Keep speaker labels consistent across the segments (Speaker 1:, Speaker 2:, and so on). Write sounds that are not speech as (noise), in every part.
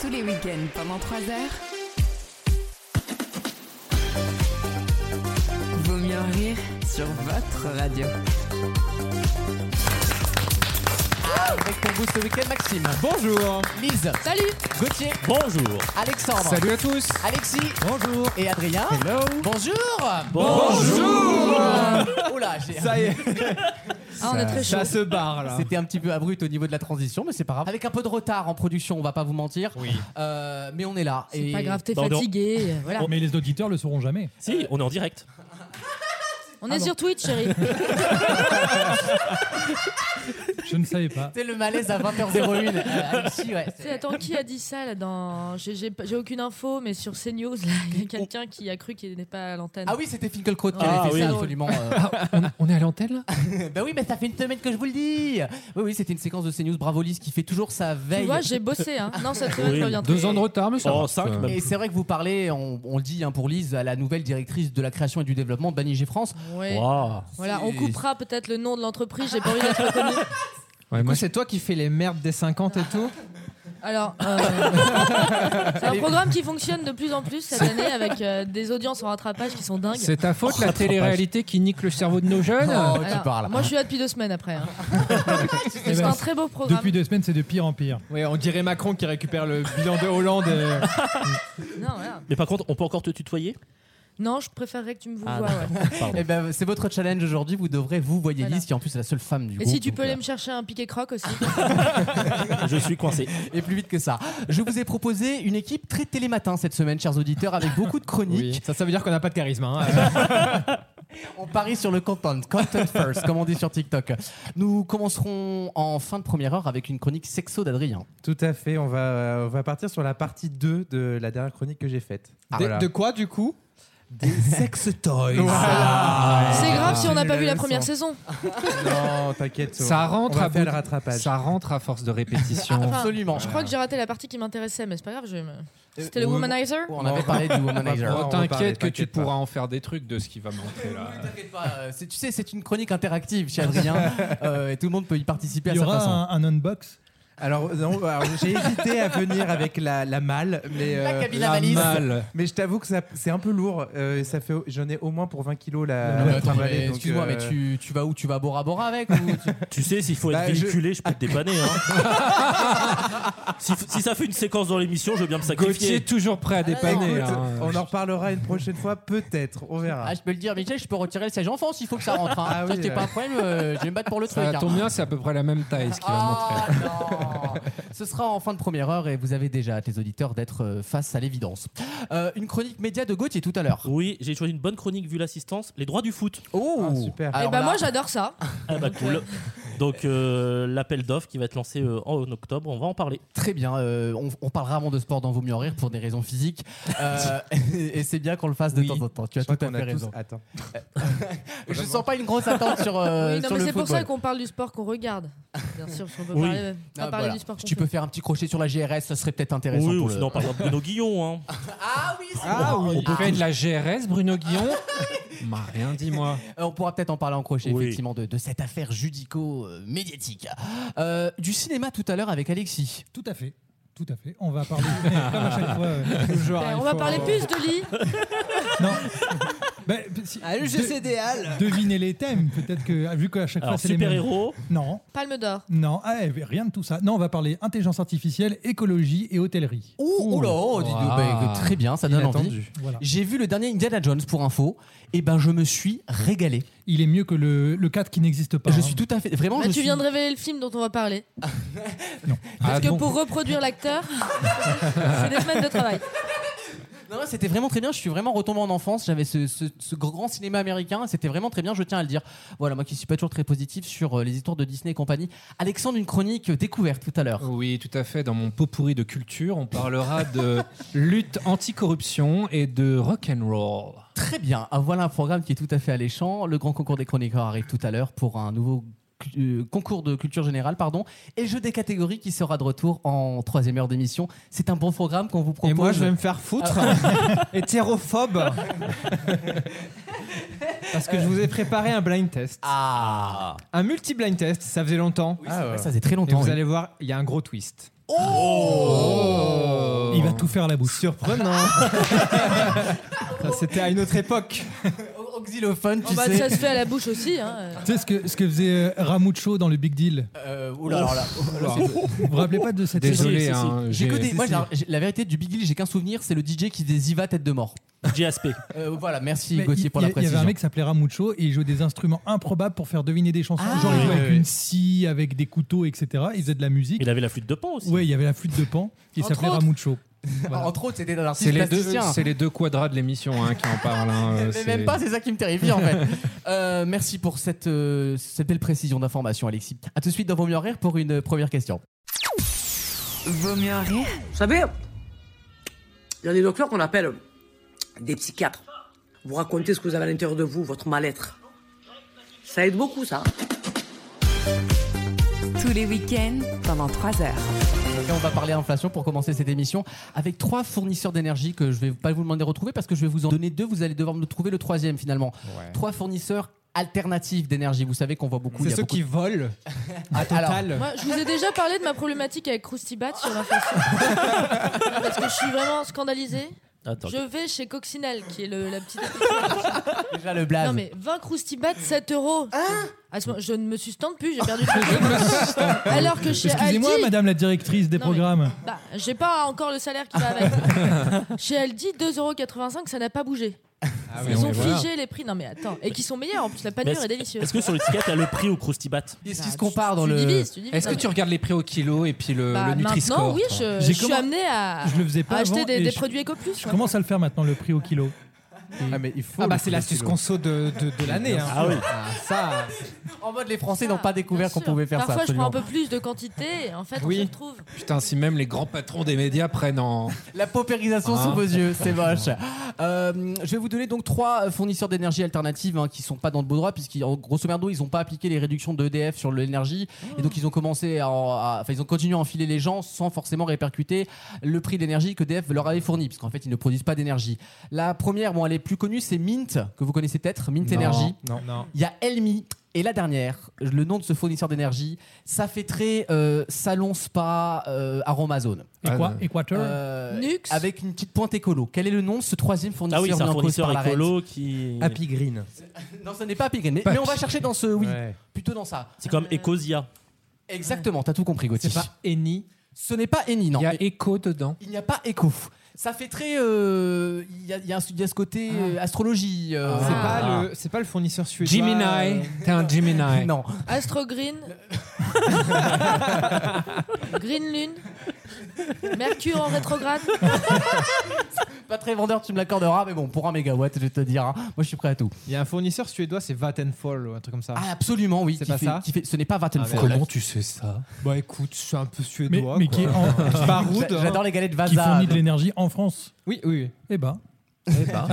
Speaker 1: tous les week-ends pendant 3 heures. Vaut mieux en rire sur votre radio.
Speaker 2: Avec pour vous ce week-end, Maxime,
Speaker 3: Bonjour
Speaker 2: Lise,
Speaker 4: Salut
Speaker 2: Gauthier,
Speaker 3: Bonjour
Speaker 2: Alexandre,
Speaker 3: Salut à tous
Speaker 2: Alexis
Speaker 3: Bonjour
Speaker 2: et Adrien.
Speaker 3: Hello
Speaker 2: Bonjour
Speaker 3: Bonjour
Speaker 2: Oula, j'ai-
Speaker 3: Ça y est,
Speaker 4: Ah, on est très chaud.
Speaker 3: ça se barre là
Speaker 2: C'était un petit peu abrupt au niveau de la transition, mais c'est pas grave. Avec un peu de retard en production, on va pas vous mentir. Euh, mais on est là.
Speaker 4: C'est
Speaker 2: Et-
Speaker 4: pas grave, t'es
Speaker 5: Bon, non.
Speaker 4: fatigué. euh, Voilà.
Speaker 6: Mais les auditeurs le sauront jamais.
Speaker 5: Si, on est en direct.
Speaker 4: On est sur Twitch, chérie.
Speaker 6: Je ne savais pas.
Speaker 2: (laughs) C'est le malaise à 20h01. Euh, Alexis, ouais.
Speaker 4: Tu sais, Attends, qui a dit ça là dans... J'ai- J'ai j'ai aucune info, mais sur CNews, là, il y a quelqu'un qui a cru qu'il n'est pas à l'antenne.
Speaker 2: Ah oui, c'était Finkelkraut qui
Speaker 5: Ah
Speaker 2: avait fait
Speaker 5: oui.
Speaker 2: ça, absolument. euh,
Speaker 4: Ah,
Speaker 3: On est à l'antenne
Speaker 2: (laughs)
Speaker 3: là
Speaker 2: bah oui, mais ça fait une semaine que je vous le dis. Oui, oui, c'était une séquence de CNews Bravo Lise qui fait toujours sa
Speaker 4: Tu
Speaker 2: veille.
Speaker 4: vois, j'ai bossé. Hein. Non, ça te
Speaker 5: Oui.
Speaker 4: revient.
Speaker 3: Deux ans de retard, mais ça
Speaker 5: Oh,
Speaker 3: va.
Speaker 5: cinq,
Speaker 3: Ça-
Speaker 5: même.
Speaker 2: Et c'est vrai que vous parlez, on, on le dit hein, pour Lise, à la nouvelle directrice de la création et du développement de Banigé France.
Speaker 4: Ouais.
Speaker 5: Waouh.
Speaker 4: Voilà, on coupera peut-être le nom de l'entreprise, j'ai pas envie d'être reconnu.
Speaker 3: Ouais, moi,
Speaker 7: c'est toi qui fais les merdes des 50 et tout
Speaker 4: Alors,
Speaker 2: (laughs)
Speaker 4: euh, c'est un programme qui fonctionne de plus en plus cette année avec euh, des audiences en rattrapage qui sont dingues.
Speaker 3: c'est ta faute la télé-réalité qui nique le cerveau de nos jeunes
Speaker 2: Oh, tu
Speaker 4: Alors,
Speaker 2: parles.
Speaker 4: Moi, je suis là depuis deux semaines
Speaker 2: (laughs)
Speaker 4: après. hein.
Speaker 6: Eh
Speaker 4: (laughs) C'est
Speaker 6: ben,
Speaker 4: un très beau programme.
Speaker 6: depuis deux semaines, c'est de pire en pire.
Speaker 7: Ouais, on dirait Macron qui récupère le bilan de Hollande. euh. et-
Speaker 4: Non, voilà.
Speaker 5: Mais par contre, on peut encore te tutoyer
Speaker 4: Non, je préférerais que tu me
Speaker 5: Ah,
Speaker 4: vois. ouais.
Speaker 2: Eh ben, c'est votre challenge aujourd'hui. Vous devrez vous voyez
Speaker 4: Voilà.
Speaker 2: Lise, qui est en plus la seule femme du
Speaker 4: Et
Speaker 2: groupe.
Speaker 4: si tu
Speaker 2: donc,
Speaker 4: peux
Speaker 2: euh,
Speaker 4: aller me chercher un piquet croc aussi.
Speaker 2: Ah.
Speaker 5: Je suis coincé.
Speaker 2: Et plus vite que ça. Je vous ai proposé une équipe très télématin cette semaine, chers auditeurs, avec beaucoup de chroniques.
Speaker 7: Oui. Ça, ça veut dire qu'on n'a pas de charisme. hein.
Speaker 2: (laughs) On parie sur le content, content first, comme on dit sur TikTok. Nous commencerons en fin de première heure avec une chronique sexo d'Adrien.
Speaker 8: Tout à fait, on va, on va partir sur la partie 2 de la dernière chronique que j'ai faite.
Speaker 2: Ah,
Speaker 7: de,
Speaker 2: voilà.
Speaker 7: de quoi, du coup
Speaker 2: (laughs)
Speaker 8: Des sex toys.
Speaker 2: Ah.
Speaker 4: C'est grave si on n'a pas
Speaker 8: la
Speaker 4: vu la
Speaker 8: leçon.
Speaker 4: première saison.
Speaker 8: Non, t'inquiète.
Speaker 3: Ça rentre
Speaker 8: on va
Speaker 3: à
Speaker 8: faire
Speaker 3: bout-
Speaker 8: le rattrapage.
Speaker 3: Ça rentre à force de répétition.
Speaker 4: Enfin,
Speaker 2: Absolument. Euh,
Speaker 4: Je crois que j'ai raté la partie qui m'intéressait, mais c'est pas grave. je me- C'était le
Speaker 8: oui,
Speaker 4: womanizer
Speaker 2: On avait parlé du womanizer.
Speaker 8: va-
Speaker 3: Oh,
Speaker 8: on reparler,
Speaker 3: T'inquiète que tu
Speaker 8: t'inquiète pas.
Speaker 3: pourras en faire des trucs de ce qui va montrer là.
Speaker 2: T'inquiète pas, euh, c'est- tu sais, c'est une chronique interactive chez
Speaker 7: (laughs)
Speaker 2: Adrien euh, et tout le monde peut y participer à
Speaker 6: Il y
Speaker 2: sa
Speaker 6: aura
Speaker 2: façon.
Speaker 6: un, un unbox.
Speaker 8: Alors, non, alors,
Speaker 2: (laughs)
Speaker 8: j'ai hésité à venir avec la, la malle, mais,
Speaker 2: La
Speaker 8: euh,
Speaker 2: cabine à
Speaker 3: La
Speaker 2: valise.
Speaker 3: malle.
Speaker 8: mais je t'avoue que ça- c'est un peu lourd. euh, ça fait, j'en ai au moins pour 20 kilos la.
Speaker 2: Non, mais
Speaker 8: la
Speaker 2: attends,
Speaker 8: trimballée,
Speaker 2: mais
Speaker 8: donc,
Speaker 2: excuse-moi,
Speaker 8: euh,
Speaker 2: mais tu, tu vas où Tu vas à Bora Bora avec ou tu-
Speaker 5: Tu sais, s'il faut être
Speaker 8: Bah, je-
Speaker 5: véhiculé, je... peux te dépanner. hein. si, si ça fait une séquence dans l'émission, je veux bien me
Speaker 3: Gauthier
Speaker 5: sacrifier.
Speaker 3: toujours
Speaker 4: Ah,
Speaker 3: prêt à dépanner.
Speaker 8: Ah, écoute,
Speaker 3: hein.
Speaker 8: On en reparlera une prochaine fois, peut-être. On verra.
Speaker 2: Ah, je peux le dire, Michel, je peux retirer le siège enfant s'il faut que ça rentre. Hein.
Speaker 8: Ah
Speaker 2: ça,
Speaker 8: oui,
Speaker 2: c'est
Speaker 8: ouais.
Speaker 2: pas un problème, euh, je vais me battre pour le truc.
Speaker 3: Ça
Speaker 2: hein.
Speaker 3: tombe bien, c'est à peu près la même taille ce qu'il va montrer.
Speaker 2: Ah non Ce sera en fin de première heure et vous avez déjà hâte, les auditeurs, d'être euh, face à l'évidence. Euh, une chronique média de Gauthier tout à l'heure.
Speaker 5: Oui, j'ai choisi une bonne chronique vu l'assistance. Les droits du foot.
Speaker 2: Oh
Speaker 8: Ah, super.
Speaker 4: Et
Speaker 2: Alors
Speaker 4: bah,
Speaker 2: là,
Speaker 4: moi, j'adore ça.
Speaker 5: Ah bah cool. Donc euh, l'appel d'offres qui va être lancé euh, en octobre, on va en parler.
Speaker 2: Très bien, euh, on, on parle rarement de sport dans Vaut mieux en rire pour des raisons physiques. Euh, (laughs) et et c'est bien qu'on le fasse de
Speaker 8: Oui.
Speaker 2: temps en temps. Tu
Speaker 8: Je
Speaker 2: as
Speaker 8: crois
Speaker 2: tout à
Speaker 8: qu'on
Speaker 2: fait
Speaker 8: a tous
Speaker 2: raison.
Speaker 8: hâte, hein.
Speaker 2: (laughs) Je sens pas une grosse attente sur, euh,
Speaker 4: Oui, non,
Speaker 2: sur
Speaker 4: mais
Speaker 2: le
Speaker 4: c'est pour
Speaker 2: football.
Speaker 4: ça qu'on parle du sport qu'on regarde. Bien sûr, parce qu'on peut
Speaker 5: Oui.
Speaker 4: parler, pas
Speaker 2: Ah,
Speaker 4: parler
Speaker 2: voilà.
Speaker 4: du sport qu'on
Speaker 2: tu
Speaker 4: fait.
Speaker 2: peux faire un petit crochet sur la GRS, ça serait peut-être intéressant.
Speaker 5: Oui,
Speaker 2: pour
Speaker 5: ou
Speaker 2: le-
Speaker 5: sinon par exemple
Speaker 2: (laughs)
Speaker 5: Bruno Guillon. hein.
Speaker 2: Ah oui, c'est
Speaker 3: Ah
Speaker 2: bon.
Speaker 3: oui,
Speaker 2: On peut-
Speaker 3: il fait de la GRS, Bruno
Speaker 2: (laughs)
Speaker 3: Guillon M'a rien dit, moi.
Speaker 2: Euh, On pourra peut-être en parler en crochet,
Speaker 5: Oui.
Speaker 2: effectivement, de, de cette affaire judico-médiatique. Euh, du cinéma tout à l'heure avec Alexis.
Speaker 6: Tout à fait. Tout à fait. On va parler. Comme à chaque fois. euh,
Speaker 2: (laughs)
Speaker 4: Ben,
Speaker 2: hein,
Speaker 4: on va parler plus de lit. Ah,
Speaker 6: Non. (laughs) Bah, si-
Speaker 7: Ah,
Speaker 6: de- Devinez les thèmes. Peut-être que ah, vu qu'à chaque fois
Speaker 5: Alors
Speaker 6: c'est les
Speaker 5: super
Speaker 6: mêmes.
Speaker 5: héros.
Speaker 6: Non.
Speaker 4: Palme d'or.
Speaker 6: Non, ah, eh, rien de tout ça. Non, on va parler intelligence artificielle, écologie et hôtellerie.
Speaker 2: Ouh, là, oh, dis donc, bah, écoute, très bien, ça donne envie.
Speaker 8: Inattendu.
Speaker 6: Voilà.
Speaker 2: J'ai vu le dernier Indiana Jones
Speaker 3: (laughs)
Speaker 2: pour info, et ben je me suis régalé.
Speaker 6: Il est mieux que le, le 4 qui n'existe pas.
Speaker 2: je
Speaker 6: hein.
Speaker 2: suis tout à fait. Vraiment,
Speaker 4: Là,
Speaker 2: je
Speaker 4: Bah, tu
Speaker 2: suis-
Speaker 4: viens de révéler le film dont on
Speaker 2: (laughs)
Speaker 4: va parler.
Speaker 3: Ah,
Speaker 4: Parce que
Speaker 3: donc,
Speaker 4: pour reproduire l'acteur, c'est des semaines de travail.
Speaker 2: Non, non, c'était vraiment très bien. Je suis vraiment retombé en enfance. J'avais ce, ce- ce grand cinéma américain. C'était vraiment très bien. Je tiens à le dire. Voilà, moi qui suis pas toujours très positif sur euh, les histoires de Disney et compagnie. Alexandre, une chronique découverte tout à l'heure.
Speaker 3: Oui, tout à fait. Dans mon pot pourri de culture, on parlera de lutte anticorruption et de rock'n'roll.
Speaker 2: Très bien. Ah, voilà un programme qui est tout à fait alléchant. Le grand concours des chroniqueurs arrive tout à l'heure pour un nouveau cl- euh, concours de culture générale, pardon, et jeu des catégories qui sera de retour en troisième heure d'émission. C'est un bon programme qu'on vous propose. Ah,
Speaker 7: Et moi, je vais me faire foutre. (laughs) Hétérophobe. Parce que je vous ai préparé un blind test.
Speaker 2: Ah
Speaker 7: Un multi-blind test, ça faisait longtemps.
Speaker 2: Ça faisait très
Speaker 7: Et
Speaker 2: longtemps.
Speaker 7: vous
Speaker 2: oui.
Speaker 7: Oh. allez voir, il y a un gros twist.
Speaker 2: Oh,
Speaker 6: Il va tout faire à la bouche.
Speaker 7: Surprenant. (laughs) Ça, C'était à une autre époque.
Speaker 2: Au, au xylophone, tu
Speaker 4: Oh, bah,
Speaker 2: sais.
Speaker 4: ça se
Speaker 2: (laughs)
Speaker 4: fait à la bouche aussi. Hein.
Speaker 6: Tu sais ce que, ce que faisait euh, Ramucho dans le Big Deal
Speaker 2: Euh, oula, alors là.
Speaker 6: (laughs) Vous vous rappelez pas de cette saison
Speaker 3: Désolé,
Speaker 5: si, si,
Speaker 3: hein, j'ai-
Speaker 2: J'écoutais, moi, j'ai- j'ai- la vérité du Big Deal, j'ai qu'un souvenir, c'est le DJ qui faisait Ziva tête de mort.
Speaker 5: JSP.
Speaker 2: Euh, voilà, merci
Speaker 6: Mais
Speaker 2: Gauthier
Speaker 6: il-
Speaker 2: pour
Speaker 6: il y
Speaker 2: la
Speaker 6: a- Il y
Speaker 2: précision.
Speaker 6: avait un mec qui s'appelait Ramucho et il jouait des instruments improbables pour faire deviner des chansons.
Speaker 2: Ah.
Speaker 6: genre il jouait
Speaker 8: Oui,
Speaker 6: avec
Speaker 8: oui,
Speaker 6: une
Speaker 8: oui.
Speaker 6: scie, avec des couteaux, etc. Il faisait de la musique.
Speaker 5: Il avait la flûte de pan aussi.
Speaker 6: Ouais, il y avait la flûte de pan qui
Speaker 4: Entre
Speaker 6: s'appelait
Speaker 4: autres.
Speaker 6: Ramucho.
Speaker 2: Alors, Entre autres, c'était un
Speaker 3: C'est
Speaker 2: artiste
Speaker 3: les, deux,
Speaker 2: plasticien.
Speaker 3: c'est les deux quadras de l'émission hein, qui en parlent. hein, euh,
Speaker 2: Mais
Speaker 3: c'est-
Speaker 2: même pas, c'est ça qui me terrifie en fait. (laughs) Euh, merci pour cette, euh, cette belle précision d'information, Alexis. À tout de suite dans Vos mieux en rire pour une euh, première question.
Speaker 1: Vaut mieux en rire
Speaker 9: Vous savez, il y a des docteurs qu'on appelle des psychiatres. Vous racontez ce que vous avez à l'intérieur de vous, votre mal-être. Ça aide beaucoup, ça. hein.
Speaker 1: tous les week-ends pendant 3 heures.
Speaker 2: Et on va parler inflation pour commencer cette émission avec trois fournisseurs d'énergie que je vais pas vous demander de retrouver parce que je vais vous en donner deux. Vous allez devoir me trouver le troisième finalement. Trois fournisseurs alternatifs d'énergie. Vous savez qu'on voit beaucoup. il y
Speaker 7: C'est
Speaker 2: a
Speaker 7: ceux
Speaker 2: beaucoup (laughs)
Speaker 7: qui volent à Total.
Speaker 4: Moi, je vous ai déjà parlé de ma problématique avec Croustibat sur l'inflation. Parce que je suis vraiment scandalisée.
Speaker 5: Attends.
Speaker 4: Je vais chez Coccinelle, qui est le- la petite.
Speaker 2: de- déjà le blague.
Speaker 4: Non mais 20 croustibat 7 euros. À ce moment, je ne me sustente plus, j'ai perdu le (laughs) Alors que chez Aldi,
Speaker 6: Excusez-moi, madame la directrice des
Speaker 4: Non, mais- (laughs)
Speaker 6: programmes.
Speaker 4: bah, j'ai pas encore le salaire qui va avec. chez Aldi, 2,85€, ça n'a pas bougé.
Speaker 6: Ah
Speaker 3: oui,
Speaker 4: Ils
Speaker 3: mais
Speaker 4: ont
Speaker 3: voilà.
Speaker 4: figé les prix. Non mais attends, et qui sont meilleurs en plus, la
Speaker 5: Mais
Speaker 4: panure
Speaker 5: est-ce-
Speaker 4: est délicieuse.
Speaker 5: Est-ce que sur l'étiquette, t'as le prix au croustibat
Speaker 2: Qu'est-ce
Speaker 4: Bah,
Speaker 2: qui se compare
Speaker 4: tu-
Speaker 2: dans
Speaker 4: tu
Speaker 2: le.
Speaker 4: divises, tu divises.
Speaker 3: Est-ce que
Speaker 4: Non,
Speaker 3: tu
Speaker 4: mais-
Speaker 3: regardes les prix au kilo et puis
Speaker 6: euh,
Speaker 3: le,
Speaker 4: bah,
Speaker 3: le Nutri-Score
Speaker 4: Maintenant, oui,
Speaker 3: toi
Speaker 4: je,
Speaker 6: J'ai
Speaker 4: je suis
Speaker 6: commen-
Speaker 4: amenée à
Speaker 6: Je le faisais pas
Speaker 4: acheter
Speaker 6: avant
Speaker 4: des,
Speaker 6: et
Speaker 4: des
Speaker 6: je-
Speaker 4: produits éco plus.
Speaker 6: (laughs) Je commence à le faire maintenant, le prix au kilo.
Speaker 8: Ah, mais il faut.
Speaker 7: Ah bah
Speaker 8: le
Speaker 7: c'est l'astuce
Speaker 8: kilo.
Speaker 7: conso de, de, de l'année. hein.
Speaker 5: Ah oui.
Speaker 7: Ah,
Speaker 4: (laughs)
Speaker 7: ça,
Speaker 2: En mode, les Français n'ont pas découvert qu'on pouvait faire
Speaker 4: Parfois,
Speaker 2: ça. absolument.
Speaker 4: je prends un peu plus de quantité et en fait,
Speaker 7: Oui.
Speaker 4: on se retrouve.
Speaker 3: Putain, si même les grands patrons des médias prennent en.
Speaker 2: La paupérisation
Speaker 3: Ah.
Speaker 2: sous vos yeux, c'est moche. Euh, je vais vous donner donc trois fournisseurs d'énergie alternative hein, qui sont pas dans le beau droit, puisqu'en grosso merdo, ils n'ont pas appliqué les réductions d'EDF sur l'énergie. Et donc, ils ont commencé à, à- Enfin, ils ont continué à enfiler les gens sans forcément répercuter le prix d'énergie que EDF leur avait fourni, puisqu'en fait, ils ne produisent pas d'énergie. La première, bon, elle est plus connue, c'est Mint, que vous connaissez peut-être, Mint Energy.
Speaker 7: non, non.
Speaker 2: Il y a Elmi. Et la dernière, le nom de ce fournisseur d'énergie, ça fait très euh, salon spa euh, aromazone.
Speaker 6: Et
Speaker 3: Ah,
Speaker 6: quoi
Speaker 3: non.
Speaker 6: Équateur
Speaker 2: Euh,
Speaker 4: Nux.
Speaker 2: Avec une petite pointe écolo. Quel est le nom de ce troisième fournisseur
Speaker 5: Ah oui, c'est
Speaker 2: mis
Speaker 5: un
Speaker 2: en cause
Speaker 5: fournisseur
Speaker 2: par la
Speaker 5: écolo qui.
Speaker 8: Happy Green.
Speaker 2: RET? Non, ce n'est pas Pigrine. Mais, mais on va chercher dans ce. Oui,
Speaker 8: Ouais.
Speaker 2: plutôt dans ça. Euh,
Speaker 5: C'est comme Ecosia.
Speaker 2: Exactement, t'as tout compris, Gauthier.
Speaker 7: c'est pas Eni.
Speaker 2: Ce n'est pas Eni, non.
Speaker 3: Il y a écho dedans.
Speaker 2: Il n'y a pas écho. Ça fait très. euh, Il y, a, il y a un- il y a ce côté
Speaker 7: Ah.
Speaker 2: euh, astrologie. euh,
Speaker 7: C'est
Speaker 2: euh,
Speaker 7: pas le, c'est pas le fournisseur suédois.
Speaker 3: Gemini. T'es un Gemini.
Speaker 2: Non.
Speaker 4: Astro Green. Green Lune. Mercure en rétrograde.
Speaker 2: (laughs) Pas très vendeur, tu me l'accorderas, mais bon, pour un mégawatt, je vais te dire. hein, Moi, je suis prêt à tout.
Speaker 7: Il y a un fournisseur suédois, c'est Vattenfall ou un truc comme ça.
Speaker 2: Ah, absolument, oui.
Speaker 7: C'est
Speaker 2: qui
Speaker 7: pas
Speaker 2: fait-
Speaker 7: ça
Speaker 2: qui fait- Ce n'est pas
Speaker 7: Ah,
Speaker 2: Vattenfall.
Speaker 7: mais-
Speaker 3: tu sais ça
Speaker 7: Bah écoute, je suis un peu
Speaker 6: mais,
Speaker 7: suédois.
Speaker 6: mais
Speaker 7: quoi.
Speaker 6: qui, est en-
Speaker 2: (laughs)
Speaker 7: (laughs) Pas rude, hein.
Speaker 2: J'adore les galettes
Speaker 6: qui
Speaker 2: Vaza.
Speaker 6: fournit de l'énergie en France.
Speaker 7: Oui, oui.
Speaker 6: Eh ben,
Speaker 7: bah
Speaker 2: Eh
Speaker 7: (laughs)
Speaker 2: ben.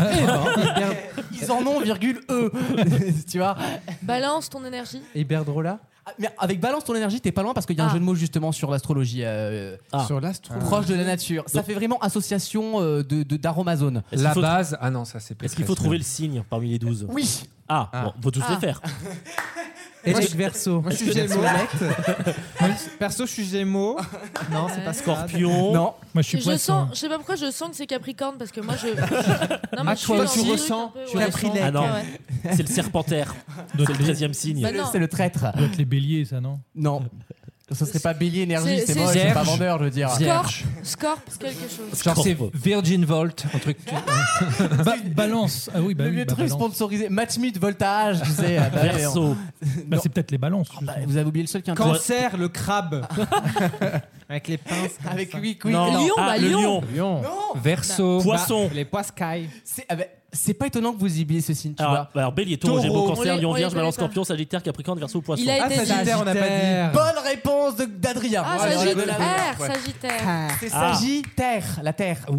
Speaker 2: Ils en ont, virgule, E. (laughs) tu vois
Speaker 4: Balance ton énergie.
Speaker 7: Iberdrola
Speaker 2: Ah, Mais avec balance ton énergie, t'es pas loin parce qu'il y a un
Speaker 4: Ah.
Speaker 2: jeu de mots justement sur l'astrologie euh,
Speaker 5: Ah.
Speaker 7: sur l'astro.
Speaker 2: proche de la nature. Ça fait vraiment association euh, de de- d'aromazone.
Speaker 5: Est-ce qu'il
Speaker 3: La
Speaker 5: faut-
Speaker 3: base. Ah non, ça c'est
Speaker 5: Est-ce qu'il faut trouver le signe parmi les 12
Speaker 2: oui,
Speaker 5: Ah,
Speaker 7: Ah.
Speaker 5: bon, faut tous les
Speaker 4: Ah.
Speaker 5: faire.
Speaker 7: Elec verso. Moi je suis Gémeaux. Perso, je suis
Speaker 2: (laughs)
Speaker 7: Gémeaux. Non, c'est pas
Speaker 5: Scorpion.
Speaker 2: non.
Speaker 6: moi je suis
Speaker 4: Euh, Je
Speaker 6: poisson.
Speaker 4: sens, je sais pas pourquoi je sens que c'est Capricorne parce que moi je. Non, mais
Speaker 7: Ah,
Speaker 4: je
Speaker 7: toi,
Speaker 4: suis
Speaker 7: tu
Speaker 4: dans le
Speaker 7: ressens,
Speaker 4: truc un peu,
Speaker 7: tu
Speaker 4: ouais.
Speaker 5: Ah non,
Speaker 4: Ouais.
Speaker 5: c'est le serpentaire. C'est le 13 e signe.
Speaker 4: Bah non,
Speaker 2: C'est le traître.
Speaker 6: Ça doit être les béliers, ça, non
Speaker 2: Non. Ce serait pas bélier énergie,
Speaker 4: C'est-
Speaker 2: c'est
Speaker 4: c'est-
Speaker 2: moche, c'est pas
Speaker 3: Vierge.
Speaker 2: vendeur, je veux dire.
Speaker 4: Scorp, Scorp, quelque chose.
Speaker 3: Genre c'est
Speaker 5: Scorp-
Speaker 3: Virgin Volt, un truc.
Speaker 2: (laughs)
Speaker 6: Ba- Balance. Ah oui, bah,
Speaker 2: Bah Le
Speaker 6: oui,
Speaker 2: vieux
Speaker 6: bah,
Speaker 2: truc
Speaker 6: balance.
Speaker 2: sponsorisé, Matchmut, Voltage, tu
Speaker 6: (laughs)
Speaker 2: sais. ah bah, on- (laughs)
Speaker 5: Verso.
Speaker 6: Bah, c'est peut-être les balances. je
Speaker 2: bah,
Speaker 6: sais.
Speaker 2: vous avez oublié le seul qui a un tour-
Speaker 7: Cancer, le crabe. Avec les pinces. comme
Speaker 2: Avec
Speaker 7: ça.
Speaker 2: oui, oui.
Speaker 5: Non.
Speaker 4: Lion,
Speaker 5: Ah,
Speaker 4: bah,
Speaker 5: le
Speaker 4: lion.
Speaker 5: lion.
Speaker 7: Lion. Bah,
Speaker 3: Verso.
Speaker 5: Poisson.
Speaker 7: Les poiscailles.
Speaker 2: C'est ah bah, c'est pas étonnant que vous oubliez ce signe, tu
Speaker 5: Alors,
Speaker 2: vois.
Speaker 5: alors, bélier, taureau, gémeaux,
Speaker 7: Taureau.
Speaker 5: cancer,
Speaker 4: On les-
Speaker 5: lion,
Speaker 4: on les
Speaker 5: vierge,
Speaker 4: connaît
Speaker 5: balance,
Speaker 4: pas.
Speaker 5: scorpion, sagittaire, capricorne, verso, poisson.
Speaker 4: Il a
Speaker 7: Ah,
Speaker 4: été
Speaker 7: Sagittaire, on n'a pas dit.
Speaker 2: Bonne réponse de- d'Adrien.
Speaker 4: Ah,
Speaker 2: Voilà,
Speaker 4: Sagittaire,
Speaker 2: voilà, voilà.
Speaker 4: Sagittaire.
Speaker 2: C'est
Speaker 5: Ah.
Speaker 2: Sagittaire, la Terre.
Speaker 6: Waouh.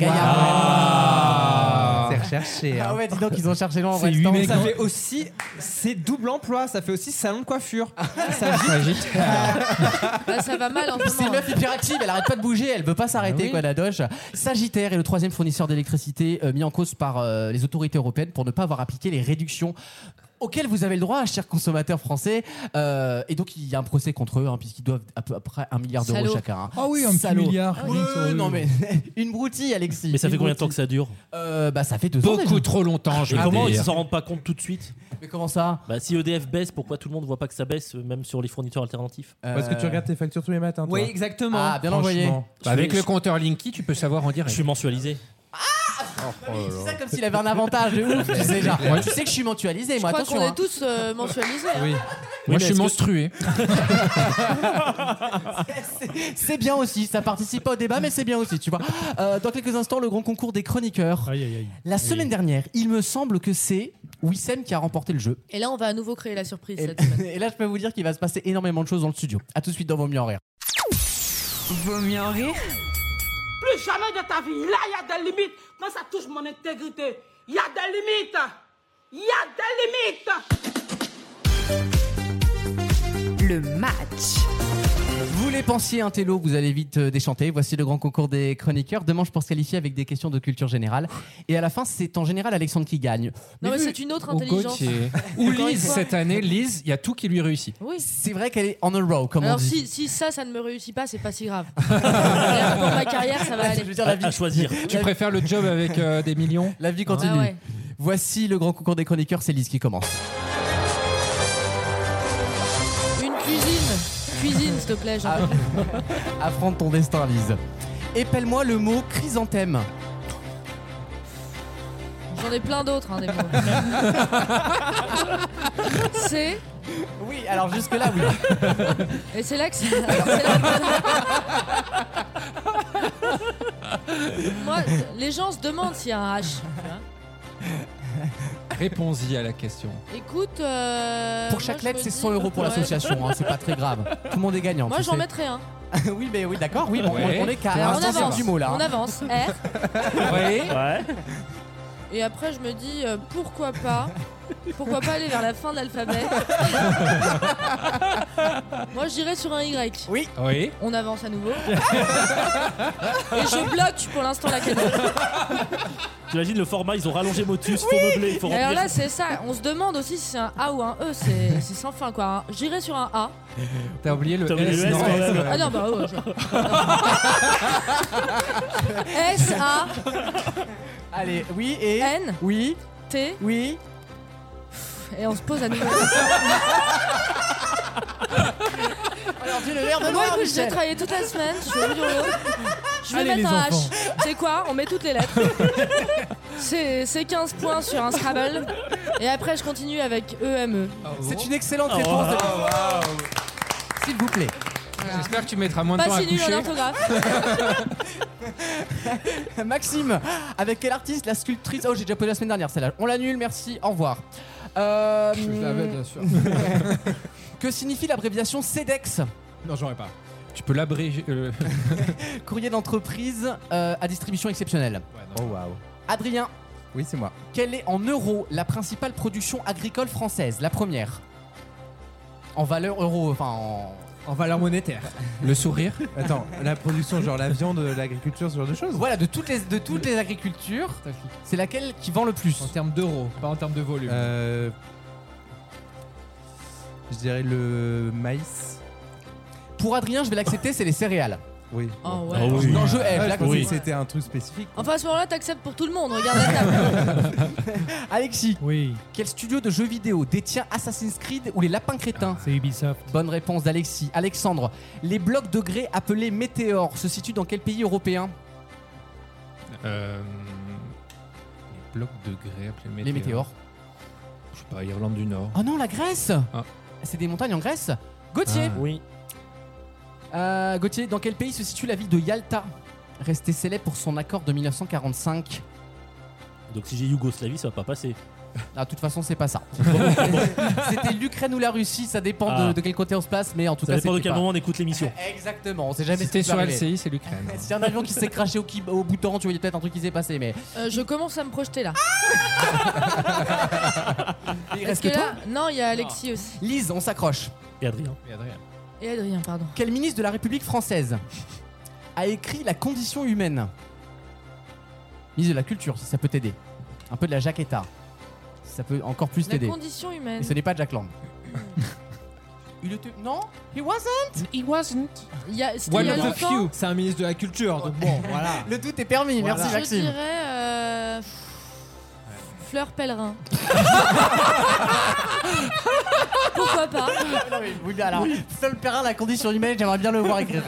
Speaker 2: Gaïa.
Speaker 7: C'est recherché.
Speaker 2: Ah
Speaker 7: hein.
Speaker 2: ouais, dis donc, ils ont cherché loin en
Speaker 6: C'est huit
Speaker 2: restant.
Speaker 6: mecs.
Speaker 7: Ça fait aussi, c'est double emploi, ça fait aussi salon de coiffure.
Speaker 2: Ah.
Speaker 7: Ça
Speaker 4: Bah, ça va mal
Speaker 2: (laughs)
Speaker 4: en ce
Speaker 2: C'est une
Speaker 4: moment.
Speaker 2: meuf hyper active, elle arrête pas de bouger, elle veut pas s'arrêter,
Speaker 6: oui.
Speaker 2: quoi, la doche. Sagittaire est le troisième fournisseur d'électricité euh, mis en cause par euh, les autorités européennes pour ne pas avoir appliqué les réductions auquel vous avez le droit, chers consommateurs français. Euh, et donc, il y a un procès contre eux, hein, puisqu'ils doivent à peu près un milliard d'euros
Speaker 6: Salaud.
Speaker 2: chacun. hein.
Speaker 6: Ah oui, un petit
Speaker 2: Salaud.
Speaker 6: milliard.
Speaker 2: Ouais, non, mais (laughs) une broutille, Alexis.
Speaker 5: Mais ça
Speaker 2: Une
Speaker 5: fait combien de
Speaker 2: broutille.
Speaker 5: temps que ça dure
Speaker 2: Euh, Bah, ça fait deux ans.
Speaker 5: Beaucoup
Speaker 2: déjà.
Speaker 5: trop longtemps, je
Speaker 2: Ah,
Speaker 5: veux
Speaker 2: comment
Speaker 5: dire.
Speaker 2: ils s'en
Speaker 5: rendent pas compte tout de suite
Speaker 2: Mais comment ça
Speaker 5: Bah, si EDF baisse, pourquoi tout le monde voit pas que ça baisse, euh, même sur les fournisseurs alternatifs
Speaker 8: Parce que tu regardes tes factures tous les matins. toi.
Speaker 7: Oui, exactement.
Speaker 2: Ah, bien envoyé.
Speaker 8: Franchement.
Speaker 3: Bah, avec le compteur Linky, tu peux savoir en direct.
Speaker 5: Je suis mensualisé.
Speaker 2: C'est ça comme s'il avait un avantage de ouf. tu, sais, genre, tu sais que je suis mensualisé,
Speaker 4: Je
Speaker 2: moi,
Speaker 4: crois
Speaker 2: attention.
Speaker 4: qu'on
Speaker 2: hein.
Speaker 4: est tous euh, mensualisés. hein.
Speaker 5: mais
Speaker 3: Ah Moi, je suis
Speaker 5: est-ce que-
Speaker 3: menstrué.
Speaker 2: C'est bien aussi, ça participe pas au débat, mais c'est bien aussi, tu vois. Euh, dans quelques instants, le grand concours des chroniqueurs.
Speaker 6: Aïe, aïe, aïe.
Speaker 2: La semaine dernière, il me semble que c'est Wissem qui a remporté le jeu.
Speaker 4: Et là, on va à nouveau créer la surprise
Speaker 2: Et,
Speaker 4: cette semaine.
Speaker 2: (laughs) et là, je peux vous dire qu'il va se passer énormément de choses dans le studio. À tout de suite dans Vos mieux en rire.
Speaker 1: Vaut mieux en rire
Speaker 9: Plus jamais de ta vie. Là, il y a des limites. Quand ça touche mon intégrité, il y a des limites. Il y a des limites.
Speaker 1: Le match.
Speaker 2: Vous les pensiez un télo, vous allez vite euh, déchanter. Voici le grand concours des chroniqueurs. Demain, je pense qualifier avec des questions de culture générale. Et à la fin, c'est en général Alexandre qui gagne.
Speaker 4: Non, mais
Speaker 3: vu-
Speaker 4: c'est une autre
Speaker 3: Ou
Speaker 4: intelligence. (laughs)
Speaker 3: Gauthier. Ou
Speaker 4: Encore une
Speaker 3: Lise,
Speaker 4: fois.
Speaker 3: cette année, Lise, il y a tout qui lui réussit.
Speaker 4: Oui.
Speaker 2: C'est vrai qu'elle est on a row, comme
Speaker 4: Alors
Speaker 2: on dit.
Speaker 4: si, si ça, ça ne me réussit pas, c'est pas si grave. Regarde, Pour ma carrière, ça va
Speaker 2: (laughs) Je
Speaker 4: aller.
Speaker 2: veux Ah, dire,
Speaker 5: À,
Speaker 2: la vie,
Speaker 5: à choisir.
Speaker 3: Tu préfères le job avec euh, des millions
Speaker 2: la vie
Speaker 4: Ouais,
Speaker 2: continue.
Speaker 4: ouais.
Speaker 2: Voici le grand concours des chroniqueurs, c'est Lise qui commence.
Speaker 4: Une cuisine. Cuisine, s'il te plaît. j'en
Speaker 2: Ah.
Speaker 4: peux plus.
Speaker 2: Affronte ton destin, Lise. Épelle-moi le mot chrysanthème. (laughs)
Speaker 4: J'en ai plein d'autres,
Speaker 2: (laughs)
Speaker 4: hein, des mots. C'est.
Speaker 2: Oui, alors jusque-là, oui.
Speaker 4: Et c'est là que ça. alors, c'est là que- Moi, les gens se demandent s'il y a un H. tu vois.
Speaker 3: Réponds-y à la question.
Speaker 4: Écoute. euh,
Speaker 2: Pour
Speaker 4: moi,
Speaker 2: chaque
Speaker 4: je
Speaker 2: lettre,
Speaker 4: me
Speaker 2: c'est
Speaker 4: dis-
Speaker 2: 100 euros pour
Speaker 4: Ouais.
Speaker 2: l'association, hein, c'est pas très grave. Tout le monde est gagnant.
Speaker 4: Moi,
Speaker 2: tu
Speaker 4: j'en
Speaker 2: sais.
Speaker 4: mettrais un.
Speaker 2: (laughs) oui, mais oui, d'accord, oui, bon,
Speaker 3: Ouais.
Speaker 2: on, on est qu'à
Speaker 4: Alors, on
Speaker 2: un centième
Speaker 4: avance.
Speaker 2: du mot là.
Speaker 4: On
Speaker 2: hein.
Speaker 4: avance. R.
Speaker 3: Oui.
Speaker 5: Ouais.
Speaker 4: Et après, je me dis euh, pourquoi pas. Pourquoi pas aller vers la fin de l'alphabet Moi, je dirais sur un Y.
Speaker 3: Oui.
Speaker 4: On avance à nouveau. Et je bloque pour l'instant la question.
Speaker 5: J'imagine le format, ils ont rallongé Motus, faut meubler, il faut
Speaker 4: Alors
Speaker 5: remplir.
Speaker 4: là, c'est ça. On se demande aussi si c'est un A ou un E. C'est c'est sans fin, quoi. hein. J'irai sur un A.
Speaker 3: T'as oublié le
Speaker 5: T'as oublié
Speaker 3: S,
Speaker 5: le S,
Speaker 3: non,
Speaker 5: quand même.
Speaker 3: ouais.
Speaker 4: Ah non, bah ouais. je- S,
Speaker 2: (laughs)
Speaker 4: A,
Speaker 2: Allez, oui et.
Speaker 4: N,
Speaker 2: Oui,
Speaker 4: T.
Speaker 2: oui.
Speaker 4: Et on se pose à nouveau.
Speaker 2: Alors, tu le verre de
Speaker 4: Moi,
Speaker 2: noir,
Speaker 4: écoute, j'ai
Speaker 2: Michel.
Speaker 4: travaillé toute la semaine. Je vais vous dire le- Je vais
Speaker 6: Allez, les
Speaker 4: mettre un
Speaker 6: enfants.
Speaker 4: H. C'est quoi On met toutes les lettres. C'est c'est 15 points sur un Scrabble. Et après, je continue avec E EME.
Speaker 2: C'est une excellente
Speaker 3: Ah,
Speaker 5: Oh,
Speaker 2: réponse. S'il vous plaît.
Speaker 3: J'espère que tu mettras moins de temps
Speaker 4: Pas
Speaker 3: à
Speaker 4: si nul en
Speaker 3: coucher.
Speaker 2: (laughs)
Speaker 4: orthographe.
Speaker 2: Maxime, avec quel artiste la sculptrice Oh, j'ai déjà posé la semaine dernière celle-là. On l'annule, merci, au revoir. Euh,
Speaker 6: sûr.
Speaker 2: (laughs) que signifie l'abréviation E CEDEX
Speaker 6: Non, j'aurais pas.
Speaker 3: Tu peux l'abréger. euh,
Speaker 2: (laughs) Courrier d'entreprise euh, à distribution exceptionnelle.
Speaker 8: Oh waouh.
Speaker 2: Adrien,
Speaker 8: Oui, c'est moi.
Speaker 2: quelle est en euros la principale production agricole française La première En valeur euro, enfin en.
Speaker 6: En valeur monétaire.
Speaker 3: le sourire.
Speaker 8: Attends, la production, genre la viande, l'agriculture, ce genre de choses
Speaker 2: Voilà, de toutes les, de toutes les agricultures, c'est laquelle qui vend le plus
Speaker 6: En termes d'euros, pas en termes de volume.
Speaker 8: Euh, Je dirais le maïs.
Speaker 2: Pour Adrien, je vais l'accepter, c'est les céréales.
Speaker 8: Oui.
Speaker 4: Oh, ouais.
Speaker 5: Ah oui.
Speaker 2: Non, je
Speaker 8: Ah,
Speaker 2: hais, je
Speaker 8: je
Speaker 2: l'accepte.
Speaker 8: pensais
Speaker 5: oui.
Speaker 8: que c'était un truc spécifique.
Speaker 4: Enfin, à ce moment-là, t'acceptes pour tout le monde. Regarde la table.
Speaker 2: Alexis,
Speaker 6: Oui,
Speaker 2: quel studio de jeux vidéo détient Assassin's Creed ou les Lapins Crétins
Speaker 6: Ah, c'est Ubisoft.
Speaker 2: Bonne réponse d'Alexis. Alexandre, les blocs de grès appelés météores se situent dans quel pays européen
Speaker 3: Euh, les blocs de grès, appelés météores.
Speaker 2: Les météores.
Speaker 3: Je sais pas, Irlande du Nord.
Speaker 2: Oh non, la Grèce
Speaker 3: Ah.
Speaker 2: C'est des montagnes en Grèce Gauthier
Speaker 5: Oui.
Speaker 2: Euh, Gauthier, dans quel pays se situe la ville de Yalta Restée célèbre pour son accord de 1945.
Speaker 5: Donc si j'ai Yougoslavie, ça va pas passer.
Speaker 2: Ah, de toute façon, c'est pas
Speaker 5: (laughs)
Speaker 2: ça. (laughs) C'était l'Ukraine ou la Russie, ça dépend de- de,
Speaker 5: Ah.
Speaker 2: quel côté on se place, mais en tout
Speaker 5: Ça
Speaker 2: cas,
Speaker 5: dépend de
Speaker 2: c'était
Speaker 5: quel
Speaker 2: pas-
Speaker 5: moment on écoute l'émission.
Speaker 2: (laughs) Exactement, on sait jamais ce
Speaker 3: C'était
Speaker 2: qui peut
Speaker 3: sur
Speaker 2: arriver.
Speaker 3: LCI, c'est l'Ukraine.
Speaker 2: (laughs) C'est un avion qui s'est craché au, qui- au bouton, tu vois, il y a peut-être un truc qui s'est passé, mais
Speaker 4: Euh, je commence à me projeter là.
Speaker 2: il
Speaker 4: Parce
Speaker 2: reste
Speaker 4: Ah. que
Speaker 2: que toi. Ah.
Speaker 4: là, non, il y a Alexis aussi.
Speaker 2: Lise, on s'accroche.
Speaker 5: Et Adrien.
Speaker 3: Et Adrien.
Speaker 4: Et Adrien, pardon.
Speaker 2: Quel ministre de la République française a écrit La condition humaine Ministre de la Culture, si ça peut t'aider. Un peu de la jaqueta. Ça peut encore plus
Speaker 4: La
Speaker 2: t'aider.
Speaker 4: condition humaine.
Speaker 2: Et ce n'est pas Jack
Speaker 4: (coughs)
Speaker 2: Lang. Il était. Non He wasn't He wasn't
Speaker 4: Il y a, c'était il y a longtemps.
Speaker 6: C'est un ministre de la culture, donc
Speaker 2: (laughs)
Speaker 6: bon, voilà.
Speaker 2: Le doute est permis,
Speaker 6: Voilà.
Speaker 2: merci
Speaker 6: Je
Speaker 4: Je
Speaker 2: Maxime.
Speaker 4: dirais. euh, Fleur pèlerin. (coughs) (laughs) Pourquoi pas
Speaker 2: (laughs) Non, mais oui, mais alors, seul Perrin, la condition humaine, j'aimerais bien le voir écrire.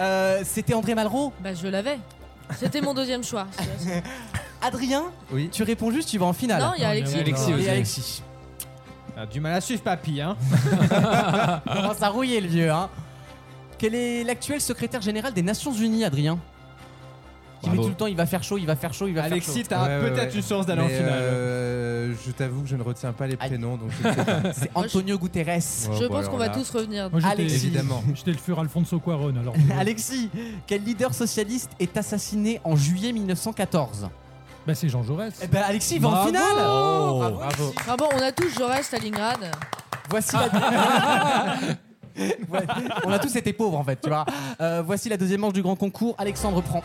Speaker 2: Euh, C'était André Malraux.
Speaker 4: Bah, je l'avais. C'était mon deuxième choix.
Speaker 2: (laughs) Adrien,
Speaker 8: Oui.
Speaker 2: tu réponds juste, tu vas en finale.
Speaker 4: Non, il y a Alexis.
Speaker 3: Alexis
Speaker 2: Et
Speaker 3: aussi.
Speaker 2: Alexis.
Speaker 6: Ah, du mal à suivre, papy, hein.
Speaker 2: (laughs) Il commence à rouiller le vieux. Hein. Quel est l'actuel secrétaire général des Nations Unies, Adrien Qui met
Speaker 3: Bravo.
Speaker 2: tout le temps, il va faire chaud, il va faire chaud, il va
Speaker 6: Alexis,
Speaker 2: faire
Speaker 6: t'as
Speaker 8: Ouais, ouais,
Speaker 6: peut-être
Speaker 8: ouais.
Speaker 6: une chance d'aller en
Speaker 8: Mais,
Speaker 6: finale.
Speaker 8: euh, je t'avoue que je ne retiens pas les
Speaker 2: Aïe.
Speaker 8: prénoms, donc je ne sais pas.
Speaker 2: chaud. C'est Antonio
Speaker 8: Oh,
Speaker 2: Guterres.
Speaker 4: Je
Speaker 8: bah
Speaker 4: pense
Speaker 8: alors
Speaker 4: qu'on va
Speaker 8: là.
Speaker 4: tous revenir.
Speaker 6: Moi, j'étais-
Speaker 2: Alexis.
Speaker 8: Évidemment.
Speaker 6: J'étais le fur Alfonso Cuaron, alors.
Speaker 2: (laughs) Alexis, quel leader socialiste est assassiné en juillet 1914
Speaker 6: bah, c'est Jean Jaurès.
Speaker 2: Eh ben Alexis il va en
Speaker 6: Bravo
Speaker 2: finale
Speaker 10: Oh.
Speaker 8: Bravo.
Speaker 4: Ah bon, on a tous Jaurès, Stalingrad. Ah.
Speaker 2: Voici la... (laughs) Ouais, on a tous été pauvres en fait, tu vois. Euh, voici la deuxième manche du grand concours. Alexandre prend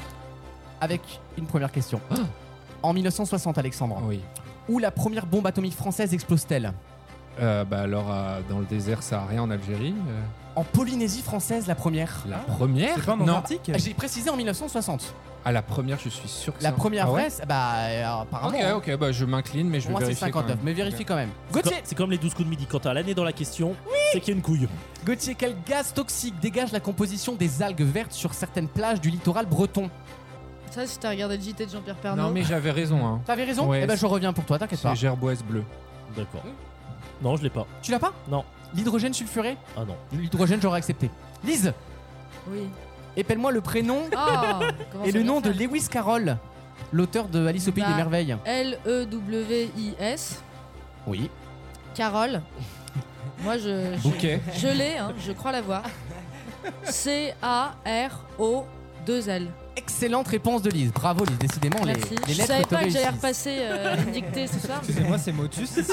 Speaker 2: avec une première question. (gasps) En 1960, Alexandre,
Speaker 3: Oui.
Speaker 2: où la première bombe atomique française explose-t-elle
Speaker 3: Euh, bah alors, euh, dans le désert saharien en Algérie, euh,
Speaker 2: En Polynésie française, la première. Ah,
Speaker 3: la première
Speaker 8: C'est pas en
Speaker 3: Non,
Speaker 8: Antarctique
Speaker 2: J'ai précisé en 1960.
Speaker 3: à la première, je suis sûr que
Speaker 2: La
Speaker 3: c'est-
Speaker 2: première
Speaker 3: Ah ouais
Speaker 2: vraie, c'est- bah euh, apparemment. hein.
Speaker 3: Ok, ok, bah je m'incline, mais je vais
Speaker 2: Pour moi c'est
Speaker 3: vérifier.
Speaker 2: 59,
Speaker 3: quand même.
Speaker 2: mais vérifie quand même.
Speaker 5: C'est
Speaker 2: Gauthier,
Speaker 5: comme- C'est comme les 12 coups de midi. Quand t'as l'année dans la question, c'est qu'il y a une couille.
Speaker 2: Gauthier, quel gaz toxique dégage la composition des algues vertes sur certaines plages du littoral breton
Speaker 4: Ça, si t'as regardé le JT de Jean-Pierre Pernaut.
Speaker 3: Non, mais j'avais raison, hein.
Speaker 2: T'avais raison
Speaker 3: Ouais,
Speaker 2: Eh ben
Speaker 3: c'est-
Speaker 2: je reviens pour toi, t'inquiète pas.
Speaker 3: C'est gerboise bleue.
Speaker 5: D'accord. Non, je l'ai pas.
Speaker 2: Tu l'as pas
Speaker 5: Non.
Speaker 2: L'hydrogène sulfuré
Speaker 5: Ah non.
Speaker 2: L'hydrogène, j'aurais accepté. Lise,
Speaker 4: Oui.
Speaker 2: épelle-moi le prénom
Speaker 4: Ah,
Speaker 2: et le nom de Lewis Carroll, l'auteur de Alice au pays
Speaker 4: Bah. E
Speaker 2: des merveilles.
Speaker 4: L-E-W-I-S.
Speaker 2: Oui.
Speaker 4: Carole. Moi, je,
Speaker 3: Bouquet.
Speaker 4: je, je l'ai, hein, je crois l'avoir. C-A-R-O-2-L.
Speaker 2: Excellente réponse de Lise. Bravo Lise, décidément les,
Speaker 4: Merci.
Speaker 2: les
Speaker 4: je
Speaker 2: lettres
Speaker 4: savais pas que
Speaker 2: te
Speaker 4: j'allais
Speaker 2: réussissent.
Speaker 4: repasser
Speaker 2: (laughs)
Speaker 4: euh, une dictée ce soir.
Speaker 6: Excusez-moi, c'est Motus. ici.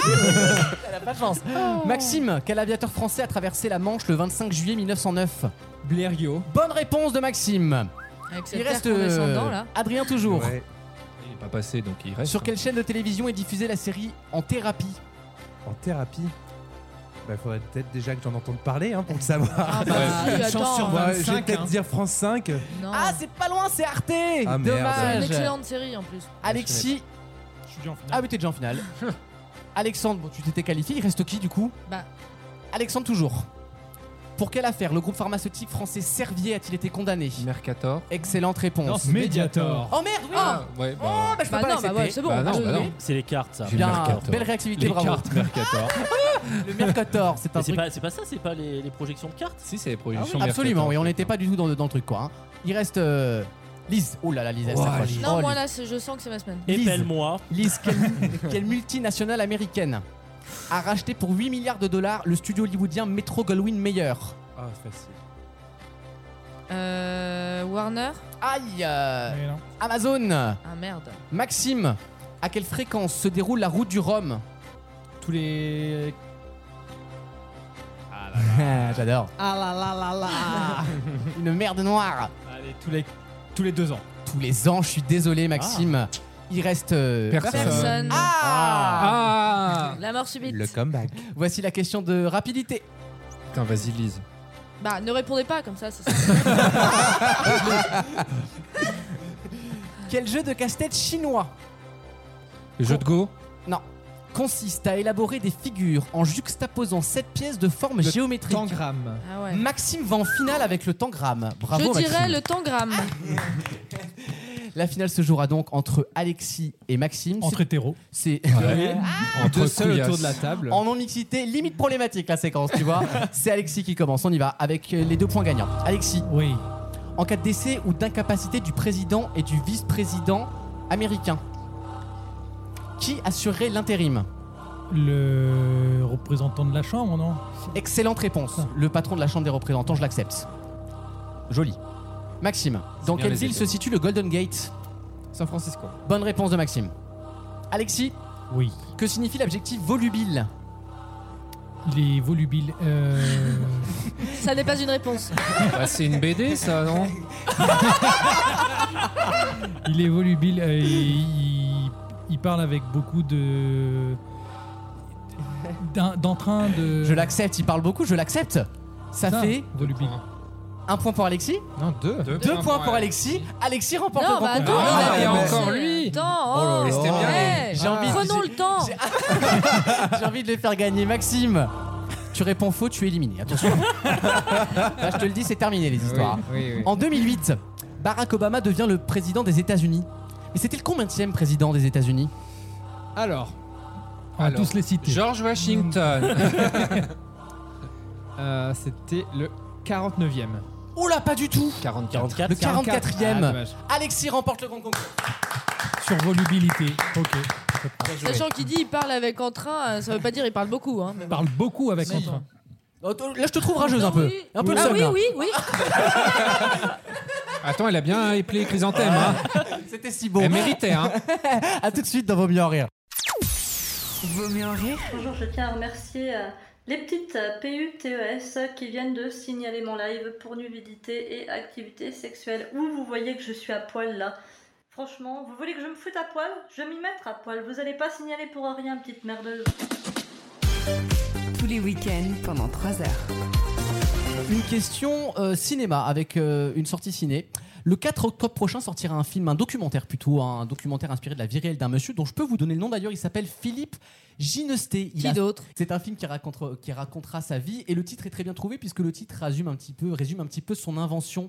Speaker 2: T'as pas de chance.
Speaker 4: Oh.
Speaker 2: Maxime, quel aviateur français a traversé la Manche le 25 juillet 1909
Speaker 6: Blériot.
Speaker 2: Bonne réponse de Maxime.
Speaker 4: Avec cette
Speaker 2: Il
Speaker 4: terre
Speaker 2: reste
Speaker 4: qu'on descend
Speaker 2: euh,
Speaker 4: dedans, là.
Speaker 2: Adrien toujours.
Speaker 8: Ouais.
Speaker 3: Il est pas passé, donc il reste.
Speaker 6: hein.
Speaker 2: Sur quelle chaîne de télévision est diffusée la série En thérapie
Speaker 8: En thérapie Bah, faudrait peut-être déjà que j'en entende parler hein, pour le savoir.
Speaker 4: Ah
Speaker 6: bah,
Speaker 4: si,
Speaker 6: une
Speaker 4: attends,
Speaker 6: chance sur
Speaker 4: hein.
Speaker 6: vingt.
Speaker 8: Ouais, je vais
Speaker 6: 25,
Speaker 8: peut-être
Speaker 6: hein.
Speaker 8: dire France 5.
Speaker 4: Non.
Speaker 2: Ah, c'est pas loin, c'est Arte.
Speaker 8: Ah, merde.
Speaker 4: c'est une
Speaker 2: Dommage.
Speaker 4: excellente série en plus.
Speaker 2: Alexis,
Speaker 6: Je suis déjà en finale.
Speaker 2: ah oui, t'es déjà
Speaker 6: (laughs)
Speaker 2: en finale. Alexandre, bon, tu t'étais qualifié, il reste qui du coup
Speaker 4: Bah.
Speaker 2: Alexandre toujours. Pour quelle affaire le groupe pharmaceutique français Servier a-t-il été condamné
Speaker 3: Mercator.
Speaker 2: Excellente
Speaker 6: Non,
Speaker 2: réponse.
Speaker 6: c'est Mediator.
Speaker 2: Oh merde, oui
Speaker 3: Ah, ouais,
Speaker 2: Oh,
Speaker 3: bah.
Speaker 2: bah, je peux
Speaker 4: Bah
Speaker 2: pas
Speaker 4: non, bah ouais,
Speaker 2: l'accepter.
Speaker 4: c'est bon.
Speaker 3: Bah non,
Speaker 4: je-
Speaker 3: bah non.
Speaker 5: C'est les cartes, ça.
Speaker 3: J'ai
Speaker 5: Mais
Speaker 2: Bien,
Speaker 3: Mercator.
Speaker 2: belle réactivité,
Speaker 3: Les
Speaker 2: bravo.
Speaker 3: cartes Mercator.
Speaker 2: (laughs) Le Mercator, c'est un
Speaker 5: c'est
Speaker 2: truc.
Speaker 5: pas, c'est pas ça, c'est pas les, les projections de cartes
Speaker 3: si, c'est les projections
Speaker 2: Absolument,
Speaker 3: Mercator.
Speaker 2: Ah oui, on n'était pas du tout dans, dans le truc quoi. hein. Il reste euh, Lise. Oh là là, Lise, elle
Speaker 3: Oh,
Speaker 2: s'approche.
Speaker 3: Lise.
Speaker 4: Non,
Speaker 2: Oh,
Speaker 4: moi
Speaker 2: Lise.
Speaker 4: là, c'est- je sens que c'est ma semaine.
Speaker 2: Lise.
Speaker 5: Épelle-moi.
Speaker 2: Lise,
Speaker 6: (laughs)
Speaker 2: quelle, quelle multinationale américaine a racheté pour 8 milliards de dollars le studio hollywoodien Metro Goldwyn Mayer
Speaker 8: Ah, facile.
Speaker 4: Euh, Warner.
Speaker 2: Aïe euh,
Speaker 6: Mais non.
Speaker 2: Amazon
Speaker 4: Ah merde.
Speaker 2: Maxime, à quelle fréquence se déroule la route du Rhum
Speaker 6: Tous les.
Speaker 3: Ah,
Speaker 2: (laughs) J'adore.
Speaker 6: Ah là là là (laughs) là
Speaker 2: Une merde noire.
Speaker 6: Allez, tous les, tous les deux ans. Ah.
Speaker 2: Tous les ans, je suis désolé, Maxime. Il reste. euh,
Speaker 3: Personne.
Speaker 4: Personne.
Speaker 2: Ah
Speaker 3: Ah
Speaker 4: La mort subite.
Speaker 8: Le comeback.
Speaker 2: Voici la question de rapidité.
Speaker 3: Putain, vas-y, lise.
Speaker 4: Bah, ne répondez pas comme ça, c'est ça.
Speaker 3: (laughs)
Speaker 2: Quel jeu de casse-tête chinois
Speaker 3: Le jeu de Go
Speaker 2: Non. Consiste à élaborer des figures en juxtaposant sept pièces de forme
Speaker 6: Le
Speaker 2: géométrique.
Speaker 6: Tangram.
Speaker 4: Ah ouais.
Speaker 2: Maxime va en finale avec le tangramme. Bravo
Speaker 4: je dirais
Speaker 2: Maxime.
Speaker 4: le tangramme.
Speaker 2: La finale se jouera donc entre Alexis et Maxime.
Speaker 6: Entre hétéros.
Speaker 2: C'est Ah.
Speaker 3: Entre
Speaker 6: Deux seuls
Speaker 3: couillasses.
Speaker 6: autour de la table.
Speaker 2: En non-mixité, limite problématique la séquence,
Speaker 6: (laughs)
Speaker 2: tu vois. C'est Alexis qui commence, on y va, avec euh, les deux points gagnants. Alexis,
Speaker 6: Oui.
Speaker 2: en cas de décès ou d'incapacité du président et du vice-président américain, qui assurerait l'intérim
Speaker 6: Le représentant de la chambre, non
Speaker 2: Excellente réponse. Le patron de la Chambre des représentants, je l'accepte. Joli. Maxime, dans
Speaker 3: bien
Speaker 2: quelle
Speaker 3: les
Speaker 2: ville
Speaker 3: aider.
Speaker 2: se situe le Golden Gate
Speaker 6: San Francisco.
Speaker 2: Bonne réponse de Maxime. Alexis,
Speaker 6: Oui.
Speaker 2: que signifie l'adjectif volubile
Speaker 6: Il est volubile. Euh...
Speaker 4: Ça n'est pas
Speaker 3: (laughs)
Speaker 4: une réponse.
Speaker 3: Bah, c'est une BD,
Speaker 6: (laughs)
Speaker 3: ça, non
Speaker 6: il est volubile. euh, il... il parle avec beaucoup de. d'un- d'entrain de.
Speaker 2: Je l'accepte, il parle beaucoup, je l'accepte. Ça
Speaker 6: Putain,
Speaker 2: fait
Speaker 6: de lubie.
Speaker 2: un point pour Alexis,
Speaker 6: Non, deux.
Speaker 3: Deux
Speaker 2: deux points pour Alexis. Alexis remporte
Speaker 4: Non,
Speaker 2: le
Speaker 4: bah
Speaker 2: grand
Speaker 4: attends,
Speaker 2: concours.
Speaker 3: Ah,
Speaker 4: il
Speaker 3: il y a
Speaker 4: avait-
Speaker 3: encore lui.
Speaker 4: Attends,
Speaker 3: Oh Et c'était bien.
Speaker 4: hey,
Speaker 2: J'ai envie de-
Speaker 4: Prenons le temps.
Speaker 2: J'ai envie de les faire gagner, Maxime. Tu réponds faux, tu es éliminé. Attention. Là, je te le dis, c'est terminé les histoires.
Speaker 6: Oui, oui.
Speaker 2: En 2008, Barack Obama devient le président des États-Unis. Mais c'était le combienième président des États-Unis
Speaker 3: Alors,
Speaker 6: On va
Speaker 3: Alors.
Speaker 6: tous les citer.
Speaker 3: George Washington.
Speaker 7: Euh, C'était le 49e.
Speaker 2: Oh là, pas du tout
Speaker 3: 44.
Speaker 2: Le
Speaker 7: 44.
Speaker 2: 44e.
Speaker 7: Ah, dommage.
Speaker 2: Alexis remporte le grand concours.
Speaker 6: Sur volubilité. Ok.
Speaker 4: Sachant qu'il dit il parle avec entrain, euh, ça veut pas dire il parle beaucoup. Hein, mais bon.
Speaker 6: Parle beaucoup avec
Speaker 4: Si.
Speaker 6: Entrain.
Speaker 2: Oh, t- Là, je te trouve rageuse un
Speaker 4: Non,
Speaker 2: peu.
Speaker 4: oui.
Speaker 2: Un peu le
Speaker 4: ah
Speaker 2: seum,
Speaker 4: oui,
Speaker 2: là.
Speaker 4: oui, oui.
Speaker 3: Attends, elle a bien éplé Chrysanthème. hein.
Speaker 2: C'était si beau.
Speaker 3: Elle méritait.
Speaker 2: (laughs)
Speaker 3: Hein.
Speaker 2: A Ah, tout de suite dans Vos mieux en rire.
Speaker 1: Vaut mieux en rire
Speaker 11: Bonjour, je tiens à remercier euh, les petites euh, PUTES euh, qui viennent de signaler mon live pour nudité et activité sexuelle. Où vous voyez que je suis à poil là Franchement, vous voulez que je me foute à poil Je vais m'y mettre à poil. Vous allez pas signaler pour rien, petite merdeuse.
Speaker 1: tous les week-ends pendant 3 heures.
Speaker 2: Une question euh, cinéma avec euh, une sortie ciné. Le 4 octobre prochain sortira un film, un documentaire plutôt, hein, un documentaire inspiré de la vie réelle d'un monsieur dont je peux vous donner le nom d'ailleurs. Il s'appelle Philippe Ginesté. Il
Speaker 4: Qui
Speaker 2: a-
Speaker 4: d'autre
Speaker 2: C'est un film qui, racontre- qui racontera sa vie et le titre est très bien trouvé puisque le titre résume un petit peu, résume un petit peu son invention.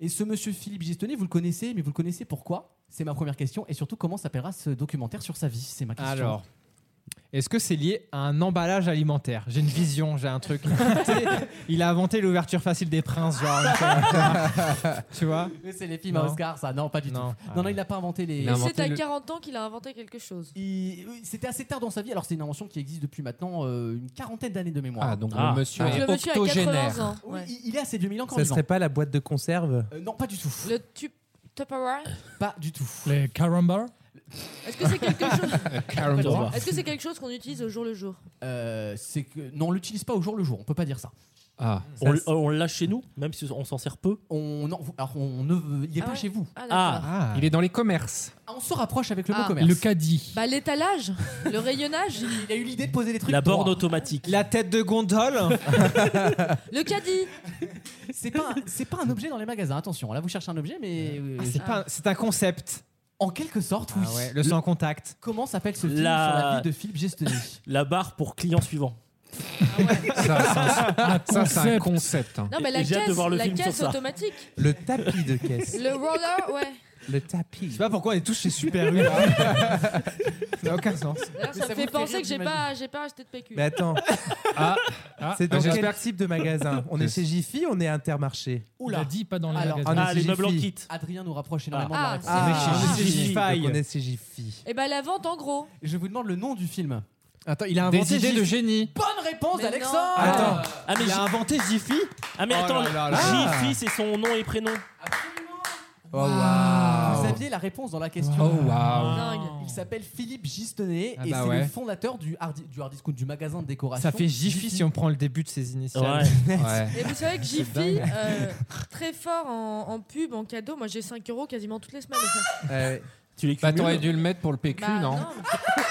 Speaker 2: Et ce monsieur Philippe Ginesté, vous le connaissez, mais vous le connaissez pourquoi C'est ma première question. Et surtout, comment s'appellera ce documentaire sur sa vie C'est ma question.
Speaker 7: Alors, est-ce que c'est lié à un emballage alimentaire J'ai une vision, j'ai un truc. Tu sais, il a inventé l'ouverture facile des princes, genre. tu vois
Speaker 2: Mais c'est les films à
Speaker 7: Non.
Speaker 2: Oscar, ça Non, pas du
Speaker 7: Non.
Speaker 2: tout. Non, non, il n'a pas inventé les.
Speaker 3: Il a inventé
Speaker 4: C'est à
Speaker 3: le-
Speaker 4: 40 ans qu'il a inventé quelque chose.
Speaker 2: Il- oui, C'était assez tard dans sa vie. Alors, c'est une invention qui existe depuis maintenant euh, une quarantaine d'années de mémoire.
Speaker 3: Ah, donc
Speaker 5: Ah.
Speaker 3: le monsieur
Speaker 5: Ah.
Speaker 4: Donc
Speaker 3: est
Speaker 4: le monsieur a
Speaker 3: octogénaire.
Speaker 4: 80 ans.
Speaker 2: Oui,
Speaker 4: ouais.
Speaker 2: il- Il est assez 2000 encore
Speaker 8: Ça
Speaker 2: vivant.
Speaker 8: serait pas la boîte de conserve
Speaker 2: Euh, non, pas du tout.
Speaker 4: Le tu- Tupperware
Speaker 2: Pas du tout.
Speaker 6: Les Carambar.
Speaker 4: Est-ce
Speaker 2: (laughs)
Speaker 4: que c'est quelque chose
Speaker 3: Karen Dora.
Speaker 4: Est-ce que c'est quelque chose qu'on utilise au jour le jour
Speaker 2: Euh, c'est que non, on l'utilise pas au jour le jour. On peut pas dire ça.
Speaker 3: Ah.
Speaker 5: On, l- on l'a chez nous, même si on s'en sert peu.
Speaker 2: On, non, vous- alors, on ne, il est
Speaker 4: Ah
Speaker 2: pas
Speaker 4: ouais.
Speaker 2: chez vous.
Speaker 4: Ah, d'accord.
Speaker 5: Ah,
Speaker 3: Il est dans les commerces.
Speaker 2: Ah, On se rapproche avec le
Speaker 4: Ah.
Speaker 2: mot commerce.
Speaker 6: Le caddie.
Speaker 4: Bah l'étalage, le rayonnage,
Speaker 2: (laughs) Il a eu l'idée de poser des trucs.
Speaker 5: la
Speaker 2: droits.
Speaker 5: borne automatique.
Speaker 7: La tête de gondole
Speaker 4: (laughs) le caddie.
Speaker 2: (laughs) C'est pas, c'est pas un objet dans les magasins. Attention, là vous cherchez un objet, mais euh,
Speaker 7: C'est pas un- c'est un concept.
Speaker 2: en quelque sorte, oui.
Speaker 7: Ah ouais, le sans contact.
Speaker 2: Comment s'appelle ce film
Speaker 5: La-
Speaker 2: sur la vie de Philippe Gestoni
Speaker 5: (laughs) La barre pour client suivant.
Speaker 3: Ça, c'est un- Ah, ça, c'est un concept. hein.
Speaker 4: Non mais
Speaker 5: Et
Speaker 4: la
Speaker 5: j'ai hâte de
Speaker 4: caisse,
Speaker 5: voir le
Speaker 4: la
Speaker 5: film sur
Speaker 4: caisse
Speaker 5: ça.
Speaker 4: automatique,
Speaker 8: Le tapis de caisse.
Speaker 4: le roller, ouais.
Speaker 8: Le
Speaker 7: Je
Speaker 8: tapis.
Speaker 7: sais pas pourquoi on est tous chez Super U.
Speaker 8: (laughs)
Speaker 7: là. Ça n'a aucun sens.
Speaker 2: Mais
Speaker 4: D'ailleurs, ça
Speaker 2: ça
Speaker 4: me
Speaker 2: vous
Speaker 4: fait
Speaker 2: fait
Speaker 4: penser
Speaker 2: rire,
Speaker 4: que j'ai
Speaker 2: j'imagine.
Speaker 4: pas, j'ai pas acheté de PQ.
Speaker 8: Mais
Speaker 4: (laughs)
Speaker 8: attends,
Speaker 3: Ah, ah,
Speaker 8: c'est dans
Speaker 3: bah,
Speaker 8: quel
Speaker 3: j'espère-
Speaker 8: type de magasin On est chez Jiffy, on est Intermarché.
Speaker 6: Il a
Speaker 2: Oula.
Speaker 6: dit pas dans les
Speaker 2: Alors,
Speaker 6: magasins.
Speaker 8: on est
Speaker 5: Ah,
Speaker 8: chez
Speaker 5: les
Speaker 8: Jiffy.
Speaker 5: meubles en kit.
Speaker 2: Adrien nous rapproche énormément de la
Speaker 4: Ah,
Speaker 2: réponse.
Speaker 4: c'est-
Speaker 8: Ah,
Speaker 7: chez Jiffy.
Speaker 8: donc on est chez Jiffy.
Speaker 4: Et bah la vente en gros.
Speaker 2: Je vous demande le nom du film.
Speaker 7: Attends, il a
Speaker 3: Des
Speaker 7: inventé
Speaker 3: idées de
Speaker 7: Jiffy.
Speaker 3: génie.
Speaker 2: Bonne réponse,
Speaker 4: Mais
Speaker 2: Alexandre
Speaker 4: non.
Speaker 7: Attends,
Speaker 5: Ah, mais,
Speaker 7: il
Speaker 5: J-
Speaker 7: a inventé Jiffy
Speaker 5: ah, mais
Speaker 7: Oh
Speaker 5: attends,
Speaker 7: là là là.
Speaker 5: Jiffy, c'est son nom et prénom.
Speaker 8: Oh waouh
Speaker 2: Vous aviez la réponse dans la question.
Speaker 3: Oh, waouh.
Speaker 4: Dingue.
Speaker 2: Il s'appelle Philippe Gistenet
Speaker 7: Ah
Speaker 2: et
Speaker 7: bah
Speaker 2: c'est le
Speaker 7: ouais.
Speaker 2: fondateur du hard, du hard discount, du magasin de décoration.
Speaker 7: Ça fait Jiffy si on prend le début de ses
Speaker 5: Ouais.
Speaker 7: initiales. (laughs)
Speaker 3: Ouais.
Speaker 4: Et vous savez
Speaker 6: (laughs)
Speaker 4: que Jiffy,
Speaker 7: dingue.
Speaker 4: euh, très fort en, en pub, en cadeau. Moi j'ai 5 euros quasiment toutes les semaines.
Speaker 8: Euh,
Speaker 5: Tu les
Speaker 3: Bah,
Speaker 5: cumules.
Speaker 3: t'aurais dû le mettre pour le PQ,
Speaker 4: Bah,
Speaker 3: non,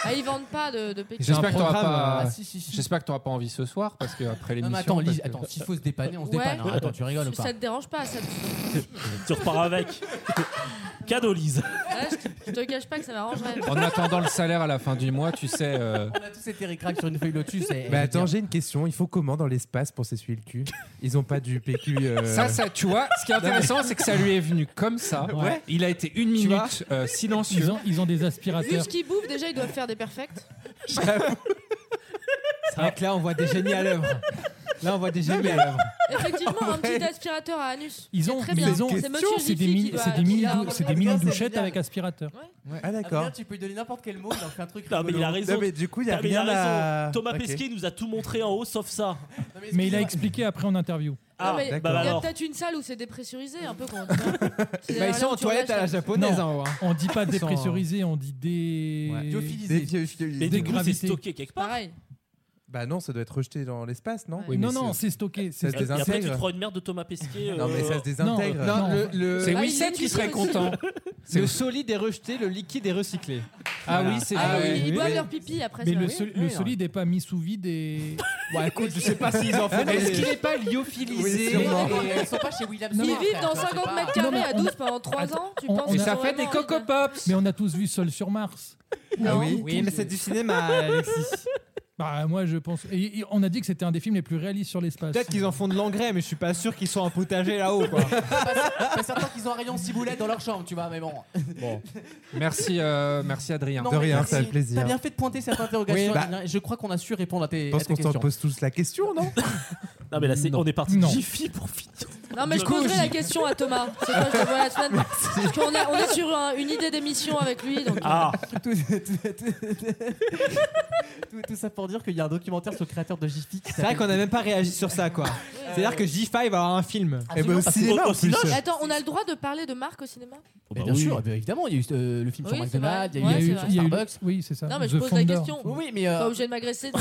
Speaker 4: Ah, ils vendent pas de, de PQ.
Speaker 3: J'espère que t'auras
Speaker 7: programme,
Speaker 6: euh,
Speaker 3: pas.
Speaker 2: Ah, si, si, si.
Speaker 3: J'espère que t'auras pas envie ce soir parce que après
Speaker 2: Non,
Speaker 3: l'émission.
Speaker 2: mais attends,
Speaker 3: parce
Speaker 2: Lise,
Speaker 3: que-
Speaker 2: attends, s'il faut se dépanner, on se
Speaker 4: Ouais.
Speaker 2: dépanne. hein. Attends, tu rigoles ou pas
Speaker 4: Ça te dérange pas, ça te-
Speaker 5: Tu repars avec.
Speaker 4: (laughs)
Speaker 5: Cadeau, Lise.
Speaker 4: Là, Ah, je, te, je te cache pas que ça m'arrangerait.
Speaker 3: En attendant le salaire à la fin du mois, tu sais. euh,
Speaker 2: On a tous été ricrac sur une feuille
Speaker 8: (laughs)
Speaker 2: lotus. Et,
Speaker 8: Bah attends, j'ai une question. Il faut comment dans l'espace pour s'essuyer le cul Ils ont pas du PQ. euh,
Speaker 3: Ça, ça, tu vois, ce qui est intéressant, c'est que ça lui est venu comme ça. Il a été une minute euh, silencieux.
Speaker 6: Ils ont, ils ont des
Speaker 4: Vu
Speaker 6: aspirateurs.
Speaker 4: ce qu'ils bouffent, déjà ils doivent faire des perfects.
Speaker 7: C'est vrai que là, on voit des génies à l'œuvre. Là, on voit des génies à l'œuvre.
Speaker 4: Effectivement, un petit aspirateur à anus.
Speaker 6: Ils
Speaker 4: C'est
Speaker 6: ont,
Speaker 4: très
Speaker 6: mais
Speaker 4: bien.
Speaker 6: ils ont,
Speaker 4: C'est Monsieur
Speaker 6: c'est des
Speaker 4: Jiffy
Speaker 6: mini,
Speaker 4: bah, qui doit-
Speaker 6: c'est des
Speaker 4: qui
Speaker 6: mini,
Speaker 4: doit-
Speaker 6: dou- c'est des
Speaker 2: Ah,
Speaker 6: mini
Speaker 2: c'est
Speaker 6: douchettes
Speaker 2: génial.
Speaker 6: avec aspirateur.
Speaker 8: Ah d'accord.
Speaker 2: Adrien, tu peux lui donner n'importe quel mot, il en fait un truc.
Speaker 5: Non, mais il a
Speaker 2: rigolo.
Speaker 5: raison.
Speaker 8: Non, mais du coup, il y a
Speaker 5: Ah, mais il a
Speaker 8: rien
Speaker 5: raison.
Speaker 8: à-
Speaker 5: Thomas
Speaker 8: Ok.
Speaker 5: Pesquet nous a tout montré en haut sauf ça.
Speaker 2: Non,
Speaker 6: Mais il a
Speaker 2: excuse-moi.
Speaker 6: expliqué après en interview.
Speaker 5: Ah,
Speaker 4: Non, mais
Speaker 5: bah,
Speaker 8: d'accord.
Speaker 4: Il y a
Speaker 5: alors.
Speaker 4: peut-être une salle où c'est dépressurisé un peu. Quand
Speaker 7: Bah, ils sont en toilette à la japonaise
Speaker 6: Non.
Speaker 7: en haut. hein.
Speaker 6: On dit pas
Speaker 7: Ils sont-
Speaker 6: dépressurisé, on dit des.
Speaker 8: Ouais.
Speaker 2: Lyophilisé.
Speaker 5: Mais
Speaker 6: Des
Speaker 5: du coup, c'est
Speaker 6: gravités.
Speaker 5: stocké quelque part.
Speaker 4: Pareil.
Speaker 8: Bah non, ça doit être rejeté dans l'espace, non
Speaker 6: non, non, c'est Ah, stocké.
Speaker 8: Ça
Speaker 6: c'est
Speaker 8: se
Speaker 5: Et
Speaker 8: désintègre.
Speaker 5: après, tu te prends une merde de Thomas Pesquet.
Speaker 8: Non mais
Speaker 5: euh,
Speaker 8: ça se
Speaker 6: Non,
Speaker 8: désintègre.
Speaker 7: Non,
Speaker 6: non.
Speaker 7: le- le-
Speaker 3: C'est
Speaker 4: Bah,
Speaker 3: Wissem
Speaker 4: il
Speaker 3: qui serait
Speaker 7: (laughs)
Speaker 4: l'utilise aussi.
Speaker 3: content.
Speaker 7: Le solide est rejeté, le liquide est recyclé.
Speaker 3: Ah
Speaker 7: Voilà.
Speaker 3: oui, c'est
Speaker 4: Ah
Speaker 3: vrai.
Speaker 4: oui, ils
Speaker 3: Oui.
Speaker 4: boivent leur pipi après.
Speaker 6: Mais
Speaker 4: c'est
Speaker 6: le,
Speaker 4: vrai.
Speaker 6: sol- le solide n'est pas mis sous vide et.
Speaker 7: (laughs) Ouais, écoute, je sais pas s'ils en
Speaker 6: (laughs)
Speaker 7: font, mais- Est-ce qu'il est pas lyophilisé
Speaker 2: Et elles sont pas chez Williams.
Speaker 4: Ils vivent dans 50 mètres carrés à 12 pendant 3 ans. Tu penses
Speaker 6: on
Speaker 4: qu'ils
Speaker 6: a-
Speaker 4: sont vraiment-
Speaker 6: Coco Pops Mais on a tous vu Sol sur Mars.
Speaker 7: Ah oui Oui, mais c'est
Speaker 6: (laughs)
Speaker 7: du cinéma, Alexis.
Speaker 6: Bah, moi, je pense. et- et on a dit que c'était un des films les plus réalistes sur l'espace.
Speaker 7: Peut-être qu'ils en font de l'engrais, mais je suis pas sûr qu'ils soient un potager là-haut, quoi.
Speaker 2: Pas certain qu'ils ont un rayon ciboulette dans leur chambre, tu vois, mais bon.
Speaker 3: Bon. Merci, euh, merci Adrien.
Speaker 2: Non, mais merci. T'as bien fait de pointer cette interrogation.
Speaker 3: Oui, bah-
Speaker 2: Adrien, et Je crois qu'on a su répondre à tes,
Speaker 8: Je
Speaker 2: à
Speaker 8: pense
Speaker 2: tes
Speaker 8: qu'on s'en
Speaker 2: questions.
Speaker 8: pose tous la
Speaker 6: (laughs)
Speaker 8: question, non
Speaker 5: Non, mais là, c'est- on est parti
Speaker 8: Non.
Speaker 3: (laughs)
Speaker 5: de Jiffy pour finir.
Speaker 4: Non, mais je poserai la question
Speaker 2: (laughs)
Speaker 4: à Thomas. C'est quoi, je le vois la semaine Parce qu'on est, on est sur un- une idée d'émission avec lui. Donc,
Speaker 5: Ah
Speaker 2: (laughs) tout, tout- tout ça pour dire qu'il y a un documentaire sur le créateur de Jiffy.
Speaker 7: C'est vrai qu'on a même pas réagi sur ça, quoi. C'est-à-dire que J5 va avoir un film. Ah,
Speaker 2: Eh ben, au Absolument, parce cinéma, que- en au plus.
Speaker 4: Mais Ah, Attends, on a le droit de parler de marque au cinéma
Speaker 2: Mais
Speaker 6: bah
Speaker 2: bien
Speaker 6: oui.
Speaker 2: sûr, eh bien évidemment, il y a eu euh, le film
Speaker 4: Oui,
Speaker 2: sur
Speaker 4: c'est
Speaker 2: McDonald's, il y
Speaker 4: vrai.
Speaker 2: a eu le
Speaker 4: Ouais, c'est
Speaker 2: film
Speaker 4: vrai.
Speaker 2: sur Starbucks.
Speaker 6: Oui, c'est ça.
Speaker 4: Non, mais je
Speaker 6: The
Speaker 4: pose
Speaker 6: Founder.
Speaker 4: la question.
Speaker 2: Oui, mais. euh,
Speaker 4: Pas obligé
Speaker 2: (laughs)
Speaker 4: de m'agresser.
Speaker 5: Bon.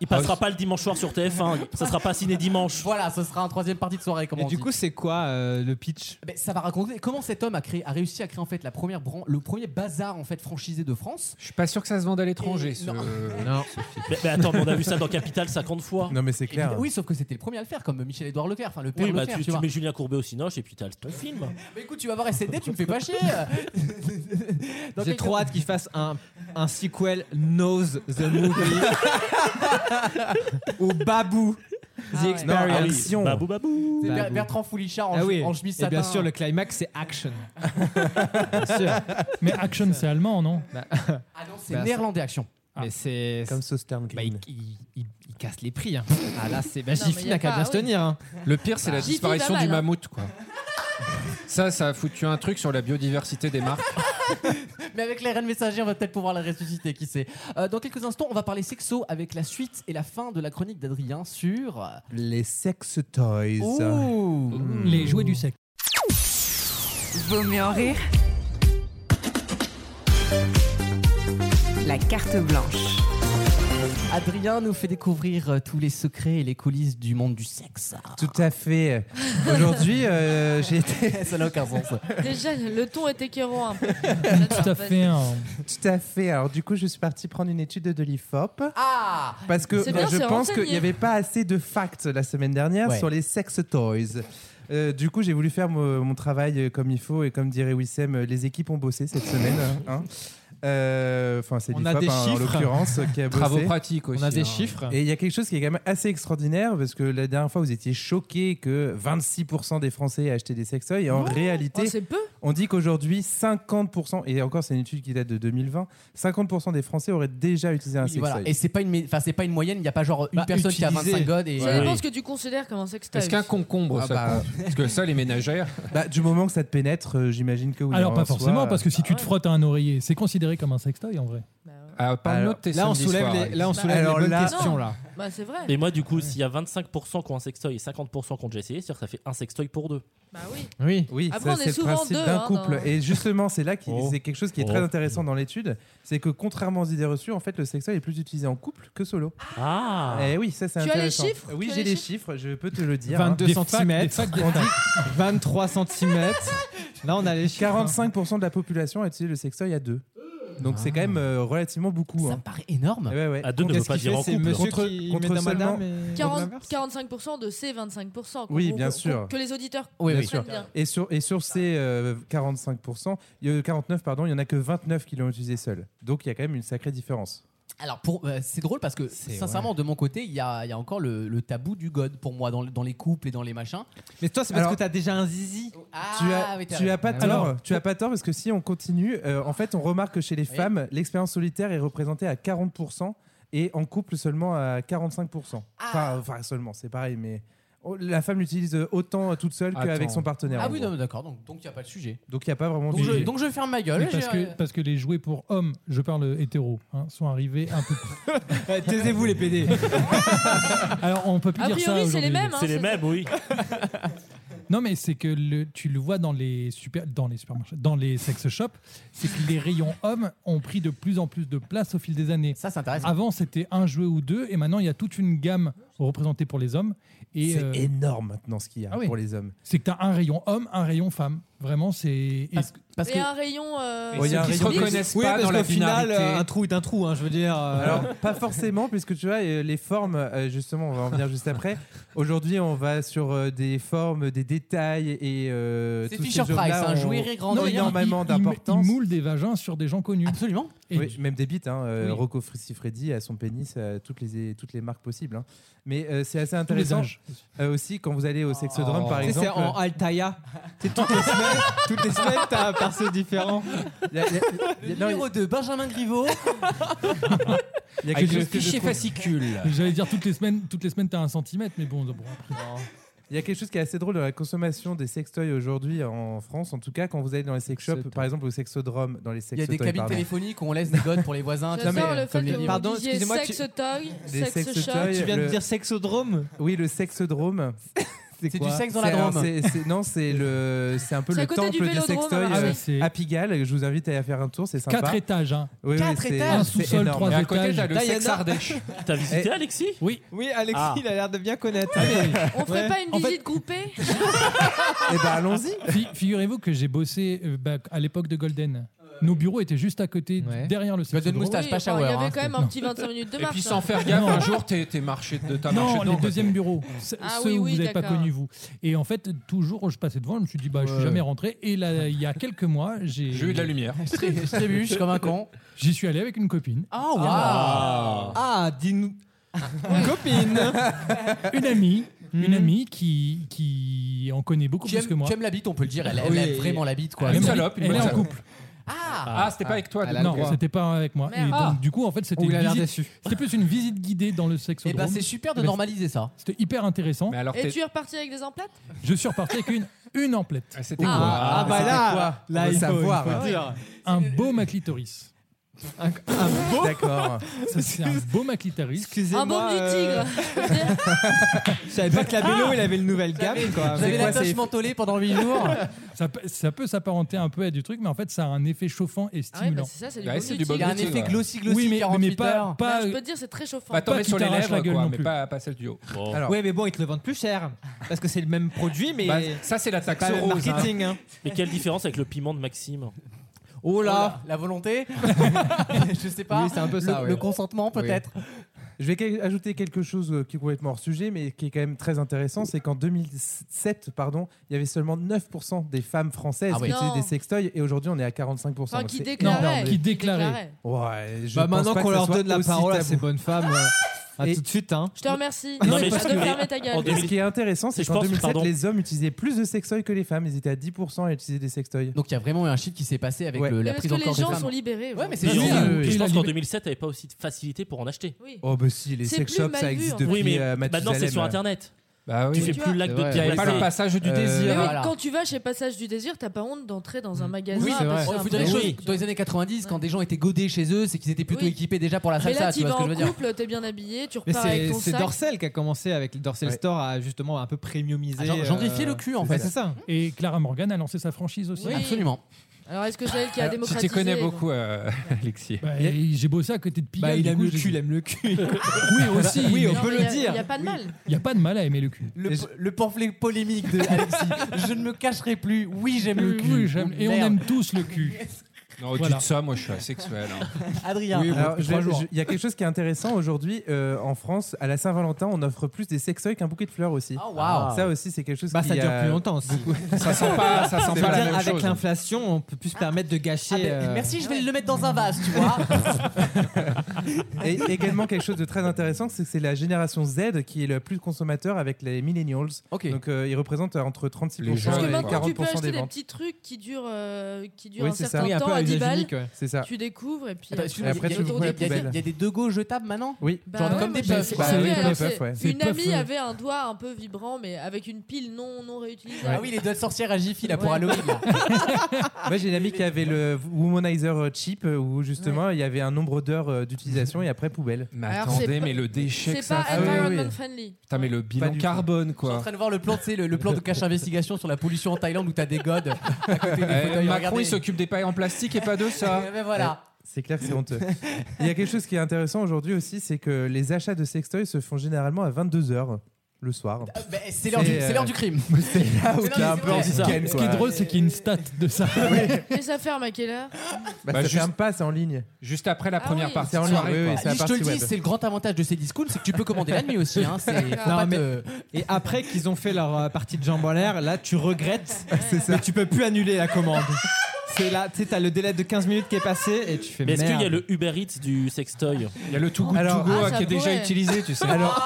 Speaker 5: Il passera pas le dimanche soir sur TF1. Ça sera pas ciné dimanche.
Speaker 2: Ah Voilà, ce sera un troisième partie de soirée. Comment
Speaker 7: Et
Speaker 2: on
Speaker 7: du
Speaker 2: dit.
Speaker 7: coup, c'est quoi euh, le pitch
Speaker 2: Ben, ça va raconter comment cet homme a, créé, a réussi à créer en fait la première bran- le premier bazar en fait franchisé de France.
Speaker 3: Je suis pas sûr que ça se vende à l'étranger.
Speaker 2: Et-
Speaker 3: ce-
Speaker 2: non.
Speaker 3: Non.
Speaker 5: Mais, mais attends, mais on a vu ça dans Capital 50 fois.
Speaker 8: Non, mais c'est clair.
Speaker 2: Oui, sauf que c'était le premier à le faire, comme Michel-Édouard Leclerc, enfin le père
Speaker 5: Oui, bah,
Speaker 2: Leclerc,
Speaker 5: tu,
Speaker 2: tu,
Speaker 5: tu
Speaker 2: vois.
Speaker 5: mets Julien Courbet au Cinoche et puis t'as ton film.
Speaker 2: Mais écoute, tu vas voir SND, tu me fais pas
Speaker 7: (laughs)
Speaker 2: chier. Dans
Speaker 7: J'ai
Speaker 2: quelques-
Speaker 7: trop hâte qu'ils fassent un, un sequel Knows the
Speaker 2: (laughs)
Speaker 7: Movie ou Babou The
Speaker 2: Ah ouais.
Speaker 7: Experience.
Speaker 8: Non, action.
Speaker 5: Babou, babou.
Speaker 2: C'est Ber-
Speaker 7: Babou.
Speaker 2: Bertrand Foulichard en,
Speaker 7: ah oui.
Speaker 2: en chemise
Speaker 7: Et
Speaker 2: satin. hein.
Speaker 7: bien sûr, le climax, c'est
Speaker 2: (laughs)
Speaker 7: action. bien sûr.
Speaker 6: (laughs) Mais Action, c'est allemand, non
Speaker 2: Ah non, c'est
Speaker 7: Bah, ça-
Speaker 2: néerlandais action.
Speaker 7: Mais c'est.
Speaker 8: Comme Sostern
Speaker 7: Bah, il, il, il- il casse les prix. Hein. Ah là, c'est. Bah,
Speaker 4: Non, mais
Speaker 7: Jiffy
Speaker 4: y a
Speaker 7: n'a qu'à
Speaker 4: pas-
Speaker 7: bien se
Speaker 4: oui.
Speaker 7: tenir.
Speaker 4: (laughs)
Speaker 7: hein.
Speaker 3: Le pire, c'est la
Speaker 4: Jiffy
Speaker 3: disparition
Speaker 4: va mal,
Speaker 3: du
Speaker 4: hein.
Speaker 3: mammouth, quoi. Ça, ça a foutu un truc sur la biodiversité des marques.
Speaker 2: Mais avec les reines messagers, on va peut-être pouvoir la ressusciter, qui sait. Euh, dans quelques instants, on va parler sexo avec la suite et la fin de la chronique d'Adrien sur.
Speaker 8: Les sex toys. Mmh.
Speaker 2: Ouh.
Speaker 6: Les jouets du sexe.
Speaker 1: Vaut mieux en rire. La carte blanche.
Speaker 2: Adrien nous fait découvrir euh, tous les secrets et les coulisses du monde du sexe.
Speaker 8: Tout à
Speaker 2: (laughs)
Speaker 8: fait. Aujourd'hui, euh, j'ai
Speaker 6: (laughs)
Speaker 8: été.
Speaker 2: Ça n'a aucun sens.
Speaker 4: Déjà, le ton est écœurant
Speaker 2: (laughs)
Speaker 4: hein. un peu. J'adore,
Speaker 6: Tout à
Speaker 4: vas-y.
Speaker 6: fait. hein.
Speaker 8: Tout à fait. Alors, du coup, je suis partie prendre une étude de l'IFOP.
Speaker 2: Ah
Speaker 8: Parce que
Speaker 4: C'est bien,
Speaker 8: je
Speaker 4: c'est
Speaker 8: pense
Speaker 4: renseigné.
Speaker 8: qu'il n'y avait pas assez de facts la semaine dernière
Speaker 2: Ouais.
Speaker 8: sur les sex toys. Euh, du coup, j'ai voulu faire mo- mon travail comme il faut et comme dirait Wissem, les équipes ont bossé cette semaine. hein. Euh, Enfin, c'est
Speaker 7: On a
Speaker 8: l'IFOP
Speaker 7: des
Speaker 8: hein, en
Speaker 7: chiffres.
Speaker 8: l'occurrence qui a bossé.
Speaker 3: Travaux pratiques aussi.
Speaker 7: On a des
Speaker 3: hein.
Speaker 7: chiffres.
Speaker 8: Et il y a quelque chose qui est quand même assez extraordinaire parce que la dernière fois vous étiez choqués que 26% des Français aient acheté des sextoys et en
Speaker 4: Oh,
Speaker 8: réalité
Speaker 4: c'est peu.
Speaker 8: on dit qu'aujourd'hui 50% et encore c'est une étude qui date de 2020 50% des Français auraient déjà utilisé un
Speaker 2: Oui,
Speaker 8: sextoy.
Speaker 2: voilà. Et c'est pas une, mé- enfin c'est pas une moyenne. Il y a pas genre une
Speaker 7: Bah,
Speaker 2: personne qui a
Speaker 7: utiliser.
Speaker 2: 25 godes et.
Speaker 4: Ça
Speaker 5: Ouais.
Speaker 4: dépend ce que tu considères comme un sextoy.
Speaker 3: Est-ce qu'un concombre,
Speaker 8: Ah
Speaker 3: ça
Speaker 8: bah.
Speaker 3: compte Parce que ça, les ménagères.
Speaker 8: (laughs) Bah, du moment que ça te pénètre, euh, j'imagine que oui.
Speaker 6: Alors,
Speaker 8: hein,
Speaker 6: pas
Speaker 8: en soi,
Speaker 6: forcément,
Speaker 8: euh,
Speaker 6: parce que si tu te frottes à un oreiller, c'est considéré comme un sextoy en vrai.
Speaker 4: Ah Bah, ouais.
Speaker 3: Ah, parle-nous
Speaker 8: Alors,
Speaker 3: de tes
Speaker 7: Là, on
Speaker 3: samedis
Speaker 7: soulève
Speaker 3: soirs,
Speaker 7: les,
Speaker 3: Alex.
Speaker 7: là, on soulève
Speaker 8: Alors
Speaker 7: les bonnes
Speaker 8: là-
Speaker 7: questions,
Speaker 4: Bah, Non.
Speaker 7: là.
Speaker 4: Bah, c'est vrai.
Speaker 5: Mais moi, du coup, s'il y a 25% qui ont un sextoy et 50% qui ont déjà essayé, c'est-à-dire que ça fait un sextoy pour deux.
Speaker 4: Bah oui.
Speaker 7: Oui.
Speaker 8: Oui,
Speaker 4: Après,
Speaker 8: ça,
Speaker 4: on est
Speaker 8: c'est le
Speaker 4: souvent
Speaker 8: principe
Speaker 4: deux,
Speaker 8: d'un
Speaker 4: hein,
Speaker 8: couple.
Speaker 4: dans-
Speaker 8: Et justement, c'est là qui
Speaker 5: Oh.
Speaker 8: c'est quelque chose qui est très
Speaker 5: Oh.
Speaker 8: intéressant dans l'étude, c'est que contrairement aux idées reçues, en fait, le sextoy est plus utilisé en couple que solo.
Speaker 5: Ah
Speaker 8: Et Eh oui, ça c'est
Speaker 4: Tu as les
Speaker 8: intéressant.
Speaker 4: chiffres
Speaker 8: Oui,
Speaker 4: Tu as
Speaker 8: j'ai
Speaker 4: les
Speaker 8: les chiffres. Je peux te le dire. hein.
Speaker 7: 22
Speaker 6: Des facs,
Speaker 7: cm.
Speaker 6: des facs,
Speaker 7: 23 cm. Là, on a les chiffres. hein.
Speaker 8: 45% de la population a utilisé le sextoy à deux. Donc c'est quand même euh, relativement beaucoup.
Speaker 2: Ça
Speaker 8: hein.
Speaker 2: me paraît énorme.
Speaker 8: Ouais, ouais.
Speaker 5: À deux ne veut
Speaker 7: Qu'est-ce
Speaker 5: pas
Speaker 7: qu'il
Speaker 5: dire
Speaker 7: fait
Speaker 5: en
Speaker 7: C'est
Speaker 5: couple.
Speaker 7: monsieur
Speaker 8: Contre-
Speaker 7: qui
Speaker 8: contre
Speaker 7: met dans madame et-
Speaker 4: 40 45% de ces 25%. qu'on-
Speaker 8: Oui,
Speaker 4: qu'on-
Speaker 8: bien
Speaker 4: qu'on-
Speaker 8: sûr.
Speaker 4: Que les auditeurs
Speaker 2: Oui, oui.
Speaker 4: comprennent bien.
Speaker 8: Et sur, et sur ces euh, 45%, il y a 49, pardon, il y en a que 29 qui l'ont utilisé seul. Donc il y a quand même une sacrée différence.
Speaker 2: Alors, pour, euh, c'est drôle parce que, sincèrement, de mon côté, il y a, il y a encore le, le tabou du god pour moi dans, le- dans les couples et dans les machins.
Speaker 7: Mais toi, c'est parce
Speaker 8: Alors-
Speaker 7: que t'as déjà un zizi.
Speaker 2: Ah,
Speaker 8: Tu as,
Speaker 2: oui, t'as
Speaker 8: tu
Speaker 2: raison.
Speaker 8: as pas tort.
Speaker 6: Alors-
Speaker 8: tu as pas tort parce que si on continue, euh, en fait, on remarque que chez les
Speaker 2: Oui.
Speaker 8: femmes, l'expérience solitaire est représentée à 40% et en couple seulement à 45%. Enfin, enfin, seulement, c'est pareil, mais oh, la femme l'utilise autant euh, toute seule qu'avec
Speaker 3: Attends.
Speaker 8: son partenaire.
Speaker 2: Ah
Speaker 8: en
Speaker 2: oui,
Speaker 8: gros.
Speaker 2: non, mais d'accord, donc donc il n'y a pas de sujet.
Speaker 8: Donc il n'y a pas vraiment
Speaker 2: Donc
Speaker 8: de.
Speaker 2: je, donc je ferme ma gueule.
Speaker 6: Mais parce,
Speaker 2: j'ai-
Speaker 6: que, parce que les jouets pour hommes, je parle hétéro, hein, sont arrivés un peu plus.
Speaker 7: Eh, Taisez-vous, les PD.
Speaker 6: (laughs) Alors on peut plus
Speaker 4: A
Speaker 6: dire ça.
Speaker 4: priori, c'est les
Speaker 6: aujourd'hui.
Speaker 4: mêmes. hein,
Speaker 5: C'est les mêmes, oui.
Speaker 6: (laughs) Non, mais c'est que le, tu le vois dans les, super, dans les supermarchés, dans les sex shops, c'est que les rayons hommes ont pris de plus en plus de place au fil des années.
Speaker 2: Ça, c'est intéressant.
Speaker 6: Avant, c'était un jouet ou deux, et maintenant, il y a toute une gamme représenté pour les hommes. et,
Speaker 8: C'est
Speaker 6: euh,
Speaker 8: énorme maintenant ce qu'il y a
Speaker 6: Ah oui.
Speaker 8: pour les hommes.
Speaker 6: C'est que tu as un rayon homme, un rayon femme. Vraiment, c'est. Parce,
Speaker 4: Il y a un rayon. euh,
Speaker 6: Ouais, il y a un
Speaker 4: mixte.
Speaker 6: rayon qui se reconnaissent
Speaker 7: Oui,
Speaker 6: pas
Speaker 7: parce
Speaker 6: dans la
Speaker 7: qu'au final,
Speaker 6: binarité.
Speaker 7: euh, un trou est un trou, hein, je veux dire. euh,
Speaker 8: Alors, pas forcément, puisque tu vois, euh, les formes, euh, justement, on va en venir juste après. Aujourd'hui, on va sur euh, des formes, des détails et. euh,
Speaker 2: C'est
Speaker 8: tous ces
Speaker 2: Fisher-Price,
Speaker 8: jeux-là
Speaker 2: hein,
Speaker 8: ont-
Speaker 2: jouir et grandir.
Speaker 8: ont énormément
Speaker 6: il- il-
Speaker 8: d'importance.
Speaker 6: Il moule des vagins sur des gens connus.
Speaker 2: Absolument.
Speaker 8: Oui, même des bites. Hein. euh,
Speaker 6: Oui.
Speaker 8: Rocco Freddy a son pénis, euh, toutes les, toutes les marques possibles. hein. Mais euh, c'est assez intéressant
Speaker 6: âges. Oh.
Speaker 8: euh, aussi quand vous allez au sexodrome, par
Speaker 7: Oh. Tu sais,
Speaker 8: exemple. euh,
Speaker 7: C'est en Altaïa. Tu sais, toutes les semaines, toutes les semaines, t'as un perso différent.
Speaker 8: Il y a- il y a- il y a- non,
Speaker 2: Numéro 2, Benjamin Griveaux.
Speaker 8: il y a
Speaker 3: Avec
Speaker 8: quelque
Speaker 3: le
Speaker 8: chose que je
Speaker 3: fichier
Speaker 8: trouve-
Speaker 3: fascicule.
Speaker 6: (laughs) J'allais dire toutes les semaines, toutes les semaines, t'as un centimètre, mais bon, bon, après.
Speaker 8: Il y a quelque chose qui est assez drôle dans la consommation des sextoys aujourd'hui en France, en tout cas quand vous allez dans les sex shops,
Speaker 7: Sextoy.
Speaker 8: par exemple au sexodrome, dans les
Speaker 2: Il y a
Speaker 8: sextoys.
Speaker 2: des cabines
Speaker 8: pardon.
Speaker 2: téléphoniques où on laisse des godes pour les voisins. tu
Speaker 4: J'adore
Speaker 2: sais,
Speaker 4: le fait
Speaker 2: comme les
Speaker 4: que vous
Speaker 2: livres.
Speaker 7: Pardon,
Speaker 4: disiez
Speaker 7: excusez-moi, tu-
Speaker 4: sex toy,
Speaker 8: Des
Speaker 4: sex
Speaker 8: sex
Speaker 4: shop.
Speaker 8: toys.
Speaker 7: Tu viens de
Speaker 8: le-
Speaker 7: dire sexodrome
Speaker 8: Oui, le sexodrome.
Speaker 2: C'est
Speaker 8: quoi
Speaker 2: du sexe dans la
Speaker 8: C'est- alors,
Speaker 2: Drôme.
Speaker 8: c'est- c'est- Non, c'est le, c'est un peu
Speaker 4: C'est à
Speaker 8: le
Speaker 4: côté du
Speaker 8: temple des
Speaker 4: Vélodrome,
Speaker 8: sextoys
Speaker 4: à
Speaker 8: euh,
Speaker 4: Marseille.
Speaker 6: C'est
Speaker 8: à Pigalle. Je vous invite à y faire un tour, c'est sympa.
Speaker 6: quatre étages, hein.
Speaker 8: Oui, oui,
Speaker 2: Quatre
Speaker 8: c'est-
Speaker 2: étages.
Speaker 6: Un
Speaker 8: c'est
Speaker 6: sous-sol,
Speaker 8: énorme.
Speaker 6: trois
Speaker 3: Et à côté,
Speaker 6: étages.
Speaker 3: t'as le
Speaker 7: Diana.
Speaker 3: sex (laughs)
Speaker 7: (laughs)
Speaker 3: Ardèche.
Speaker 5: T'as visité, Alexis
Speaker 6: Oui.
Speaker 7: Oui, Alexis,
Speaker 5: Ah.
Speaker 7: il a l'air de bien connaître. (laughs)
Speaker 4: On ferait
Speaker 7: Ouais.
Speaker 4: pas une
Speaker 7: En fait-
Speaker 4: visite groupée
Speaker 8: Eh ben allons-y.
Speaker 6: Fi- Figurez-vous que j'ai bossé euh, bah, à l'époque de Golden. Nos bureaux étaient juste à côté, d-
Speaker 7: Ouais.
Speaker 6: derrière le
Speaker 2: Golden
Speaker 6: sexodrome.
Speaker 2: Moustache,
Speaker 4: Oui,
Speaker 2: pas
Speaker 4: enfin,
Speaker 2: shower.
Speaker 4: Il y avait
Speaker 2: hein.
Speaker 4: quand même un petit 25 minutes de
Speaker 3: Et
Speaker 4: marche.
Speaker 3: puis
Speaker 4: hein.
Speaker 3: sans faire gaffe, un jour, t'es t'es marché de ta marché
Speaker 6: Non,
Speaker 3: dedans.
Speaker 6: les deuxièmes bureaux, ce-
Speaker 4: Ah
Speaker 6: ceux
Speaker 4: oui,
Speaker 6: où
Speaker 4: oui,
Speaker 6: vous n'avez pas
Speaker 4: d'accord.
Speaker 6: connu vous. Et en fait, toujours, je passais devant, je me suis dit, bah, je suis jamais rentré. Et là, il y a quelques mois, j'ai-
Speaker 3: J'ai eu de
Speaker 6: (laughs)
Speaker 3: la lumière.
Speaker 2: Je tré- je trébuche comme un con.
Speaker 6: j'y suis allé avec une copine,
Speaker 4: Ah,
Speaker 2: Oh,
Speaker 7: Ah, dis-nous.
Speaker 4: (laughs)
Speaker 7: Copine
Speaker 6: Ah. une amie, une
Speaker 4: Hmm.
Speaker 7: Mhm.
Speaker 6: amie qui, qui en connaît beaucoup
Speaker 2: Tu
Speaker 6: plus que
Speaker 2: aimes,
Speaker 6: moi. Ah
Speaker 2: tu aimes la bite, on peut le dire. Elle, elle
Speaker 7: Oui.
Speaker 2: aime vraiment la bite, quoi.
Speaker 3: Une
Speaker 6: Elle-
Speaker 3: salope, une
Speaker 6: elle est
Speaker 3: bonne
Speaker 6: en
Speaker 3: salope.
Speaker 6: couple.
Speaker 2: Ah
Speaker 3: Ah, c'était pas avec toi.
Speaker 7: Ah,
Speaker 3: du
Speaker 7: la
Speaker 3: coup.
Speaker 6: Non,
Speaker 7: droit.
Speaker 6: c'était pas avec moi. Et
Speaker 4: Merde.
Speaker 6: donc, du coup, en fait, c'était
Speaker 7: Ou Oh, il a
Speaker 6: une
Speaker 7: l'air
Speaker 6: visite-
Speaker 7: déçu.
Speaker 6: c'était plus une visite guidée dans le
Speaker 2: Et ben
Speaker 6: sexodrome.
Speaker 2: c'est super de
Speaker 6: Eh ben,
Speaker 2: normaliser ça.
Speaker 6: C'était hyper intéressant.
Speaker 3: Mais alors,
Speaker 4: Et
Speaker 3: t'es-
Speaker 4: tu es reparti avec des emplettes
Speaker 6: Je suis reparti avec une, une emplette.
Speaker 3: Ah, c'était
Speaker 7: Ah,
Speaker 3: quoi
Speaker 7: ah, bah là, là
Speaker 8: veut
Speaker 7: il faut, il
Speaker 8: savoir,
Speaker 7: faut
Speaker 8: hein.
Speaker 7: dire.
Speaker 6: Un beau maclitoris.
Speaker 7: Un, un beau.
Speaker 8: D'accord.
Speaker 6: Ça, c'est un beau maclitoris.
Speaker 7: Excusez-moi.
Speaker 4: Un baume du
Speaker 7: euh,
Speaker 4: tigre je veux dire.
Speaker 7: Je savais pas que la
Speaker 6: Ah.
Speaker 7: vélo, il avait une nouvelle gamme, quoi.
Speaker 2: J'avais
Speaker 7: C'est quoi,
Speaker 2: la
Speaker 7: c'est-
Speaker 2: tâche mentolée pendant 8 jours.
Speaker 6: (laughs) Ça, peut- ça peut s'apparenter un peu à du truc, mais en fait, ça a un effet chauffant et
Speaker 4: Ah ouais, bah
Speaker 6: stimulant.
Speaker 4: c'est ça, c'est du
Speaker 3: Bah,
Speaker 4: baume
Speaker 3: c'est
Speaker 4: du
Speaker 3: du
Speaker 2: Il y
Speaker 4: tigre.
Speaker 2: a
Speaker 3: baume
Speaker 2: un
Speaker 3: du tigre,
Speaker 2: effet
Speaker 3: ouais.
Speaker 2: glossy glossy
Speaker 6: oui, mais, mais
Speaker 2: 48
Speaker 6: pas,
Speaker 2: heures.
Speaker 6: pas,
Speaker 4: Je peux te dire, c'est très chauffant.
Speaker 3: Pas tomber
Speaker 6: qui
Speaker 3: sur les
Speaker 6: t'arrache la
Speaker 3: lèvres,
Speaker 6: gueule
Speaker 3: quoi,
Speaker 6: non
Speaker 3: mais
Speaker 6: plus.
Speaker 3: pas, pas celle du haut.
Speaker 8: Alors,
Speaker 7: Ouais, mais bon, ils te le vendent plus cher. Parce que c'est le même produit, mais.
Speaker 3: Bah, ça, c'est la taxe
Speaker 7: pas le
Speaker 3: rose. hein.
Speaker 7: marketing. hein.
Speaker 5: Mais quelle différence avec le piment de Maxime
Speaker 7: Oh là.
Speaker 2: Voilà, la volonté. (laughs) je sais pas.
Speaker 7: Oui, c'est un peu
Speaker 2: Le-
Speaker 7: ça,
Speaker 2: Le,
Speaker 7: ouais.
Speaker 2: consentement, peut-être.
Speaker 8: Je vais quel- ajouter quelque chose euh, qui est complètement hors sujet, mais qui est quand même très intéressant, c'est qu'en 2007, pardon, il y avait seulement 9% des femmes françaises
Speaker 2: Ah oui.
Speaker 8: qui utilisaient
Speaker 4: Non.
Speaker 8: des sextoys, et aujourd'hui on est à 45%.
Speaker 4: Enfin,
Speaker 8: donc
Speaker 4: qui
Speaker 8: c'est
Speaker 4: déclarait.
Speaker 8: énorme.
Speaker 6: qui déclarait.
Speaker 8: Ouais, je
Speaker 7: Bah,
Speaker 8: pense
Speaker 7: maintenant
Speaker 8: pas
Speaker 7: qu'on
Speaker 8: que ça
Speaker 7: leur
Speaker 8: soit
Speaker 7: donne la
Speaker 8: aussi
Speaker 7: parole à
Speaker 8: tabou.
Speaker 7: ces bonnes femmes, euh, à
Speaker 8: Et-
Speaker 7: tout de suite, hein.
Speaker 4: Je te remercie.
Speaker 5: Non, mais
Speaker 4: Tu
Speaker 5: parce
Speaker 4: vas te
Speaker 5: que-
Speaker 4: fermer ta gueule.
Speaker 5: en
Speaker 8: Et ce qui est intéressant,
Speaker 5: Et
Speaker 8: c'est
Speaker 5: je
Speaker 8: qu'en
Speaker 5: pense-
Speaker 8: 2007,
Speaker 5: pardon.
Speaker 8: les hommes utilisaient plus de sextoys que les femmes. Ils étaient à 10% à utiliser des sextoys.
Speaker 2: Donc il y a vraiment eu un shit qui s'est passé avec
Speaker 8: Ouais.
Speaker 2: le-
Speaker 4: Mais
Speaker 2: la
Speaker 4: Parce
Speaker 2: prise
Speaker 4: que
Speaker 2: en
Speaker 4: les
Speaker 2: corps des
Speaker 4: gens
Speaker 2: femmes.
Speaker 4: sont libérés.
Speaker 2: Ouais, mais
Speaker 4: aujourd'hui.
Speaker 2: c'est
Speaker 5: Mais
Speaker 2: juste-
Speaker 6: oui,
Speaker 5: en- Je
Speaker 6: oui,
Speaker 5: pense
Speaker 6: la
Speaker 5: qu'en
Speaker 6: libé-
Speaker 5: 2007, t'avais pas aussi de facilité pour en acheter.
Speaker 4: Oui.
Speaker 8: Oh, bah si, les
Speaker 4: C'est
Speaker 8: sex
Speaker 4: plus
Speaker 8: shops,
Speaker 4: mal
Speaker 8: ça
Speaker 4: vu, hein. en
Speaker 8: existe
Speaker 4: fait.
Speaker 8: depuis
Speaker 5: Oui, mais
Speaker 8: euh, Mathusalem.
Speaker 5: maintenant c'est sur internet.
Speaker 3: Bah
Speaker 5: Tu
Speaker 3: oui.
Speaker 5: fais
Speaker 4: Tu
Speaker 5: plus
Speaker 4: vois,
Speaker 5: le lac de
Speaker 7: c'est vrai.
Speaker 3: Il n'y
Speaker 5: pierre
Speaker 3: avait pas le
Speaker 5: glacée.
Speaker 3: passage du
Speaker 8: Euh,
Speaker 4: Mais
Speaker 3: désir.
Speaker 4: oui,
Speaker 2: Voilà.
Speaker 4: quand tu vas chez Passage du Désir, t'as pas honte d'entrer dans un magasin.
Speaker 2: Oui,
Speaker 4: parce
Speaker 7: c'est vrai.
Speaker 4: que
Speaker 2: Oh,
Speaker 4: un
Speaker 2: il faut
Speaker 4: peu
Speaker 2: dire les
Speaker 4: chic.
Speaker 2: choses. Dans les années 90, quand des gens étaient godés chez eux, c'est qu'ils étaient plutôt
Speaker 4: Oui. Ah,
Speaker 2: équipés déjà pour la
Speaker 4: Mais
Speaker 2: salsa.
Speaker 4: là,
Speaker 2: Ah, Tu
Speaker 4: tu
Speaker 2: vois
Speaker 4: vas
Speaker 2: ce que je
Speaker 4: en
Speaker 2: veux dire
Speaker 4: couple, t'es bien habillé, tu
Speaker 7: Mais
Speaker 4: repars avec
Speaker 7: c'est
Speaker 4: ton
Speaker 7: c'est
Speaker 4: sac.
Speaker 7: Dorsel qui a commencé avec le Dorsel
Speaker 8: Ouais.
Speaker 7: Store à justement un peu premiumiser.
Speaker 2: Ah, gen- gentrifier le cul, en
Speaker 7: Ouais,
Speaker 2: fait.
Speaker 7: c'est ça.
Speaker 6: Et Clara Morgan a lancé sa franchise aussi.
Speaker 4: Oui.
Speaker 2: Absolument.
Speaker 4: Alors, est-ce que c'est elle qui
Speaker 6: Ah,
Speaker 4: a
Speaker 3: Tu
Speaker 4: démocratisé
Speaker 3: t'y connais beaucoup, euh, Alexis.
Speaker 6: Bah, et J'ai bossé à côté de Pigalle.
Speaker 7: Bah, il
Speaker 6: du
Speaker 7: aime
Speaker 6: coup,
Speaker 7: le
Speaker 6: j'ai-
Speaker 7: cul, il aime le
Speaker 6: (laughs)
Speaker 7: cul.
Speaker 6: Oui, aussi.
Speaker 7: Oui,
Speaker 6: mais
Speaker 7: on
Speaker 4: Non,
Speaker 7: peut
Speaker 4: mais
Speaker 7: le
Speaker 4: y a-
Speaker 7: dire.
Speaker 4: Y a pas de mal.
Speaker 6: Il n'y a pas de mal à aimer le cul.
Speaker 2: Le, le pamphlet polémique de
Speaker 6: (laughs)
Speaker 2: Alexis. je ne me cacherai plus. Oui, j'aime le cul.
Speaker 6: Euh, Oui, j'aime- Et on
Speaker 2: Merde.
Speaker 6: aime tous le cul.
Speaker 3: Non, au-dessus
Speaker 6: Voilà.
Speaker 3: de ça, moi, je suis asexuel. hein.
Speaker 2: Adrien.
Speaker 6: Oui,
Speaker 8: Alors,
Speaker 6: Depuis
Speaker 8: je-
Speaker 6: trois jours.
Speaker 8: je- il y a quelque chose qui est intéressant aujourd'hui euh, en France. À la Saint-Valentin, on offre plus des sextoys qu'un bouquet de fleurs aussi.
Speaker 2: Oh, waouh.
Speaker 8: Ça aussi, c'est quelque chose
Speaker 7: Bah,
Speaker 8: qui euh,
Speaker 7: ça dure
Speaker 8: a-
Speaker 7: plus longtemps aussi.
Speaker 3: Ça sent
Speaker 8: (laughs)
Speaker 3: pas, ça sent
Speaker 7: Je
Speaker 3: pas
Speaker 7: veux
Speaker 3: la
Speaker 7: dire,
Speaker 3: même
Speaker 7: avec
Speaker 3: chose.
Speaker 7: l'inflation, on peut plus se permettre de gâcher.
Speaker 2: Ah, ben,
Speaker 7: euh,
Speaker 2: Merci, je vais le mettre dans un vase, tu (laughs) vois.
Speaker 8: (laughs) Et également quelque chose de très intéressant, c'est que c'est la génération Z qui est le plus consommateur avec les millennials.
Speaker 2: ok.
Speaker 8: Donc euh, ils représentent euh, entre 36%
Speaker 3: Les
Speaker 4: Parce
Speaker 3: jeunes,
Speaker 4: que
Speaker 8: et
Speaker 4: maintenant, tu peux
Speaker 8: 40%
Speaker 4: acheter
Speaker 8: des
Speaker 4: des
Speaker 8: ventes.
Speaker 4: petits trucs qui durent, euh, qui durent
Speaker 8: Oui,
Speaker 4: un
Speaker 8: c'est ça.
Speaker 4: certain
Speaker 7: oui, un peu
Speaker 4: temps à
Speaker 7: à
Speaker 4: 10
Speaker 7: usage
Speaker 4: balles.
Speaker 7: unique, ouais.
Speaker 8: C'est ça.
Speaker 4: Tu découvres et puis.
Speaker 2: Attends,
Speaker 8: Et
Speaker 2: excuse-moi,
Speaker 8: après,
Speaker 2: il y a-
Speaker 8: tu
Speaker 2: il y a-
Speaker 8: ouvres la
Speaker 2: il y a-
Speaker 8: poubelle.
Speaker 2: Il y a des dogos jetables maintenant
Speaker 8: Oui.
Speaker 4: Bah
Speaker 2: Genre
Speaker 4: ouais,
Speaker 2: comme des
Speaker 4: moi,
Speaker 2: puffs,
Speaker 4: j'ai-
Speaker 2: quoi.
Speaker 4: j'ai
Speaker 8: Bah
Speaker 4: vu,
Speaker 8: oui,
Speaker 4: alors,
Speaker 8: des
Speaker 4: c'est-
Speaker 8: puffs, ouais.
Speaker 6: C'est
Speaker 4: Une
Speaker 6: puff,
Speaker 4: amie
Speaker 6: ouais.
Speaker 4: avait un doigt un peu vibrant, mais avec une pile non, non réutilisable.
Speaker 2: Ah oui, les doigts de sorcière à Jiffy là pour
Speaker 4: Ouais.
Speaker 2: Halloween. là.
Speaker 8: Moi, j'ai une amie qui avait le Womanizer euh, Cheap euh, où justement il y avait un nombre d'heures euh, d'utilisation et après poubelle.
Speaker 3: Mais
Speaker 4: Alors, c'est
Speaker 3: attendez,
Speaker 4: pas-
Speaker 3: mais le déchet que
Speaker 4: C'est
Speaker 3: ça
Speaker 4: pas
Speaker 3: fait.
Speaker 8: Ah oui, oui, oui.
Speaker 4: environment friendly.
Speaker 3: Putain, mais le
Speaker 8: Pas
Speaker 3: bilan
Speaker 8: du tout.
Speaker 3: carbone,
Speaker 2: Je suis en
Speaker 3: quoi.
Speaker 2: train de voir le plan, tu sais, le, le plan de cache investigation sur la pollution en Thaïlande où t'as des godes à côté des
Speaker 3: Eh,
Speaker 2: fauteuils.
Speaker 3: Macron,
Speaker 2: regardez.
Speaker 3: il s'occupe des pailles en plastique et pas de ça.
Speaker 2: Eh ben voilà.
Speaker 8: C'est clair que c'est honteux. Il y a quelque chose qui est intéressant aujourd'hui aussi, c'est que les achats de sextoys se font généralement à 22h le soir.
Speaker 2: Ah, bah,
Speaker 8: euh,
Speaker 2: c'est l'heure du- c'est l'heure du crime.
Speaker 8: (laughs) C'est là où
Speaker 2: C'est
Speaker 8: t'es un
Speaker 2: l'heure du-
Speaker 8: peu
Speaker 2: ouais.
Speaker 8: en
Speaker 2: Ce qui est
Speaker 8: week-end,
Speaker 6: Ce qui est
Speaker 8: quoi.
Speaker 6: drôle, c'est qu'il y a une stat de
Speaker 8: (laughs)
Speaker 6: ça.
Speaker 4: (laughs) Mais ça ferme à quelle heure
Speaker 8: Bah,
Speaker 3: Bah,
Speaker 8: ça
Speaker 3: juste-
Speaker 8: ferme pas, c'est en ligne.
Speaker 3: Juste après la
Speaker 4: Ah
Speaker 3: première
Speaker 4: oui.
Speaker 3: partie.
Speaker 8: C'est en
Speaker 3: de
Speaker 8: ligne,
Speaker 3: soirée,
Speaker 8: oui, oui,
Speaker 3: quoi.
Speaker 8: c'est la
Speaker 2: Je te
Speaker 8: partie
Speaker 2: le dis,
Speaker 8: web.
Speaker 2: c'est le grand avantage de ces discounts, c'est que tu peux commander la nuit aussi. Hein. c'est- faut
Speaker 7: Non,
Speaker 2: pas
Speaker 7: mais-
Speaker 2: te-
Speaker 7: Et après qu'ils ont fait leur euh, partie de jambes en l'air, là tu regrettes,
Speaker 2: (laughs)
Speaker 8: C'est ça.
Speaker 7: mais tu peux plus annuler la commande. C'est là, tu sais, t'as le délai de 15 minutes qui est passé et tu fais
Speaker 5: Mais est-ce qu'il y a
Speaker 7: merde.
Speaker 5: le Uber Eats du sextoy
Speaker 3: Il y a le tout good
Speaker 8: Alors-
Speaker 3: to go
Speaker 4: Ah, ça
Speaker 3: qui est déjà
Speaker 4: pourrait.
Speaker 3: utilisé, tu sais.
Speaker 8: Alors,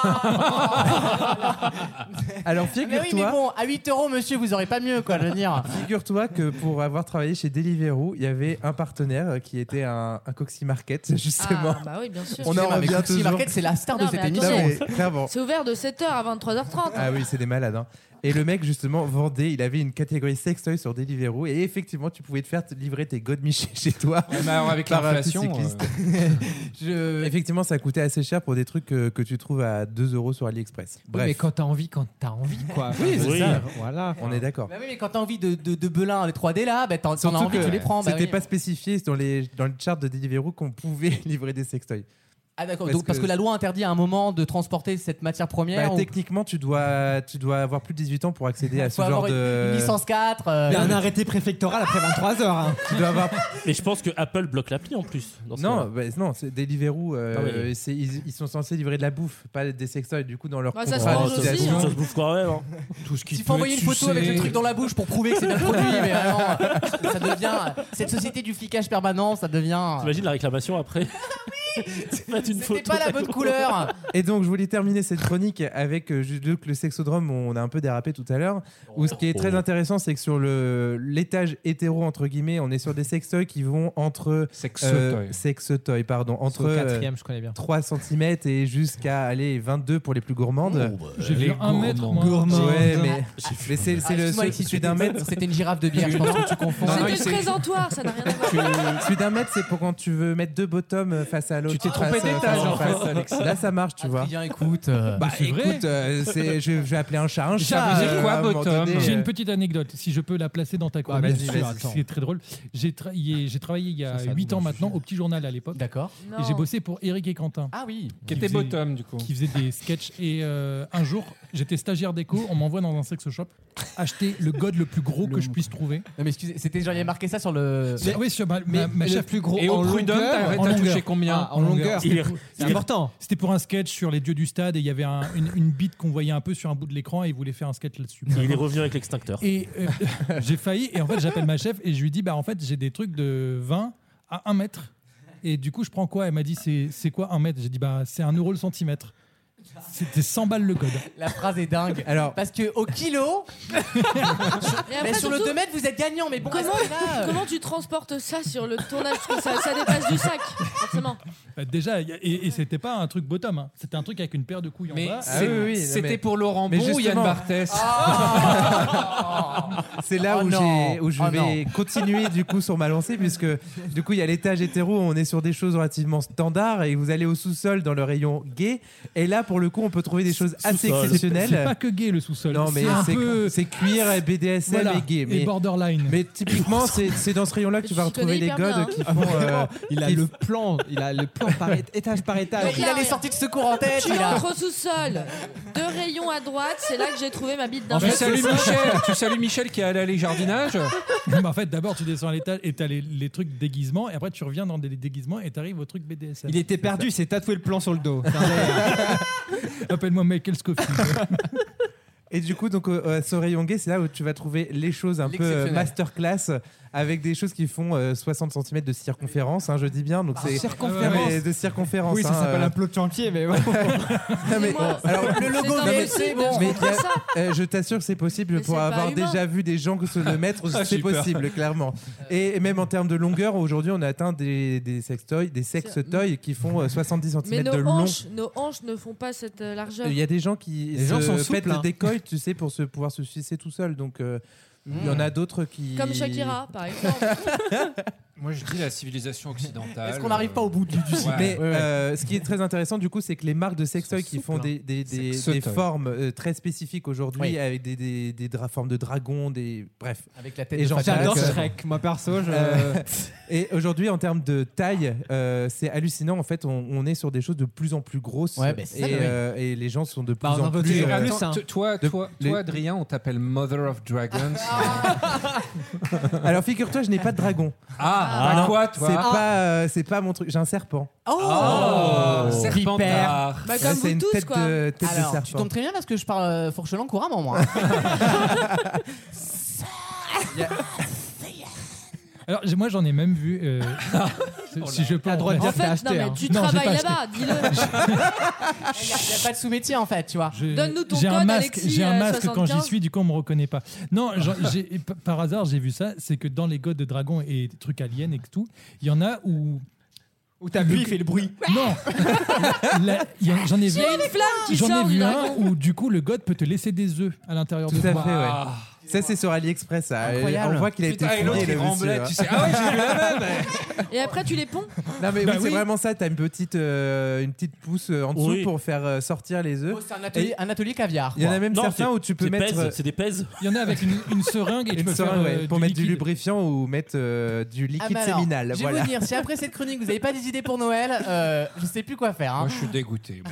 Speaker 8: alors
Speaker 2: Mais oui, mais
Speaker 8: figure-toi
Speaker 2: bon, à 8 euros, monsieur, vous aurez pas mieux, quoi, je veux dire.
Speaker 8: figure-toi que pour avoir travaillé chez Deliveroo, il y avait un partenaire qui était un, un Coxy Market, justement.
Speaker 4: Ah, bah oui, bien sûr.
Speaker 8: On en
Speaker 2: Excusez-moi, mais
Speaker 8: revient
Speaker 2: Coxy
Speaker 8: toujours.
Speaker 2: Market, c'est la star
Speaker 4: Non,
Speaker 2: de cette
Speaker 4: mais
Speaker 8: Non,
Speaker 2: émission.
Speaker 8: mais clairement.
Speaker 4: C'est ouvert de 7h à 23h30.
Speaker 8: Ah oui, c'est des malades. hein. Et le mec, justement, vendait, il avait une catégorie sextoy sur Deliveroo. Et effectivement, tu pouvais te faire te livrer tes godemichés chez toi.
Speaker 3: Ouais,
Speaker 2: bah,
Speaker 3: mais alors avec
Speaker 8: Par un petit
Speaker 3: l'inflation,
Speaker 8: cycliste.
Speaker 3: euh,
Speaker 8: (laughs) Euh, Effectivement, ça coûtait assez cher pour des trucs euh, que tu trouves à 2 euros sur AliExpress.
Speaker 7: Oui, mais
Speaker 8: Bref,
Speaker 7: quand t'as envie, quand t'as envie, quoi.
Speaker 8: Oui,
Speaker 7: Enfin,
Speaker 5: c'est
Speaker 7: je veux
Speaker 5: ça.
Speaker 7: dire, Voilà.
Speaker 8: on est d'accord.
Speaker 2: Bah oui, mais quand t'as envie de, de, de belin les 3D là, bah t'en t'en as
Speaker 8: Surtout
Speaker 2: envie,
Speaker 8: que
Speaker 2: tu les prends. bah
Speaker 8: C'était
Speaker 2: oui.
Speaker 8: pas spécifié dans, les, dans le chart de Deliveroo qu'on pouvait (laughs) livrer des sextoys.
Speaker 2: Ah d'accord,
Speaker 8: parce
Speaker 2: donc parce
Speaker 8: que-
Speaker 2: que la loi interdit à un moment de transporter cette matière
Speaker 8: Bah,
Speaker 2: première. ou-
Speaker 8: Techniquement, tu dois, tu dois avoir plus de 18 ans pour accéder à
Speaker 2: (laughs)
Speaker 8: ce
Speaker 2: faut
Speaker 8: genre
Speaker 2: avoir une,
Speaker 8: de.
Speaker 2: une licence 4. euh,
Speaker 7: Il y a un arrêté préfectoral après 23h. Hein.
Speaker 8: Tu dois avoir
Speaker 5: Mais je pense que Apple bloque l'appli en plus. dans ce
Speaker 8: Non,
Speaker 5: cas-là.
Speaker 8: bah, non, c'est Deliveroo, euh,
Speaker 5: Ah oui.
Speaker 8: c'est- ils, ils sont censés livrer de la bouffe, pas des sextoys. Du coup, dans leur
Speaker 4: Bah, ça se
Speaker 8: contrat
Speaker 5: Oh,
Speaker 4: mange
Speaker 5: ça, se
Speaker 4: aussi,
Speaker 8: d'utilisation-
Speaker 5: bouffe- ça se bouffe quand même. hein.
Speaker 3: tout ce qui
Speaker 2: S'il faut
Speaker 3: peut
Speaker 2: envoyer une
Speaker 3: être
Speaker 2: photo avec
Speaker 3: sucé.
Speaker 2: le truc dans la bouche pour prouver que c'est bien
Speaker 8: (laughs)
Speaker 2: le produit, mais euh, vraiment, ça devient. Cette société du flicage permanent, ça devient.
Speaker 5: T'imagines la réclamation après Faites une
Speaker 2: C'était
Speaker 5: photo.
Speaker 2: pas la bonne couleur
Speaker 8: (laughs) Et donc, je voulais terminer cette chronique avec euh, juste le sexodrome, on a un peu dérapé tout à l'heure. Où ce qui est
Speaker 3: Oh.
Speaker 8: très intéressant, c'est que sur le l'étage hétéro, entre guillemets, on est sur des sextoys qui vont entre.
Speaker 3: Sextoy.
Speaker 8: euh, sextoy, pardon. Entre.
Speaker 7: Entre
Speaker 8: euh,
Speaker 7: quatrième, je connais bien.
Speaker 8: 3 cm et jusqu'à aller 22 pour les plus gourmandes.
Speaker 6: J'ai
Speaker 3: Oh, bah, Les
Speaker 6: vu un mètre
Speaker 3: gourmands.
Speaker 6: moins.
Speaker 8: Ouais, mais, mais c'est c'est
Speaker 2: Ah,
Speaker 8: le
Speaker 2: excuse-moi,
Speaker 8: celui
Speaker 2: Alexis,
Speaker 8: celui d'un
Speaker 2: c'était-
Speaker 8: mètre.
Speaker 2: C'était une girafe
Speaker 8: (laughs)
Speaker 2: de bière, je pense que tu confonds.
Speaker 3: Non, non, il
Speaker 4: C'était le
Speaker 3: s'est-
Speaker 4: présentoir, ça n'a rien à voir.
Speaker 8: Celui d'un mètre, c'est pour quand tu veux mettre deux bottoms face à l'autre.
Speaker 3: Tu t'es
Speaker 8: face-
Speaker 3: trompé d'étage,
Speaker 8: face-
Speaker 3: en
Speaker 8: face- Là, ça marche, tu vois.
Speaker 2: Adrien, écoute. euh,
Speaker 8: Bah
Speaker 6: c'est vrai.
Speaker 8: écoute, euh, c'est- je, je vais appeler un chat un
Speaker 3: Ça
Speaker 8: chat.
Speaker 3: veut dire
Speaker 8: euh,
Speaker 3: quoi,
Speaker 8: à un moment
Speaker 3: bottom
Speaker 8: donné,
Speaker 6: J'ai une
Speaker 8: euh,
Speaker 6: petite anecdote, si je peux la placer dans ta chronique.
Speaker 8: vas-y,
Speaker 6: C'est-
Speaker 8: vas-y, attends.
Speaker 6: C'est très drôle. J'ai tra- y- j'ai travaillé il y a
Speaker 7: Ça, ça
Speaker 6: 8 ans
Speaker 7: nous
Speaker 6: maintenant
Speaker 7: suffit.
Speaker 6: au Petit Journal à l'époque.
Speaker 2: D'accord.
Speaker 6: Et j'ai bossé pour Eric et Quentin.
Speaker 2: Ah oui.
Speaker 3: Qui était
Speaker 6: faisait-
Speaker 3: bottom, du coup.
Speaker 6: qui faisait des sketchs. Et euh, un jour, j'étais stagiaire déco, on m'envoie dans un sex shop acheter le god le plus gros que je puisse trouver.
Speaker 2: Non, mais excusez, c'était genre, il y a marqué ça sur le.
Speaker 6: Ah oui, sur ma, ma- ma
Speaker 7: le
Speaker 6: chef.
Speaker 7: plus gros
Speaker 3: Et au
Speaker 7: en
Speaker 3: prud'homme,
Speaker 7: longueur,
Speaker 3: t'as
Speaker 6: en
Speaker 3: t'as touché
Speaker 6: longueur.
Speaker 3: combien
Speaker 7: Ah, en longueur.
Speaker 5: Il est-
Speaker 7: C'est important.
Speaker 6: C'était pour un sketch sur les dieux du stade et il y avait un- une, une bite qu'on voyait un peu sur un bout de l'écran et ils voulaient faire un sketch là-dessus.
Speaker 5: Il est revenu avec l'extincteur.
Speaker 6: Et euh, (laughs) j'ai failli. Et en fait, j'appelle ma chef et je lui dis Bah, en fait, j'ai des trucs de 20 à 1 mètre. Et du coup, je prends quoi Elle m'a dit C'est c'est quoi 1 mètre J'ai dit Bah, c'est 1 euro le centimètre. C'était 100 balles le code.
Speaker 2: La phrase est dingue.
Speaker 8: Alors,
Speaker 2: Parce que au
Speaker 8: (laughs)
Speaker 2: kilo,
Speaker 4: Et
Speaker 2: mais
Speaker 4: après,
Speaker 2: sur le
Speaker 4: surtout,
Speaker 2: 2 mètres, vous êtes gagnant. Mais bon,
Speaker 4: Comment-
Speaker 2: là,
Speaker 4: Comment tu transportes ça sur le tournage Parce que ça, ça dépasse du sac, forcément.
Speaker 6: Bah, déjà, y a- et, et c'était pas un truc bottom. hein. C'était un truc avec une paire de couilles
Speaker 3: Mais
Speaker 6: en bas.
Speaker 3: c'est-
Speaker 8: oui, oui, non,
Speaker 3: c'était
Speaker 8: mais-
Speaker 3: pour Laurent
Speaker 8: mais
Speaker 3: Bon ou Yann
Speaker 8: justement.
Speaker 3: Barthès
Speaker 6: Ah.
Speaker 8: c'est là
Speaker 2: Oh
Speaker 8: où,
Speaker 2: non.
Speaker 8: j'ai- où je
Speaker 2: Oh
Speaker 8: vais continuer du coup sur ma lancée puisque du coup il y a l'étage hétéro, on est sur des choses relativement standards et vous allez au sous-sol dans le rayon gay et là pour le coup on peut trouver des choses assez
Speaker 5: Sous-sol.
Speaker 6: (laughs) C'est pas
Speaker 8: exceptionnelles.
Speaker 6: que gay le sous-sol.
Speaker 8: Non mais
Speaker 6: un
Speaker 8: c'est
Speaker 6: peu
Speaker 8: (laughs) c'est cuir et BDSM
Speaker 6: voilà,
Speaker 8: et gay.
Speaker 6: et
Speaker 8: Mais,
Speaker 6: borderline.
Speaker 8: mais typiquement c'est c'est dans ce rayon là que
Speaker 4: Mais
Speaker 8: tu vas
Speaker 4: tu connais
Speaker 8: retrouver les
Speaker 4: hyper bien,
Speaker 8: godes
Speaker 4: hein.
Speaker 8: qui font. euh,
Speaker 7: Il a
Speaker 8: Il-
Speaker 7: le plan, il a le plan par é- étage par étage.
Speaker 2: il a les sorties de secours en tête.
Speaker 4: Tu
Speaker 2: il a-
Speaker 4: entres au sous-sol, deux rayons à droite, c'est là que j'ai trouvé ma bite d'un
Speaker 3: tu salues Michel, tu salues Michel qui est allé à les jardinages.
Speaker 6: (laughs) Mais en fait, d'abord, tu descends à l'étage et t'as les, les trucs déguisements, et après, tu reviens dans des déguisements et t'arrives au truc BDSM.
Speaker 7: Il était perdu, il s'est tatoué le plan sur le dos. (laughs)
Speaker 6: (laughs) Appelle-moi Michael Scofield.
Speaker 8: (laughs) Et du coup, donc, euh, euh, ce rayon gay, c'est là où tu vas trouver les choses un peu euh,
Speaker 2: L'exceptionnel.
Speaker 8: masterclass euh, avec des choses qui font euh, 60 cm de circonférence, hein, je dis bien. Donc c'est
Speaker 7: circonférence.
Speaker 8: Mais de circonférence.
Speaker 7: oui, ça
Speaker 8: hein,
Speaker 7: s'appelle
Speaker 8: euh.
Speaker 7: un plot de chantier, mais
Speaker 8: (laughs)
Speaker 7: bon.
Speaker 8: mais- alors,
Speaker 2: le logo
Speaker 4: c'est
Speaker 2: gay,
Speaker 4: impossible
Speaker 2: c'est
Speaker 4: de
Speaker 2: bon.
Speaker 8: Mais
Speaker 4: comprendre
Speaker 8: il y a-
Speaker 4: ça.
Speaker 8: Euh, je t'assure que c'est possible
Speaker 4: Mais
Speaker 8: pour
Speaker 4: c'est pas
Speaker 8: avoir
Speaker 4: humain.
Speaker 8: déjà vu des gens que se le
Speaker 7: (laughs)
Speaker 8: mettre,
Speaker 7: Ah,
Speaker 8: c'est
Speaker 3: j'ai peur.
Speaker 8: possible clairement.
Speaker 4: Euh.
Speaker 8: Et même en termes de longueur, aujourd'hui on a atteint des, des sextoys, des sextoys qui font euh, 70
Speaker 4: Mais
Speaker 8: cm de
Speaker 4: nos
Speaker 8: long.
Speaker 4: hanches, nos hanches ne font pas cette euh, largeur.
Speaker 8: Il y a des gens qui
Speaker 7: Les gens
Speaker 8: se
Speaker 7: sont
Speaker 8: pètent
Speaker 7: souples,
Speaker 8: le
Speaker 7: hein.
Speaker 8: décoil, tu sais, pour se, pouvoir se sucer tout seul. Donc euh, il y en a d'autres qui (laughs)
Speaker 4: Comme Shakira, par exemple.
Speaker 3: Moi, je dis la civilisation occidentale.
Speaker 8: Est-ce qu'on n'arrive
Speaker 2: pas au bout du,
Speaker 3: du cycle
Speaker 8: Mais
Speaker 3: Ouais.
Speaker 8: euh, ce qui est très intéressant, du coup, c'est que les marques de sextoy qui font
Speaker 3: hein.
Speaker 8: des, des- des-
Speaker 3: Sextoy.
Speaker 8: des formes euh, très spécifiques aujourd'hui,
Speaker 7: Oui.
Speaker 8: avec des, des- des dra- formes de dragons, des. Bref.
Speaker 2: Avec la tête
Speaker 8: Et
Speaker 7: de
Speaker 8: j'en
Speaker 7: Fatal
Speaker 8: passe.
Speaker 7: Adore Shrek. Moi, perso, je-
Speaker 8: et aujourd'hui, en termes de taille, euh, c'est hallucinant. En fait, on, on est sur des choses de plus en plus grosses.
Speaker 3: Ouais, bah, c'est ça,
Speaker 8: et,
Speaker 3: oui.
Speaker 8: euh, et les gens sont de plus
Speaker 3: Bah, on en
Speaker 8: en
Speaker 3: veut
Speaker 8: plus.
Speaker 3: toujours
Speaker 8: euh,
Speaker 3: plus, hein. Toi- toi-
Speaker 8: de-
Speaker 3: toi-
Speaker 8: les-
Speaker 3: toi, Adrien, on t'appelle Mother of Dragons.
Speaker 4: Ah.
Speaker 8: (laughs) Alors figure-toi, je n'ai pas de dragon.
Speaker 3: Ah, t'as
Speaker 8: non.
Speaker 3: quoi, toi
Speaker 8: C'est
Speaker 3: Ah.
Speaker 8: pas, euh, c'est pas mon truc. J'ai un serpent.
Speaker 2: Oh,
Speaker 8: serpent
Speaker 2: Vipère.
Speaker 8: Bah, comme Ouais, Oh, c'est vous une tous, tête quoi. de- tête de
Speaker 2: Alors, tu
Speaker 8: serpent.
Speaker 2: tombes très bien parce que je parle euh, fourchelant couramment,
Speaker 8: (laughs)
Speaker 2: moi.
Speaker 6: (laughs) Alors, j'ai- moi, j'en ai même vu. euh, si- si je peux.
Speaker 2: droit de dire que t'as acheté, hein.
Speaker 6: Non, j'ai pas acheté.
Speaker 8: (laughs)
Speaker 2: Il n'y a, pas de sous-métier en fait, tu vois.
Speaker 6: Je-
Speaker 2: Donne-nous
Speaker 6: (laughs) J'ai un masque, j'ai
Speaker 2: euh,
Speaker 6: un masque quand j'y suis, du coup on me reconnaît pas. Non, genre, j'ai- p- par hasard j'ai vu ça, c'est que dans les godes de dragons et des trucs aliens et tout, il y en a où
Speaker 7: où ta pluie fait le bruit.
Speaker 6: Non, Là, il y en- j'en ai vu.
Speaker 4: J'ai une flamme qui
Speaker 6: J'en ai
Speaker 4: sort
Speaker 6: vu
Speaker 4: du
Speaker 6: un
Speaker 4: dragon.
Speaker 6: où du coup le god peut te laisser des œufs à l'intérieur
Speaker 8: Tout
Speaker 6: de
Speaker 8: à
Speaker 6: toi.
Speaker 8: fait, ouais. Ça, c'est sur AliExpress. ça.
Speaker 6: Incroyable.
Speaker 8: On voit qu'il a été
Speaker 6: Putain, et
Speaker 8: fouillé,
Speaker 6: l'autre, il
Speaker 8: le monsieur,
Speaker 6: remblait,
Speaker 8: hein.
Speaker 6: tu sais. Ah ouais, j'ai vu
Speaker 8: (laughs)
Speaker 6: la
Speaker 4: même. Et après, tu les ponds
Speaker 8: Non mais
Speaker 4: Bah
Speaker 8: oui, c'est
Speaker 4: oui.
Speaker 8: vraiment ça, t'as une petite euh, une petite pousse euh, en dessous
Speaker 2: Oui.
Speaker 8: pour faire euh, sortir les œufs.
Speaker 2: Oh, C'est un atelier, un atelier caviar.
Speaker 8: Il y en a
Speaker 2: quoi.
Speaker 8: même certains où tu peux mettre euh,
Speaker 5: pèses.
Speaker 6: Il y en a avec une, une seringue et tu
Speaker 8: une
Speaker 6: peux faire
Speaker 8: seringue, ouais,
Speaker 6: euh,
Speaker 8: pour
Speaker 6: du
Speaker 8: mettre du
Speaker 6: liquide.
Speaker 8: lubrifiant ou mettre euh, du
Speaker 2: Ah,
Speaker 8: liquide
Speaker 2: mais alors,
Speaker 8: séminal,
Speaker 2: Je vais
Speaker 8: voilà.
Speaker 2: vous dire, si après cette chronique vous n'avez pas des idées pour Noël, euh, je sais plus quoi faire. hein.
Speaker 3: Moi, je suis dégoûté. moi.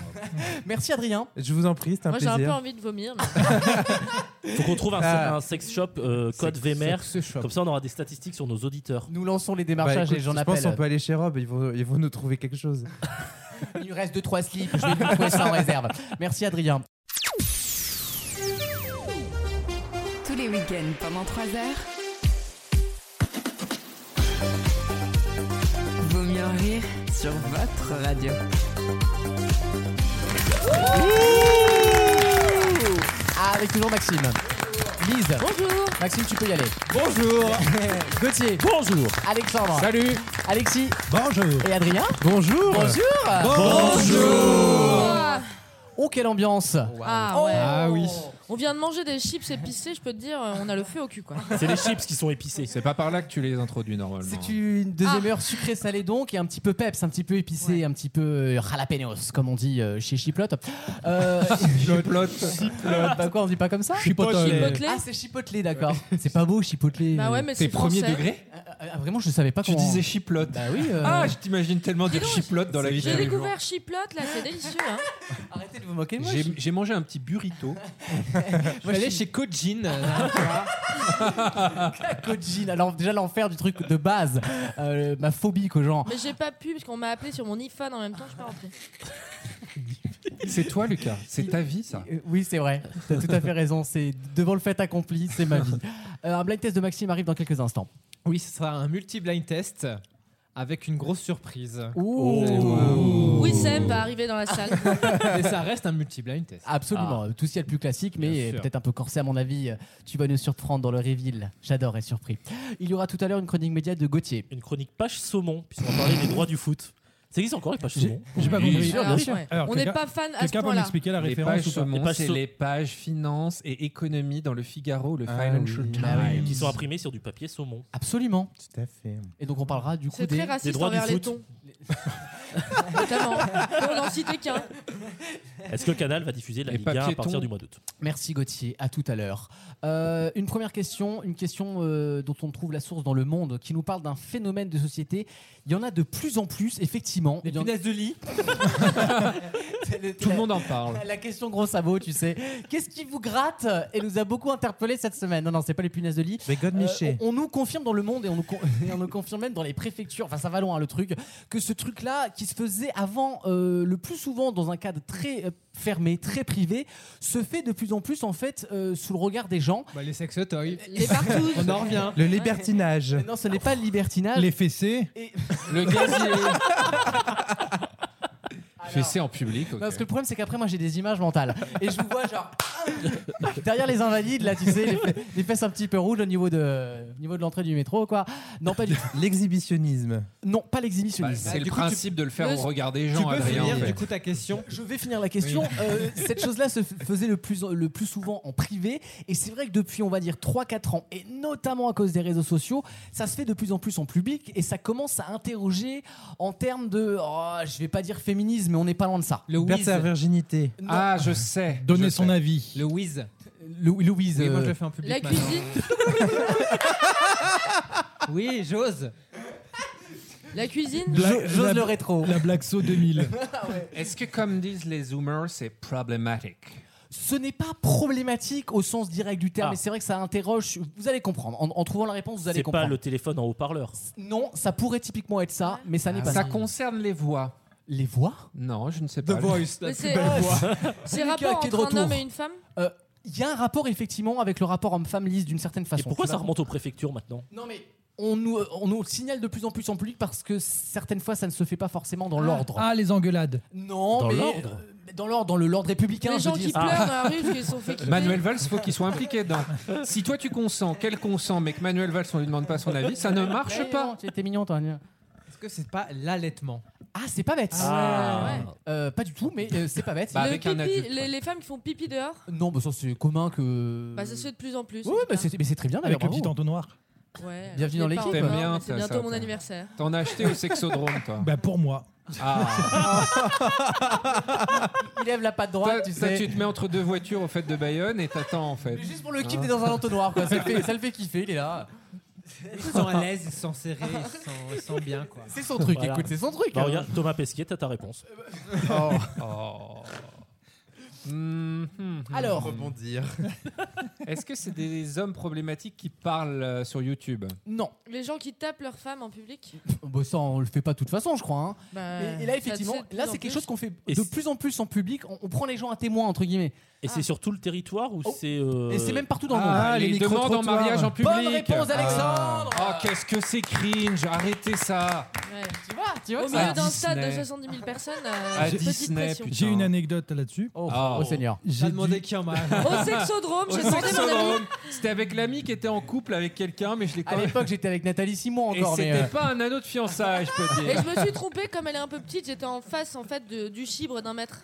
Speaker 2: Merci Adrien.
Speaker 8: Je vous en prie, c'est un
Speaker 4: Moi, j'ai
Speaker 8: plaisir.
Speaker 4: un peu envie de vomir. mais-
Speaker 5: Faut qu'on trouve un,
Speaker 8: Ah.
Speaker 5: un sex shop euh, code
Speaker 8: Sex-
Speaker 5: VMR.
Speaker 8: sex shop.
Speaker 5: Comme ça, on aura des statistiques sur nos auditeurs.
Speaker 2: Nous lançons les
Speaker 8: Bah,
Speaker 2: démarchages
Speaker 8: écoute,
Speaker 2: et j'en
Speaker 8: je
Speaker 2: appelle.
Speaker 8: pense qu'on peut aller chez Rob, ils vont, ils vont nous trouver quelque chose.
Speaker 2: (laughs) Il nous reste 2-3 slips, je vais vous trouver ça en réserve. Merci Adrien.
Speaker 1: Tous les week-ends pendant 3 heures. Vaut mieux en rire sur votre radio.
Speaker 2: Ah, Avec toujours Maxime. Lise.
Speaker 4: Bonjour.
Speaker 2: Maxime, tu peux y aller. Bonjour. (laughs) Gauthier.
Speaker 5: Bonjour.
Speaker 2: Alexandre.
Speaker 3: Salut.
Speaker 2: Alexis.
Speaker 6: Bonjour.
Speaker 2: Et Adrien.
Speaker 8: Bonjour.
Speaker 2: Bonjour.
Speaker 4: Bonjour.
Speaker 2: Oh, quelle ambiance.
Speaker 4: Ah, ouais.
Speaker 2: Ah oui.
Speaker 4: On vient de manger des chips épicées, je peux te dire, euh, on a le feu au cul quoi.
Speaker 5: C'est les chips qui sont épicés.
Speaker 3: C'est pas par là que tu les introduis normalement.
Speaker 2: C'est une deuxième
Speaker 4: Ah.
Speaker 2: heure sucrée salée donc et un petit peu peps, un petit peu épicé, un petit peu euh, jalapenos comme on dit euh, chez Chiplotte. Euh,
Speaker 3: Chiplotte.
Speaker 2: Chiplotte. Bah quoi, on dit pas comme ça
Speaker 4: Chipotle. Chipotle.
Speaker 2: Ah c'est chipotlé d'accord. C'est pas beau chipotlé.
Speaker 4: Bah ouais, mais c'est français.
Speaker 2: Ah, Vraiment je savais pas
Speaker 3: Tu
Speaker 2: comment-
Speaker 3: disais chiplotte.
Speaker 2: Bah oui. euh.
Speaker 3: Ah, je t'imagine tellement dire chiplotte dans la vie de
Speaker 4: J'ai
Speaker 3: tous les jours.
Speaker 4: découvert Chiplotte là, c'est délicieux. Hein.
Speaker 2: Arrêtez de vous moquer de moi.
Speaker 3: J'ai j'ai mangé un petit burrito.
Speaker 7: Moi, j'allais chez Kojin.
Speaker 2: (laughs) Kojin, euh, alors déjà l'enfer du truc de base, euh, ma phobie que genre.
Speaker 4: Mais j'ai pas pu parce qu'on m'a appelé sur mon iPhone en même temps, je suis pas rentrée.
Speaker 3: C'est toi, Lucas. C'est ta vie, ça.
Speaker 2: Euh, Oui, c'est vrai. T'as tout à fait raison. C'est devant le fait accompli, c'est ma vie. Euh, un blind test de Maxime arrive dans quelques instants.
Speaker 7: Oui, ce sera un multi-blind test avec une grosse surprise. Oh.
Speaker 4: Oui, Sam va arriver dans la
Speaker 2: (laughs)
Speaker 4: salle.
Speaker 7: Mais ça reste un multi-blind test. Ah.
Speaker 2: Absolument. Tout ce qu'il y a de plus classique, mais
Speaker 7: Bien
Speaker 2: euh,
Speaker 7: sûr.
Speaker 2: peut-être un peu corsé à mon avis. Euh, Tu vas nous surprendre dans le reveal. J'adore être surpris. Il y aura tout à l'heure une chronique média de Gauthier.
Speaker 5: Une chronique page saumon, puisqu'on va parler des droits du foot. Ça existe encore les pages saumon
Speaker 6: J'ai pas compris.
Speaker 4: Alors, ouais.
Speaker 6: Alors,
Speaker 4: on n'est
Speaker 6: quelqu'un-
Speaker 4: pas fan à ce
Speaker 6: Quelqu'un peut
Speaker 4: point-là.
Speaker 6: m'expliquer la
Speaker 3: Les
Speaker 6: référence
Speaker 3: pages
Speaker 6: ou pas
Speaker 3: saumon,
Speaker 5: pages
Speaker 3: c'est
Speaker 5: sau-
Speaker 3: les pages finance et économie dans le Figaro, le
Speaker 8: Ah
Speaker 3: Financial
Speaker 8: oui.
Speaker 3: Times.
Speaker 8: Ah oui.
Speaker 5: Qui sont imprimés sur du papier saumon.
Speaker 2: Absolument.
Speaker 8: Tout à fait.
Speaker 2: Et donc on parlera du coup
Speaker 4: C'est très
Speaker 2: des.
Speaker 5: des
Speaker 4: raciste
Speaker 5: droits du
Speaker 4: envers les
Speaker 5: foot.
Speaker 4: tons. (laughs) Notamment. Pour n'en citer qu'un.
Speaker 5: Est-ce que le canal va diffuser la
Speaker 3: Les
Speaker 5: Ligue 1 à
Speaker 3: papiers
Speaker 5: partir
Speaker 3: tons.
Speaker 5: du mois d'août
Speaker 2: Merci Gauthier. À tout à l'heure. Euh, une première question, une question euh, dont on trouve la source dans le monde, qui nous parle d'un phénomène de société. Il y en a de plus en plus, effectivement. Il y en-
Speaker 7: de lit.
Speaker 2: Tout
Speaker 7: Tout le monde en parle.
Speaker 2: La question gros sabot, tu sais. Qu'est-ce qui vous gratte et nous a beaucoup interpellé cette semaine Non, non, c'est pas les punaises de lit.
Speaker 8: Mais God
Speaker 2: Euh,
Speaker 8: Miché.
Speaker 2: on, on nous confirme dans le monde et on nous, con- (laughs) et on nous confirme même dans les préfectures, enfin ça va loin hein, le truc, que ce truc-là qui se faisait avant euh, le plus souvent dans un cadre très euh, fermé, très privé, se fait de plus en plus en fait euh, sous le regard des gens.
Speaker 7: Bah, les sextoys.
Speaker 4: Les partout.
Speaker 7: On en revient.
Speaker 8: Le libertinage.
Speaker 7: Euh,
Speaker 2: Non, ce n'est pas le libertinage.
Speaker 6: Les fessées.
Speaker 2: Et-
Speaker 7: Le gazier.
Speaker 3: Fessé en public. ok.
Speaker 2: Non, parce que le problème, c'est qu'après, moi, j'ai des images mentales. Et je vous vois, genre, ah, derrière les Invalides, là, tu sais, les, fe- les fesses un petit peu rouges au niveau de, au niveau de l'entrée du métro, quoi. Non, pas du tout.
Speaker 8: L'exhibitionnisme.
Speaker 2: Non, pas l'exhibitionnisme.
Speaker 3: Bah, c'est
Speaker 2: Du
Speaker 3: le
Speaker 2: coup, tu-
Speaker 3: principe de le faire
Speaker 2: Le-
Speaker 3: au regard des gens,
Speaker 2: tu peux
Speaker 3: Adrien.
Speaker 2: finir, du
Speaker 7: coup, ta question.
Speaker 2: Je vais finir la question. Euh, cette chose-là se f- faisait le plus, le plus souvent en privé. Et c'est vrai que depuis, on va dire, 3-4 ans, et notamment à cause des réseaux sociaux, ça se fait de plus en plus en public. Et ça commence à interroger en termes de, oh, je vais pas dire féminisme, mais on n'est pas loin de ça.
Speaker 7: Le
Speaker 8: Perdre sa virginité.
Speaker 3: Ah, je sais.
Speaker 6: Donner son avis.
Speaker 7: Le whiz.
Speaker 2: Louise.
Speaker 7: Oui, moi,
Speaker 2: euh,
Speaker 7: je le fais en public.
Speaker 4: La
Speaker 7: maintenant.
Speaker 4: cuisine,
Speaker 7: Oui, j'ose.
Speaker 4: la cuisine,
Speaker 6: Blague-
Speaker 2: j'ose
Speaker 6: la-
Speaker 2: le rétro.
Speaker 6: (laughs) La Black So
Speaker 2: (laughs)
Speaker 6: 2000.
Speaker 3: Est-ce que, comme disent les Zoomers, c'est problématique
Speaker 2: ce n'est pas problématique au sens direct du terme,
Speaker 3: Ah.
Speaker 2: mais c'est vrai que ça interroge. Vous allez comprendre. En, en trouvant la réponse, vous allez
Speaker 5: C'est pas
Speaker 2: comprendre.
Speaker 5: le téléphone en haut-parleur.
Speaker 2: Non, ça pourrait typiquement être ça, mais ça n'est pas
Speaker 3: Ça
Speaker 2: ça.
Speaker 3: concerne les voix.
Speaker 2: Les voix
Speaker 3: Non, je ne sais pas.
Speaker 4: Mais c'est c'est
Speaker 2: Lucas,
Speaker 4: rapport
Speaker 2: qui est de
Speaker 4: entre un
Speaker 2: retour.
Speaker 4: homme et une femme
Speaker 2: Euh, Il y a un rapport effectivement avec le rapport homme-femme lisse d'une certaine façon.
Speaker 5: Et pourquoi
Speaker 2: Tu
Speaker 5: ça
Speaker 2: vas-
Speaker 5: remonte aux préfectures maintenant
Speaker 2: Non mais on nous, euh, on nous le signale de plus en plus en public parce que certaines fois ça ne se fait pas forcément dans l'ordre.
Speaker 6: Ah, les engueulades.
Speaker 2: non,
Speaker 7: Oh,
Speaker 5: Dans
Speaker 2: mais
Speaker 5: l'ordre
Speaker 2: euh, dans l'ordre, dans le l'ordre républicain.
Speaker 4: Les
Speaker 2: je
Speaker 4: gens
Speaker 2: veux
Speaker 4: qui
Speaker 2: dire. Ah.
Speaker 4: pleurent dans la rue parce qu'ils
Speaker 2: (laughs)
Speaker 4: se sont fait
Speaker 6: Euh,
Speaker 4: quitter.
Speaker 3: Manuel Valls, faut qu'il soit impliqué dedans. Si toi tu consens, qu'elle consent, mais que Manuel Valls, on lui demande pas son avis, ça ne
Speaker 2: Ah,
Speaker 3: marche
Speaker 2: ouais,
Speaker 3: pas.
Speaker 2: non, Tu étais mignon, toi.
Speaker 7: Est-ce que c'est pas l'allaitement
Speaker 2: Ah, c'est pas bête.
Speaker 5: Ah.
Speaker 2: Euh, pas du tout, mais euh, c'est pas bête.
Speaker 3: Bah,
Speaker 4: Le
Speaker 3: avec un
Speaker 4: pipi-
Speaker 3: adulte,
Speaker 4: les,
Speaker 3: quoi.
Speaker 4: les femmes qui font pipi dehors,
Speaker 2: Non, mais ça c'est commun que.
Speaker 4: bah ça se fait de plus en plus.
Speaker 2: Oui,
Speaker 4: en tout
Speaker 2: mais
Speaker 4: cas.
Speaker 2: c'est mais c'est très bien. d'ailleurs,
Speaker 6: Avec le
Speaker 2: bravo.
Speaker 6: petit entonnoir.
Speaker 4: Ouais,
Speaker 2: Bienvenue
Speaker 4: je
Speaker 2: dans
Speaker 4: l'ai pas
Speaker 2: l'équipe.
Speaker 4: encore,
Speaker 3: T'aimes bien,
Speaker 4: mais C'est
Speaker 3: ça,
Speaker 4: bientôt
Speaker 3: ça,
Speaker 4: mon
Speaker 3: toi.
Speaker 4: anniversaire.
Speaker 3: T'en as acheté au sexodrome, toi.
Speaker 6: Bah, pour moi.
Speaker 3: Ah.
Speaker 6: (laughs)
Speaker 2: (laughs) Il lève la patte
Speaker 3: Toi,
Speaker 2: droite, tu
Speaker 3: toi,
Speaker 2: sais.
Speaker 3: tu te mets entre deux voitures au fait de Bayonne et t'attends en fait.
Speaker 2: Mais Juste pour le kiff, t'es dans un entonnoir, quoi. Ça le fait, ça le fait kiffer, il est là.
Speaker 7: Ils sont à l'aise, ils sont serrés, ils sont, ils sont bien quoi.
Speaker 2: C'est son truc,
Speaker 5: Voilà.
Speaker 2: écoute, c'est son truc.
Speaker 5: Bah,
Speaker 2: hein.
Speaker 5: regarde, Thomas Pesquet, t'as ta réponse.
Speaker 2: (laughs)
Speaker 3: Oh. Hmm, hmm, hmm.
Speaker 2: Alors,
Speaker 8: Rebondir.
Speaker 3: (laughs) Est-ce que c'est des hommes problématiques qui parlent euh, sur YouTube
Speaker 2: non.
Speaker 4: Les gens qui tapent leurs femmes en public.
Speaker 2: Bah, ça, on le fait pas de toute façon, je crois. hein.
Speaker 4: bah,
Speaker 2: Mais- et là,
Speaker 4: ça se fait de
Speaker 2: effectivement,
Speaker 4: plus
Speaker 2: là,
Speaker 4: en
Speaker 2: c'est quelque
Speaker 4: plus.
Speaker 2: chose qu'on fait
Speaker 5: Et
Speaker 2: de
Speaker 5: c'est-
Speaker 2: plus en plus en public. On, on prend les gens à témoin, entre guillemets.
Speaker 5: Et
Speaker 4: Ah.
Speaker 5: c'est sur tout le territoire ou
Speaker 2: Oh.
Speaker 5: c'est. euh,
Speaker 2: Et c'est même partout dans le monde.
Speaker 3: Ah, les, demandes en mariage en public
Speaker 2: Bonne réponse, Alexandre
Speaker 5: Ah.
Speaker 3: Oh, qu'est-ce que c'est cringe Arrêtez ça
Speaker 4: Ouais.
Speaker 2: Tu vois, tu vois
Speaker 4: Au
Speaker 2: que ça-
Speaker 4: milieu d'un
Speaker 3: Disney.
Speaker 4: stade de 70 000 personnes, euh,
Speaker 3: À
Speaker 4: petite
Speaker 3: Disney,
Speaker 4: pression.
Speaker 3: putain.
Speaker 6: J'ai une anecdote là-dessus.
Speaker 2: Oh,
Speaker 3: Ah.
Speaker 2: oh, Seigneur.
Speaker 7: J'ai
Speaker 6: J'ai
Speaker 7: demandé
Speaker 6: dû-
Speaker 7: qui
Speaker 6: (laughs)
Speaker 7: en mariage.
Speaker 4: Au sexodrome,
Speaker 3: Au
Speaker 4: j'ai demandé mon ami.
Speaker 3: sexodrome. C'était avec l'ami qui était en couple avec quelqu'un, mais je l'ai quand
Speaker 2: À
Speaker 3: même.
Speaker 2: l'époque, j'étais avec Nathalie Simon
Speaker 3: Et
Speaker 2: encore, mais.
Speaker 3: c'était
Speaker 2: euh,
Speaker 3: pas un anneau de fiançailles, je
Speaker 4: (laughs)
Speaker 3: peux
Speaker 4: Et
Speaker 3: dire.
Speaker 4: je me suis trompée, comme elle est un peu petite, j'étais en face en fait de- du chibre d'un (laughs) mètre.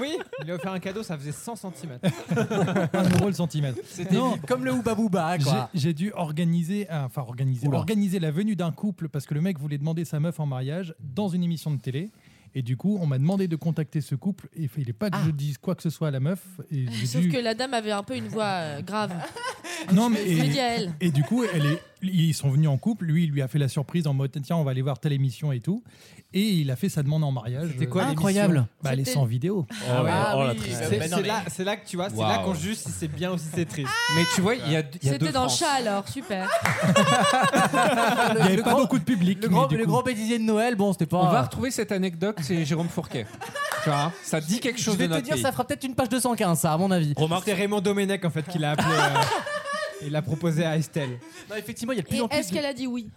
Speaker 7: Oui, il lui a offert un cadeau, ça faisait 100 cm.
Speaker 6: un euro le centimètre. Non,
Speaker 2: Comme le Ouba Booba,
Speaker 6: J'ai-
Speaker 2: quoi.
Speaker 6: J'ai dû organiser, ah, enfin organiser,
Speaker 2: Oula.
Speaker 6: organiser la venue d'un couple parce que le mec voulait demander sa meuf en mariage dans une émission de télé. Et du coup, on m'a demandé de contacter ce couple. Et il n'est pas que je dise quoi que ce soit à la meuf. Et j'ai
Speaker 4: Ah. Sauf
Speaker 6: dû-
Speaker 4: que la dame avait un peu une voix euh, grave.
Speaker 6: (laughs) non, mais
Speaker 4: Je me dis
Speaker 6: et,
Speaker 4: à elle.
Speaker 6: et du coup, elle est- ils sont venus en couple. Lui, il lui a fait la surprise en mode tiens, on va aller voir telle émission et tout. Et il a fait sa demande en mariage.
Speaker 7: C'était quoi
Speaker 2: Incroyable.
Speaker 6: Bah, Elle est
Speaker 4: C'était-
Speaker 6: sans vidéo.
Speaker 5: Oh,
Speaker 2: Ah
Speaker 5: oh, la
Speaker 2: oui,
Speaker 5: tristesse.
Speaker 7: C'est
Speaker 2: mais non,
Speaker 7: c'est
Speaker 2: mais- Ah
Speaker 7: là, c'est là que tu vois, c'est
Speaker 3: Waouh.
Speaker 7: là qu'on juge si c'est bien ou si c'est triste.
Speaker 3: Mais tu vois, il y a, il y a deux
Speaker 4: C'était dans le
Speaker 3: France.
Speaker 4: chat alors, super.
Speaker 6: Il n'y avait pas beaucoup de public.
Speaker 2: Le
Speaker 6: mais
Speaker 2: grand,
Speaker 6: du
Speaker 2: le
Speaker 6: coup-
Speaker 2: grand bêtisier de Noël, bon, c'était pas.
Speaker 3: On va retrouver cette anecdote, c'est Jérôme Fourquet. Tu vois, hein, ça dit quelque chose
Speaker 2: je vais
Speaker 3: de
Speaker 2: te
Speaker 3: notre
Speaker 2: dire,
Speaker 3: pays.
Speaker 2: ça fera peut-être une page 215, ça, à mon avis.
Speaker 5: Remarque,
Speaker 7: C'est Raymond Domenech en fait qui l'a appelé. euh, Il l'a proposé à Estelle.
Speaker 2: Non, effectivement, il y a de plus
Speaker 4: Et
Speaker 2: en plus.
Speaker 4: est-ce
Speaker 2: de-
Speaker 4: qu'elle a dit oui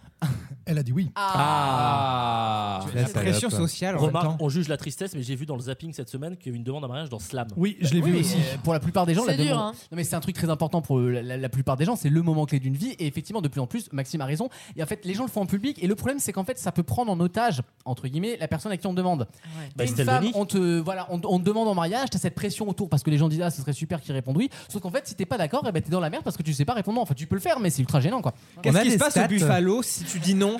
Speaker 6: Elle a dit oui.
Speaker 2: Ah.
Speaker 3: Ah,
Speaker 7: La
Speaker 8: salope.
Speaker 7: pression sociale en même temps.
Speaker 5: remarque, on juge la tristesse, mais j'ai vu dans le zapping cette semaine qu'il y avait une demande en mariage dans Slam.
Speaker 6: Oui, je l'ai
Speaker 2: Oui,
Speaker 6: vu
Speaker 2: mais,
Speaker 6: aussi.
Speaker 2: euh, pour la plupart des gens,
Speaker 4: C'est
Speaker 2: la
Speaker 4: dur,
Speaker 2: demande-
Speaker 4: hein.
Speaker 2: Non, mais c'est un truc très important pour euh, la, la- la plupart des gens. C'est le moment clé d'une vie. Et effectivement, de plus en plus, Maxime a raison. Et en fait, les gens le font en public. Et le problème, c'est qu'en fait, ça peut prendre en otage, entre guillemets, la personne à qui on demande.
Speaker 5: Bah,
Speaker 2: T'es une
Speaker 5: Estelle
Speaker 2: femme,
Speaker 5: Denis.
Speaker 2: on te, voilà, on, on te demande en mariage. T'as cette pression autour parce que les gens disent ah, ce serait super qu'ils répondent oui. Sauf qu'en fait, si t'es pas d'accord, eh ben, t'es dans la merde parce que tu sais pas répondre. Enfin, tu peux le faire, mais c'est ultra gênant, quoi.
Speaker 7: Qu'est-ce
Speaker 8: On a
Speaker 7: qui se
Speaker 8: des
Speaker 7: passe au
Speaker 8: stats.
Speaker 7: Buffalo si tu dis non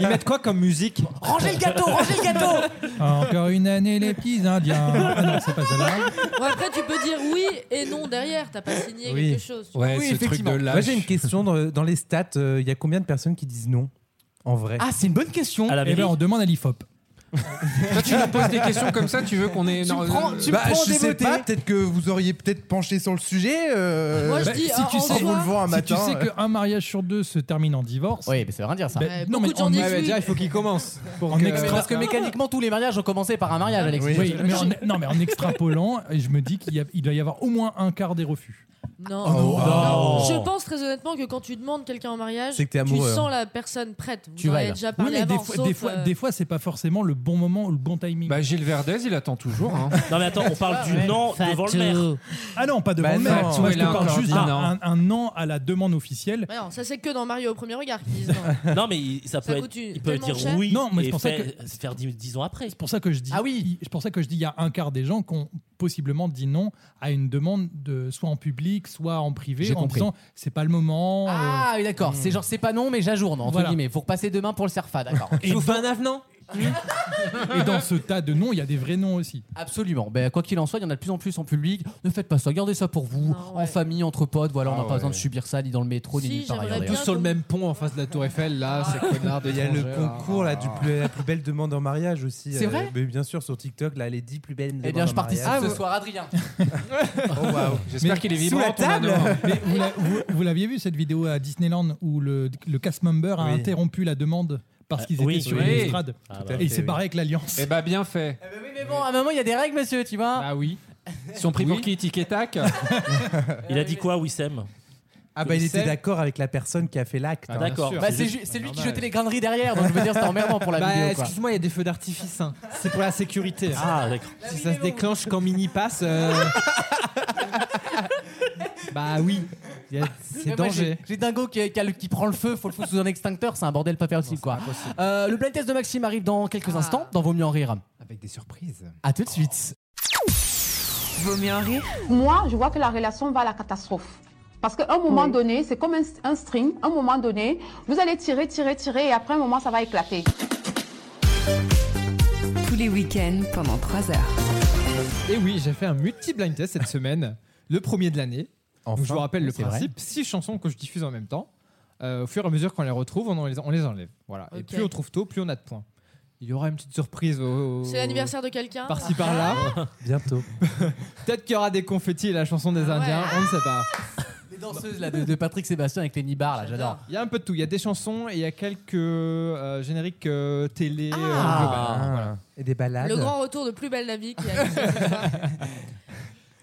Speaker 7: Ils mettent quoi comme musique
Speaker 2: Rangez le gâteau, rangez le gâteau.
Speaker 6: Encore une année, les petits Indiens. Ah non, c'est pas celle-là.
Speaker 4: Bon, Après, tu peux dire oui et non derrière, t'as pas signé
Speaker 8: Oui.
Speaker 4: quelque chose. tu
Speaker 3: Ouais,
Speaker 2: Oui,
Speaker 3: ce truc de
Speaker 2: effectivement.
Speaker 3: lâche.
Speaker 8: Moi, j'ai une question. Dans, dans les stats, euh, il y a combien de personnes qui disent non En vrai Eh
Speaker 2: Ah, c'est une bonne question.
Speaker 5: À la
Speaker 6: Et
Speaker 5: mairie.
Speaker 6: ben, on demande à l'IFOP.
Speaker 3: Toi, tu nous poses des questions comme ça, tu veux qu'on ait. Bah,
Speaker 2: Tu
Speaker 3: non,
Speaker 2: me prends-
Speaker 3: non,
Speaker 2: tu me prends des votés.
Speaker 8: peut-être que vous auriez peut-être penché sur le sujet. euh,
Speaker 4: Moi, je
Speaker 8: bah,
Speaker 4: dis,
Speaker 8: si
Speaker 4: en-
Speaker 8: tu
Speaker 4: en
Speaker 8: sais,
Speaker 4: soi-
Speaker 8: on le voit un
Speaker 6: Si tu
Speaker 8: matin. euh.
Speaker 6: sais qu'un mariage sur deux se termine en divorce,
Speaker 2: Oui, mais ça veut rien dire ça.
Speaker 6: ben,
Speaker 4: Ouais,
Speaker 6: non,
Speaker 4: beaucoup
Speaker 6: mais
Speaker 4: de gens
Speaker 6: en-
Speaker 4: disent-
Speaker 7: Ouais, mais
Speaker 4: oui.
Speaker 7: déjà, il faut qu'ils commencent. Pour
Speaker 6: En
Speaker 7: que-
Speaker 6: extra- Ah,
Speaker 2: Parce que mécaniquement, tous les mariages ont commencé par un
Speaker 4: Ah,
Speaker 2: mariage, Alex.
Speaker 8: Oui.
Speaker 6: e-
Speaker 4: (laughs)
Speaker 6: Oui, mais en, non, Ah mais en extrapolant, je me dis qu'il y a- il doit y avoir au moins un quart des refus.
Speaker 4: vois. Non.
Speaker 8: Oh, non. Non.
Speaker 4: Je pense très honnêtement que quand tu demandes quelqu'un en mariage,
Speaker 6: C'est que t'es
Speaker 4: tu
Speaker 6: amoureux. hein.
Speaker 4: sens la personne prête. Vous
Speaker 6: Tu
Speaker 4: en
Speaker 6: vas
Speaker 4: avez
Speaker 6: là.
Speaker 4: déjà
Speaker 6: Oui,
Speaker 4: parlé
Speaker 6: mais des
Speaker 4: avant.
Speaker 6: fois,
Speaker 4: sauf,
Speaker 6: des fois,
Speaker 4: euh,
Speaker 6: des fois, c'est pas forcément le bon moment ou le bon timing.
Speaker 3: Bah, Gilles Verdez, il attend toujours. hein.
Speaker 5: (laughs) Non, mais attends, on parle du non devant le maire.
Speaker 6: Ah non, pas devant
Speaker 3: Bah
Speaker 6: le
Speaker 3: non,
Speaker 6: maire.
Speaker 3: Fatou,
Speaker 6: Moi,
Speaker 3: elle
Speaker 6: je te
Speaker 3: a
Speaker 6: parle
Speaker 3: encore
Speaker 6: juste
Speaker 3: dit
Speaker 6: d'un
Speaker 3: non.
Speaker 6: un, un an à la demande officielle.
Speaker 4: bah non, ça c'est que dans Mario au premier regard qu'ils disent non.
Speaker 5: Non, mais il- ça
Speaker 4: Ça
Speaker 5: peut
Speaker 4: coûte
Speaker 5: être.
Speaker 4: une-
Speaker 5: Il peut
Speaker 4: tellement
Speaker 5: dire
Speaker 4: cher.
Speaker 5: oui
Speaker 6: Non, mais c'est
Speaker 5: et
Speaker 6: pour ça
Speaker 5: faire- se faire 10, 10 ans après.
Speaker 6: C'est pour ça que je dis.
Speaker 5: Ah
Speaker 6: oui. C'est pour ça que je dis il y a un quart des gens qui ont possiblement dit non à une demande de soit en public, soit en privé,
Speaker 2: J'ai
Speaker 6: en
Speaker 2: compris.
Speaker 6: disant c'est pas le moment. euh,
Speaker 2: Ah oui, d'accord.
Speaker 7: Hmm.
Speaker 2: C'est genre, c'est pas non, mais j'ajourne, entre
Speaker 6: Voilà.
Speaker 2: guillemets. Vous repassez demain pour le Cerfa, d'accord.
Speaker 6: Je vous
Speaker 2: fais un avenant
Speaker 6: euh, Et dans ce tas de noms, il y a des vrais noms aussi.
Speaker 2: Absolument. Ben, quoi qu'il en soit, il y en a de plus en plus en public. Ne faites pas ça. Gardez ça pour vous, en famille, entre potes. Voilà, on n'a
Speaker 7: Ah
Speaker 2: pas besoin
Speaker 7: ouais.
Speaker 2: de subir ça ni dans le métro ni nulle part ailleurs.
Speaker 7: Tous
Speaker 2: d'ailleurs.
Speaker 7: sur le même pont en face de la Tour Eiffel, là, ces connards
Speaker 8: Ah. Il y a le
Speaker 7: d'étrangers, là. Ah.
Speaker 8: concours là, du plus, la plus belle demande en mariage aussi. euh,
Speaker 7: C'est vrai
Speaker 8: mais Bien sûr, sur TikTok, là, les 10 plus belles demandes
Speaker 2: Eh bien, je
Speaker 8: en
Speaker 2: participe
Speaker 7: Ah,
Speaker 8: mariage.
Speaker 4: Ah,
Speaker 2: ce soir,
Speaker 7: (laughs)
Speaker 2: Adrien.
Speaker 8: Oh, (laughs) waouh.
Speaker 3: J'espère
Speaker 6: Mais
Speaker 3: qu'il est
Speaker 6: sous
Speaker 3: vivant.
Speaker 6: la
Speaker 3: ton
Speaker 6: table.
Speaker 3: Manon.
Speaker 6: Mais vous la- vous, vous l'aviez vu cette vidéo à Disneyland où le, le cast member a
Speaker 3: Oui.
Speaker 6: interrompu la demande parce
Speaker 3: Ah,
Speaker 6: qu'ils
Speaker 3: oui,
Speaker 6: étaient sur
Speaker 3: oui.
Speaker 6: une estrade.
Speaker 3: Ah, bah,
Speaker 6: et il
Speaker 3: fait,
Speaker 6: s'est
Speaker 3: oui.
Speaker 6: barré avec l'Alliance.
Speaker 7: ben,
Speaker 3: Eh bah, bien fait.
Speaker 2: Oui, mais bon, à un moment, il y a des règles, monsieur, tu vois.
Speaker 3: Ah oui. Ils sont pris pour qui Tic et tac
Speaker 5: Il a dit quoi, Wissem
Speaker 8: Ah bah il était
Speaker 5: Wissem
Speaker 8: d'accord avec la personne qui a fait l'acte. hein.
Speaker 5: Ah, d'accord.
Speaker 2: Bah, c'est ju- c'est lui qui jetait les graineries derrière, donc je veux dire, c'était emmerdant pour la
Speaker 7: Bah,
Speaker 2: vidéo. Quoi.
Speaker 7: Excuse-moi, il y a des feux d'artifice. hein. C'est pour la sécurité. hein.
Speaker 5: Ah, d'accord.
Speaker 7: Si ça se déclenche quand Mini passe. euh, bah oui, Il y a- c'est
Speaker 2: Mais moi, j'ai-
Speaker 7: danger.
Speaker 2: J'ai Dingo qui, qui a le- qui prend le feu, faut le foutre sous un extincteur, c'est un bordel pas possible quoi. Euh, le blind test de Maxime arrive dans
Speaker 4: Ah.
Speaker 2: quelques instants, dans Vaut mieux en rire.
Speaker 7: Avec des surprises.
Speaker 2: À tout de (laughs) suite.
Speaker 12: Vaut mieux en rire. Moi, je vois que la relation va à la catastrophe. Parce qu'à un moment donné, c'est comme un, un string. À un moment donné, vous allez tirer, tirer, tirer, et après un moment, ça va éclater.
Speaker 1: Tous les week-ends pendant 3 heures.
Speaker 7: Et oui, j'ai fait un multi-blind test cette
Speaker 8: (laughs)
Speaker 7: semaine, le premier de l'année. Donc, je vous rappelle le
Speaker 2: c'est vrai.
Speaker 7: principe six chansons que je diffuse en même temps. Euh, au fur et à mesure qu'on les retrouve, on en les, on les enlève. Voilà. Et
Speaker 4: Ok.
Speaker 7: plus on trouve tôt, plus on a de points. Il y aura une petite surprise au.
Speaker 4: C'est l'anniversaire de quelqu'un. Ah.
Speaker 7: Par-ci par-là.
Speaker 2: Ah.
Speaker 8: (laughs) Bientôt.
Speaker 7: (laughs) Peut-être qu'il y aura des confettis et la chanson des Indiens, on ne sait pas.
Speaker 2: Ah (laughs) Les danseuses là, de, de Patrick Sébastien avec les nibards là, j'adore.
Speaker 7: Il y a un peu de tout. Il y a des chansons et il y a quelques euh, génériques euh, télé.
Speaker 2: Ah.
Speaker 7: euh, globales. Voilà.
Speaker 8: Et des balades.
Speaker 4: Le grand retour de Plus Belle la Vie qui a
Speaker 8: (laughs)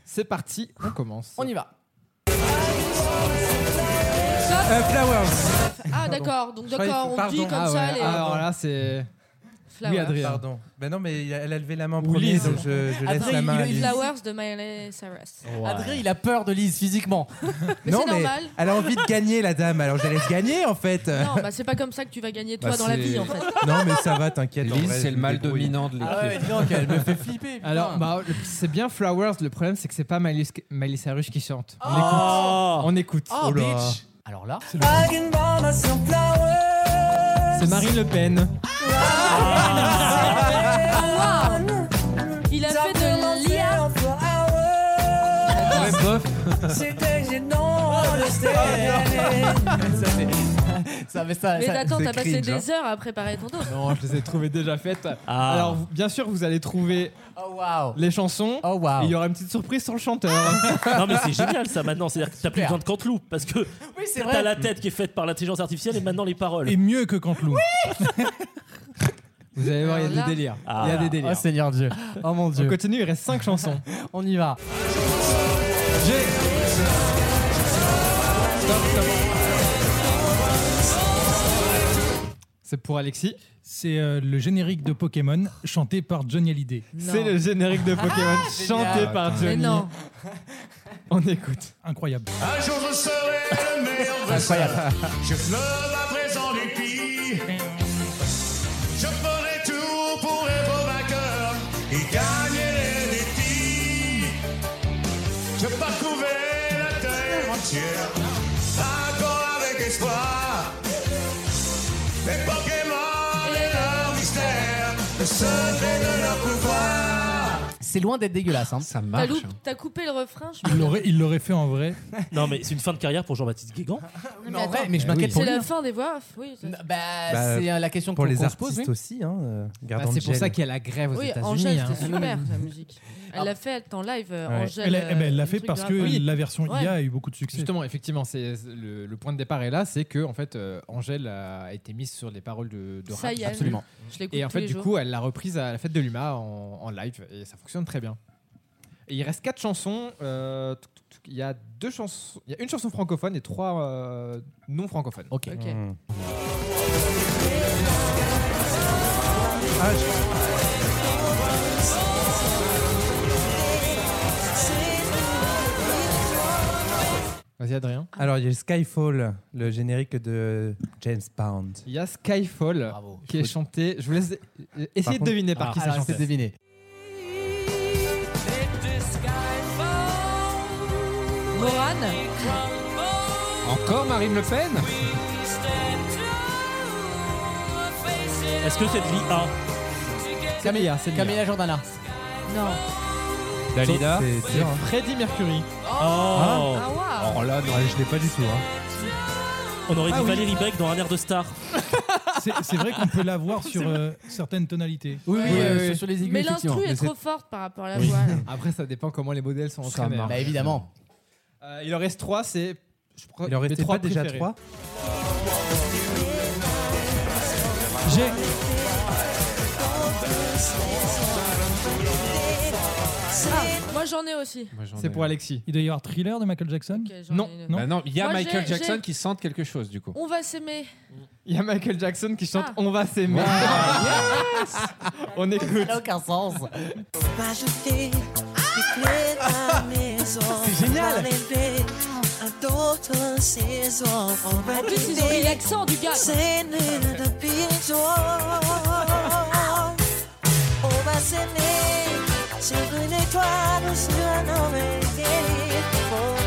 Speaker 7: C'est parti, on commence.
Speaker 2: On y va.
Speaker 8: flowers.
Speaker 4: Ah d'accord, donc d'accord, on dit comme
Speaker 7: Ah
Speaker 4: ça
Speaker 7: ouais,
Speaker 4: les
Speaker 7: Alors là, c'est.
Speaker 4: Flowers.
Speaker 7: Oui, Adrien.
Speaker 8: Pardon. Bah non, mais il a- elle a levé la main en
Speaker 7: Ou
Speaker 8: premier,
Speaker 7: Lise.
Speaker 8: donc je, je laisse
Speaker 2: Adrien,
Speaker 8: la main à
Speaker 2: il-
Speaker 8: Lise.
Speaker 4: Flowers de Miley Cyrus.
Speaker 2: Adrien, il a peur de Lise physiquement.
Speaker 4: (laughs) Mais
Speaker 8: non,
Speaker 4: c'est
Speaker 8: mais
Speaker 4: normal.
Speaker 8: elle a envie de gagner, la dame, alors je la laisse gagner en fait.
Speaker 4: Non, bah c'est pas comme ça que tu vas gagner toi
Speaker 8: Bah,
Speaker 4: dans la
Speaker 8: c'est-
Speaker 4: vie en fait.
Speaker 8: Non, mais ça va, t'inquiète. en
Speaker 3: Lise,
Speaker 8: vrai,
Speaker 3: c'est
Speaker 8: je
Speaker 3: le
Speaker 8: me
Speaker 3: mal
Speaker 8: débrouille.
Speaker 3: dominant de l'équipe.
Speaker 2: Ah ouais, dis donc,
Speaker 8: (laughs)
Speaker 2: elle me fait flipper. putain.
Speaker 7: Alors, bah, le- c'est bien Flowers, le problème c'est que c'est pas Miley Miley Cyrus qui chante. On
Speaker 5: Oh.
Speaker 7: écoute. On écoute.
Speaker 2: Oh,
Speaker 8: Oh là.
Speaker 2: bitch. Alors là,
Speaker 7: C'est Marine Le Pen.
Speaker 4: Ah, Il a fait de l'IA.
Speaker 2: Ah,
Speaker 3: Ouais, bof.
Speaker 4: (laughs)
Speaker 2: ça fait ça.
Speaker 4: Mais
Speaker 2: Ah, ça-
Speaker 4: attends,
Speaker 8: c'est
Speaker 4: t'as passé
Speaker 8: cringe,
Speaker 4: des heures à préparer ton dos.
Speaker 7: Non, je les ai trouvées déjà faites.
Speaker 5: Ah.
Speaker 7: Alors, vous- bien sûr, vous allez trouver
Speaker 2: Oh waouh.
Speaker 7: les chansons.
Speaker 2: Oh
Speaker 7: et Il y
Speaker 2: waouh.
Speaker 7: aura une petite surprise sur le chanteur.
Speaker 5: Non, mais c'est génial ça maintenant. C'est-à-dire que t'as plus besoin
Speaker 2: Super.
Speaker 5: de Canteloup parce que
Speaker 2: Oui, c'est
Speaker 5: t'as
Speaker 2: vrai.
Speaker 5: la tête qui est faite par l'intelligence artificielle et maintenant les paroles.
Speaker 6: Et mieux que Canteloup.
Speaker 7: Vous allez voir, il y a
Speaker 4: Alors
Speaker 7: des
Speaker 4: là-
Speaker 7: délires.
Speaker 5: Ah.
Speaker 7: Il y a des délires.
Speaker 2: Oh Seigneur Dieu. Oh mon
Speaker 7: on
Speaker 2: Dieu.
Speaker 7: continue, il reste 5 chansons.
Speaker 2: On y va.
Speaker 7: C'est pour Alexis.
Speaker 6: C'est euh, le générique de Pokémon chanté par Johnny Hallyday. Ah,
Speaker 4: Non.
Speaker 7: C'est le générique de Pokémon chanté
Speaker 2: génial.
Speaker 7: par
Speaker 4: Ah, Mais
Speaker 7: Johnny.
Speaker 4: non.
Speaker 7: On écoute.
Speaker 6: Incroyable.
Speaker 2: Incroyable.
Speaker 10: Je pleure à présent du pire. Je ferai tout pour les beaux vainqueurs et gagner les défis. Je parcourrai la terre entière, encore avec espoir. Les Pokémon et leur mystère, le secret de leur pouvoir.
Speaker 2: C'est loin d'être dégueulasse. Hein.
Speaker 3: Ça
Speaker 4: T'as
Speaker 3: marche.
Speaker 4: loup- T'as coupé le refrain, je me-
Speaker 5: Ah,
Speaker 6: Il l'aurait, il l'aurait fait en vrai.
Speaker 5: Non, mais c'est une fin de carrière pour Jean-Baptiste Guégan.
Speaker 2: Ah,
Speaker 5: Ah
Speaker 2: Mais en vrai,
Speaker 4: attends,
Speaker 2: mais je m'inquiète pour
Speaker 4: C'est
Speaker 2: lui.
Speaker 4: la fin des voix off, oui. ça-
Speaker 2: N- Bah, c'est euh, la question
Speaker 8: Pour
Speaker 2: qu'on-
Speaker 8: les
Speaker 2: qu'on se
Speaker 8: artistes
Speaker 2: pose. oui.
Speaker 8: aussi, hein. euh, garde
Speaker 7: Bah, c'est pour
Speaker 8: Angèle.
Speaker 7: ça qu'il y a la grève aux
Speaker 4: Oui,
Speaker 7: États-Unis.
Speaker 4: Angèle,
Speaker 7: hein.
Speaker 4: c'était super sa musique. Elle l'a fait en live, euh,
Speaker 8: Ouais.
Speaker 4: Angèle.
Speaker 6: Elle, a- eh ben, elle l'a fait parce que
Speaker 4: Oui.
Speaker 6: la version
Speaker 4: Ouais.
Speaker 6: IA a eu beaucoup de succès.
Speaker 7: Justement, effectivement, c'est le, le point de départ est là, c'est que en fait, euh, Angèle a été mise sur les paroles de, de
Speaker 4: Ça
Speaker 7: rap.
Speaker 4: y est.
Speaker 7: Absolument.
Speaker 4: Je l'écoute
Speaker 7: Et en
Speaker 4: tous
Speaker 7: fait,
Speaker 4: les
Speaker 7: du
Speaker 4: jours.
Speaker 7: coup, elle l'a reprise à la fête de l'UMA en, en live et ça fonctionne très bien. Et il reste quatre chansons. euh, tuk, tuk, tuk. il y a deux chansons, il y a une chanson francophone et trois euh, non francophones.
Speaker 2: Ok.
Speaker 10: Ok. Mm.
Speaker 7: Vas-y Adrien.
Speaker 8: Alors il y a Skyfall, le générique de James Pound.
Speaker 7: Il y a Skyfall qui est chanté. Je vous laisse euh,
Speaker 8: Par
Speaker 7: essayer de
Speaker 8: contre-
Speaker 7: deviner par
Speaker 8: Ah,
Speaker 7: qui c'est
Speaker 8: alors,
Speaker 7: chanté.
Speaker 8: c'est deviné.
Speaker 4: Morane
Speaker 3: Encore Marine Le Pen
Speaker 5: Est-ce que c'est de l'IA
Speaker 7: Camilla, c'est
Speaker 2: Camilla Jordana.
Speaker 4: Non.
Speaker 3: Dalida
Speaker 7: C'est dur, hein. Freddie Mercury.
Speaker 5: Oh,
Speaker 7: Ah,
Speaker 3: waouh. Oh là, non, je l'ai pas du tout.
Speaker 6: hein.
Speaker 5: On aurait
Speaker 6: Ah
Speaker 5: dit
Speaker 6: oui.
Speaker 5: Valérie Beck dans Un air de star.
Speaker 6: C'est c'est vrai qu'on peut l'avoir sur euh, certaines tonalités.
Speaker 2: Oui,
Speaker 7: oui, euh, sur- sur les aiguilles,
Speaker 4: Mais
Speaker 7: effectivement.
Speaker 4: l'instru est
Speaker 7: Mais c'est-
Speaker 4: trop forte par rapport à la
Speaker 7: Oui.
Speaker 4: voix. là.
Speaker 2: (laughs)
Speaker 7: Après, ça dépend comment les modèles sont
Speaker 2: Ça
Speaker 7: entraînés. hein.
Speaker 2: marche. Bah, évidemment.
Speaker 7: Euh, il en reste trois, c'est. je crois-
Speaker 8: Il en
Speaker 7: mes
Speaker 8: restait
Speaker 7: trois
Speaker 8: pas déjà
Speaker 7: préférés.
Speaker 8: trois
Speaker 6: J'ai.
Speaker 4: Ah, moi j'en ai aussi.
Speaker 7: C'est pour Alexis.
Speaker 6: Il doit y avoir Thriller de Michael Jackson
Speaker 4: j'en
Speaker 7: Non.
Speaker 4: ai une.
Speaker 6: Non.
Speaker 3: Bah non, il y a
Speaker 4: Moi,
Speaker 3: Michael
Speaker 4: j'ai-
Speaker 3: Jackson
Speaker 4: j'ai-
Speaker 3: qui sente quelque chose du coup.
Speaker 4: On va s'aimer.
Speaker 7: Il y a Michael Jackson qui chante
Speaker 4: Ah.
Speaker 7: On va s'aimer. (laughs) On écoute.
Speaker 2: n'a aucun
Speaker 7: (laughs)
Speaker 2: sens.
Speaker 10: M'ajouter les clés de la maison.
Speaker 7: Ah (laughs) C'est génial.
Speaker 10: On va rêver à d'autres saisons. On va
Speaker 4: En plus, ils ont
Speaker 10: quitter
Speaker 4: mis l'accent du gars.
Speaker 10: scène de pigeons. On va s'aimer sur une étoile, sur un homme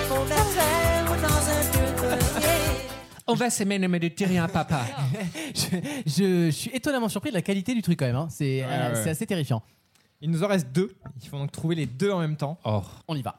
Speaker 10: Pour qu'on appelle dans un but
Speaker 3: On va s'aimer, ne me dites rien, papa.
Speaker 2: je, je- je suis étonnamment surpris de la qualité du truc quand même. hein.
Speaker 3: Ah
Speaker 2: C'est euh,
Speaker 7: ouais.
Speaker 2: c'est assez terrifiant.
Speaker 7: Il nous en reste deux. Il faut donc trouver les deux en même temps.
Speaker 3: Oh.
Speaker 2: On y va.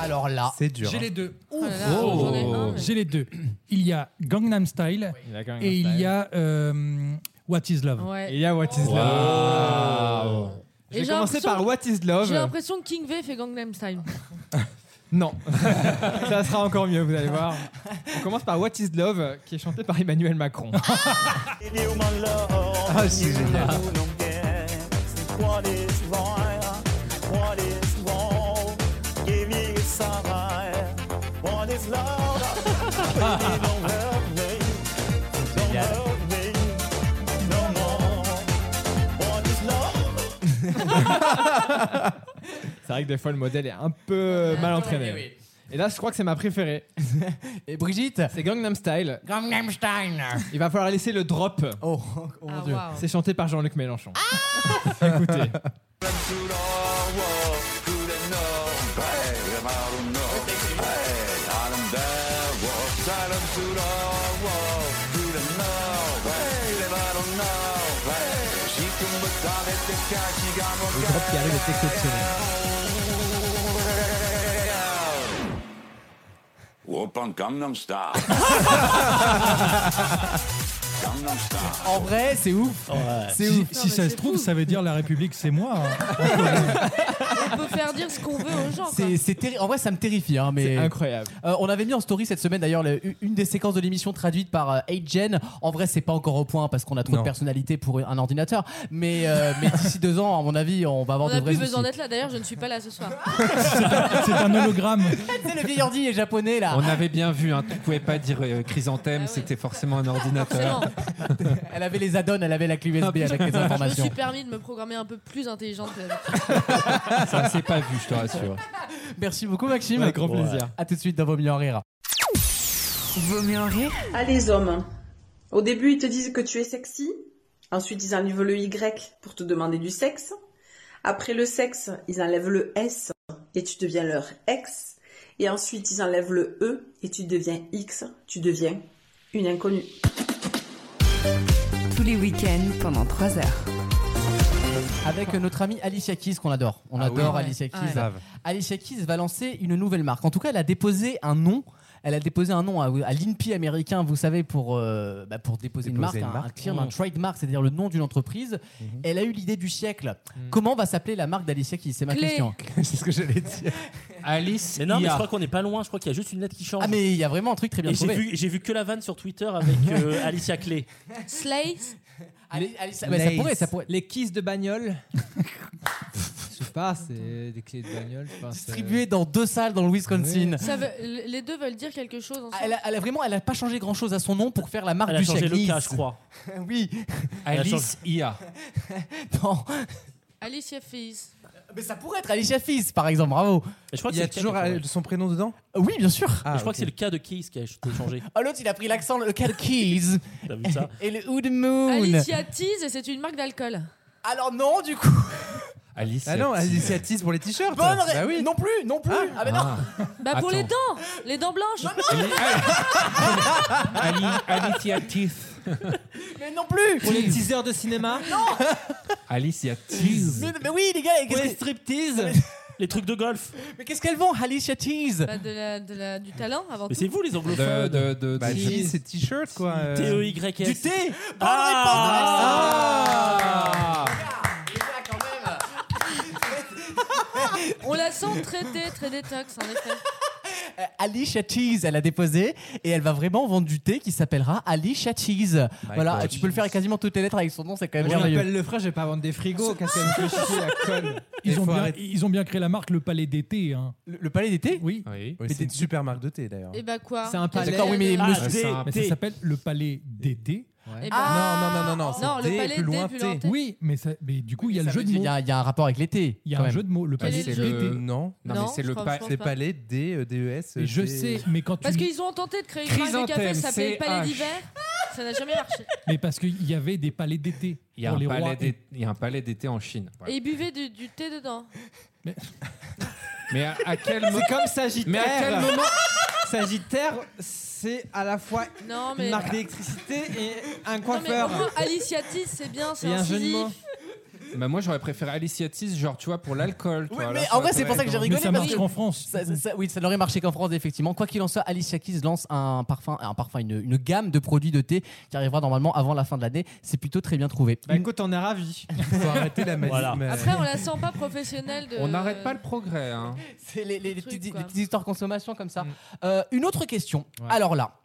Speaker 2: Alors là,
Speaker 8: c'est dur.
Speaker 7: hein.
Speaker 6: J'ai les deux.
Speaker 4: Oh là là, j'en ai un, mais-
Speaker 6: J'ai les deux. Il y a Gangnam Style
Speaker 7: Il y a Gangnam
Speaker 6: et il
Speaker 7: Style.
Speaker 6: y a euh, What is Love.
Speaker 4: Ouais.
Speaker 7: Il y a What is
Speaker 6: Wow.
Speaker 7: Love.
Speaker 4: Et
Speaker 7: Je vais
Speaker 4: j'ai
Speaker 7: commencer
Speaker 4: l'impression-
Speaker 7: par What is Love.
Speaker 4: J'ai l'impression que King V fait Gangnam Style.
Speaker 7: Non. (laughs) Ça sera encore mieux, vous allez voir. On commence par What is Love qui est chanté par Emmanuel Macron.
Speaker 10: Ah,
Speaker 7: c'est génial.
Speaker 10: (laughs) What is right? What is wrong? Give me some right. What is love? Baby, don't love me. Don't love me no more. What is love? (laughs)
Speaker 7: C'est vrai que des fois le modèle est un peu mal entraîné. Et là, je crois que c'est ma préférée.
Speaker 2: (laughs) Et Brigitte
Speaker 7: C'est Gangnam Style.
Speaker 2: Gangnam Style.
Speaker 7: Il va falloir laisser le drop. Ah,
Speaker 2: Oh, mon Dieu. Ah
Speaker 7: C'est chanté par Jean-Luc Mélenchon. (laughs) Écoutez. Le drop qui arrive est exceptionnel.
Speaker 13: Open Gangnam Style. Gangnam Style.
Speaker 2: En vrai, c'est ouf.
Speaker 6: Si, si ça se trouve, ça veut dire La République, c'est moi. hein.
Speaker 4: On peut faire dire ce qu'on veut aux gens. quoi.
Speaker 2: C'est, c'est terri- En vrai, ça me terrifie. Hein, mais...
Speaker 7: C'est incroyable.
Speaker 2: Euh, on avait mis en story cette semaine d'ailleurs le- une des séquences de l'émission traduite par euh, 8gen. En vrai, c'est pas encore au point parce qu'on a trop de personnalité pour un ordinateur. Mais, euh, mais d'ici deux ans, à mon avis, on va
Speaker 4: On
Speaker 2: avoir de
Speaker 4: n'a
Speaker 2: vrais
Speaker 4: plus besoin
Speaker 2: soucis.
Speaker 4: d'être là. D'ailleurs, je ne suis pas là
Speaker 2: (laughs)
Speaker 4: ce soir.
Speaker 6: C'est un hologramme.
Speaker 2: C'est (laughs) le vieil ordi est japonais là.
Speaker 3: On avait bien vu, hein, tu pouvais pas dire euh, chrysanthème, c'était forcément un ordinateur.
Speaker 2: Ah
Speaker 3: Ah,
Speaker 2: Elle avait les add-ons, elle avait la clé USB avec les
Speaker 4: Je me suis
Speaker 2: informations.
Speaker 4: permis de me programmer un peu plus intelligente que d'habitude.
Speaker 2: (laughs)
Speaker 3: Ça, Ah, c'est pas vu, je te rassure.
Speaker 2: Merci beaucoup Maxime.
Speaker 7: Avec grand plaisir.
Speaker 2: À tout de suite dans Vos mieux en rire.
Speaker 14: Vaut mieux en rire. Ah, les hommes. Au début, ils te disent que tu es sexy. Ensuite, ils enlèvent le Y pour te demander du sexe. Après le sexe, ils enlèvent le S et tu deviens leur ex. Et ensuite, ils enlèvent le E et tu deviens X. Tu deviens une inconnue.
Speaker 1: Tous les week-ends pendant 3 heures.
Speaker 2: Avec euh, notre amie Alicia Keys qu'on adore. On adore
Speaker 1: oui.
Speaker 2: Alicia
Speaker 1: Ouais.
Speaker 2: Keys.
Speaker 1: Grave.
Speaker 2: Alicia Keys va lancer une nouvelle marque. En tout cas, elle a déposé un nom. Elle a déposé un nom à, à l'INPI américain, vous savez, pour, euh, bah, pour déposer, une marque,
Speaker 8: Déposer une
Speaker 2: un-
Speaker 8: marque.
Speaker 2: un claim,
Speaker 8: Mhm.
Speaker 2: un trademark, c'est-à-dire le nom d'une entreprise. Elle a eu l'idée du siècle. Comment va s'appeler la marque d'Alicia qui C'est ma
Speaker 5: Clé.
Speaker 2: question. c'est ce que j'allais dire. Alice.
Speaker 5: Mais non, mais
Speaker 2: IA.
Speaker 5: je crois qu'on n'est pas loin. Je crois qu'il y a juste une lettre qui change.
Speaker 2: Ah, mais il y a vraiment un truc très bien
Speaker 5: Et j'ai
Speaker 2: trouvé.
Speaker 5: vu, j'ai vu que la vanne sur Twitter avec euh, Alicia Clay.
Speaker 4: Slays
Speaker 2: Allez, allez, ça, bah, ça
Speaker 7: Lace.
Speaker 2: pourrait, ça pourrait.
Speaker 7: Les kisses de bagnole. Je sais pas, c'est des clés de bagnole. je pense, euh.
Speaker 2: Distribué dans deux salles dans le Wisconsin.
Speaker 4: Ça veut- les deux veulent dire quelque chose. ensemble.
Speaker 2: Elle a, elle a vraiment, elle a pas changé grand chose à son nom pour faire la marque
Speaker 5: Elle a
Speaker 2: du
Speaker 5: changé
Speaker 2: siècle.
Speaker 5: le cas,
Speaker 2: Nice.
Speaker 5: je crois.
Speaker 2: (laughs) oui.
Speaker 5: Elle a Alice changé-
Speaker 2: IA. (laughs) non.
Speaker 4: Alicia Fils.
Speaker 2: Mais ça pourrait être Alicia Fils, par exemple. Bravo.
Speaker 5: Je crois que Il y a c'est le cas toujours, qui est euh, changé.
Speaker 2: son prénom dedans. Oui, bien sûr.
Speaker 5: je crois que c'est le cas de Keys qui a été changé.
Speaker 2: Oh, l'autre, il a pris l'accent, le Cat Keys.
Speaker 5: (laughs) T'as vu ça
Speaker 2: Et le Hood Moon. (laughs)
Speaker 4: Alicia Tease, et c'est une marque d'alcool.
Speaker 2: Alors non, du (laughs) coup.
Speaker 3: Alice.
Speaker 8: Ah non, Alicia Tease pour les t-shirts.
Speaker 2: Bonne ré-
Speaker 8: bah oui.
Speaker 2: Non plus, non plus. Ah, mais non.
Speaker 4: Bah pour les dents, les dents blanches.
Speaker 7: (laughs)
Speaker 3: Ali, Alicia Teeth.
Speaker 2: (laughs) Mais non plus.
Speaker 7: Pour les teasers de cinéma.
Speaker 2: Non.
Speaker 3: Alicia Tease.
Speaker 2: Mais, mais oui, les gars.
Speaker 7: Pour les
Speaker 2: (laughs) striptease.
Speaker 5: Les trucs de golf.
Speaker 2: Mais qu'est-ce qu'elles vend, Alicia Tease
Speaker 4: Bah, de la- de la- du talent avant tout.
Speaker 5: les
Speaker 3: anglophones. De- de- de-
Speaker 8: bah,
Speaker 3: de-
Speaker 8: je dis, c'est t-shirt quoi. euh.
Speaker 5: T-E-Y-S.
Speaker 2: Du thé Bonne
Speaker 8: Ah.
Speaker 4: (laughs) On la sent très thé, très détox hein, en effet.
Speaker 2: Alicia Cheese, elle a déposé et elle va vraiment vendre du thé qui s'appellera Alicia Cheese. voilà,
Speaker 7: God.
Speaker 2: tu peux le faire avec quasiment toutes les lettres avec son nom, c'est quand même
Speaker 7: Je
Speaker 2: merveilleux.
Speaker 7: m'appelle le frère, je vais pas vendre des frigos. Qu'est-ce qu'elle me fait chier, la conne.
Speaker 6: Ils ont,
Speaker 7: faut
Speaker 6: bien,
Speaker 7: arrêter.
Speaker 6: ils ont bien créé la marque Le Palais d'été. hein.
Speaker 2: Le, palais d'été
Speaker 6: Oui.
Speaker 8: Oui, c'est une super marque de thé d'ailleurs.
Speaker 4: Et bah quoi
Speaker 6: C'est un palais.
Speaker 8: D'accord, oui, mais
Speaker 6: Ah,
Speaker 8: monsieur-
Speaker 6: c'est un-
Speaker 8: mais
Speaker 6: ça s'appelle le palais d'été.
Speaker 4: Eh ben-
Speaker 8: Non,
Speaker 4: Ah.
Speaker 8: non, non, non,
Speaker 4: Non,
Speaker 8: c'est
Speaker 4: le
Speaker 8: thé,
Speaker 4: palais
Speaker 8: plus loin,
Speaker 4: plus
Speaker 8: thé.
Speaker 4: loin, thé.
Speaker 6: Oui, mais, ça- mais du coup, il y a
Speaker 2: Ça
Speaker 6: le jeu
Speaker 2: veut
Speaker 6: de
Speaker 2: dire,
Speaker 6: mots.
Speaker 2: Il y, a- il y a un rapport avec l'été.
Speaker 6: Il y a
Speaker 2: quand
Speaker 6: un
Speaker 2: même.
Speaker 6: jeu de mots. Le
Speaker 4: Quel
Speaker 8: Ah,
Speaker 6: palais
Speaker 4: est le
Speaker 6: d'été.
Speaker 4: jeu de mots
Speaker 8: Non,
Speaker 4: Non, Non, je pense pas.
Speaker 8: C'est palais D, E, D-E-S.
Speaker 6: Et je sais, mais quand Oh, tu.
Speaker 4: Parce qu'ils ont tenté de créer une marque de café,
Speaker 6: Chrysanthème,
Speaker 4: ça s'appelait Palais
Speaker 6: CH.
Speaker 4: d'hiver. Ça n'a jamais marché.
Speaker 6: Mais parce qu'il y avait des palais d'été.
Speaker 3: Il y a
Speaker 6: pour
Speaker 3: un
Speaker 6: les rois
Speaker 3: palais
Speaker 6: et-
Speaker 3: d'été- il y a un palais d'été en Chine. Ouais.
Speaker 4: Et ils buvaient du, du thé dedans.
Speaker 3: Mais à, à
Speaker 2: (laughs)
Speaker 3: quel moment
Speaker 7: C'est comme Sagittaire.
Speaker 3: Mais à quel moment
Speaker 7: Sagittaire, c'est à la fois
Speaker 4: Non, mais-
Speaker 7: une marque d'électricité et un
Speaker 4: Non, mais
Speaker 7: coiffeur.
Speaker 4: au moins, Alicia Tease, c'est bien, c'est
Speaker 3: Et un jeu de
Speaker 4: incisif.
Speaker 3: mots. Bah moi j'aurais préféré Alicia Tease, genre tu vois pour l'alcool. tu
Speaker 2: Oui,
Speaker 3: vois,
Speaker 2: mais
Speaker 3: là, ça
Speaker 2: en vrai,
Speaker 3: aurait
Speaker 2: c'est pour ça que j'ai
Speaker 3: été-
Speaker 2: rigolé. parce que ça- ça- ça- oui, ça n'aurait marché qu'en France, effectivement. Quoi qu'il en soit, Alicia Keys lance un parfum, un parfum une, une gamme de produits de thé qui arrivera normalement avant la fin de l'année. C'est plutôt très bien trouvé.
Speaker 7: Bah écoute, on est ravis.
Speaker 2: (laughs) Faut
Speaker 8: arrêter la
Speaker 2: Voilà.
Speaker 4: Après, on la sent pas professionnelle de.
Speaker 3: On n'arrête pas le progrès. Hein.
Speaker 2: (laughs)
Speaker 3: Mm.
Speaker 2: C'est les, les- les
Speaker 4: Truc,
Speaker 2: petites,
Speaker 4: quoi.
Speaker 2: les petites histoires consommation comme ça. Euh, une autre question. Alors là,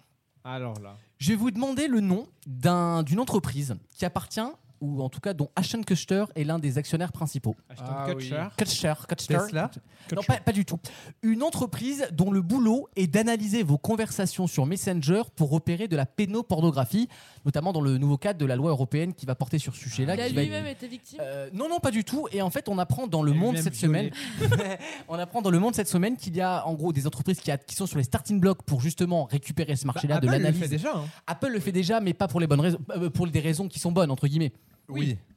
Speaker 7: Alors là.
Speaker 2: je vais vous demander le nom d'un- d'une entreprise qui appartient ou en tout cas dont Ashton Kutcher est l'un des actionnaires principaux.
Speaker 7: Ah oui. Kutcher.
Speaker 2: Kutcher, Kutcher.
Speaker 7: Tesla
Speaker 2: Non, pas, pas du tout. Une entreprise dont le boulot est d'analyser vos conversations sur Messenger pour repérer de la pénopornographie, notamment dans le nouveau cadre de la loi européenne qui va porter sur ce sujet-là.
Speaker 4: Ah Il a
Speaker 2: qui va-
Speaker 4: lui-même été victime.
Speaker 2: Euh, non, non, pas du tout. Et en fait, on apprend dans le monde
Speaker 7: lui-même
Speaker 2: cette
Speaker 7: violé.
Speaker 2: semaine. (laughs) on apprend dans le monde cette semaine qu'il y a en gros des entreprises qui, a- qui sont sur les starting blocks pour justement récupérer ce marché-là
Speaker 7: Bah,
Speaker 2: de
Speaker 7: Apple le
Speaker 2: l'analyse.
Speaker 7: fait déjà, hein.
Speaker 2: Apple le fait déjà, mais pas pour les bonnes raisons, euh, pour des raisons qui sont bonnes entre guillemets.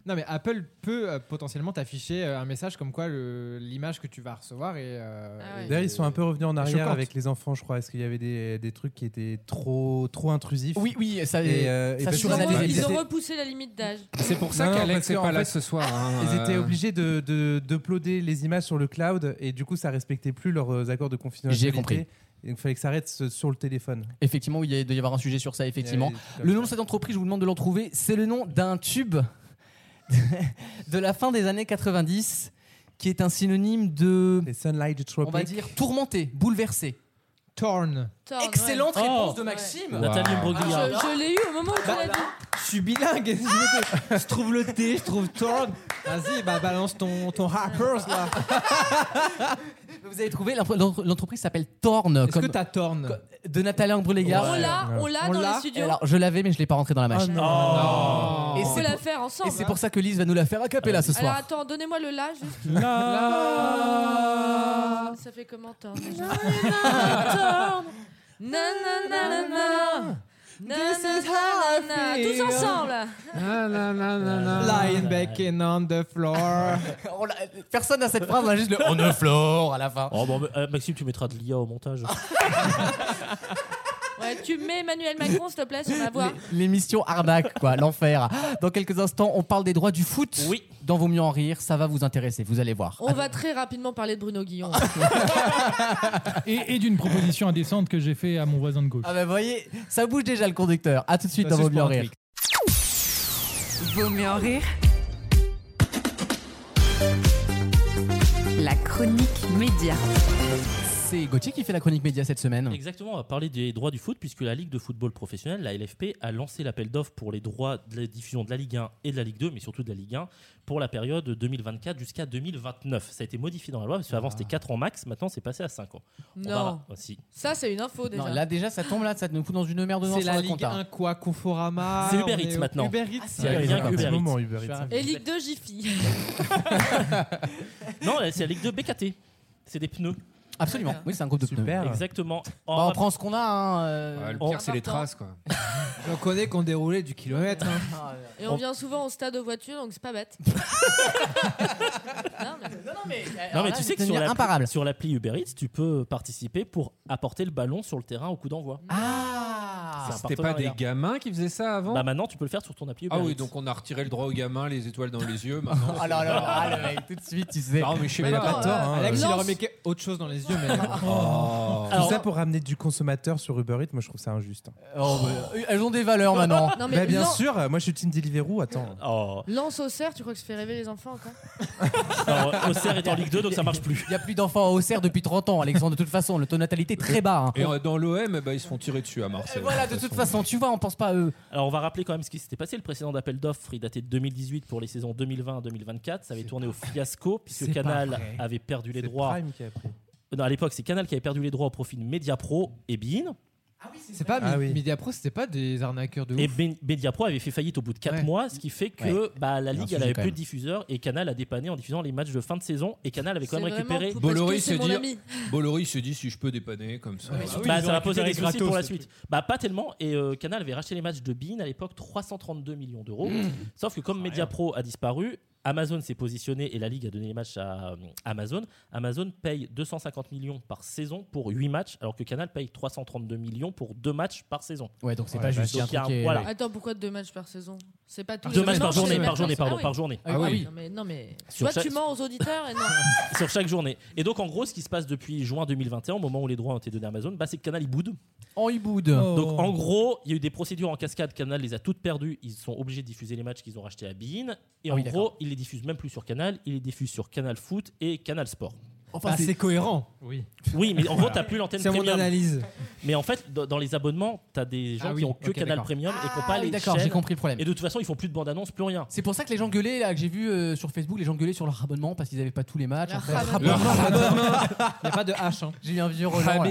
Speaker 7: Non mais Apple peut euh, potentiellement t'afficher euh, un message comme quoi le- l'image que tu vas recevoir est. euh,
Speaker 4: Ah
Speaker 7: est-
Speaker 8: D'ailleurs, ils sont un peu revenus en
Speaker 7: est
Speaker 8: arrière
Speaker 7: choquante.
Speaker 8: avec les enfants, je crois. Est-ce qu'il y avait des, des trucs qui étaient trop, trop intrusifs
Speaker 2: Oui, oui, ça-
Speaker 8: euh,
Speaker 2: ça
Speaker 8: parce
Speaker 2: suranalyse.
Speaker 8: qu'ils étaient-
Speaker 4: Ils ont repoussé la limite d'âge.
Speaker 3: C'est pour ça
Speaker 8: Non, non,
Speaker 3: qu'Alex
Speaker 8: parce
Speaker 3: n'est
Speaker 8: qu'en
Speaker 3: pas là
Speaker 8: fait,
Speaker 3: ce soir. hein.
Speaker 8: Ils étaient
Speaker 3: Euh,
Speaker 8: obligés de, de, d'uploader les images sur le cloud et du coup, ça respectait plus leurs euh, accords de confidentialité.
Speaker 2: J'ai compris.
Speaker 8: Et donc, il fallait que ça arrête ce- sur le téléphone. Eh
Speaker 2: Effectivement, oui, il y a- doit y avoir un sujet sur ça, effectivement.
Speaker 8: Il
Speaker 7: Eh
Speaker 8: y a des trucs comme
Speaker 2: Le nom de cette entreprise, je vous demande de l'en trouver, c'est le nom d'un tube (laughs) de la fin des années 90 qui est un synonyme de.
Speaker 8: Sunlight
Speaker 2: On va dire tourmenté, bouleversé.
Speaker 7: Torn.
Speaker 4: Torn,
Speaker 2: Excellente
Speaker 4: ouais.
Speaker 2: réponse
Speaker 4: Oh,
Speaker 2: de
Speaker 4: ouais.
Speaker 2: Maxime.
Speaker 7: Nathalie Imbroglia.
Speaker 4: Je, je l'ai eu au moment où tu
Speaker 7: Bah,
Speaker 4: l'as dit.
Speaker 7: Je suis bilingue. qu'est-ce que tu veux que- je trouve le thé, je trouve Torn. Vas-y, bah balance ton ton rappers là.
Speaker 2: Vous avez trouvé, l'entre- l'entre- l'entreprise s'appelle Torn. Est-ce
Speaker 7: que t'as Torn
Speaker 2: De Nathalie Imbroglia.
Speaker 4: On l'a, on l'a dans les studios.
Speaker 2: Alors, je l'avais, mais je l'ai pas rentré dans la machine.
Speaker 4: non.
Speaker 2: Et
Speaker 4: On peut
Speaker 2: c'est
Speaker 4: la
Speaker 2: pour-
Speaker 4: faire ensemble. hein.
Speaker 2: Et c'est pour ça que Lise va nous la faire à capella ce
Speaker 4: Alors
Speaker 2: soir.
Speaker 4: attends, donnez-moi le la juste.
Speaker 2: La.
Speaker 4: Ça fait comment Torn déjà Torn. Na na na na na. Na, na, na, na, na. Tous ensemble.
Speaker 2: Ah.
Speaker 7: Lion bacon on the floor.
Speaker 2: (laughs) On l'a- Personne n'a cette phrase, on a Ah, bah, juste le on ne flore à la fin. Ah,
Speaker 5: Oh, bon, mais, euh, Maxime, tu mettras de l'IA au montage.
Speaker 4: Ouais, tu mets Emmanuel Macron s'il te plaît sur la voix.
Speaker 2: L'émission arnaque, quoi, l'enfer. Dans quelques instants, on parle des droits du foot.
Speaker 5: Oui.
Speaker 2: dans Vaut mieux en rire, ça va vous intéresser, vous allez voir.
Speaker 4: On va très rapidement parler de Bruno Guillon.
Speaker 2: Ah.
Speaker 6: Et, et d'une proposition indécente que j'ai fait à mon voisin de gauche.
Speaker 2: Ah bah voyez, ça bouge déjà le conducteur. À tout de suite
Speaker 6: Ça,
Speaker 2: dans
Speaker 6: c'est
Speaker 2: Vaut mieux en
Speaker 6: pour un
Speaker 2: rire.
Speaker 1: Vaut mieux en rire. La chronique média.
Speaker 2: C'est Gauthier qui fait la chronique média cette semaine.
Speaker 5: Exactement, on va parler des droits du foot, puisque la Ligue de football professionnel, la LFP, a lancé l'appel d'offres pour les droits de la diffusion de la Ligue 1 et de la Ligue 2, mais surtout de la Ligue 1, pour la période 2024 jusqu'à 2029. Ça a été modifié dans la loi, parce qu'avant c'était 4 ans max, maintenant c'est passé à 5 ans. On
Speaker 4: Non.
Speaker 5: va- Ah, si.
Speaker 4: Ça, c'est une info déjà.
Speaker 2: Non, là déjà ça tombe là, Ah, ça nous fout dans une merde
Speaker 7: C'est la Ligue 1 quoi Conforama
Speaker 2: C'est Uber
Speaker 7: on
Speaker 2: Eats
Speaker 7: est au-
Speaker 2: maintenant.
Speaker 7: Uber Eats
Speaker 2: Ah, c'est Uber Eats. Il y a un petit moment, Uber Eats.
Speaker 7: Je suis ravi.
Speaker 4: Et Ligue 2 Jiffy.
Speaker 5: (laughs) Non, c'est la Ligue 2 BKT. C'est des pneus.
Speaker 2: Absolument, oui, c'est un groupe de pneus.
Speaker 5: Exactement.
Speaker 2: Bah, on prend ce qu'on a. Hein, euh,
Speaker 7: Ouais, le pire, c'est les traces, quoi. (laughs) J'en connais qu'on déroulait du kilomètre. hein.
Speaker 4: Ah, Et
Speaker 2: (laughs)
Speaker 4: on vient souvent au stade de voiture, donc c'est pas bête.
Speaker 5: Non,
Speaker 2: Alors
Speaker 5: mais
Speaker 2: là,
Speaker 5: tu sais que
Speaker 2: c'est
Speaker 5: sur
Speaker 2: devenu
Speaker 5: l'appli, sur l'appli Uber Eats, tu peux participer pour apporter le ballon sur le terrain au coup d'envoi. Ah
Speaker 3: C'était pas des gamins qui faisaient ça avant
Speaker 5: Bah maintenant, tu peux le faire sur ton appli Uber
Speaker 3: Ah oui,
Speaker 5: Eats.
Speaker 3: donc on a retiré le droit aux gamins, les étoiles dans les yeux.
Speaker 2: (laughs)
Speaker 3: Maintenant,
Speaker 2: Ah là là là, ah, le mec, tout de suite, tu sais.
Speaker 3: Non, mais je sais
Speaker 2: Mais
Speaker 3: pas.
Speaker 2: il a pas tort, hein.
Speaker 7: Alex, il
Speaker 2: Lance.
Speaker 7: leur remettait autre chose dans les yeux,
Speaker 4: (laughs)
Speaker 7: mais. euh,
Speaker 2: Ah.
Speaker 8: Tout ça pour ramener du consommateur sur Uber Eats, moi je trouve ça injuste.
Speaker 2: Oh, bah, elles ont des valeurs maintenant.
Speaker 4: Non, mais
Speaker 8: Bah, bien
Speaker 4: non.
Speaker 8: sûr, moi je suis team Deliveroo, attends.
Speaker 5: Oh.
Speaker 4: Lance au cerf, tu crois que ça fait rêver les enfants encore
Speaker 5: Alors, Auxerre est en Ligue 2, donc ça marche plus.
Speaker 2: Il n'y a plus d'enfants à Auxerre depuis 30 ans, Alexandre. De toute façon, le taux de natalité est très bas. hein.
Speaker 3: Et euh, dans l'OM, bah, ils se font tirer dessus à Marseille.
Speaker 2: Voilà, de toute façon, tu vois, on pense pas à eux.
Speaker 5: Alors on va rappeler quand même ce qui s'était passé. Le précédent appel d'offres, il datait de 2018 pour les saisons 2020 à 2024. Ça avait tourné au fiasco puisque
Speaker 8: C'est pas
Speaker 5: Canal
Speaker 8: vrai.
Speaker 5: avait perdu les
Speaker 8: C'est
Speaker 5: droits.
Speaker 8: Prime qui a pris.
Speaker 5: Euh, Non, à l'époque, c'est Canal qui avait perdu les droits au profit de Mediapro et Bein.
Speaker 7: C'est pas
Speaker 5: Ah
Speaker 7: Mi-
Speaker 5: oui.
Speaker 7: Mediapro, c'était pas des arnaqueurs de
Speaker 5: Et
Speaker 7: ouf.
Speaker 5: Ben- Mediapro avait fait faillite au bout de 4
Speaker 7: Ouais.
Speaker 5: mois, ce qui fait que
Speaker 7: Ouais.
Speaker 5: bah, la
Speaker 7: Il y a un
Speaker 5: Ligue
Speaker 7: sujet
Speaker 5: elle avait
Speaker 7: quand
Speaker 5: plus
Speaker 7: même.
Speaker 5: de diffuseurs et Canal a dépanné en diffusant les matchs de fin de saison. Et Canal avait quand même
Speaker 4: C'est vraiment
Speaker 5: récupéré.
Speaker 4: pour- parce
Speaker 3: Bolloré
Speaker 4: que c'est
Speaker 3: se
Speaker 4: mon
Speaker 3: dit,
Speaker 4: ami.
Speaker 3: Bolloré se dit si je peux dépanner comme ça.
Speaker 5: Bah, ça va poser des soucis pour la suite. Bah, pas tellement. Et euh, Canal avait racheté les matchs de Bean à l'époque 332 millions d'euros.
Speaker 2: Mmh.
Speaker 5: Sauf que comme MediaPro a disparu, Amazon s'est positionné et la Ligue a donné les matchs à euh, Amazon. Amazon paye 250 millions par saison pour 8 matchs, alors que Canal paye 332 millions pour 2 matchs par saison. bah,
Speaker 2: Ouais, donc c'est pas juste, il y a un
Speaker 5: Donc, il y a
Speaker 2: truc qui
Speaker 5: un-
Speaker 2: est-
Speaker 5: voilà.
Speaker 4: Attends, pourquoi deux matchs par saison C'est pas tous
Speaker 5: Deux
Speaker 4: les
Speaker 5: matchs par
Speaker 4: dimanches,
Speaker 5: journée,
Speaker 4: c'est
Speaker 5: par
Speaker 4: les
Speaker 5: journée,
Speaker 4: mêmes
Speaker 5: pardon,
Speaker 4: personnes.
Speaker 5: par journée.
Speaker 4: Ah
Speaker 5: Ah
Speaker 4: oui.
Speaker 5: oui.
Speaker 4: Non mais, non, mais...
Speaker 5: Sur
Speaker 4: toi
Speaker 5: chaque-
Speaker 4: tu mens aux
Speaker 5: (laughs)
Speaker 4: auditeurs et non.
Speaker 5: sur chaque journée. Et donc en gros, ce qui se passe depuis juin 2021, au moment où les droits ont été donnés à Amazon, bah, c'est que Canal il boude.
Speaker 2: Oh, ils boudent.
Speaker 5: Donc en gros, il y a eu des procédures en cascade. Canal les a toutes perdues. Ils sont obligés de diffuser les matchs qu'ils ont rachetés à Bein. Et
Speaker 2: Ah
Speaker 5: en
Speaker 2: oui,
Speaker 5: gros, ils les diffusent même plus sur Canal. Ils les diffusent sur Canal Foot et Canal Sport.
Speaker 7: Enfin, Bah, c'est- c'est cohérent. Oui.
Speaker 5: Oui, mais en gros,
Speaker 7: Voilà.
Speaker 5: t'as plus l'antenne
Speaker 7: C'est mon
Speaker 5: premium.
Speaker 7: analyse.
Speaker 5: Mais en fait, dans, dans les abonnements, t'as des gens
Speaker 2: Ah oui,
Speaker 5: qui ont que
Speaker 2: ok,
Speaker 5: Canal
Speaker 2: d'accord.
Speaker 5: Premium et qui n'ont
Speaker 2: Ah
Speaker 5: pas
Speaker 2: oui,
Speaker 5: les
Speaker 2: d'accord, j'ai
Speaker 5: chaînes.
Speaker 2: compris le problème.
Speaker 5: Et de toute façon, ils font plus de bande-annonce, plus rien.
Speaker 2: C'est pour ça que les gens gueulaient là que j'ai vu euh, sur Facebook les gens gueulaient sur leur abonnement parce qu'ils n'avaient pas tous les matchs. en fait.
Speaker 7: Il n'y a pas de H. Hein.
Speaker 2: J'ai eu un vieux Roland. là.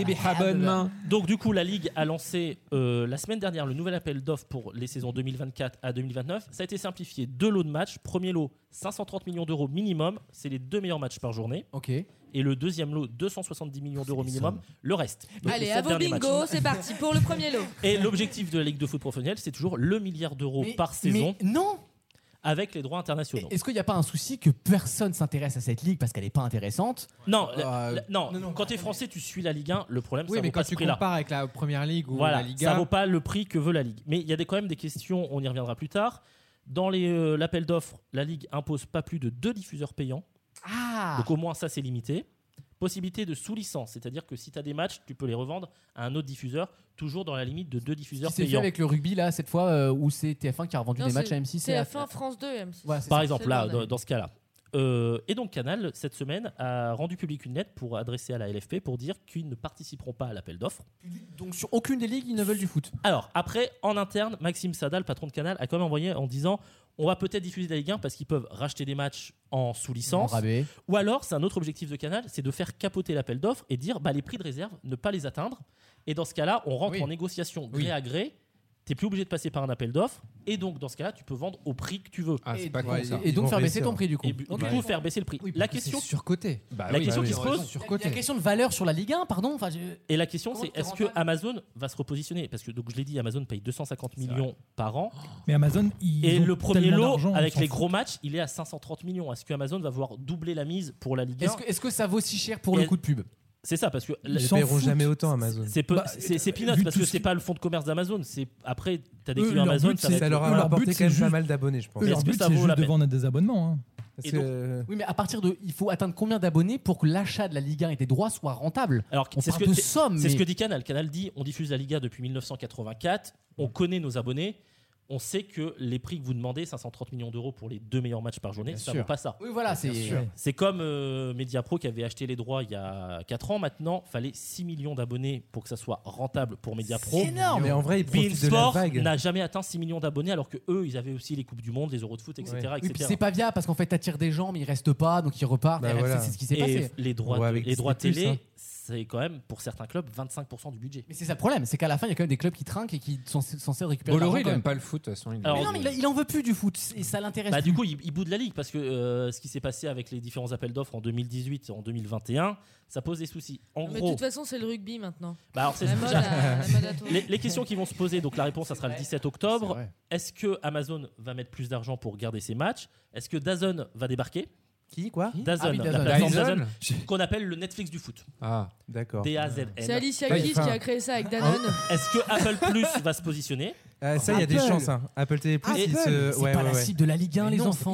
Speaker 5: Donc du coup, la Ligue a lancé euh, la semaine dernière le nouvel appel d'offres pour les saisons 2024 à 2029. Ça a été simplifié. Deux lots de matchs. Premier lot, 530 millions d'euros minimum. C'est les deux meilleurs matchs par journée.
Speaker 2: Ok.
Speaker 5: Et le deuxième lot, 270 millions d'euros minimum. Le reste. Donc, les
Speaker 4: Allez,
Speaker 5: sept
Speaker 4: à vos
Speaker 5: derniers
Speaker 4: bingo,
Speaker 5: matchs.
Speaker 4: c'est parti pour le premier lot.
Speaker 5: Et l'objectif de la Ligue de foot professionnelle, c'est toujours le milliard d'euros
Speaker 2: Mais-
Speaker 5: par saison.
Speaker 2: non
Speaker 5: Avec les droits internationaux.
Speaker 2: Est-ce qu'il n'y a pas un souci que personne s'intéresse à cette ligue parce qu'elle n'est pas intéressante
Speaker 5: Non,
Speaker 7: Euh,
Speaker 5: la- la- non, quand t'es français, tu suis la Ligue 1. Le problème,
Speaker 7: Oui,
Speaker 5: ça
Speaker 7: mais
Speaker 5: vaut pas
Speaker 7: quand
Speaker 5: ce
Speaker 7: tu
Speaker 5: prix-là.
Speaker 7: compares avec la première ligue ou
Speaker 5: Voilà,
Speaker 7: la Liga.
Speaker 5: ça vaut pas le prix que veut la Ligue. Mais il y a des, quand même des questions, on y reviendra plus tard. Dans les, euh, l'appel d'offres, la Ligue impose pas plus de deux diffuseurs payants.
Speaker 2: Ah
Speaker 5: Donc au moins ça c'est limité. Possibilité de sous-licence, c'est-à-dire que si tu as des matchs, tu peux les revendre à un autre diffuseur, toujours dans la limite de deux diffuseurs
Speaker 2: C'est fait
Speaker 5: payants.
Speaker 2: avec le rugby là cette fois euh, où c'est TF1 qui a revendu
Speaker 4: Non,
Speaker 2: des matchs
Speaker 4: c'est-
Speaker 2: à M6.
Speaker 4: C'est
Speaker 2: et
Speaker 4: la
Speaker 2: à-
Speaker 4: fin France 2 et M6.
Speaker 2: Ouais, c'est
Speaker 5: Par
Speaker 2: ça.
Speaker 5: exemple,
Speaker 4: C'est
Speaker 5: là,
Speaker 4: bon,
Speaker 5: dans, dans ce cas-là. Euh, et donc Canal, cette semaine, a rendu public une lettre pour adresser à la LFP pour dire qu'ils ne participeront pas à l'appel d'offres.
Speaker 2: Donc sur aucune des ligues, ils ne veulent du foot.
Speaker 5: Alors, après, en interne, Maxime Sada, le patron de Canal, a quand même envoyé en disant on va peut-être diffuser la Ligue 1 parce qu'ils peuvent racheter des matchs en sous-licence.
Speaker 2: En rabais.
Speaker 5: Ou alors, c'est un autre objectif de Canal, c'est de faire capoter l'appel d'offres et dire bah, les prix de réserve, ne pas les atteindre. Et dans ce cas-là, on rentre
Speaker 2: Oui.
Speaker 5: en négociation gré
Speaker 2: Oui.
Speaker 5: à gré. T'es plus obligé de passer par un appel d'offres. Et donc, dans ce cas-là, tu peux vendre au prix que tu veux.
Speaker 2: Ah, c'est Et- pas con, ouais, ça. Bah et donc faire baisser hein. ton prix, du coup.
Speaker 5: Et bu-
Speaker 2: Ok.
Speaker 5: du coup, faire baisser le prix. la question.
Speaker 7: surcoté.
Speaker 2: Bah
Speaker 5: la question qui se pose.
Speaker 2: La question de valeur sur la Ligue 1, pardon. Enfin, je-
Speaker 5: Et la question,
Speaker 2: Comment
Speaker 5: c'est
Speaker 2: t'es
Speaker 5: est-ce que
Speaker 2: rentable
Speaker 5: Amazon va se repositionner Parce que, donc, je l'ai dit, Amazon paye 250 millions par an.
Speaker 6: Mais Amazon, ils
Speaker 5: Et
Speaker 6: ont
Speaker 5: le premier
Speaker 6: tellement
Speaker 5: lot,
Speaker 6: d'argent, on
Speaker 5: avec
Speaker 6: s'en
Speaker 5: les
Speaker 6: fout.
Speaker 5: gros matchs, il est à 530 millions. Est-ce que Amazon va voir doubler la mise pour la Ligue 1
Speaker 2: Est-ce que, est-ce que ça vaut si cher pour le
Speaker 5: Et-
Speaker 2: coup de pub
Speaker 5: C'est ça, parce que.
Speaker 8: Ils s'en paieront foutent. jamais autant, Amazon.
Speaker 5: C'est peu-
Speaker 8: Bah,
Speaker 5: c'est- c'est
Speaker 8: euh,
Speaker 5: peanuts,
Speaker 8: vu
Speaker 5: parce
Speaker 8: tout
Speaker 5: que
Speaker 8: ce
Speaker 5: c'est
Speaker 8: qui-
Speaker 5: pas le fonds de commerce d'Amazon. C'est Après, t'as des
Speaker 8: Eux,
Speaker 5: clients
Speaker 8: leur
Speaker 5: Amazon,
Speaker 8: but,
Speaker 5: ça va
Speaker 8: c'est-
Speaker 5: être-
Speaker 8: ça leur a
Speaker 5: Leur
Speaker 8: rapporté
Speaker 5: but,
Speaker 8: quand
Speaker 5: c'est
Speaker 8: même pas
Speaker 5: juste-
Speaker 8: mal d'abonnés, je pense.
Speaker 5: Est-ce
Speaker 6: Leur
Speaker 5: que
Speaker 6: but,
Speaker 5: ça
Speaker 6: c'est
Speaker 5: vaut la
Speaker 6: juste de
Speaker 5: peine
Speaker 6: vendre des abonnements. hein.
Speaker 8: Parce
Speaker 2: Et donc-
Speaker 8: que-
Speaker 2: Oui, mais à partir de. Il faut atteindre combien d'abonnés pour que l'achat de la Ligue 1 et des droits soit rentable
Speaker 5: Alors,
Speaker 2: on
Speaker 5: c'est ce
Speaker 2: parle
Speaker 5: que,
Speaker 2: de
Speaker 5: c'est-
Speaker 2: somme.
Speaker 5: c'est ce que dit Canal. Canal dit on diffuse la Liga depuis 1984, on connaît nos abonnés, on sait que les prix que vous demandez, 530 millions d'euros pour les deux meilleurs matchs par journée,
Speaker 2: Bien
Speaker 5: ça
Speaker 2: sûr.
Speaker 5: vaut pas ça.
Speaker 2: Oui, voilà, c'est- Bien sûr.
Speaker 5: C'est comme euh, Mediapro qui avait acheté les droits il y a 4 ans. Maintenant, fallait 6 millions d'abonnés pour que ça soit rentable pour Mediapro.
Speaker 2: C'est énorme.
Speaker 8: Mais en vrai, ils
Speaker 5: Bein
Speaker 8: profitent de la
Speaker 5: Sport
Speaker 8: vague.
Speaker 5: n'a jamais atteint 6 millions d'abonnés alors que eux, ils avaient aussi les Coupes du Monde, les Euros de foot, etc.
Speaker 2: Oui,
Speaker 5: etc.
Speaker 2: puis c'est pas viable parce qu'en fait, t'attires des gens, mais ils restent pas, donc ils repartent. et RMC, C'est ce qui s'est
Speaker 5: Et
Speaker 2: passé.
Speaker 5: Les droits,
Speaker 2: Bah, Ouais,
Speaker 5: de-
Speaker 2: avec
Speaker 5: les droits
Speaker 2: Disney+,
Speaker 5: télé,
Speaker 2: hein.
Speaker 5: c'est quand même pour certains clubs 25% du budget.
Speaker 2: Mais c'est ça le problème, c'est qu'à la fin, il y a quand même des clubs qui trinquent et qui sont censés récupérer.
Speaker 5: Bolloré,
Speaker 2: l'argent
Speaker 5: il aime
Speaker 2: quand
Speaker 5: pas
Speaker 2: même.
Speaker 5: le foot, de toute façon, il-
Speaker 2: Mais
Speaker 5: Alors- euh,
Speaker 2: non, mais il, a- il en veut plus du foot et ça l'intéresse.
Speaker 5: Bah,
Speaker 2: plus.
Speaker 5: du coup, il, il boude la ligue parce que euh, ce qui s'est passé avec les différents appels d'offres en 2018 et en 2021, ça pose des soucis. En
Speaker 4: Mais de
Speaker 5: gros,
Speaker 4: toute façon, c'est le rugby maintenant.
Speaker 5: bah, alors, c'est- (laughs)
Speaker 4: La mode
Speaker 5: déjà-
Speaker 4: à- la mode à toi.
Speaker 5: les, les questions qui vont se poser, donc la réponse, ça sera le 17
Speaker 2: C'est
Speaker 5: octobre.
Speaker 2: vrai.
Speaker 5: Est-ce que Amazon va mettre plus d'argent pour garder ses matchs Est-ce que DAZN va débarquer
Speaker 8: Qui quoi
Speaker 5: DAZN,
Speaker 8: Ah oui,
Speaker 5: la
Speaker 8: DAZN.
Speaker 5: plateforme
Speaker 8: DAZN.
Speaker 5: DAZN, qu'on appelle le Netflix du foot.
Speaker 8: Ah, d'accord.
Speaker 5: D-A-Z-N.
Speaker 4: C'est Alicia Keys qui a créé ça avec Danone.
Speaker 5: Hein Est-ce que Apple Plus va se positionner Ah,
Speaker 8: Ah, ça, il y a des
Speaker 5: Apple.
Speaker 8: chances. hein. Apple TV Plus,
Speaker 5: Et-
Speaker 8: ils se- ouais, ouais, ouais.
Speaker 5: Mais non, c'est pas
Speaker 4: Ils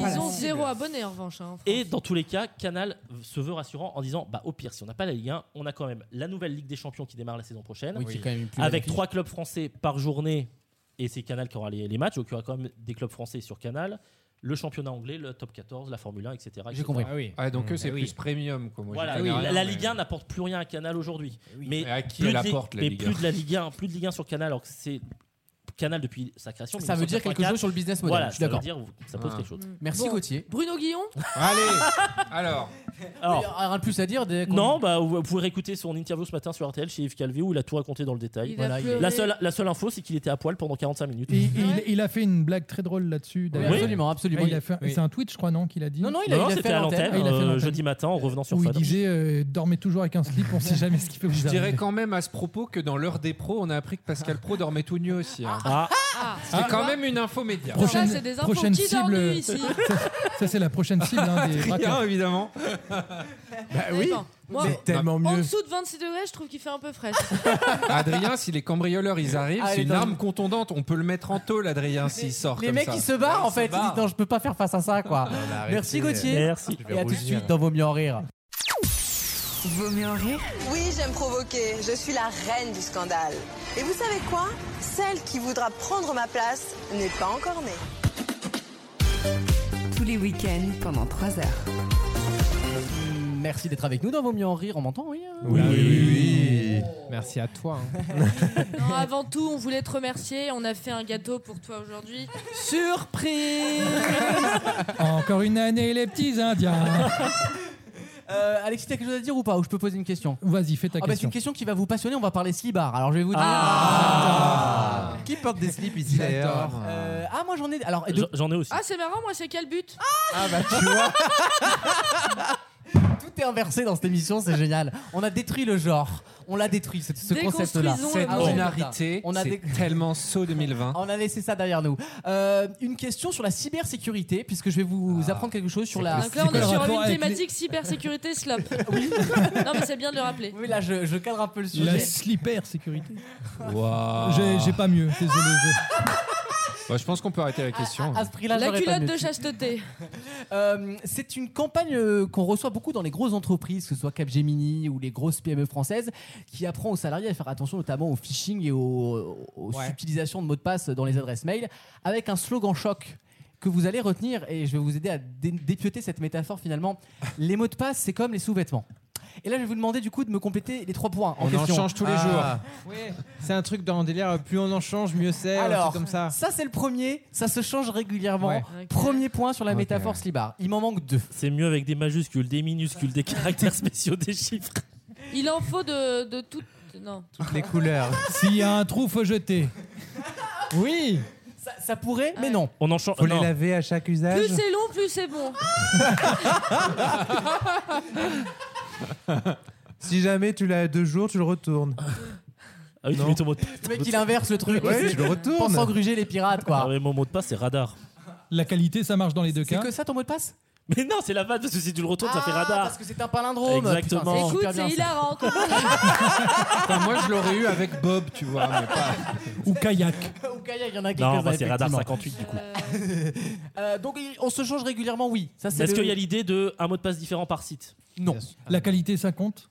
Speaker 5: la
Speaker 4: ont
Speaker 5: cible.
Speaker 4: zéro abonné en revanche. hein.
Speaker 5: Et dans tous les cas, Canal se veut rassurant en disant bah, au pire, si on n'a pas la Ligue 1, on a quand même la nouvelle Ligue des Champions qui démarre la saison prochaine,
Speaker 2: Oui, qui est quand même plus
Speaker 5: avec
Speaker 2: magnifique.
Speaker 5: trois clubs français par journée, et c'est Canal qui aura les, les matchs, donc il y aura quand même des clubs français sur Canal, le championnat anglais, le top 14, la Formule 1, etc. etc.
Speaker 3: Ah oui. Ouais, donc eux, c'est plus premium. Quoi. Moi,
Speaker 5: Mm. Voilà,
Speaker 3: j'y
Speaker 5: oui,
Speaker 3: connais
Speaker 5: la,
Speaker 3: rien,
Speaker 5: la
Speaker 3: mais-
Speaker 5: Ligue 1 n'apporte plus rien à Canal aujourd'hui. Mais,
Speaker 3: Mais à qui
Speaker 5: plus
Speaker 3: elle
Speaker 5: de Ligue-
Speaker 3: apporte, la
Speaker 5: mais
Speaker 3: Ligue 1?
Speaker 5: plus de la Ligue 1, plus de Ligue 1 sur Canal, alors que c'est Canal depuis sa création.
Speaker 2: Ça veut dire quelque
Speaker 5: 1984.
Speaker 2: chose sur le business model,
Speaker 5: Voilà,
Speaker 2: je suis
Speaker 5: ça veut
Speaker 2: d'accord.
Speaker 5: dire- ça pose
Speaker 2: Ah.
Speaker 5: quelque chose.
Speaker 2: Merci
Speaker 4: Mm. Bon,
Speaker 2: Gauthier.
Speaker 4: Bruno Guillon
Speaker 3: alors.
Speaker 2: Il y a rien de plus à dire dès qu'on-
Speaker 5: Non, bah, vous vous pouvez réécouter son interview ce matin sur RTL chez Yves Calvé où il a tout raconté dans le détail.
Speaker 4: Il a Voilà, pleuré.
Speaker 5: la, seule, la seule info, c'est qu'il était à poil pendant 45 minutes.
Speaker 6: Et il, il a fait une blague très drôle là-dessus. d'ailleurs.
Speaker 2: absolument, absolument.
Speaker 6: Il a fait-
Speaker 2: Oui.
Speaker 6: C'est un tweet, je crois, non, qu'il a dit
Speaker 2: Non, non,
Speaker 5: Non, non, c'était à l'antenne
Speaker 6: Ah, il a fait
Speaker 5: euh,
Speaker 6: l'antenne.
Speaker 5: jeudi matin en revenant sur
Speaker 6: Où il
Speaker 5: Fun.
Speaker 6: disait euh, dormez toujours avec un slip, on sait jamais ce qui peut vous
Speaker 3: Je dirais
Speaker 6: arriver.
Speaker 3: quand même à ce propos que dans l'heure des pros, on a appris que Pascal Pro dormait tout nu aussi. hein.
Speaker 4: Ah,
Speaker 3: C'est quand même une info média.
Speaker 6: Prochaine,
Speaker 4: Ça, c'est des infos.
Speaker 6: prochaine
Speaker 4: Qui dort
Speaker 6: cible.
Speaker 4: nu ici
Speaker 6: ça, ça, c'est la prochaine cible hein,
Speaker 5: (laughs)
Speaker 6: des
Speaker 3: Adrien,
Speaker 6: braqueurs.
Speaker 3: (laughs) évidemment.
Speaker 5: Ah
Speaker 6: Bah
Speaker 4: Ça dépend. Eh ben, Moi,
Speaker 3: C'est tellement
Speaker 4: En
Speaker 3: mieux.
Speaker 4: dessous de 26 degrés, je trouve qu'il fait un
Speaker 5: (laughs)
Speaker 4: peu fraîche.
Speaker 3: (laughs) Adrien, si les cambrioleurs ils arrivent,
Speaker 4: Ah,
Speaker 3: c'est
Speaker 4: les
Speaker 3: une
Speaker 4: dingues.
Speaker 3: arme contondante. On peut le mettre en tôle, Adrien, s'il sort.
Speaker 2: Les
Speaker 3: comme
Speaker 2: mecs,
Speaker 3: ça.
Speaker 2: ils se barrent en
Speaker 3: Ils se
Speaker 2: fait. Ils disent
Speaker 3: barrent.
Speaker 2: non, je peux pas faire face à ça quoi.
Speaker 3: Non, mais arrêtez.
Speaker 2: Merci Gauthier.
Speaker 3: euh, Merci. Je vais
Speaker 2: Et à tout de
Speaker 3: rougir.
Speaker 2: suite dans Vaut mieux en rire.
Speaker 15: Vaut mieux en rire Oui, j'aime provoquer. Je suis la reine du scandale. Et vous savez quoi Celle qui voudra prendre ma place n'est pas encore née.
Speaker 1: Tous les week-ends pendant 3 heures.
Speaker 2: Merci d'être avec nous dans Vaut mieux en rire. On m'entend, oui. hein
Speaker 7: Oui,
Speaker 3: oui,
Speaker 7: Merci à toi. hein.
Speaker 4: Non, avant tout, on voulait te remercier. On a fait un gâteau pour toi aujourd'hui.
Speaker 2: Surprise
Speaker 6: Encore une année, les petits Indiens.
Speaker 2: (laughs) Euh, Alexis, t'as quelque chose à dire ou pas Ou je peux poser une question
Speaker 6: Vas-y, fais ta
Speaker 2: Ah bah, c'est
Speaker 6: question.
Speaker 2: une question qui va vous passionner. On va parler slibar. Alors je vais vous dire.
Speaker 8: Ah. Qui porte des slips ici d'ailleurs
Speaker 2: Euh, ah moi j'en ai. Alors et de-
Speaker 5: j'en ai aussi.
Speaker 4: Ah, c'est marrant, moi, c'est quel but
Speaker 2: Ah bah tu vois (laughs) Tout est inversé dans cette émission, c'est génial. On a détruit le genre, on l'a détruit, ce, ce concept-là.
Speaker 3: Cette
Speaker 2: Ah ouais,
Speaker 3: binarité,
Speaker 2: on a
Speaker 3: c'est
Speaker 2: dé- (laughs)
Speaker 3: tellement saut 2020.
Speaker 2: On a laissé ça derrière nous. Euh, une question sur la cybersécurité, puisque je vais vous
Speaker 6: Ah.
Speaker 2: apprendre quelque chose sur la.
Speaker 4: Donc là, on est sur une thématique
Speaker 2: (laughs)
Speaker 4: cybersécurité slop. non, mais c'est bien de le rappeler.
Speaker 2: Oui, là, je, je cadre un peu le sujet.
Speaker 6: La slipper sécurité.
Speaker 3: Waouh.
Speaker 6: J'ai j'ai pas mieux, désolé. je-
Speaker 3: Bah, je pense qu'on peut arrêter la question.
Speaker 2: à ce prix-là,
Speaker 4: La
Speaker 2: j'aurais pas
Speaker 4: culotte
Speaker 2: mieux.
Speaker 4: de chasteté.
Speaker 2: Euh, c'est une campagne euh, qu'on reçoit beaucoup dans les grosses entreprises, que ce soit Capgemini ou les grosses PME françaises, qui apprend aux salariés à faire attention notamment au phishing et aux, aux
Speaker 7: Ouais.
Speaker 2: utilisations de mots de passe dans les adresses mail, avec un slogan choc que vous allez retenir, et je vais vous aider à dé- dépioter cette métaphore
Speaker 7: (laughs)
Speaker 2: finalement. Les mots de passe, c'est comme les sous-vêtements. Et là, je vais vous demander du coup de me compléter les trois points.
Speaker 7: (laughs) On en
Speaker 2: question.
Speaker 7: change tous les Ah. C'est un truc dans le délire, plus on en change, mieux c'est. ou un truc
Speaker 2: Alors,
Speaker 7: comme ça.
Speaker 2: c'est le premier, ça se change régulièrement.
Speaker 7: Ouais.
Speaker 2: Premier point sur la métaphore Slibar. Il m'en manque deux.
Speaker 5: C'est mieux avec des majuscules, des minuscules, des caractères spéciaux, des chiffres.
Speaker 4: Il en faut de, de toutes. Non.
Speaker 6: Toutes les couleurs. S'il y a un trou, faut jeter.
Speaker 2: Oui. Ça, ça pourrait, mais non.
Speaker 5: On en change.
Speaker 8: Faut les laver à chaque usage.
Speaker 4: Plus c'est long, plus c'est bon.
Speaker 2: Ah.
Speaker 8: Si jamais tu l'as deux jours, tu le retournes.
Speaker 5: Ah oui, tu
Speaker 8: Non.
Speaker 5: mets ton mot de
Speaker 2: Le mec, il inverse le truc.
Speaker 8: Ouais, je le
Speaker 2: Pense
Speaker 8: retourne.
Speaker 2: engruger les pirates, quoi.
Speaker 5: Ah, mais mon mot de passe, c'est radar.
Speaker 6: La qualité, ça marche dans les deux
Speaker 2: C'est
Speaker 6: cas.
Speaker 2: que ça ton mot de passe
Speaker 5: Mais non, c'est la vanne, parce que si tu le retournes, ça fait radar.
Speaker 2: Parce que c'est un palindrome.
Speaker 5: Exactement.
Speaker 2: Putain,
Speaker 5: Écoute,
Speaker 2: super bien,
Speaker 4: C'est
Speaker 2: ça.
Speaker 4: hilarant. quoi.
Speaker 3: Enfin, moi, je l'aurais eu avec Bob, tu vois, mais pas.
Speaker 6: Ou kayak.
Speaker 2: (laughs) Ou Gaïa, il y en a quelques-uns.
Speaker 5: Non, bah, c'est Radar 58
Speaker 2: effectivement.
Speaker 5: du coup.
Speaker 2: (laughs) Euh, donc il- on se change régulièrement, oui. Ça, c'est
Speaker 5: Est-ce
Speaker 2: le-
Speaker 5: qu'il y a l'idée de un mot de passe différent par site
Speaker 2: Non.
Speaker 6: La qualité, ça (laughs) compte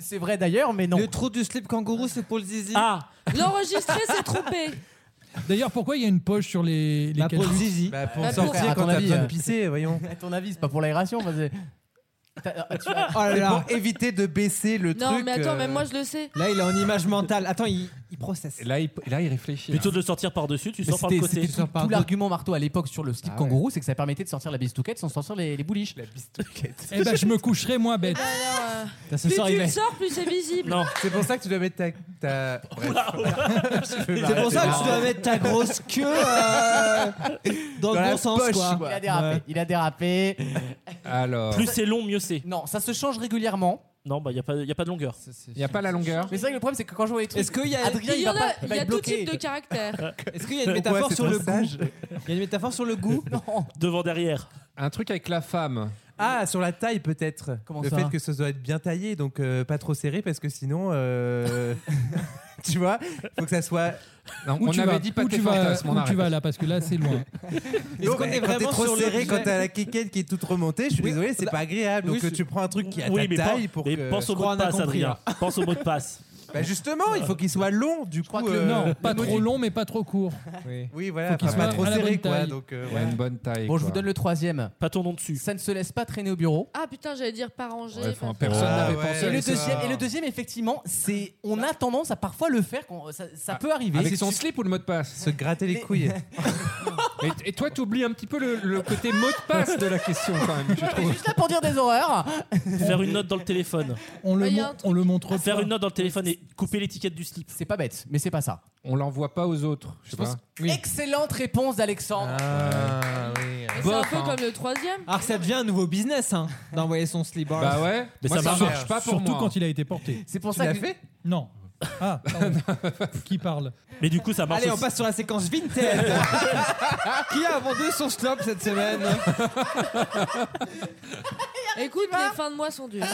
Speaker 2: C'est vrai d'ailleurs, mais non.
Speaker 7: Le trou du slip kangourou, c'est pour le zizi.
Speaker 5: Ah
Speaker 4: L'enregistrer, c'est trompé.
Speaker 6: (laughs) D'ailleurs, pourquoi il y a une poche sur les, les
Speaker 2: pour le
Speaker 6: calculs
Speaker 2: zizi. Bah, pour Bah, sortir pour- quand
Speaker 6: À ton
Speaker 2: t'as
Speaker 6: avis,
Speaker 2: besoin de
Speaker 6: euh,
Speaker 2: pisser, voyons. À ton avis, c'est pas pour l'aération. parce que- T'as- ah,
Speaker 5: (laughs)
Speaker 2: tu-
Speaker 7: Oh là
Speaker 8: C'est
Speaker 7: là.
Speaker 8: pour éviter de baisser le
Speaker 4: Non,
Speaker 8: truc.
Speaker 4: mais attends, même
Speaker 8: euh,
Speaker 4: moi je le sais.
Speaker 7: Là, il est en image mentale. Attends, il, il processe.
Speaker 3: Là, il, là, il réfléchit.
Speaker 7: hein.
Speaker 5: Plutôt de le sortir par-dessus, tu
Speaker 2: Mais
Speaker 5: sors par le
Speaker 2: c'était-
Speaker 5: côté.
Speaker 2: c'était tout, tout l'argument marteau à l'époque sur le
Speaker 7: Ah
Speaker 2: slip kangourou, c'est que ça permettait de sortir la bistouquette sans sortir les, les bouliches. La bistouquette.
Speaker 6: Eh ben, je me coucherai moins
Speaker 2: (laughs)
Speaker 6: bête.
Speaker 4: Alors,
Speaker 2: T'as
Speaker 4: euh,
Speaker 2: ce
Speaker 4: plus
Speaker 2: soir,
Speaker 4: tu
Speaker 2: il
Speaker 4: le
Speaker 2: est.
Speaker 4: sors, plus c'est visible.
Speaker 8: (laughs) C'est pour ça que tu dois mettre ta. ta- bref. (laughs)
Speaker 7: C'est pour ça que tu dois mettre ta grosse queue euh, dans, le
Speaker 2: la
Speaker 7: bon sens,
Speaker 2: poche,
Speaker 7: quoi.
Speaker 2: Il a dérapé.
Speaker 7: Ouais.
Speaker 2: Il a dérapé.
Speaker 3: Alors.
Speaker 5: Plus c'est long, mieux c'est.
Speaker 2: Non, ça se change régulièrement.
Speaker 5: Non, bah il n'y a, pas- y a pas de longueur.
Speaker 3: Il n'y a pas la longueur.
Speaker 2: Mais c'est vrai que le problème, c'est que quand je vois les trucs.
Speaker 7: Est-ce qu'il y a-
Speaker 2: Adrien,
Speaker 4: Il
Speaker 2: il
Speaker 4: y en
Speaker 2: va
Speaker 4: a,
Speaker 2: pas.
Speaker 4: il
Speaker 2: va
Speaker 4: y a
Speaker 2: être
Speaker 4: tout
Speaker 2: bloqué.
Speaker 4: type de caractère.
Speaker 7: Est-ce qu'il y a une métaphore sur le goût Il y a une métaphore sur le goût
Speaker 2: Non.
Speaker 5: Devant, derrière.
Speaker 3: Un truc avec la femme.
Speaker 8: Ah, sur la taille peut-être.
Speaker 2: Comment
Speaker 8: Le
Speaker 2: ça
Speaker 8: fait que ça doit être bien taillé, donc euh, pas trop serré, parce que sinon, euh, (laughs) tu vois, faut que ça soit.
Speaker 3: Non,
Speaker 6: Où tu vas Où tu vas, où tu vas là Parce que là, c'est loin.
Speaker 8: Donc,
Speaker 7: qu'on est
Speaker 8: quand t'es
Speaker 7: vraiment
Speaker 8: trop
Speaker 7: sur le
Speaker 8: serré,
Speaker 7: sujet
Speaker 8: quand t'as la quéquette qui est toute remontée, je suis désolé, c'est pas agréable. Donc
Speaker 7: Oui, c'est-
Speaker 8: tu prends un truc qui a
Speaker 5: Oui, mais,
Speaker 8: ta taille
Speaker 5: pense,
Speaker 8: pour
Speaker 5: mais
Speaker 8: que.
Speaker 5: pense au
Speaker 8: Je
Speaker 5: mot
Speaker 8: crois
Speaker 5: de
Speaker 8: qu'on a
Speaker 5: passe,
Speaker 8: compris,
Speaker 5: Adrien.
Speaker 8: hein.
Speaker 5: Pense au mot de passe.
Speaker 8: Bah justement, il faut qu'il soit long, du coup.
Speaker 2: que le-
Speaker 8: euh,
Speaker 6: Non, pas
Speaker 8: le
Speaker 6: trop
Speaker 8: module-
Speaker 6: long, mais pas trop court.
Speaker 8: Oui,
Speaker 6: Faut
Speaker 8: voilà,
Speaker 6: qu'il
Speaker 8: enfin,
Speaker 6: soit
Speaker 8: pas trop
Speaker 6: à la bonne
Speaker 8: serré, quoi.
Speaker 6: taille.
Speaker 8: Donc, euh,
Speaker 3: Il y a
Speaker 8: voilà.
Speaker 3: une bonne taille.
Speaker 2: Bon, je vous
Speaker 3: quoi.
Speaker 2: donne le troisième.
Speaker 5: Pas ton nom dessus.
Speaker 2: Ça ne se laisse pas traîner au bureau.
Speaker 4: Ah putain, j'allais dire pas rangé.
Speaker 3: Ouais,
Speaker 4: pas-
Speaker 3: enfin, personne
Speaker 8: Ah
Speaker 3: n'avait
Speaker 8: ouais,
Speaker 3: pensé
Speaker 2: Et
Speaker 3: à
Speaker 2: le,
Speaker 3: ça.
Speaker 2: deuxième, et le deuxième, effectivement, c'est on a tendance à parfois le faire, qu'on- ça, ça
Speaker 8: Ah,
Speaker 2: peut arriver.
Speaker 3: Avec
Speaker 2: C'est-
Speaker 3: son slip ou le mot de passe
Speaker 8: Se gratter les couilles.
Speaker 3: (laughs) et, et toi, t'oublies un petit peu le, le côté mot de passe de la question quand même, (laughs) je trouve.
Speaker 2: (laughs) juste là pour dire des horreurs.
Speaker 5: (laughs) Faire
Speaker 2: (laughs)
Speaker 5: une note dans le téléphone.
Speaker 6: On le,
Speaker 4: Ouais, y a
Speaker 6: mon-
Speaker 4: un truc.
Speaker 6: on le montre
Speaker 5: Faire
Speaker 6: pas.
Speaker 5: une note dans le téléphone et couper l'étiquette du slip.
Speaker 2: C'est pas bête, mais c'est pas ça.
Speaker 3: On l'envoie pas aux autres. Je, sais
Speaker 2: pense-
Speaker 3: pas.
Speaker 2: Excellente réponse d'Alexandre.
Speaker 8: Ah, oui.
Speaker 4: Mais C'est un
Speaker 3: Bof,
Speaker 4: peu
Speaker 3: hein.
Speaker 4: comme le troisième.
Speaker 7: Alors, Ah, ça devient un nouveau business, hein, d'envoyer son slip.
Speaker 3: Bah ouais,
Speaker 5: Mais
Speaker 3: moi,
Speaker 5: ça
Speaker 3: ça,
Speaker 5: marche.
Speaker 3: marche pas pour
Speaker 6: Surtout
Speaker 3: moi.
Speaker 6: quand il a été porté.
Speaker 2: C'est pour
Speaker 8: Tu
Speaker 2: ça
Speaker 8: l'as
Speaker 2: que
Speaker 8: fait
Speaker 6: Non. Ah, pardon.
Speaker 5: (laughs)
Speaker 6: qui parle
Speaker 5: Mais du coup, ça marche
Speaker 7: Allez, on
Speaker 5: aussi.
Speaker 7: passe sur la séquence Vinted. Qui a vendu son slop cette semaine
Speaker 4: Écoute,
Speaker 2: Ah.
Speaker 4: les fins de mois
Speaker 2: (laughs)
Speaker 4: sont dures.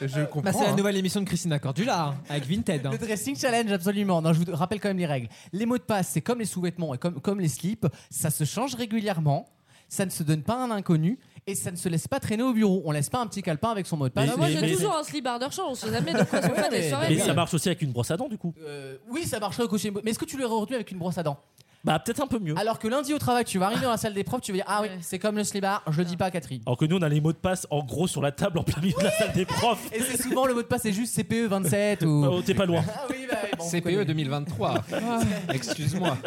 Speaker 8: Je comprends.
Speaker 7: Bah, c'est la
Speaker 8: hein.
Speaker 7: nouvelle émission de Christina Cordula hein, avec Vinted. hein.
Speaker 2: Le dressing challenge, absolument. Non, je vous rappelle quand même les règles. Les mots de passe, c'est comme les sous-vêtements et comme, comme les slips. Ça se change régulièrement. Ça ne se donne pas à un inconnu. Et ça ne se laisse pas traîner au bureau. On laisse pas un petit calepin avec son mot de passe.
Speaker 4: Bah, moi,
Speaker 5: mais-
Speaker 4: j'ai
Speaker 5: mais-
Speaker 4: toujours un slibard de rechange. On sait jamais de quoi sont faites les soirées.
Speaker 5: Mais ça marche aussi avec une brosse à dents du coup.
Speaker 2: Euh, oui, ça marcherait au cocher. Mais est-ce que tu l'aurais retenu avec une brosse à dents
Speaker 5: Bah peut-être un peu mieux.
Speaker 2: Alors que lundi au travail, tu vas arriver dans la salle des profs, tu vas dire Ah oui,
Speaker 4: Ouais.
Speaker 2: c'est comme le slibard, je le dis pas à Catherine.
Speaker 5: Alors que nous, on a les mots de passe en gros sur la table en plein milieu de la salle des profs.
Speaker 2: Et c'est souvent le mot de passe, c'est juste
Speaker 5: (laughs)
Speaker 2: CPE27 ou.
Speaker 5: Oh, t'es pas loin.
Speaker 2: Ah oui, bah, bon, vous
Speaker 3: CPE
Speaker 2: connaissez.
Speaker 3: 2023. Excuse-moi.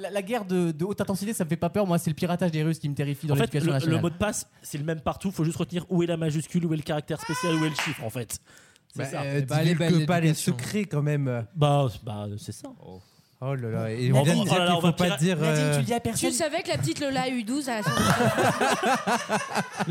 Speaker 2: La, la guerre de, de haute intensité, ça me fait pas peur. Moi, c'est le piratage des Russes qui me terrifie dans
Speaker 5: En fait,
Speaker 2: l'éducation
Speaker 5: le, le
Speaker 2: nationale.
Speaker 5: mot de passe, c'est le même partout. Faut juste retenir où est la majuscule, où est le caractère spécial, où est le chiffre en fait. C'est
Speaker 8: Bah,
Speaker 5: ça.
Speaker 8: euh,
Speaker 7: Eh bah, allez,
Speaker 8: divulgue
Speaker 7: belle
Speaker 8: pas les
Speaker 7: éducation.
Speaker 8: secrets quand même.
Speaker 5: Bah, bah, c'est ça.
Speaker 8: Oh là là. Et
Speaker 2: On
Speaker 8: on vient de
Speaker 5: oh
Speaker 2: va-
Speaker 5: là
Speaker 8: dire
Speaker 5: là, on
Speaker 8: qu'il
Speaker 5: va
Speaker 8: faut pas
Speaker 5: pira-
Speaker 8: dire.
Speaker 2: Nadine,
Speaker 8: euh,
Speaker 2: tu le dis à
Speaker 4: Tu
Speaker 2: personne.
Speaker 4: le savais que la petite Lola a eu 12
Speaker 2: (laughs)
Speaker 4: à la sortie.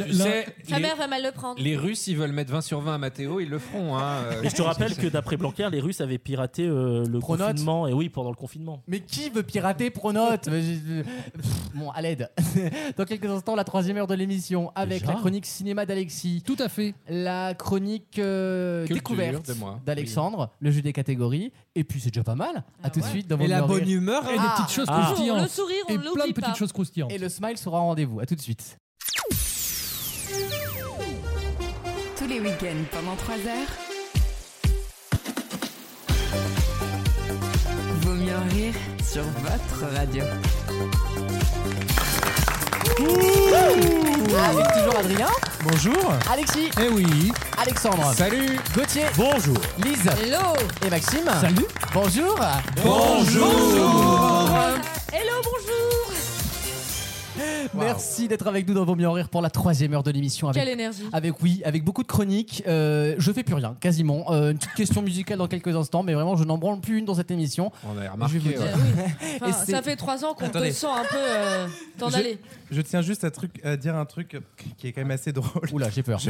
Speaker 3: Tu sais,
Speaker 4: Sa
Speaker 3: les,
Speaker 4: mère va mal le prendre.
Speaker 3: les Russes, ils veulent mettre 20 sur 20 à Matteo, ils le feront. Hein. euh,
Speaker 5: Et je te rappelle que d'après Blanquer, les Russes avaient piraté euh, le
Speaker 2: Pronote.
Speaker 5: confinement. Et oui, pendant le confinement.
Speaker 2: Mais qui veut pirater Pronote Mais j'ai- euh, pff, Bon, à l'aide. (laughs) Dans quelques instants, la troisième heure de l'émission avec
Speaker 5: Déjà
Speaker 2: la chronique cinéma d'Alexis,
Speaker 6: Tout à fait.
Speaker 2: la chronique euh,
Speaker 3: Culture
Speaker 2: découverte
Speaker 3: de moi.
Speaker 2: d'Alexandre, le jeu des catégories, et puis c'est déjà pas mal. à tout de
Speaker 4: Ah ouais.
Speaker 2: suite dans
Speaker 7: Et
Speaker 2: Vaut
Speaker 7: la
Speaker 2: mieux
Speaker 7: bonne
Speaker 2: rire.
Speaker 7: humeur.
Speaker 6: Et
Speaker 7: hein.
Speaker 6: des petites choses
Speaker 5: Ah.
Speaker 4: Toujours le
Speaker 6: croustillantes.
Speaker 4: sourire, on
Speaker 6: Et plein de
Speaker 4: l'oublie pas.
Speaker 6: petites choses croustillantes.
Speaker 2: Et le smile sera en rendez-vous. À tout de suite.
Speaker 1: Tous les week-ends pendant 3 heures.
Speaker 15: Vaut mieux en rire sur votre radio.
Speaker 4: Mmh.
Speaker 2: Avec toujours Adrien,
Speaker 8: Bonjour.
Speaker 2: Alexis,
Speaker 6: Eh oui.
Speaker 2: Alexandre,
Speaker 3: Salut
Speaker 2: Gauthier,
Speaker 5: Bonjour.
Speaker 2: Lise
Speaker 4: Hello
Speaker 2: et Maxime.
Speaker 6: Salut.
Speaker 2: Bonjour.
Speaker 4: Hello, bonjour
Speaker 2: Merci d'être avec nous dans Vaut mieux en rire pour la troisième heure de l'émission avec
Speaker 4: Quelle énergie
Speaker 2: Avec oui, avec beaucoup de chroniques, euh, je fais plus rien, quasiment. Euh, une petite question musicale dans quelques instants, mais vraiment, je n'en branle plus une dans cette émission.
Speaker 3: On a
Speaker 2: Je vais
Speaker 3: remarqué.
Speaker 2: vous
Speaker 3: ouais.
Speaker 4: Eh
Speaker 2: dire.
Speaker 4: oui. Enfin,
Speaker 2: Et c'est-
Speaker 4: ça fait 3 ans qu'on te
Speaker 8: Attendez.
Speaker 4: sent un peu euh, t'en
Speaker 8: Je-
Speaker 4: aller.
Speaker 8: Je tiens juste à, truc, à dire un truc qui est quand même assez drôle.
Speaker 2: Oula, j'ai peur.
Speaker 8: (laughs)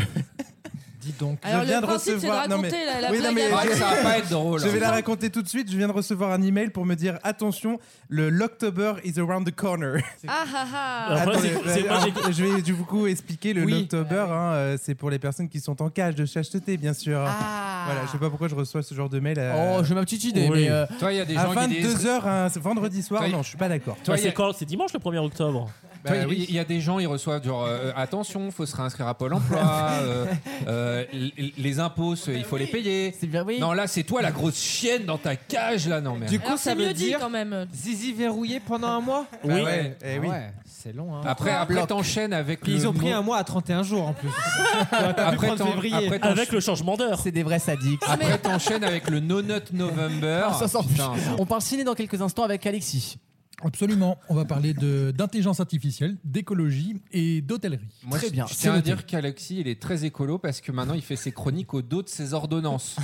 Speaker 8: Dis donc. je
Speaker 4: Alors, le
Speaker 8: viens de
Speaker 4: principe, c'est de
Speaker 8: recevoir.
Speaker 4: raconter la- la
Speaker 8: Oui, non,
Speaker 4: blague
Speaker 8: mais
Speaker 4: à-
Speaker 3: Ah,
Speaker 8: je-
Speaker 3: ça va pas être drôle.
Speaker 8: Je vais la raconter tout de suite. Je viens de recevoir un email pour me dire attention, le Locktober is around the corner.
Speaker 4: Ah ah ah
Speaker 5: Alors, moi,
Speaker 8: Attendez,
Speaker 5: c'est- c'est-
Speaker 8: euh,
Speaker 5: moi, j'ai-
Speaker 8: alors, je vais du coup expliquer le
Speaker 7: Oui.
Speaker 8: Locktober. hein, euh, c'est pour les personnes qui sont en cage de chasteté, bien sûr.
Speaker 4: Ah.
Speaker 8: Voilà, je sais pas pourquoi je reçois ce genre de mail. euh, à-
Speaker 2: Oh, j'ai ma petite idée, mais, euh, Toi, il y a des gens
Speaker 8: à
Speaker 2: qui disent-
Speaker 8: 22h un vendredi soir,
Speaker 2: Toi, il-
Speaker 8: non, je suis pas d'accord.
Speaker 5: Toi, c'est quand C'est dimanche le 1er octobre.
Speaker 3: Toi, Bah il- Il y a des gens, ils reçoivent genre euh, attention, faut se réinscrire à Pôle Emploi,
Speaker 5: (laughs)
Speaker 3: euh, euh, l- l- les impôts, c'est- il faut les payer. Non là, c'est toi la grosse chienne dans ta cage là, non mais.
Speaker 7: Du coup,
Speaker 4: Alors,
Speaker 7: ça
Speaker 4: c'est
Speaker 7: veut
Speaker 4: mieux dit,
Speaker 7: dire
Speaker 4: quand même.
Speaker 7: Zizi verrouillé pendant un mois
Speaker 3: Oui. Bah ouais, eh oui.
Speaker 7: Ah ouais, c'est long. Hein.
Speaker 3: Après, après t'enchaînes avec.
Speaker 7: Puis
Speaker 3: le
Speaker 7: ils ont pris
Speaker 3: mot-
Speaker 7: un mois à 31 jours en plus.
Speaker 3: Après, t'en- après, t'en- Avec le
Speaker 5: changement d'heure.
Speaker 2: C'est des vrais sadiques.
Speaker 3: Après t'enchaînes avec le No Nut November.
Speaker 2: Ah, ça s'en fiche.
Speaker 3: Putain,
Speaker 2: On parle ciné dans quelques instants avec (laughs) Alexis.
Speaker 6: Absolument. On va parler de- d'intelligence artificielle, d'écologie et d'hôtellerie.
Speaker 3: Moi, je- Je tiens à dire qu'Alexis, il est très écolo parce que maintenant, il fait ses chroniques au dos de ses ordonnances.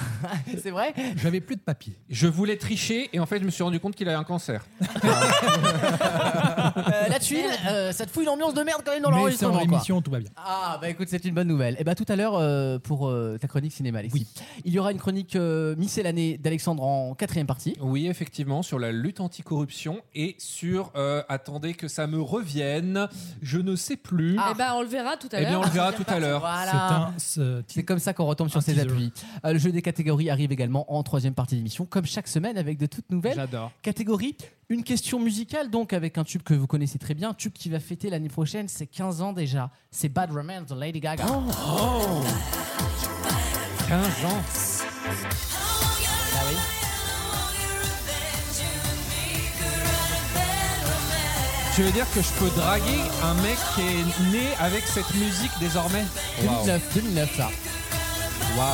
Speaker 2: c'est vrai
Speaker 6: J'avais plus de papier.
Speaker 3: Je voulais tricher et en fait, je me suis rendu compte qu'il avait un cancer.
Speaker 2: Euh, la tuile, euh, ça te fout une ambiance de merde quand même dans
Speaker 6: Mais c'est en
Speaker 2: l'enregistrement. quoi.
Speaker 6: émission, tout va bien.
Speaker 2: Ah bah écoute c'est une bonne nouvelle. Et bah tout à l'heure euh, pour euh, ta chronique cinéma Alexis. Il y aura une chronique euh, miscellanée d'Alexandre en quatrième partie.
Speaker 3: Oui, effectivement, sur la lutte anticorruption et sur euh, attendez que ça me revienne, je ne sais plus.
Speaker 4: Eh ben, on le verra tout à
Speaker 3: Eh
Speaker 4: l'heure.
Speaker 3: bien, on le verra tout à l'heure.
Speaker 2: Voilà. C'est comme ça qu'on retombe sur ses appuis. Euh, le jeu des catégories arrive également en troisième partie d'émission, comme chaque semaine, avec de toutes nouvelles catégories. Une question musicale, donc, avec un tube que vous connaissez très bien, tube qui va fêter l'année prochaine ses 15 ans déjà. C'est Bad Romance de Lady Gaga.
Speaker 6: Oh.
Speaker 2: Oh.
Speaker 3: 15 ans
Speaker 2: Ah oui.
Speaker 3: Tu veux dire que je peux draguer un mec qui est né avec cette musique désormais
Speaker 2: 2009, 2009 ça.
Speaker 3: Waouh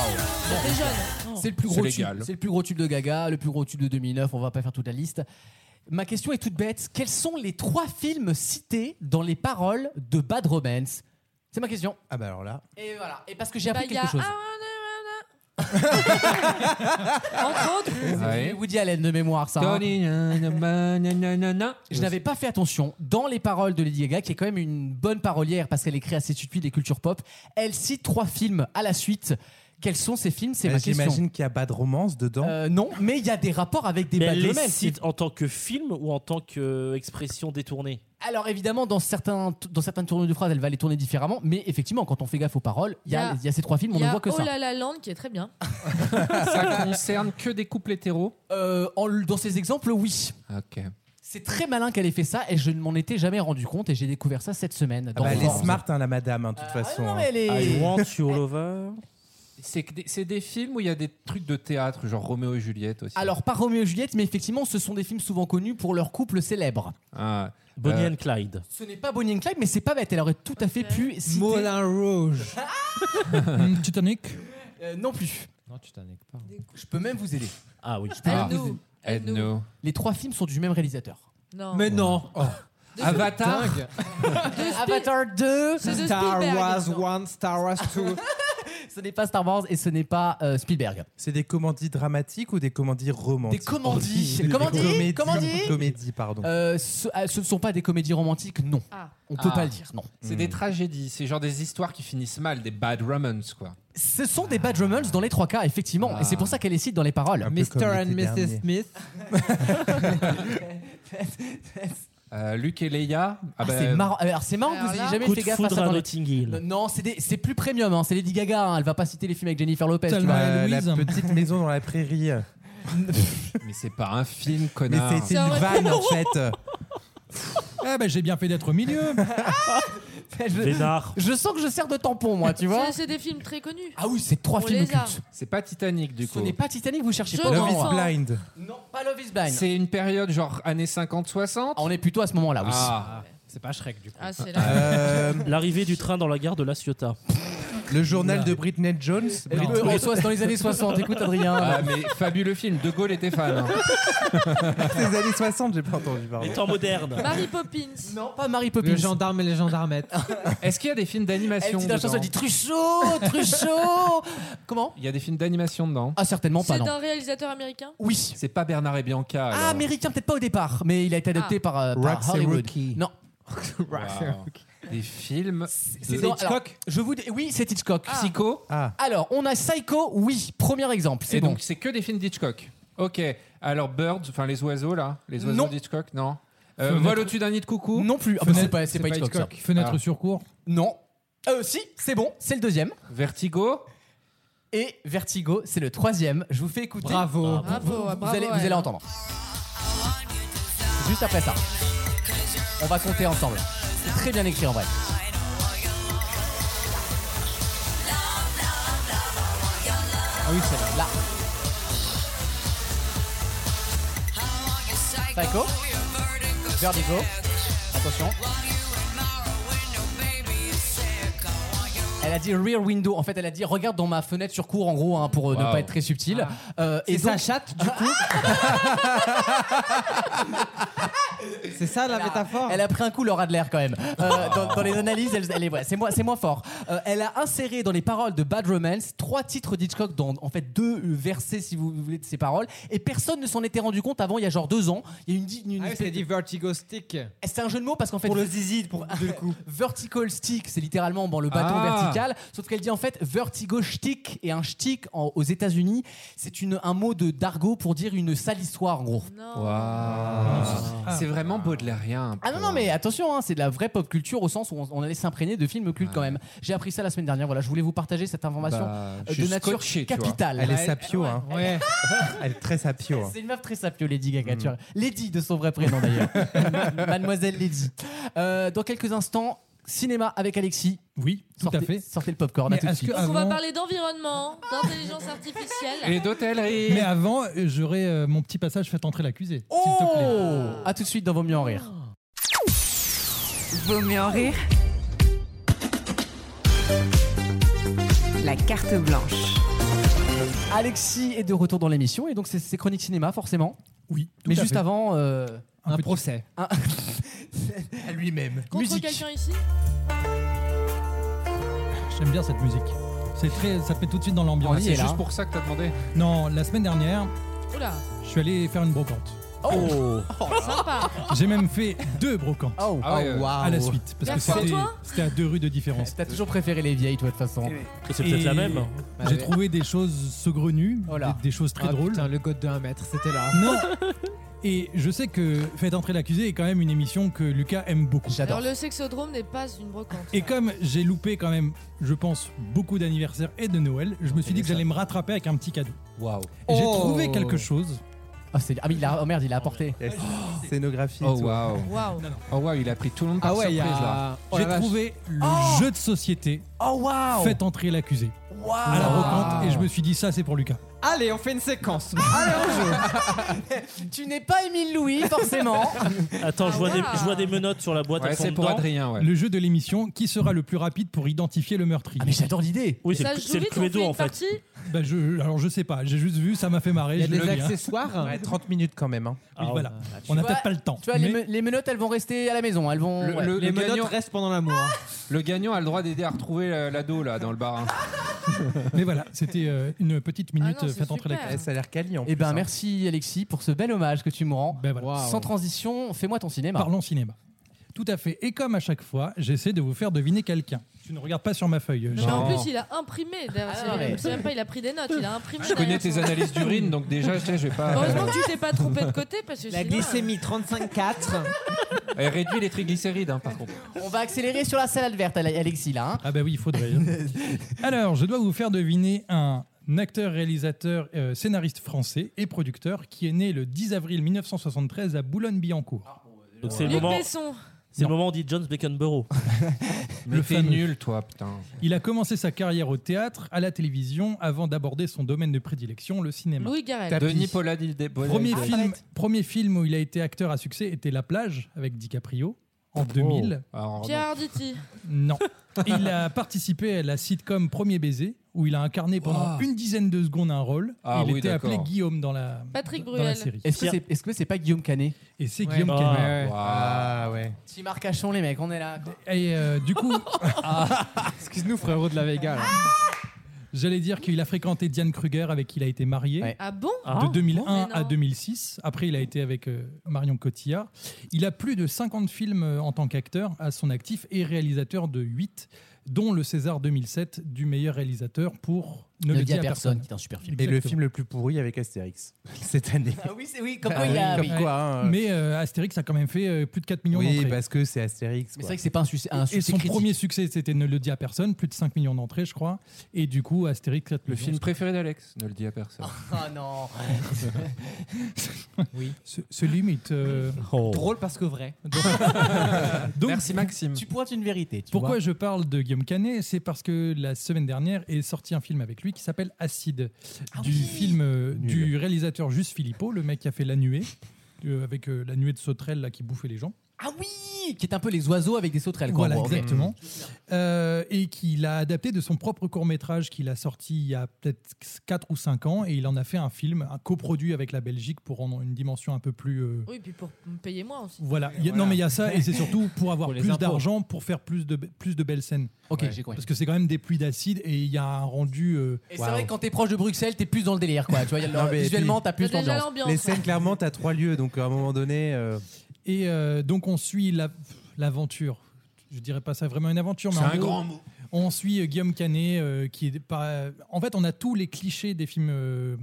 Speaker 4: T'es jeune.
Speaker 2: C'est le plus
Speaker 3: C'est
Speaker 2: gros tube.
Speaker 3: légal.
Speaker 2: C'est le plus gros tube de Gaga, le plus gros tube de 2009. On va pas faire toute la liste. Ma question est toute bête. Quels sont les trois films cités dans les paroles de Bad Romance C'est ma question.
Speaker 8: Ah bah alors là.
Speaker 2: Et voilà. Et parce que j'ai
Speaker 4: Bah,
Speaker 2: appris
Speaker 4: il y a
Speaker 2: quelque chose. (laughs)
Speaker 4: Entre autres,
Speaker 2: C'est Woody Allen de mémoire, ça. hein.
Speaker 3: Tony, nanana, nanana.
Speaker 2: Je n'avais pas fait attention. Dans les paroles de Lady Gaga, qui est quand même une bonne parolière parce qu'elle écrit assez stupide les cultures pop, elle cite trois films à la suite. Quels sont ces films C'est
Speaker 8: Bah,
Speaker 2: ma question.
Speaker 8: J'imagine qu'il y a pas de romance dedans.
Speaker 2: Euh, non, mais il y a des rapports avec des
Speaker 5: Mais
Speaker 2: Bad
Speaker 5: elle les
Speaker 2: Romance.
Speaker 5: cite en tant que film ou en tant qu'expression détournée
Speaker 2: Alors évidemment, dans, certains, dans certaines tournures de phrases, elle va les tourner différemment, mais effectivement, quand on fait gaffe aux paroles, il y, a- il y a ces trois films, on
Speaker 4: il y
Speaker 2: ne
Speaker 4: a
Speaker 2: voit que
Speaker 4: Oh
Speaker 2: ça.
Speaker 4: la la Land qui est très bien.
Speaker 2: (laughs)
Speaker 3: Ça concerne que des couples hétéros
Speaker 2: Euh, en- dans ces exemples, oui.
Speaker 3: Ok.
Speaker 2: C'est très malin qu'elle ait fait ça, et je ne m'en étais jamais rendu compte, et j'ai découvert ça cette semaine.
Speaker 8: Ah
Speaker 2: dans
Speaker 8: bah, elle est
Speaker 2: Forbes.
Speaker 8: smart, hein, la madame, hein,
Speaker 4: Ah
Speaker 8: de toute façon.
Speaker 2: non,
Speaker 8: hein.
Speaker 2: mais elle est- I want
Speaker 5: your lover.
Speaker 3: C'est que des, c'est des films où il y a des trucs de théâtre, genre Roméo et Juliette aussi.
Speaker 2: Alors, pas Roméo et Juliette, mais effectivement, ce sont des films souvent connus pour leur couple célèbre.
Speaker 3: Ah,
Speaker 5: Bonnie
Speaker 3: euh,
Speaker 5: and Clyde.
Speaker 2: Ce n'est pas Bonnie and Clyde, mais c'est pas bête, elle aurait tout à fait pu citer... Ah (laughs)
Speaker 7: Moulin Rouge.
Speaker 6: Hmm, Titanic
Speaker 2: Euh, non plus.
Speaker 7: Non, tu t'en pas.
Speaker 2: Je peux même vous aider.
Speaker 5: Ah oui.
Speaker 2: Je peux même vous aider.
Speaker 3: Aide-nous.
Speaker 2: Les trois films sont du même réalisateur.
Speaker 4: Non.
Speaker 7: Mais non.
Speaker 2: (laughs)
Speaker 3: Avatar
Speaker 2: Avatar 2
Speaker 4: C'est de
Speaker 7: Star
Speaker 4: Spielberg,
Speaker 7: Wars
Speaker 4: non.
Speaker 7: 1, Star Wars
Speaker 2: (laughs)
Speaker 7: (laughs) 2.
Speaker 2: Ce n'est pas Star Wars et ce n'est pas euh, Spielberg.
Speaker 8: C'est des comédies dramatiques ou des comédies romantiques
Speaker 2: Des comédies.
Speaker 8: (laughs) Des
Speaker 2: Comédies,
Speaker 8: comédies,
Speaker 2: comédies.
Speaker 8: comédies, pardon.
Speaker 2: Euh, ce, ah, ce ne sont pas des comédies romantiques, non. On peut
Speaker 3: Ah.
Speaker 2: pas le dire, non.
Speaker 3: C'est des tragédies, c'est genre des histoires qui finissent mal, des bad romance quoi.
Speaker 2: Ce sont des bad romance dans les trois cas, effectivement.
Speaker 3: Ah.
Speaker 2: Et c'est pour ça qu'elle les cite dans les paroles.
Speaker 7: Mr. and Mrs.
Speaker 5: (laughs)
Speaker 7: Smith.
Speaker 5: Ah
Speaker 3: Euh, Luc et Leia. bah,
Speaker 2: Ah, c'est marrant, alors, c'est marrant que vous ayez jamais
Speaker 5: bah, euh, Coup
Speaker 2: fait
Speaker 5: de
Speaker 2: gaffe à
Speaker 5: foudre
Speaker 2: ça.
Speaker 5: à
Speaker 2: dans les-
Speaker 5: Notting Hill.
Speaker 2: Non, c'est des- c'est plus premium. hein. C'est Lady Gaga. hein. Elle va pas citer les films avec Jennifer Lopez. tu
Speaker 8: Thelma
Speaker 2: vois.
Speaker 8: et Euh, la Louise. petite maison dans la
Speaker 2: (laughs)
Speaker 8: prairie.
Speaker 5: (laughs)
Speaker 3: Mais c'est pas un film,
Speaker 8: Mais
Speaker 3: connard.
Speaker 8: c'est une vanne en fait.
Speaker 6: Ah bah j'ai bien fait d'être au milieu.
Speaker 5: Vénard.
Speaker 2: Je sens que je sers de tampon, moi, tu vois.
Speaker 4: C'est- C'est des films très connus.
Speaker 2: Ah oui, c'est trois
Speaker 4: On
Speaker 2: films
Speaker 4: les a.
Speaker 2: cultes.
Speaker 3: C'est pas Titanic du
Speaker 2: Ce
Speaker 3: coup.
Speaker 2: n'est pas Titanic, vous cherchez
Speaker 4: Je
Speaker 2: pas. au
Speaker 4: Love
Speaker 2: bon
Speaker 4: is
Speaker 2: endroit.
Speaker 8: Blind.
Speaker 2: Non, pas Love is Blind.
Speaker 3: C'est une période genre années 50-60
Speaker 2: On est plutôt à ce moment-là, oui.
Speaker 3: Ah, c'est pas Shrek du coup.
Speaker 4: Ah, c'est là.
Speaker 8: Euh,
Speaker 5: L'arrivée du train dans la gare de La Ciotat.
Speaker 8: le journal de Britney Jones.
Speaker 2: Non.
Speaker 8: Britney-
Speaker 2: Oh, soit c'est dans les années 60. Écoute, Adrien.
Speaker 3: Ah, mais fabuleux film, De Gaulle était fan. hein.
Speaker 2: (laughs)
Speaker 8: Les années 60, j'ai pas entendu parler.
Speaker 5: Les temps modernes.
Speaker 4: Mary Poppins.
Speaker 2: Non, pas Marie Poppins.
Speaker 7: Le gendarme et les gendarmettes.
Speaker 3: Est-ce qu'il y a des films
Speaker 2: Elle
Speaker 3: d'animation
Speaker 2: dit dans la chanson,
Speaker 3: dedans
Speaker 2: elle dit Truchot,
Speaker 4: (laughs)
Speaker 2: Truchot. Comment
Speaker 3: Il y a des films d'animation dedans.
Speaker 2: Ah, certainement pas,
Speaker 4: C'est
Speaker 2: non.
Speaker 4: d'un réalisateur américain.
Speaker 2: Oui.
Speaker 3: C'est pas Bernard et Bianca.
Speaker 2: Ah, américain, peut-être pas au départ, mais il a été adopté
Speaker 4: Ah.
Speaker 2: par, euh, par
Speaker 8: Roxy
Speaker 2: Hollywood.
Speaker 8: Rookie.
Speaker 2: Non. (laughs)
Speaker 3: Wow. Des films.
Speaker 2: C'est
Speaker 3: de-
Speaker 2: dans-
Speaker 3: Hitchcock
Speaker 2: alors, je vous dis- oui, c'est Hitchcock.
Speaker 3: Psycho
Speaker 8: Ah.
Speaker 2: Alors, on a Psycho, oui, premier exemple, c'est
Speaker 3: Et
Speaker 2: bon.
Speaker 3: donc, c'est que des films d'Hitchcock. Ok. Alors, Birds, enfin, les oiseaux, là. Les oiseaux
Speaker 2: Non.
Speaker 3: d'Hitchcock, non. Euh,
Speaker 6: Fenêtre-
Speaker 3: Vol au-dessus d'un nid de coucou.
Speaker 2: non plus, Ah, bah,
Speaker 6: Fenêtre-
Speaker 2: c'est pas, c'est pas Hitchcock, ça.
Speaker 6: Fenêtre
Speaker 3: Ah.
Speaker 6: sur cours.
Speaker 2: Non. Euh, si, c'est bon, c'est le deuxième.
Speaker 3: Vertigo.
Speaker 2: Et Vertigo, c'est le troisième. Je vous fais écouter. Bravo. Vous,
Speaker 4: Bravo,
Speaker 2: vous- vous
Speaker 4: bravo
Speaker 2: allez, vous
Speaker 4: à
Speaker 2: allez
Speaker 4: elle.
Speaker 2: entendre. Juste après ça. On va compter ensemble. C'est très bien écrit en vrai. Ah oui, c'est là. Psycho. Vertigo. Attention. Elle a dit rear window. En fait, elle a dit regarde dans ma fenêtre sur cour, en gros, hein, pour euh, ne
Speaker 7: Wow. Ah.
Speaker 2: pas être très subtil. Euh, et sa chatte, du (laughs) coup. C'est ça la métaphore. Elle a pris un coup Laura Adler quand même. Euh, dans, dans les analyses, elle, elle est, ouais, c'est moins, c'est moins fort. Euh, elle a inséré dans les paroles de Bad Romance trois titres d'Hitchcock dans en fait deux euh, versets si vous voulez de ses paroles et personne ne s'en était rendu compte avant il y a genre deux ans. Il y a une, di- une
Speaker 7: Ah oui,
Speaker 2: espèce
Speaker 7: c'est dit vertigo stick.
Speaker 2: Eh, c'est un jeu de mots parce qu'en fait.
Speaker 7: Pour le zizi,
Speaker 2: (laughs)
Speaker 7: pour le coup.
Speaker 2: Vertical stick, c'est littéralement bon, le bâton
Speaker 7: Ah.
Speaker 2: vertical. Sauf qu'elle dit en fait vertigo stick. Et un stick en- aux États-Unis, c'est une- un mot de d'argot pour dire une sale histoire en gros.
Speaker 3: C'est vraiment baudelairien. un peu.
Speaker 2: Ah non, non, mais attention, hein, c'est de la vraie pop culture au sens où on, on allait s'imprégner de films cultes quand même. J'ai appris ça la semaine dernière. Voilà, je voulais vous partager cette information
Speaker 8: Bah,
Speaker 2: euh,
Speaker 8: je
Speaker 2: de
Speaker 8: suis
Speaker 2: nature
Speaker 8: scotché, tu vois.
Speaker 2: capitale.
Speaker 8: Elle est sapio,
Speaker 2: ouais,
Speaker 8: hein.
Speaker 2: ouais.
Speaker 8: (laughs) Elle est très sapio. hein.
Speaker 2: C'est une meuf très sapio, Lady Gaga.
Speaker 6: Mm.
Speaker 2: tu vois. Lady de son vrai prénom
Speaker 6: (laughs)
Speaker 2: d'ailleurs. Ma- Mademoiselle Lady. Euh, dans quelques instants, cinéma avec Alexis.
Speaker 6: Oui,
Speaker 2: tout à fait. Sortez le popcorn, à
Speaker 6: Mais
Speaker 2: tout de
Speaker 6: est-ce
Speaker 2: suite.
Speaker 6: que
Speaker 4: Donc on va
Speaker 6: Avant-
Speaker 4: parler d'environnement, d'intelligence artificielle.
Speaker 3: d'hôtellerie.
Speaker 6: Mais avant, euh, j'aurai euh, mon petit passage fait entrer l'accusé. s'il te plaît.
Speaker 2: À tout de suite dans Vaut mieux en rire.
Speaker 1: Vaut mieux en rire. La carte blanche.
Speaker 2: Alexis est de retour dans l'émission et donc c'est- c'est chronique cinéma forcément.
Speaker 6: Oui.
Speaker 2: Mais
Speaker 7: à
Speaker 2: juste
Speaker 7: fait.
Speaker 2: avant, euh,
Speaker 7: Un procès.
Speaker 6: Ah.
Speaker 2: (laughs) un- à lui-même.
Speaker 4: Contre
Speaker 2: Musique.
Speaker 4: quelqu'un ici
Speaker 6: J'aime bien cette musique. C'est très, ça te met tout de suite dans l'ambiance.
Speaker 3: Ah, c'est juste pour ça que t'as demandé.
Speaker 6: Non, la semaine dernière,
Speaker 4: Oula,
Speaker 6: je suis allé faire une brocante.
Speaker 3: Oh.
Speaker 4: sympa.
Speaker 6: J'ai même fait deux brocantes
Speaker 2: Oh,
Speaker 3: Ah ouais, wow.
Speaker 6: à la suite parce que
Speaker 4: Merci à
Speaker 6: c'était-
Speaker 4: toi.
Speaker 6: c'était à deux rues de différence.
Speaker 2: T'as toujours préféré les vieilles, toi, de toute façon.
Speaker 5: Et c'est peut-être
Speaker 6: Et
Speaker 5: la même. hein.
Speaker 6: J'ai trouvé des choses saugrenues,
Speaker 2: là.
Speaker 6: des, des choses très
Speaker 7: Ah,
Speaker 6: drôles.
Speaker 7: putain, le god de 1 mètre, c'était là.
Speaker 6: Non. Et je sais que Faites entrer l'accusé est quand même une émission que Lucas aime beaucoup.
Speaker 4: Alors le sexodrome n'est pas une brocante.
Speaker 6: Et comme j'ai loupé quand même, je pense, beaucoup d'anniversaires et de Noël, je me suis dit que j'allais me rattraper avec un petit cadeau.
Speaker 3: Waouh.
Speaker 6: Et J'ai
Speaker 2: Oh.
Speaker 6: trouvé quelque chose.
Speaker 2: Ah, c'est- ah oui, il a, oh merde, il a apporté.
Speaker 8: Scénographie. et
Speaker 3: Oh
Speaker 8: tout.
Speaker 3: waouh.
Speaker 4: Waouh.
Speaker 3: Oh waouh, il a pris tout le monde par
Speaker 7: Ah ouais, il y
Speaker 3: surprise
Speaker 7: a-
Speaker 3: là.
Speaker 7: Oh la
Speaker 6: J'ai
Speaker 7: vache.
Speaker 6: trouvé le jeu de société
Speaker 2: Oh waouh
Speaker 6: Faites entrer l'accusé à la brocante et je me suis dit ça c'est pour Lucas.
Speaker 7: Allez, on fait une séquence.
Speaker 2: Ah. (laughs) Tu n'es pas Émile Louis, forcément.
Speaker 7: (laughs)
Speaker 5: Attends, je vois,
Speaker 2: Ah,
Speaker 5: des,
Speaker 2: waouh.
Speaker 5: je vois des menottes sur la boîte.
Speaker 3: Ouais,
Speaker 5: elles sont
Speaker 3: c'est pour
Speaker 5: dedans.
Speaker 3: Adrien, ouais.
Speaker 6: Le jeu de l'émission qui sera le plus rapide pour identifier le meurtrier.
Speaker 2: Ah, mais j'adore l'idée.
Speaker 5: Oui, c'est
Speaker 4: Ça
Speaker 5: le,
Speaker 4: se joue
Speaker 5: c'est le
Speaker 4: vite, on
Speaker 5: Cluedo
Speaker 4: fait
Speaker 5: en
Speaker 4: une
Speaker 5: fait.
Speaker 4: partie
Speaker 6: Bah, je, alors je sais pas, j'ai juste vu, ça m'a fait marrer.
Speaker 7: Il y a
Speaker 6: je le
Speaker 7: des
Speaker 6: dis, hein.
Speaker 7: accessoires.
Speaker 8: Ouais, 30 minutes quand même. hein.
Speaker 6: Oui,
Speaker 5: Ah,
Speaker 6: voilà.
Speaker 7: ouais.
Speaker 6: On n'a
Speaker 2: vois-
Speaker 6: peut-être pas le temps.
Speaker 2: Tu vois, les,
Speaker 6: mais-
Speaker 2: me- les menottes, elles vont rester à la maison. Elles vont.
Speaker 3: Le-
Speaker 2: ouais.
Speaker 3: le-
Speaker 7: Les
Speaker 3: le
Speaker 7: menottes
Speaker 3: gagnant-
Speaker 7: restent pendant l'amour. hein.
Speaker 3: Le gagnant a le droit d'aider à retrouver euh, l'ado là dans le bar. hein.
Speaker 6: (laughs) Mais voilà, c'était euh, une petite minute
Speaker 4: Ah non,
Speaker 6: euh,
Speaker 4: c'est
Speaker 6: faite entrer la
Speaker 4: super.
Speaker 8: Eh, ça a l'air quali en plus,
Speaker 2: Eh ben,
Speaker 8: hein.
Speaker 2: merci Alexis pour ce bel hommage que tu me rends.
Speaker 6: Ben voilà.
Speaker 7: Waouh.
Speaker 2: Sans transition, fais-moi ton cinéma.
Speaker 6: Parlons cinéma. Tout à fait. Et comme à chaque fois, j'essaie de vous faire deviner quelqu'un. Tu ne regardes pas sur ma feuille.
Speaker 4: Non,
Speaker 6: j'ai-
Speaker 4: mais en
Speaker 3: Non.
Speaker 4: plus, il a imprimé. derrière.
Speaker 2: Ah, non, mais-
Speaker 4: C'est- c'est même pas, il a pris des notes, il a imprimé.
Speaker 3: Je connais
Speaker 4: derrière
Speaker 3: tes
Speaker 4: son-
Speaker 3: analyses
Speaker 4: (laughs)
Speaker 3: d'urine, donc déjà, je sais, je vais pas. Euh,
Speaker 4: Heureusement que tu t'es pas trompé de côté parce
Speaker 2: (laughs)
Speaker 4: que
Speaker 7: La
Speaker 4: sinon,
Speaker 7: glycémie 35,4.
Speaker 3: Elle réduit les triglycérides, hein, par contre.
Speaker 2: On va accélérer sur la salade verte, Ale- Alexis, là. hein.
Speaker 6: Ah bah oui, il faudrait. (laughs) Alors, je dois vous faire deviner un acteur, réalisateur, euh, scénariste français et producteur qui est né le 10 avril 1973 à Boulogne-Billancourt.
Speaker 5: Donc c'est
Speaker 4: euh,
Speaker 5: le
Speaker 4: Luc
Speaker 5: moment.
Speaker 4: Besson.
Speaker 5: C'est le moment où on dit Jones
Speaker 6: (laughs)
Speaker 5: Bacon
Speaker 3: Mais t'es
Speaker 6: fameux.
Speaker 3: nul, toi, putain.
Speaker 6: Il a commencé sa carrière au théâtre, à la télévision, avant d'aborder son domaine de prédilection, le cinéma.
Speaker 4: Louis Garrel.
Speaker 8: T'as-
Speaker 3: Denis Poladil des
Speaker 6: Premier,
Speaker 3: Poladil-
Speaker 6: film, premier film où il a été acteur à succès était La plage avec DiCaprio en 2000.
Speaker 3: Oh. Alors,
Speaker 4: Pierre Arditi.
Speaker 6: Non. Il a participé à la sitcom Premier baiser, où il a incarné pendant
Speaker 2: Ah.
Speaker 3: Wow.
Speaker 6: une dizaine de secondes un rôle.
Speaker 3: Ah
Speaker 6: il
Speaker 3: oui,
Speaker 6: était appelé
Speaker 3: d'accord.
Speaker 6: Guillaume dans la,
Speaker 4: Patrick
Speaker 6: dans la
Speaker 4: Bruel.
Speaker 6: série.
Speaker 2: Est-ce que
Speaker 5: Pierre-
Speaker 2: c'est est-ce que c'est pas Guillaume Canet
Speaker 6: Et c'est
Speaker 7: Ouais.
Speaker 6: Guillaume
Speaker 5: Ah.
Speaker 6: Canet.
Speaker 7: Ouais, ouais.
Speaker 8: Ah ouais.
Speaker 2: Petit marcachon, les mecs, on est là.
Speaker 6: (laughs) Et euh, du
Speaker 4: (laughs)
Speaker 6: coup, ah,
Speaker 7: Excuse-nous, frérot de la Vega. là.
Speaker 4: Ah
Speaker 6: j'allais dire qu'il a fréquenté Diane Kruger, avec qui il a été marié.
Speaker 2: Ouais.
Speaker 4: Ah bon
Speaker 5: Ah,
Speaker 6: De 2001
Speaker 4: bon Mais
Speaker 6: à
Speaker 4: non.
Speaker 6: 2006. Après, il a été avec euh, Marion Cotillard. Il a plus de 50 films euh, en tant qu'acteur à son actif et réalisateur de 8, dont le César 2007 du meilleur réalisateur pour
Speaker 2: Ne le dis à personne, qui est un super film.
Speaker 8: Et le
Speaker 2: Exactement.
Speaker 8: film le plus pourri avec Astérix (laughs) cette année.
Speaker 2: Ah oui, c'est oui,
Speaker 8: comme quoi Ah il a- oui, comme oui. quoi, hein.
Speaker 6: Mais euh, Astérix a quand même fait euh, plus de 4 millions
Speaker 8: Oui,
Speaker 6: d'entrées.
Speaker 8: parce que c'est Astérix.
Speaker 2: Mais c'est vrai que c'est pas un succès- un
Speaker 6: Et
Speaker 2: succès
Speaker 6: son
Speaker 2: critique.
Speaker 6: premier succès, c'était Ne le dis à personne, plus de 5 millions d'entrées, je crois. Et du coup, Astérix,
Speaker 3: Le film préféré d'Alex, ne le dis à personne.
Speaker 2: (laughs) Ah
Speaker 6: (laughs)
Speaker 2: non
Speaker 6: oui. Se, se limite. euh,
Speaker 8: Oh.
Speaker 7: Drôle parce que vrai.
Speaker 6: Donc- (laughs) Donc-
Speaker 7: Merci Maxime.
Speaker 2: Tu pointes une vérité. tu
Speaker 6: Pourquoi
Speaker 2: vois.
Speaker 6: je parle de Guillaume Canet C'est parce que la semaine dernière est sorti un film avec lui qui s'appelle Acide,
Speaker 2: Ah
Speaker 6: du film euh, du réalisateur Juste Philippot, le mec qui a fait La Nuée, (laughs) euh, avec euh, la nuée de sauterelles là, qui bouffait les gens.
Speaker 2: Ah oui Qui est un peu les oiseaux avec des sauterelles. quoi, Mmh.
Speaker 6: Voilà,
Speaker 2: en gros.
Speaker 6: exactement. Euh, et qu'il a adapté de son propre court métrage qu'il a sorti il y a peut-être 4 ou 5 ans. Et il en a fait un film, un coproduit avec la Belgique pour rendre une dimension un peu plus. euh,
Speaker 4: Oui, puis pour me payer moins aussi.
Speaker 6: Voilà. Il y a- Non, mais il y a ça, et c'est surtout pour avoir
Speaker 2: (laughs) Pour les
Speaker 6: plus
Speaker 2: impôts.
Speaker 6: d'argent, pour faire plus de, be- plus de belles scènes.
Speaker 2: Ok, Ouais. j'ai compris.
Speaker 6: Parce que c'est quand même des pluies d'acide, et il y a un rendu. euh,
Speaker 2: Et c'est vrai que quand t'es proche de Bruxelles, t'es plus dans le délire, quoi. Tu vois, il y a le- visuellement, t'as plus l'ambiance.
Speaker 8: Les scènes, clairement, t'as trois lieux, donc à un moment donné. euh,
Speaker 6: Et euh, donc on suit la- l'aventure. Je dirais pas ça vraiment une aventure, mais
Speaker 8: C'est
Speaker 6: en
Speaker 8: un
Speaker 6: gros,
Speaker 8: grand mot.
Speaker 6: On suit euh, Guillaume Canet, euh, qui est pas- En fait, on a tous les clichés des films euh,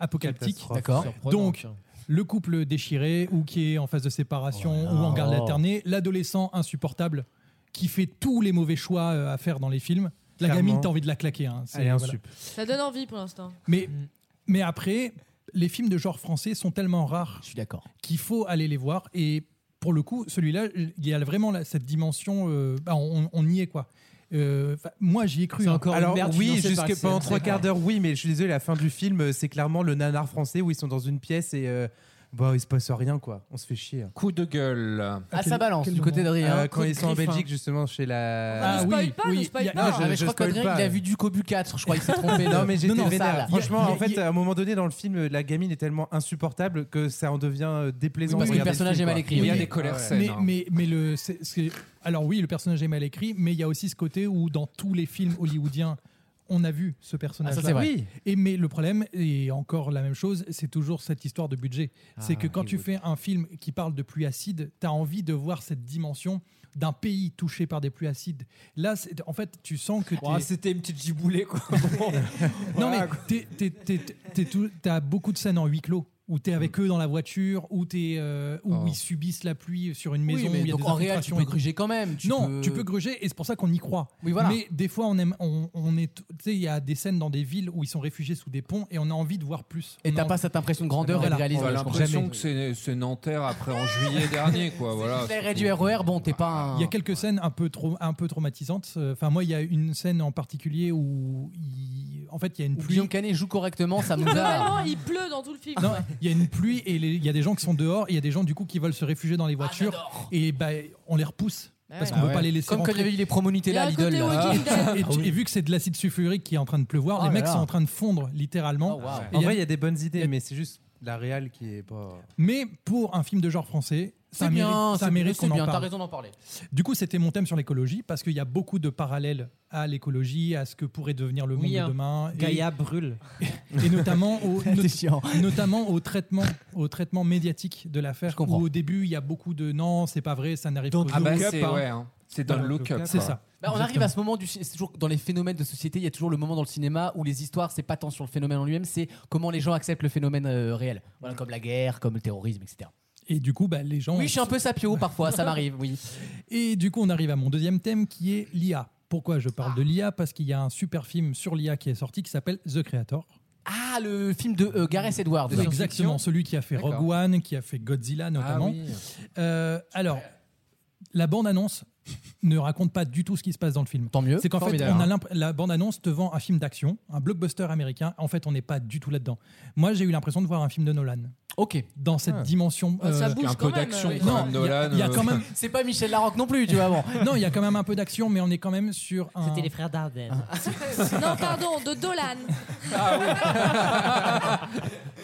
Speaker 6: apocalyptiques.
Speaker 2: Catastrophe. hein. D'accord. Surprenant,
Speaker 6: Donc.
Speaker 2: tiens.
Speaker 6: Le couple déchiré ou qui est en phase de séparation
Speaker 2: Oh là
Speaker 6: ou en garde
Speaker 2: là.
Speaker 6: alternée, l'adolescent insupportable qui fait tous les mauvais choix euh, à faire dans les films. La
Speaker 8: Clairement.
Speaker 6: gamine, t'as envie de la claquer. hein. C'est-
Speaker 8: Elle est
Speaker 6: voilà.
Speaker 8: insup.
Speaker 4: Ça donne envie pour l'instant.
Speaker 6: Mais,
Speaker 8: Mm.
Speaker 6: mais après, les films de genre français sont tellement rares.
Speaker 2: d'accord.
Speaker 6: Qu'il faut aller les voir. Et pour le coup, celui-là, il y a vraiment là, cette dimension. euh, bah, on, on y est, quoi. Euh, 'fin, moi, j'y ai cru. hein.
Speaker 8: Alors oui, jusque pendant trois quarts d'heure, oui, mais je suis désolé, la fin du film, euh, c'est clairement le nanar français où ils sont dans une pièce et euh, bah il se passe rien quoi, on se fait chier.
Speaker 3: (laughs)
Speaker 8: hein.
Speaker 3: Coup de gueule.
Speaker 2: Ah, ça balance, du côté d'Adrien.
Speaker 8: Euh, quand
Speaker 2: Coup de
Speaker 8: ils sont en
Speaker 2: griffe,
Speaker 8: Belgique
Speaker 2: hein.
Speaker 8: justement chez la.
Speaker 2: Ah, ne spoil pas, ne spoil pas.
Speaker 8: Non,
Speaker 2: Ah, mais je crois
Speaker 8: spoil
Speaker 2: qu'Adrien,
Speaker 8: pas.
Speaker 2: il a vu du Cobu 4, je crois
Speaker 8: (laughs)
Speaker 2: qu'il s'est trompé.
Speaker 8: Non,
Speaker 2: de-
Speaker 8: mais j'étais
Speaker 2: de
Speaker 8: vénère.
Speaker 2: salle.
Speaker 8: Franchement, en fait, à un moment donné, dans le film, la gamine est tellement insupportable que ça en devient euh, déplaisant.
Speaker 2: Oui, parce
Speaker 8: de
Speaker 2: que le
Speaker 8: regarder
Speaker 2: personnage
Speaker 8: film,
Speaker 2: est mal
Speaker 8: quoi.
Speaker 2: écrit. Il y a
Speaker 8: Oui.
Speaker 2: des colères
Speaker 8: Ah ouais.
Speaker 2: saines, hein.
Speaker 6: Mais, mais, mais le, c'est- c'est- alors oui, le personnage est mal écrit, mais il y a aussi ce côté où dans tous les films hollywoodiens, on a vu ce personnage.
Speaker 2: Ah, ça, c'est vrai.
Speaker 6: Oui. Et mais le problème et encore la même chose, c'est toujours cette histoire de budget. c'est
Speaker 2: Ah,
Speaker 6: que quand tu fais un film qui parle de pluie acide, tu as envie de voir cette dimension d'un pays touché par des pluies acides. Là, c'est- en fait, tu sens que
Speaker 7: Ouah,
Speaker 6: t'es-
Speaker 7: C'était une petite giboulée (laughs) quoi.
Speaker 6: (laughs) non, mais t'es- t'es- t'es- t'es tout- t'as beaucoup de scènes en huis clos où t'es avec eux dans la voiture, où, t'es, euh, où
Speaker 2: Mm. Oh.
Speaker 6: ils subissent la pluie sur une
Speaker 2: Oui,
Speaker 6: maison.
Speaker 2: mais
Speaker 6: où il y a
Speaker 2: donc
Speaker 6: des
Speaker 2: en réel, tu
Speaker 6: infiltrations
Speaker 2: peux
Speaker 6: et tout.
Speaker 2: gruger quand même, tu
Speaker 6: non,
Speaker 2: peux-
Speaker 6: tu peux gruger et c'est pour ça qu'on y croit.
Speaker 2: Oui, voilà.
Speaker 6: Mais des fois, on aime, on, on est, tu sais, il y a des scènes dans des villes où ils sont réfugiés sous des ponts et on a envie de voir plus.
Speaker 2: Et
Speaker 6: On a
Speaker 2: t'as
Speaker 6: envie-
Speaker 2: pas cette impression de grandeur et
Speaker 6: Voilà.
Speaker 2: de réalisme.
Speaker 3: On a
Speaker 2: je comprends.
Speaker 3: l'impression que c'est c'est Nanterre après en juillet dernier,
Speaker 4: (laughs)
Speaker 3: quoi. Voilà.
Speaker 2: Les raies du RER, bon, t'es pas un.
Speaker 6: Il y a quelques scènes un peu, trop, un peu traumatisantes. Enfin, moi, il y a une scène en particulier où, il- en fait, il y a une pluie.
Speaker 2: Guillaume Canet joue correctement, ça nous
Speaker 4: Globalement,
Speaker 2: a.
Speaker 4: il pleut dans tout le film.
Speaker 6: Ah, Non, (laughs)
Speaker 4: ouais.
Speaker 6: il y a une pluie et les- il y a des gens qui sont dehors, et il y a des gens du coup qui veulent se réfugier dans les voitures et bah, on les repousse
Speaker 2: Ah
Speaker 6: parce
Speaker 2: ouais.
Speaker 6: qu'on
Speaker 2: Ah
Speaker 6: veut pas
Speaker 2: ouais.
Speaker 6: les laisser
Speaker 2: Comme quand
Speaker 6: rentrer.
Speaker 2: il y avait eu les promos Nutella à Il y a un Lidl, côté là. Walking Dead.
Speaker 6: Et,
Speaker 2: Ah oui.
Speaker 6: et vu que c'est de l'acide sulfurique qui est en train de pleuvoir,
Speaker 8: Oh
Speaker 6: les
Speaker 8: là
Speaker 6: mecs
Speaker 8: là.
Speaker 6: sont en train de fondre littéralement. Et
Speaker 8: En
Speaker 6: il y a-
Speaker 8: vrai, il y a des bonnes idées, mais c'est juste la réal qui est pas.
Speaker 6: Mais pour un film de genre français, ça
Speaker 2: C'est bien,
Speaker 6: mérite, ça
Speaker 2: c'est-
Speaker 6: mérite
Speaker 2: c'est
Speaker 6: qu'on en
Speaker 2: bien,
Speaker 6: parle.
Speaker 2: t'as raison d'en parler.
Speaker 6: Du coup, c'était mon thème sur l'écologie parce qu'il y a beaucoup de parallèles à l'écologie, à ce que pourrait devenir le monde
Speaker 7: Oui, hein.
Speaker 6: de demain.
Speaker 7: Gaïa brûle.
Speaker 6: (laughs) Et notamment au,
Speaker 7: (laughs) C'est
Speaker 6: not-
Speaker 7: chiant.
Speaker 6: (laughs) notamment au traitement, au traitement médiatique de l'affaire. Où au début, il y a beaucoup de non, c'est pas vrai, ça n'arrive pas.
Speaker 3: Ah bah c'est ouais, hein. C'est dans le look up.
Speaker 6: C'est
Speaker 3: quoi.
Speaker 6: ça.
Speaker 2: Bah, on arrive à ce moment du ci- c'est toujours dans les phénomènes de société, il y a toujours le moment dans le cinéma où les histoires c'est pas tant sur le phénomène en lui-même, c'est comment les gens acceptent le phénomène euh, réel. Voilà comme la guerre, comme le terrorisme, etc.
Speaker 6: Et du coup, bah, les gens.
Speaker 2: Oui, je suis un peu sapio parfois, ça m'arrive, oui.
Speaker 6: Et du coup, on arrive à mon deuxième thème qui est l'IA. Pourquoi je parle de l'IA Parce qu'il y a un super film sur l'IA qui est sorti qui s'appelle The Creator.
Speaker 2: Ah, le film de euh, Gareth Edwards.
Speaker 6: Exactement, celui qui a fait Rogue One, qui a fait Godzilla notamment.
Speaker 2: Ah oui.
Speaker 6: Euh, alors, la bande-annonce (laughs) ne raconte pas du tout ce qui se passe dans le film. Tant
Speaker 2: mieux.
Speaker 6: C'est qu'en fait,
Speaker 2: Formidable.
Speaker 6: on a l'imp- la bande-annonce te vend un film d'action, un blockbuster américain. En fait, on n'est pas du tout là-dedans. Moi, j'ai eu l'impression de voir un film de Nolan.
Speaker 2: Ok.
Speaker 6: Dans cette
Speaker 2: Ah.
Speaker 6: dimension.
Speaker 2: Bah, ça
Speaker 6: euh,
Speaker 2: bouge Un peu quand même, d'action, euh, quand
Speaker 6: Non,
Speaker 2: même,
Speaker 6: il y a-
Speaker 2: Nolan,
Speaker 6: il y a
Speaker 2: euh. (laughs)
Speaker 6: quand même.
Speaker 2: C'est pas Michel Larocque non plus, tu vois. Bon.
Speaker 6: Non, il y a quand même un peu d'action, mais on est quand même sur. Un...
Speaker 4: C'était les
Speaker 6: frères Dardenne.
Speaker 4: non, pardon, de Dolan.
Speaker 6: (laughs) Ah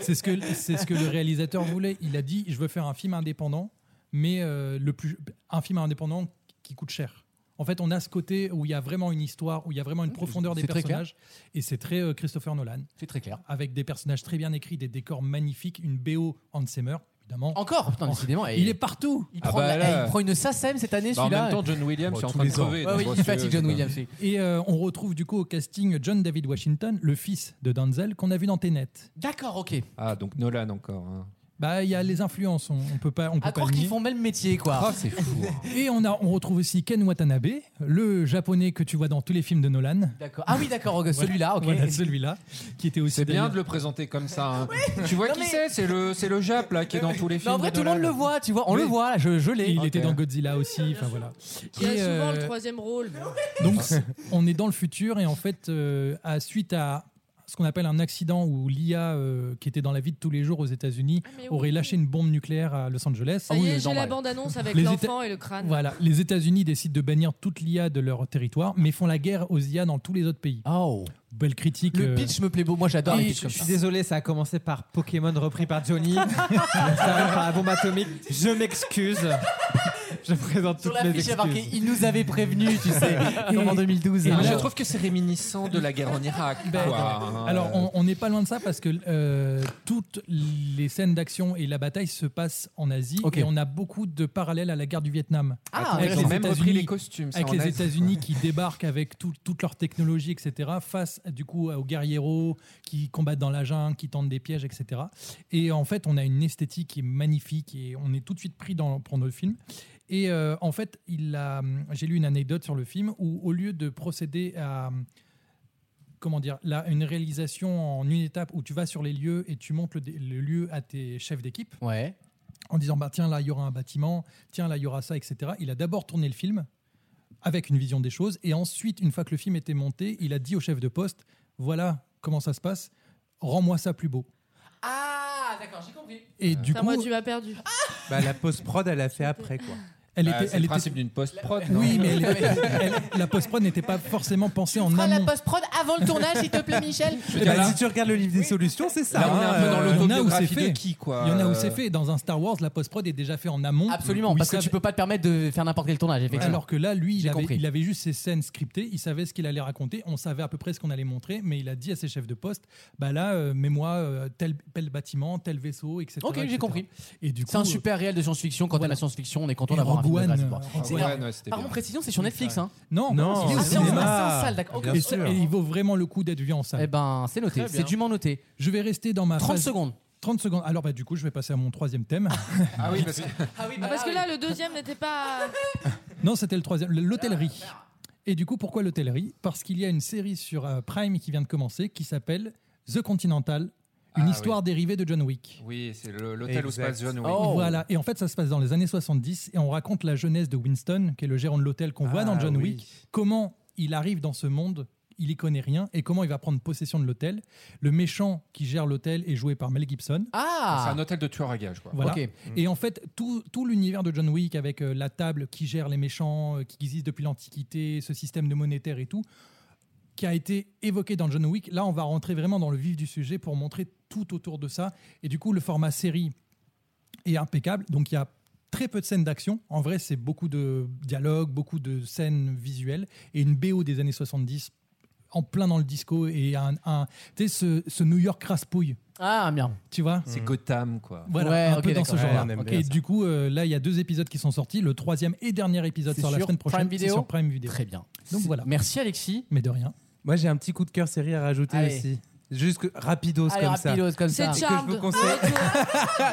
Speaker 6: C'est ce que c'est ce que le réalisateur voulait. Il a dit je veux faire un film indépendant, mais euh, le plus un film indépendant qui coûte cher. En fait, on a ce côté où il y a vraiment une histoire, où il y a vraiment une profondeur des
Speaker 2: c'est très clair.
Speaker 6: personnages, et c'est très euh, Christopher Nolan.
Speaker 2: C'est très clair.
Speaker 6: Avec des personnages très bien écrits, des décors magnifiques, une BO Hans Zimmer. évidemment.
Speaker 2: Encore Putain, décidément.
Speaker 6: Il est partout.
Speaker 2: Il,
Speaker 6: Ah
Speaker 2: prend,
Speaker 6: bah
Speaker 2: la-
Speaker 6: là.
Speaker 2: eh, il prend une SACEM cette année,
Speaker 3: Bah, en
Speaker 2: celui-là.
Speaker 3: même temps, John Williams est en train de
Speaker 2: tous les ans.
Speaker 3: crever,
Speaker 2: Ouais,
Speaker 3: donc
Speaker 2: oui,
Speaker 3: bon,
Speaker 2: il
Speaker 3: c'est-
Speaker 2: fatigue
Speaker 3: c'est
Speaker 2: John
Speaker 3: pas-
Speaker 2: Williams. oui.
Speaker 6: Et euh, on retrouve du coup au casting John David Washington, le fils de Denzel, qu'on a vu dans Tenet.
Speaker 2: D'accord, ok.
Speaker 3: Ah, donc Nolan encore. hein.
Speaker 6: Bah, il y a les influences, on, on peut pas, on peut pas
Speaker 2: À
Speaker 6: le
Speaker 2: croire qu'ils
Speaker 6: nier.
Speaker 2: font même le métier, quoi.
Speaker 6: Ah, c'est fou.
Speaker 3: hein.
Speaker 2: (laughs)
Speaker 6: Et on a, on retrouve aussi Ken Watanabe, le japonais que tu vois dans tous les films de Nolan.
Speaker 2: D'accord. Ah oui, d'accord, ok, celui-là, ok.
Speaker 6: Voilà, celui-là, qui était aussi.
Speaker 3: C'est bien
Speaker 6: d'ailleurs-
Speaker 3: de le présenter comme ça. hein. Tu vois
Speaker 2: Non,
Speaker 3: qui
Speaker 2: mais-
Speaker 3: c'est C'est le, c'est le Jap là qui est dans tous les films.
Speaker 2: en vrai,
Speaker 3: de
Speaker 2: tout le monde
Speaker 3: Nolan.
Speaker 2: le voit, tu vois, on le voit, là, je, je l'ai.
Speaker 6: Il
Speaker 2: Ok.
Speaker 6: était dans Godzilla aussi, enfin voilà.
Speaker 4: Il y a
Speaker 6: Et,
Speaker 4: souvent le
Speaker 6: euh,
Speaker 4: troisième rôle.
Speaker 6: Donc, c- on est dans le futur et en fait, euh, à suite à ce qu'on appelle un accident où l'IA euh, qui était dans la vie de tous les jours aux États-Unis
Speaker 4: Ah, mais
Speaker 6: aurait lâché une bombe nucléaire à Los Angeles.
Speaker 4: Ça y est, j'ai la bande-annonce avec
Speaker 6: Les
Speaker 4: l'enfant
Speaker 6: Éta-
Speaker 4: et le crâne.
Speaker 6: Voilà, les États-Unis décident de bannir toute l'IA de leur territoire, mais font la guerre aux IA dans tous les autres pays.
Speaker 2: Oh,
Speaker 6: belle critique.
Speaker 7: Le
Speaker 6: euh,
Speaker 7: pitch
Speaker 2: me plaît beau, moi j'adore
Speaker 6: Et
Speaker 7: les pitchs comme
Speaker 6: je
Speaker 7: ça.
Speaker 6: suis
Speaker 7: Je suis désolé, ça a commencé par Pokémon repris par
Speaker 2: (laughs)
Speaker 7: Johnny, ça arrive par la bombe atomique. Je m'excuse. (laughs) Je présente
Speaker 2: Sur
Speaker 7: toutes
Speaker 2: la
Speaker 7: mes
Speaker 2: fiche, il y a marqué
Speaker 7: excuses.
Speaker 2: Il
Speaker 6: (laughs)
Speaker 2: nous avait prévenu, tu
Speaker 7: (laughs)
Speaker 2: sais, comme en 2012.
Speaker 3: Et
Speaker 2: hein.
Speaker 3: je trouve que c'est réminiscent de la guerre en Irak.
Speaker 6: Ben,
Speaker 3: quoi, hein.
Speaker 6: Alors, on- on n'est pas loin de ça parce que euh, toutes les scènes d'action et la bataille se passent en Asie
Speaker 2: Ok.
Speaker 6: et on a beaucoup de parallèles à la guerre du Vietnam.
Speaker 3: Ah, Attends, ils ont même repris les costumes, ça,
Speaker 6: Avec
Speaker 3: en
Speaker 6: les
Speaker 3: Asie.
Speaker 6: États-Unis qui débarquent avec tout- toute leur technologie, etc., face du coup aux guerrieros qui combattent dans la jungle, qui tentent des pièges, etc. Et en fait, on a une esthétique qui est magnifique et on est tout de suite pris dans, pour le film. Et euh, en fait, il a, j'ai lu une anecdote sur le film où au lieu de procéder à comment dire, là, une réalisation en une étape où tu vas sur les lieux et tu montes le, le lieu à tes chefs d'équipe.
Speaker 2: Ouais.
Speaker 6: En disant, bah, tiens, là, il y aura un bâtiment, tiens, là, il y aura ça, etc. Il a d'abord tourné le film avec une vision des choses. Et ensuite, une fois que le film était monté, il a dit au chef de poste, voilà comment ça se passe, rends-moi ça plus beau.
Speaker 2: Ah, d'accord, j'ai compris. Ah,
Speaker 6: Et du
Speaker 4: Enfin,
Speaker 6: coup,
Speaker 4: moi, tu m'as perdu.
Speaker 8: Bah, la post-prod, elle a fait après, quoi.
Speaker 6: Elle était- elle était- Oui, mais elle- elle- la post-prod n'était pas forcément pensée en amont.
Speaker 2: post-prod avant le tournage, s'il te plaît, Michel.
Speaker 6: Eh ben,
Speaker 8: si tu regardes le livre des solutions, c'est ça.
Speaker 6: Là, on est un peu dans
Speaker 8: l'auto
Speaker 6: l'autobiographie de qui, quoi. Euh, Il y en a où c'est fait. Dans un Star Wars, la post-prod est déjà fait en amont.
Speaker 2: Absolument,
Speaker 6: Où il
Speaker 2: parce que
Speaker 6: savait-
Speaker 2: tu peux pas te permettre de faire n'importe quel tournage, effectivement.
Speaker 6: Alors que là, lui, il
Speaker 2: J'ai
Speaker 6: avait,
Speaker 2: compris.
Speaker 6: il avait juste ses scènes scriptées, il savait ce qu'il allait raconter, on savait à peu près ce qu'on allait montrer, mais il a dit à ses chefs de poste Bah là, euh, mets-moi euh, tel, tel bâtiment, tel vaisseau, etc.
Speaker 2: Ok, j'ai
Speaker 6: etc.
Speaker 2: compris.
Speaker 6: Et du coup,
Speaker 2: C'est un
Speaker 6: euh,
Speaker 2: super réel de science-fiction. Quand on a la science-fiction, on est content
Speaker 6: Et
Speaker 2: d'avoir un film
Speaker 6: Rogue
Speaker 2: de
Speaker 6: One,
Speaker 2: Jurassic Park.
Speaker 6: euh,
Speaker 2: C'est
Speaker 6: Rogue
Speaker 2: énorme.
Speaker 6: One, ouais, c'était
Speaker 2: Par
Speaker 6: bien.
Speaker 2: contre, précision, c'est sur Netflix. Hein.
Speaker 6: Non,
Speaker 2: non,
Speaker 6: il est
Speaker 2: c'est
Speaker 6: au cinéma.
Speaker 2: en salle, d'accord.
Speaker 6: Et ça- et il vaut vraiment le coup d'être vu en salle.
Speaker 2: Eh ben, c'est noté.
Speaker 6: Très bien.
Speaker 2: C'est dûment noté.
Speaker 6: Je vais rester dans ma
Speaker 2: 30
Speaker 6: phase-
Speaker 2: secondes.
Speaker 6: 30 secondes. Alors, bah, du coup, je vais passer à mon troisième thème.
Speaker 3: Ah
Speaker 6: (laughs)
Speaker 3: oui, parce que.
Speaker 6: bah
Speaker 4: Parce que là, le deuxième n'était pas.
Speaker 6: Non, c'était le troisième, l'hôtellerie. Et du coup, pourquoi l'hôtellerie Parce qu'il y a une série sur euh, Prime qui vient de commencer qui s'appelle The Continental, une
Speaker 3: Ah,
Speaker 6: histoire
Speaker 3: oui. Oh.
Speaker 6: dérivée de John Wick.
Speaker 3: Oui, c'est le- l'hôtel où se
Speaker 6: Exact.
Speaker 3: passe John Wick.
Speaker 6: Oh. Voilà, et en fait, ça se passe dans les années 70 et on raconte la jeunesse de Winston, qui est le gérant de l'hôtel qu'on voit
Speaker 3: Ah,
Speaker 6: dans John
Speaker 3: oui.
Speaker 6: Wick, comment il arrive dans ce monde, il y connaît rien et comment il va prendre possession de l'hôtel. Le méchant qui gère l'hôtel est joué par Mel Gibson.
Speaker 3: C'est un hôtel de tueur à gages, quoi.
Speaker 6: Ah Voilà. Et en fait, tout, tout l'univers de John Wick avec euh, la table qui gère les méchants, euh, qui existe depuis l'Antiquité, ce système de monétaire et tout, qui a été évoqué dans John Wick, là, on va rentrer vraiment dans le vif du sujet pour montrer tout autour de ça. Et du coup, le format série est impeccable. Donc, il y a très peu de scènes d'action. En vrai, c'est beaucoup de dialogues, beaucoup de scènes visuelles et une BO des années 70 en plein dans le disco et un, un- tu sais, ce, ce New York craspouille.
Speaker 2: Ah, bien.
Speaker 6: Tu vois
Speaker 3: C'est Gotham, quoi.
Speaker 6: Voilà,
Speaker 3: Ouais,
Speaker 6: un
Speaker 3: ok,
Speaker 6: peu dans ce
Speaker 3: d'accord.
Speaker 6: genre-là.
Speaker 3: Hmm. Ouais, on aime
Speaker 6: Ok,
Speaker 3: bien
Speaker 6: et
Speaker 3: ça.
Speaker 6: du coup, euh, là, il y a deux épisodes qui sont sortis. Le troisième et dernier épisode
Speaker 2: C'est
Speaker 6: sort la
Speaker 2: sur
Speaker 6: semaine prochaine.
Speaker 2: Prime
Speaker 6: c'est
Speaker 2: Video
Speaker 6: sur Prime Video.
Speaker 2: Très bien.
Speaker 6: Donc voilà.
Speaker 2: Merci Alexis.
Speaker 6: Mais de rien.
Speaker 8: Moi, j'ai un petit coup de cœur série à rajouter
Speaker 2: Allez.
Speaker 8: aussi. Juste que- rapidos
Speaker 2: Allez,
Speaker 8: comme
Speaker 2: rapidos
Speaker 8: ça.
Speaker 2: comme ça.
Speaker 8: Et
Speaker 2: C'est
Speaker 8: que je
Speaker 2: Charmed.
Speaker 8: vous conseille.
Speaker 6: Alors,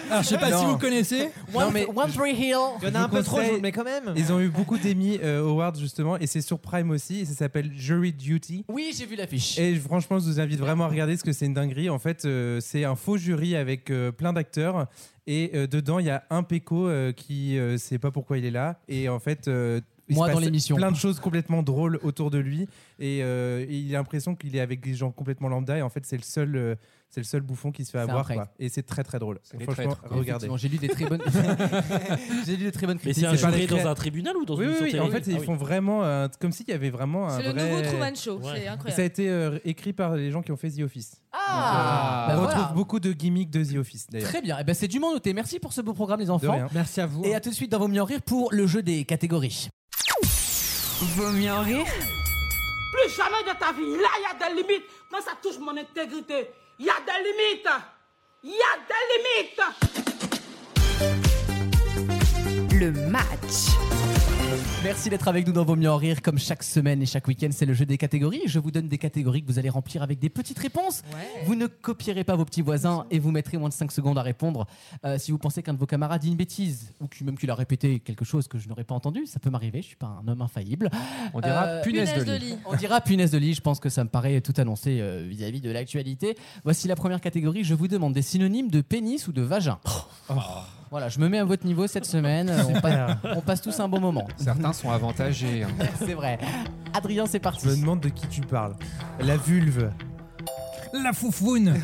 Speaker 6: Ah, je sais pas si vous connaissez.
Speaker 2: One, One Tree Hill.
Speaker 8: Je vous conseille- Ils ont eu beaucoup d'Emmy euh, Awards justement, et c'est sur Prime aussi, et ça s'appelle Jury Duty.
Speaker 2: Oui, j'ai vu l'affiche.
Speaker 8: Et franchement, je vous invite vraiment à regarder parce que c'est une dinguerie. En fait, euh, c'est un faux jury avec euh, plein d'acteurs. Et euh, dedans, il y a un Péco euh, qui ne sait pas pourquoi il est là. Et en fait, euh, il
Speaker 2: Moi,
Speaker 8: se
Speaker 2: dans
Speaker 8: passe
Speaker 2: l'émission.
Speaker 8: Plein de choses complètement drôles autour de lui. Et euh, il a l'impression qu'il est avec des gens complètement lambda. Et en fait, c'est le seul. euh, c'est le seul bouffon qui se fait
Speaker 2: C'est un
Speaker 8: avoir.
Speaker 2: traître.
Speaker 8: quoi. Et c'est très très drôle.
Speaker 2: les
Speaker 8: Franchement,
Speaker 2: traîtres, quoi.
Speaker 8: regardez.
Speaker 2: Effectivement, j'ai lu des très
Speaker 8: (laughs)
Speaker 2: bonnes- (laughs) J'ai lu des très bonnes
Speaker 5: Mais
Speaker 2: critiques.
Speaker 5: c'est un
Speaker 8: pas
Speaker 5: jury
Speaker 8: des
Speaker 5: dans
Speaker 8: créa-
Speaker 5: un tribunal ou dans
Speaker 8: Oui,
Speaker 5: une
Speaker 8: oui,
Speaker 5: émission
Speaker 8: oui,
Speaker 5: télé
Speaker 8: En fait,
Speaker 5: Ah
Speaker 8: ils
Speaker 5: oui.
Speaker 8: font vraiment un- comme s'il y avait vraiment un
Speaker 4: C'est le
Speaker 8: vrai-
Speaker 4: nouveau Truman Show, c'est Ouais. incroyable.
Speaker 8: Et Ça a été euh, écrit par les gens qui ont fait The Office.
Speaker 2: Ah,
Speaker 8: Donc, euh,
Speaker 2: bah
Speaker 8: on retrouve
Speaker 2: voilà.
Speaker 8: beaucoup de gimmicks de The Office d'ailleurs.
Speaker 2: Très bien. Eh ben, c'est dûment noté. Merci pour ce beau programme, les enfants.
Speaker 8: rien.
Speaker 2: Merci à vous. Et à tout de suite dans Vos mieux en rire pour le jeu des catégories.
Speaker 15: Vaut mieux en rire
Speaker 16: Plus jamais de ta vie. Là, il y a des limites. Quand ça touche mon intégrité, il y a des limites. Il y a des limites.
Speaker 1: Le match.
Speaker 2: Merci d'être avec nous dans Vaut mieux en rire. Comme chaque semaine et chaque week-end, c'est le jeu des catégories. Je vous donne des catégories que vous allez remplir avec des petites réponses. Vous ne copierez pas vos petits voisins et vous mettrez moins de 5 secondes à répondre. Euh, si vous pensez qu'un de vos camarades dit une bêtise ou que- même qu'il a répété quelque chose que je n'aurais pas entendu, ça peut m'arriver. Je suis pas un homme infaillible. Euh,
Speaker 3: On dira punaise de Punaise de lit. lit.
Speaker 2: On dira punaise de lit. Je pense que ça me paraît tout annoncé euh, vis-à-vis de l'actualité. Voici la première catégorie. Je vous demande des synonymes de pénis ou de vagin.
Speaker 3: Oh.
Speaker 2: Oh. Voilà, je me mets à votre
Speaker 3: (laughs)
Speaker 2: niveau cette semaine. On passe, on passe tous un bon moment.
Speaker 3: Certains sont avantagés. hein.
Speaker 2: (laughs) C'est vrai. Adrien, c'est parti.
Speaker 8: Je me demande de qui tu parles. La vulve.
Speaker 6: La foufoune.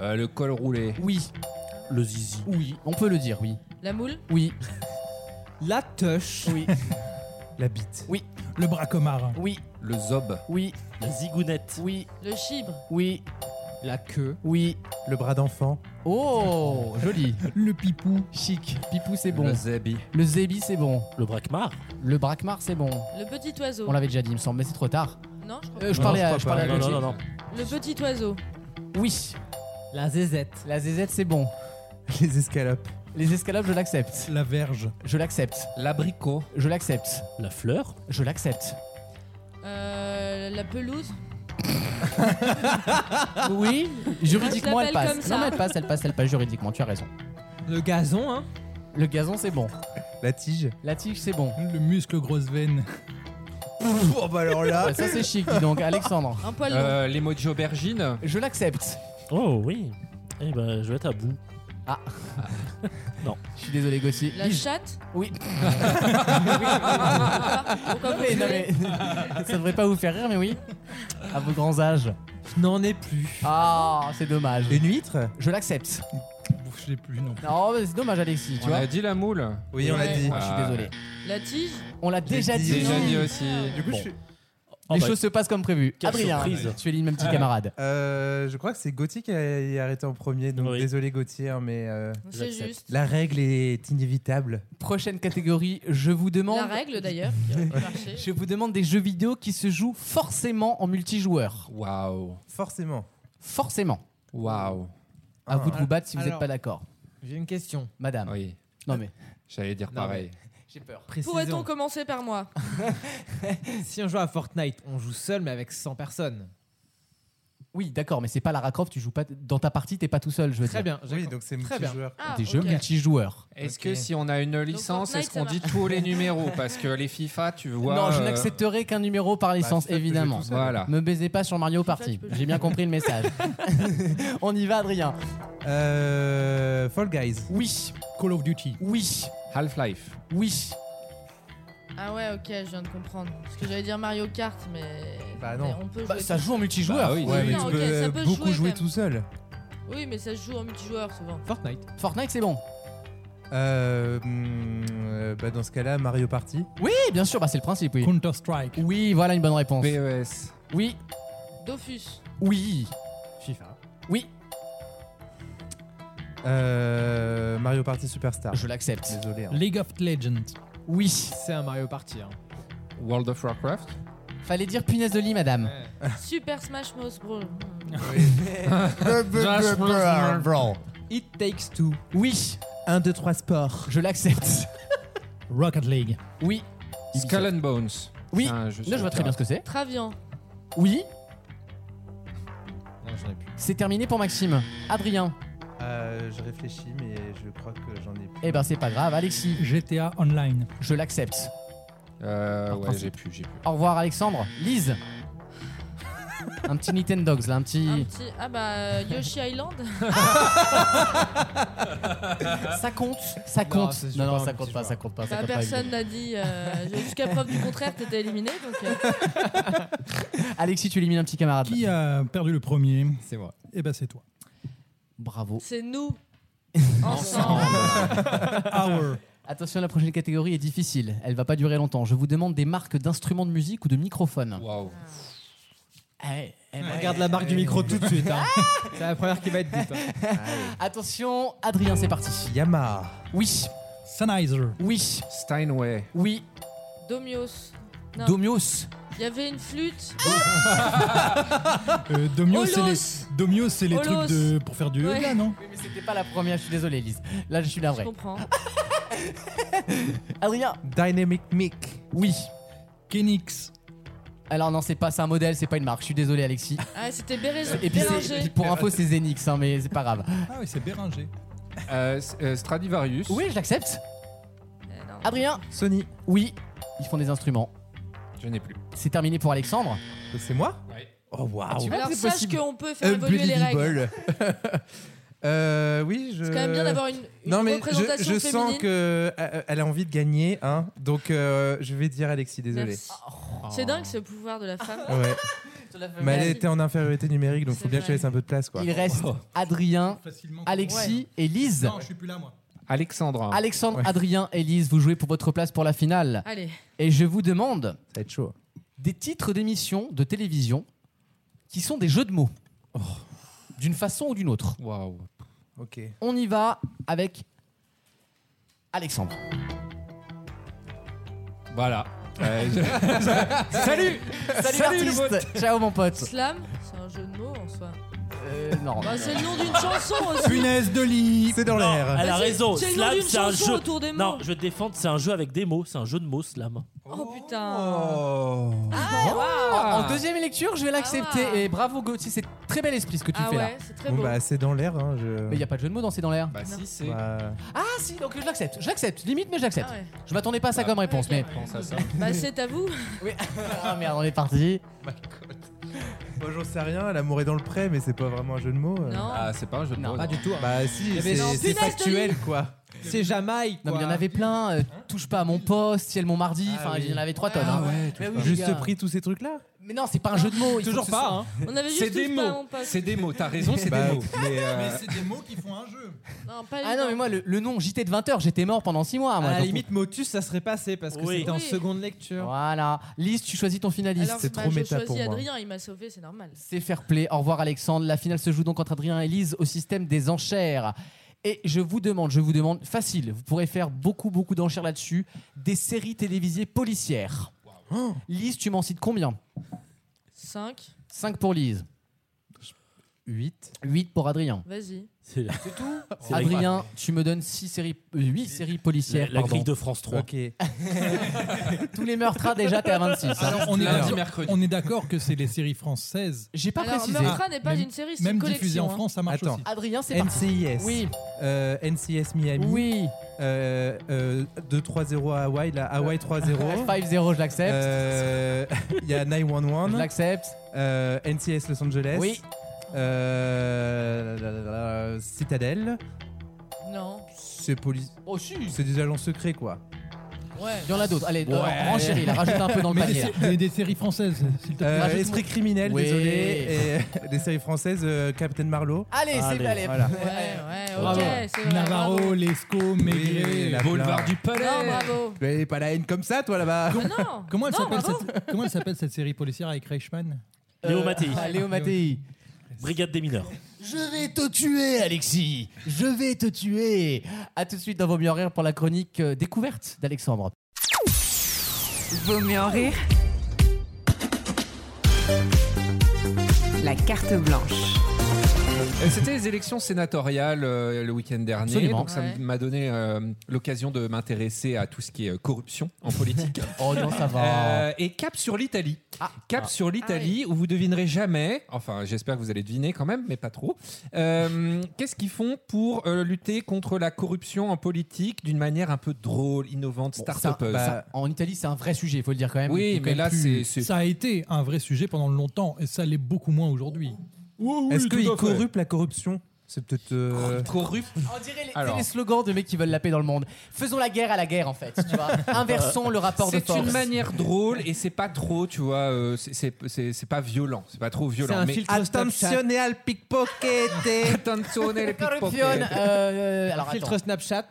Speaker 3: Euh, le col roulé.
Speaker 2: Oui.
Speaker 5: Le zizi.
Speaker 2: Oui, on peut le dire, oui.
Speaker 4: La moule
Speaker 3: (laughs)
Speaker 2: Oui.
Speaker 7: La touche.
Speaker 2: Oui. (laughs)
Speaker 8: La bite.
Speaker 2: Oui.
Speaker 6: Le bracomard.
Speaker 2: Oui.
Speaker 3: Le zob.
Speaker 2: Oui.
Speaker 5: La zigounette.
Speaker 2: Oui.
Speaker 4: Le chibre.
Speaker 2: Oui.
Speaker 7: La queue.
Speaker 2: Oui.
Speaker 8: Le bras d'enfant.
Speaker 2: Oh, (laughs) joli.
Speaker 6: Le pipou.
Speaker 2: Chic. Pipou, c'est bon.
Speaker 3: Le zébi.
Speaker 2: Le zébi, c'est bon.
Speaker 5: Le braquemar.
Speaker 2: Le braquemar, c'est bon.
Speaker 4: Le petit oiseau.
Speaker 2: On l'avait déjà dit, il me semble, mais c'est trop tard.
Speaker 4: Non, je crois
Speaker 2: Euh, je
Speaker 4: pas.
Speaker 2: parlais à,
Speaker 5: crois
Speaker 2: je parlais à
Speaker 5: pas. Non,
Speaker 2: Gauthier.
Speaker 5: non, non,
Speaker 4: Le petit oiseau.
Speaker 2: Oui. La zézette. La zézette, c'est bon.
Speaker 8: Les escalopes.
Speaker 2: Les escalopes, je l'accepte.
Speaker 6: La verge.
Speaker 2: Je l'accepte.
Speaker 3: L'abricot.
Speaker 2: Je l'accepte.
Speaker 5: La fleur.
Speaker 2: Je
Speaker 8: (laughs)
Speaker 2: l'accepte.
Speaker 4: Euh, la pelouse.
Speaker 2: Oui, juridiquement
Speaker 4: Je
Speaker 2: elle
Speaker 4: l'appelle
Speaker 2: passe.
Speaker 4: comme ça.
Speaker 2: Non, mais elle passe, elle passe, elle passe juridiquement, tu as raison.
Speaker 7: Le gazon, hein
Speaker 2: Le gazon, c'est bon.
Speaker 8: La tige.
Speaker 2: La tige, c'est bon.
Speaker 6: Le muscle grosse veine.
Speaker 8: Oh bah alors là.
Speaker 2: Ça, c'est chic, dis donc, Alexandre.
Speaker 4: Un poil long.
Speaker 3: Euh, L'emoji aubergine.
Speaker 2: Je l'accepte.
Speaker 5: Oh oui. Eh ben, je vais être à bout.
Speaker 2: Ah.
Speaker 5: (laughs) Non.
Speaker 2: Je suis désolé, Gauthier.
Speaker 4: La chatte. (laughs)
Speaker 6: (laughs)
Speaker 2: Oui.
Speaker 4: Pourquoi vous
Speaker 2: Mais non,
Speaker 4: voulez
Speaker 2: mais- ça devrait pas vous faire rire, mais oui. À vos grands âges.
Speaker 7: Je n'en ai plus.
Speaker 2: Ah, c'est dommage.
Speaker 8: Une huître
Speaker 2: Je l'accepte.
Speaker 6: Bon, Je l'ai plus, non.
Speaker 2: Non, mais c'est dommage, Alexis, tu
Speaker 3: on
Speaker 2: vois.
Speaker 3: a dit la moule.
Speaker 8: Oui, on l'a dit.
Speaker 2: Ah, je suis désolé.
Speaker 4: La tige.
Speaker 2: On l'a déjà dit.
Speaker 3: Déjà
Speaker 2: non.
Speaker 3: dit aussi.
Speaker 8: Du coup,
Speaker 5: Bon.
Speaker 8: je suis-
Speaker 5: Oh,
Speaker 2: Les
Speaker 5: bah,
Speaker 2: choses se passent comme prévu.
Speaker 5: Quelle
Speaker 2: Adrien,
Speaker 5: surprise.
Speaker 2: tu élimines mon
Speaker 8: Ah.
Speaker 2: petit camarade.
Speaker 8: Euh, je crois que c'est Gauthier qui a y a arrêté en premier, donc
Speaker 5: Oui.
Speaker 8: désolé Gauthier, hein, mais euh,
Speaker 4: C'est juste.
Speaker 8: la règle est inévitable.
Speaker 2: Prochaine catégorie, je vous demande.
Speaker 4: La règle d'ailleurs. qui aurait pu marcher.
Speaker 2: Je vous demande des jeux vidéo qui se jouent forcément en multijoueur.
Speaker 3: Waouh.
Speaker 8: Forcément.
Speaker 2: Forcément.
Speaker 3: Waouh.
Speaker 2: À vous de vous battre si vous n'êtes
Speaker 7: Alors-
Speaker 2: pas d'accord.
Speaker 7: J'ai une question.
Speaker 2: Madame.
Speaker 3: Oui.
Speaker 2: Non mais,
Speaker 3: J'allais dire
Speaker 7: Non,
Speaker 3: pareil.
Speaker 2: j'ai peur.
Speaker 4: Pourrait-on
Speaker 7: Précisons.
Speaker 4: commencer par moi
Speaker 7: (laughs) Si on joue à Fortnite, on joue seul mais avec 100 personnes.
Speaker 2: Oui, d'accord, mais c'est pas Lara Croft, tu joues pas dans ta partie, t'es pas tout seul, je veux
Speaker 7: Très
Speaker 2: dire.
Speaker 7: bien.
Speaker 8: Oui,
Speaker 7: j'accorde.
Speaker 8: donc c'est
Speaker 7: Très bien.
Speaker 8: multijoueur.
Speaker 4: Ah,
Speaker 2: Des jeux
Speaker 4: ok.
Speaker 2: multijoueurs.
Speaker 3: Est-ce
Speaker 7: Ok.
Speaker 3: que si on a une licence,
Speaker 4: Fortnite,
Speaker 3: est-ce qu'on
Speaker 4: ça
Speaker 3: dit
Speaker 4: marche.
Speaker 3: tous
Speaker 4: (laughs)
Speaker 3: les numéros Parce que les FIFA, tu vois.
Speaker 2: non, je
Speaker 3: euh,
Speaker 2: n'accepterai qu'un numéro par licence,
Speaker 8: c'est ça que je
Speaker 2: évidemment.
Speaker 8: joue tout
Speaker 3: Voilà.
Speaker 2: Me baisez pas sur Mario Party.
Speaker 4: peux
Speaker 2: J'ai bien compris le message. (laughs) On y va, Adrien.
Speaker 8: Euh, Fall Guys.
Speaker 2: Oui,
Speaker 6: Call of Duty.
Speaker 2: oui,
Speaker 3: Half-Life.
Speaker 2: oui.
Speaker 4: Ah ouais, ok, je viens de comprendre. Parce que j'allais dire Mario Kart, mais.
Speaker 8: Bah non.
Speaker 4: mais on peut jouer.
Speaker 2: Bah, ça joue en multijoueur.
Speaker 3: Bah oui.
Speaker 8: Ouais, mais
Speaker 4: non,
Speaker 8: tu
Speaker 4: ok,
Speaker 8: peux
Speaker 4: ça
Speaker 8: euh,
Speaker 4: peut
Speaker 8: beaucoup
Speaker 4: jouer,
Speaker 8: jouer
Speaker 4: quand même.
Speaker 8: tout seul.
Speaker 4: Oui, mais ça se joue en multijoueur souvent.
Speaker 7: Fortnite.
Speaker 2: Fortnite, c'est bon.
Speaker 8: Euh, hmm, euh, bah dans ce cas-là, Mario Party.
Speaker 2: Oui, bien sûr, bah, c'est le principe, oui.
Speaker 6: Counter Strike.
Speaker 2: Oui, voilà une bonne réponse.
Speaker 8: E
Speaker 3: PES.
Speaker 2: Oui,
Speaker 4: Dofus.
Speaker 2: oui. FIFA. Oui,
Speaker 8: Euh, Mario Party Superstar.
Speaker 2: je l'accepte.
Speaker 8: Désolé. hein.
Speaker 6: League of Legends.
Speaker 2: Oui.
Speaker 7: C'est un Mario Party. hein.
Speaker 3: World of Warcraft.
Speaker 2: Fallait dire punaise de lit, madame.
Speaker 8: (laughs)
Speaker 4: Super Smash Bros. Hmm. Bros.
Speaker 2: (laughs)
Speaker 7: It Takes Two.
Speaker 2: Oui,
Speaker 8: 1, 2, 3 sport.
Speaker 2: je l'accepte.
Speaker 6: Rocket League.
Speaker 2: Oui,
Speaker 3: Skull and Bones.
Speaker 2: Oui.
Speaker 3: C'est
Speaker 8: Ah,
Speaker 3: un jeu
Speaker 2: là je
Speaker 3: sur
Speaker 2: vois très bien ce que c'est.
Speaker 4: Travian.
Speaker 2: Oui,
Speaker 7: Non, j'en ai plus.
Speaker 2: c'est terminé pour Maxime. Adrien,
Speaker 8: Euh, je réfléchis, mais je crois que j'en ai plus.
Speaker 2: eh ben c'est pas grave. Alexis,
Speaker 6: GTA Online.
Speaker 2: je l'accepte.
Speaker 3: Euh,
Speaker 2: Par
Speaker 3: ouais,
Speaker 2: principe.
Speaker 3: j'ai plus, j'ai plus.
Speaker 2: Au revoir Alexandre. Lise. Un petit Nintendogs là, un
Speaker 4: Un
Speaker 2: petit.
Speaker 4: petit. Ah bah, Yoshi Island.
Speaker 2: Ça compte, ça
Speaker 7: Non,
Speaker 2: compte.
Speaker 7: c'est- je
Speaker 2: Non,
Speaker 7: veux
Speaker 2: non,
Speaker 7: pas
Speaker 2: ça
Speaker 7: un
Speaker 2: compte
Speaker 7: petit
Speaker 2: pas,
Speaker 7: joueur.
Speaker 2: ça compte pas. ça
Speaker 4: Bah,
Speaker 2: compte pas,
Speaker 4: personne n'a dit. euh, Jusqu'à preuve du contraire, t'étais éliminé. Donc, euh,
Speaker 2: évidemment. Alexis, tu élimines un petit camarade.
Speaker 6: Qui a perdu le premier
Speaker 7: C'est moi.
Speaker 6: Eh ben, c'est toi.
Speaker 2: Bravo. (laughs)
Speaker 4: c'est nous. Ensemble.
Speaker 2: Ah.
Speaker 6: Hour.
Speaker 2: Attention, la prochaine catégorie est difficile. Elle va pas durer longtemps. Je vous demande des marques d'instruments de musique ou de microphones.
Speaker 3: Waouh.
Speaker 2: Eh, eh ben,
Speaker 7: Regarde la marque du micro tout de
Speaker 2: (laughs)
Speaker 7: suite. hein. C'est la première qui va être dite. hein.
Speaker 2: Attention, Adrien, c'est parti.
Speaker 8: Yamaha.
Speaker 2: Oui,
Speaker 6: Sennheiser.
Speaker 2: oui,
Speaker 3: Steinway.
Speaker 2: oui.
Speaker 4: Domios. Non.
Speaker 2: Domios. Oh,
Speaker 4: Il y avait une flûte.
Speaker 6: Euh, Domio, c'est
Speaker 4: Olos.
Speaker 6: les, Domio, c'est les
Speaker 4: Olos.
Speaker 6: trucs de, pour faire du
Speaker 4: Ouais.
Speaker 6: yoga, non
Speaker 2: Oui, mais c'était pas la première. Je suis désolé, Lise. Là, je suis
Speaker 4: Je
Speaker 2: navré.
Speaker 4: comprends.
Speaker 2: Adrien
Speaker 8: Dynamic Mic.
Speaker 2: Oui.
Speaker 6: Kenix.
Speaker 2: Alors non, c'est pas c'est un modèle, c'est pas une marque. Je suis désolé, Alexis.
Speaker 4: Ah, c'était Béré-
Speaker 2: Et puis, c'est-
Speaker 4: Béranger.
Speaker 2: puis pour info, c'est Zenix, hein, mais c'est pas grave.
Speaker 6: Ah oui, c'est Béranger.
Speaker 3: Stradivarius.
Speaker 2: Oui, je l'accepte. Adrien
Speaker 8: Sony.
Speaker 2: Oui, ils font des instruments.
Speaker 3: Je n'ai plus.
Speaker 2: C'est terminé pour Alexandre.
Speaker 8: C'est moi Oh
Speaker 2: ah,
Speaker 8: waouh.
Speaker 4: Tu vois Alors, que c'est sache possible. qu'on peut faire évoluer les
Speaker 8: Unbelievable. Euh, oui, je...
Speaker 4: C'est quand même bien d'avoir une- une
Speaker 8: non, mais
Speaker 4: représentation
Speaker 8: je, je sens
Speaker 4: féminine.
Speaker 8: que euh, elle a envie de gagner, hein. Donc euh, je vais dire Alexis, désolé.
Speaker 4: Merci. Oh. C'est dingue ce pouvoir de la femme. (laughs)
Speaker 8: Ouais. Mais elle
Speaker 4: Merci.
Speaker 8: était en infériorité numérique, donc
Speaker 4: C'est
Speaker 8: faut bien que je
Speaker 4: vrai.
Speaker 8: laisse un peu de place, quoi. Oh.
Speaker 2: Il reste Adrien, Alexis et Lise.
Speaker 6: Non, je suis plus là, moi.
Speaker 3: Alexandre.
Speaker 2: Alexandre, Adrien et Lise, vous jouez pour votre place pour la finale.
Speaker 4: Allez.
Speaker 2: Et je vous demande
Speaker 8: va être chaud.
Speaker 2: des titres d'émissions de télévision qui sont des jeux de mots.
Speaker 8: Oh.
Speaker 2: D'une façon ou d'une autre.
Speaker 3: Waouh.
Speaker 8: Ok.
Speaker 2: On y va avec Alexandre. (laughs)
Speaker 3: Voilà. Euh, je- Salut
Speaker 2: Salut,
Speaker 3: Salut, le
Speaker 2: l'artiste
Speaker 3: pote.
Speaker 2: Ciao mon pote
Speaker 4: Slam, c'est un jeu de mots en soi.
Speaker 2: Euh, non.
Speaker 4: Bah, c'est le nom d'une chanson aussi.
Speaker 8: de lit
Speaker 6: C'est dans
Speaker 5: l'air. Elle a
Speaker 4: Mais c'est-
Speaker 5: raison.
Speaker 4: c'est le nom
Speaker 5: Slam,
Speaker 4: d'une
Speaker 5: c'est un
Speaker 4: chanson
Speaker 5: jeu.
Speaker 4: autour des mots.
Speaker 5: Non, je vais te défendre. C'est un jeu avec des mots. C'est un jeu de mots, slam.
Speaker 4: Oh putain.
Speaker 8: Oh.
Speaker 4: Ah, waouh.
Speaker 2: En deuxième lecture, je vais l'accepter. Et bravo Gauthier, c'est très bel esprit ce que tu
Speaker 4: Ah
Speaker 2: fais
Speaker 4: ouais,
Speaker 2: là.
Speaker 4: c'est
Speaker 8: Bon, bah, c'est dans l'air, hein.
Speaker 7: Euh.
Speaker 8: Je...
Speaker 2: (laughs) Mais il n'y a pas de jeu de mots dans C'est dans l'air
Speaker 3: Bah si, c'est.
Speaker 8: Bah,
Speaker 2: Ah si, donc je l'accepte. Je l'accepte, limite, mais je l'accepte.
Speaker 4: Ah ouais.
Speaker 2: Je m'attendais pas à ça comme réponse, mais.
Speaker 4: Bah, c'est à vous.
Speaker 2: Oui. Ah (laughs) merde, on est parti.
Speaker 8: Moi, j'en sais rien, l'amour est dans le pré, mais c'est pas vraiment un jeu de mots. euh.
Speaker 4: Non. Eh ben Ah,
Speaker 3: c'est pas un jeu de
Speaker 8: Non,
Speaker 3: mots,
Speaker 8: Pas
Speaker 3: non.
Speaker 6: hein.
Speaker 8: du tout. Bah, si,
Speaker 3: Mais
Speaker 8: c'est
Speaker 3: non,
Speaker 8: c'est
Speaker 3: punaise de
Speaker 8: factuel,
Speaker 3: lit.
Speaker 8: quoi.
Speaker 7: C'est Jamaïque. Ah
Speaker 2: Non, mais il y en avait plein. euh, touche pas à mon poste, ciel mon mardi. Enfin, il y en avait trois tonnes. hein. Mais oui, les gars.
Speaker 8: Juste pris tous ces trucs-là
Speaker 2: Mais non, c'est pas un jeu de mots. il faut
Speaker 3: Toujours
Speaker 2: que ce
Speaker 3: pas,
Speaker 2: soit-
Speaker 3: hein. On avait juste C'est des touche pas à mots. mon poste. C'est des mots, t'as raison, c'est
Speaker 4: Bah
Speaker 3: des mots. Mais, euh,
Speaker 6: Mais c'est des mots qui font un jeu.
Speaker 4: Non, pas
Speaker 2: Ah non, mais moi, le, le nom JT de 20h, j'étais mort pendant 6 mois. moi,
Speaker 7: À la
Speaker 2: donc-
Speaker 7: Ah, limite, Motus, ça serait passé parce que
Speaker 2: Oui.
Speaker 7: c'était en
Speaker 2: Oui.
Speaker 7: seconde lecture.
Speaker 2: Voilà. Lise, tu choisis ton finaliste.
Speaker 4: Alors, bah, je choisis Adrien, il m'a sauvé, c'est normal.
Speaker 2: C'est fair play. Au revoir Alexandre. La finale se joue donc entre Adrien et Lise au système des enchères. Et je vous demande, je vous demande, facile, vous pourrez faire beaucoup, beaucoup d'enchères là-dessus, des séries télévisées policières. Lise, tu m'en cites combien
Speaker 4: 5,
Speaker 2: 5 pour Lise.
Speaker 8: 8.
Speaker 2: 8 pour Adrien.
Speaker 4: vas-y.
Speaker 5: C'est la-
Speaker 4: tout
Speaker 5: (laughs) C'est la-
Speaker 2: Adrien, tu me donnes 6 séries, 8 séries policières.
Speaker 5: La- la
Speaker 2: pardon.
Speaker 5: grille de France 3.
Speaker 2: Ok. (laughs) Tous les meurtres, déjà, t'es à 26. hein.
Speaker 6: Alors, on, est d'accord- on est d'accord que c'est les séries françaises.
Speaker 2: J'ai pas
Speaker 4: Alors,
Speaker 2: précisé.
Speaker 4: Meurtra n'est pas
Speaker 6: Même-
Speaker 4: une série, c'est
Speaker 6: même
Speaker 4: une
Speaker 6: diffusée
Speaker 4: collection. hein.
Speaker 6: en France, ça marche
Speaker 8: Attends.
Speaker 6: aussi.
Speaker 2: Adrien, c'est parti.
Speaker 8: NCIS.
Speaker 2: Oui.
Speaker 8: Euh, NCIS Miami.
Speaker 2: Oui.
Speaker 8: Euh, euh, 2-3-0 à Hawaï, là, Hawaï 3-0.
Speaker 2: (laughs) 5-0, je l'accepte.
Speaker 8: Euh, (laughs) Il y a 911.
Speaker 2: Je l'accepte.
Speaker 8: Euh, NCIS Los Angeles.
Speaker 2: Oui.
Speaker 8: Euh, la, la, la, la, Citadel.
Speaker 4: Non.
Speaker 3: Ah,
Speaker 8: C'est police.
Speaker 2: Oh, si.
Speaker 8: C'est des agents secrets, quoi.
Speaker 4: Ouais.
Speaker 2: Il y en a d'autres. Allez,
Speaker 8: Ouais.
Speaker 2: euh, renchéris, là, rajoute un peu (laughs) dans le
Speaker 6: Mais
Speaker 2: panier.
Speaker 6: des, mais des séries françaises, s'il te plaît.
Speaker 8: Euh,
Speaker 6: Rajoute-moi.
Speaker 8: esprit criminel,
Speaker 2: Oui.
Speaker 8: désolé. Et (laughs) des séries françaises, euh, Captain Marlowe.
Speaker 2: Allez, c'est allez.
Speaker 8: Voilà.
Speaker 4: Ouais, ouais, ok,
Speaker 8: Bravo.
Speaker 4: c'est vrai.
Speaker 6: Navarro,
Speaker 4: bravo.
Speaker 6: Lescaut, Maigret,
Speaker 8: Oui, la
Speaker 3: Boulevard
Speaker 8: plainte.
Speaker 3: du Palais.
Speaker 4: Non, bravo.
Speaker 8: Tu n'avais pas la haine comme ça, toi, là-bas.
Speaker 4: Ah non.
Speaker 6: Comment elle
Speaker 4: Non,
Speaker 6: s'appelle
Speaker 4: bravo.
Speaker 6: cette comment elle s'appelle cette série policière avec Reichmann
Speaker 5: Léo
Speaker 2: Euh,
Speaker 5: Mattei.
Speaker 2: ah, Léo Mattei.
Speaker 5: Brigade des mineurs.
Speaker 2: Je vais te tuer, Alexis. Je vais te tuer. À tout de suite dans Vos mieux en rire pour la chronique euh, découverte d'Alexandre.
Speaker 1: Vaut mieux en rire. La carte blanche.
Speaker 3: Euh, C'était les élections sénatoriales euh, le week-end dernier,
Speaker 2: Absolument.
Speaker 3: donc ça
Speaker 4: Ouais.
Speaker 3: m'a donné euh, l'occasion de m'intéresser à tout ce qui est euh, corruption en politique.
Speaker 2: (laughs) Oh non, ça va. Ah.
Speaker 3: Euh, et cap sur l'Italie. Cap sur
Speaker 1: Ah
Speaker 3: l'Italie, où vous devinerez jamais, enfin j'espère que vous allez deviner quand même, mais pas trop, Euh, qu'est-ce qu'ils font pour euh, lutter contre la corruption en politique d'une manière un peu drôle, innovante,
Speaker 2: Ça,
Speaker 3: start-up
Speaker 2: ça- en Italie, c'est un vrai sujet, il faut le dire quand même. Il est
Speaker 3: Oui,
Speaker 2: quand
Speaker 3: mais
Speaker 2: même
Speaker 3: là
Speaker 2: plus-
Speaker 3: c'est... c'est-
Speaker 6: Ça a été un vrai sujet pendant longtemps et ça l'est beaucoup moins aujourd'hui.
Speaker 8: Est-ce
Speaker 3: tout
Speaker 8: qu'il
Speaker 3: à fait.
Speaker 8: corrupte la corruption C'est peut-être. euh,
Speaker 3: Corrupt.
Speaker 2: On dirait les,
Speaker 3: Alors.
Speaker 2: les slogans de mecs qui veulent la paix dans le monde. Faisons la guerre à la guerre, en fait. Tu (laughs) vois Inversons le rapport de
Speaker 3: C'est
Speaker 2: force.
Speaker 3: une manière drôle et c'est pas trop, tu vois, euh, c'est- c'est c'est- c'est pas violent, c'est pas trop violent.
Speaker 7: un
Speaker 3: mais-
Speaker 7: filtre
Speaker 8: Attentionne al pickpocket
Speaker 3: Attenzione les
Speaker 2: Corruption.
Speaker 3: pickpockets.
Speaker 2: euh, alors,
Speaker 7: filtre
Speaker 2: attends.
Speaker 7: Snapchat.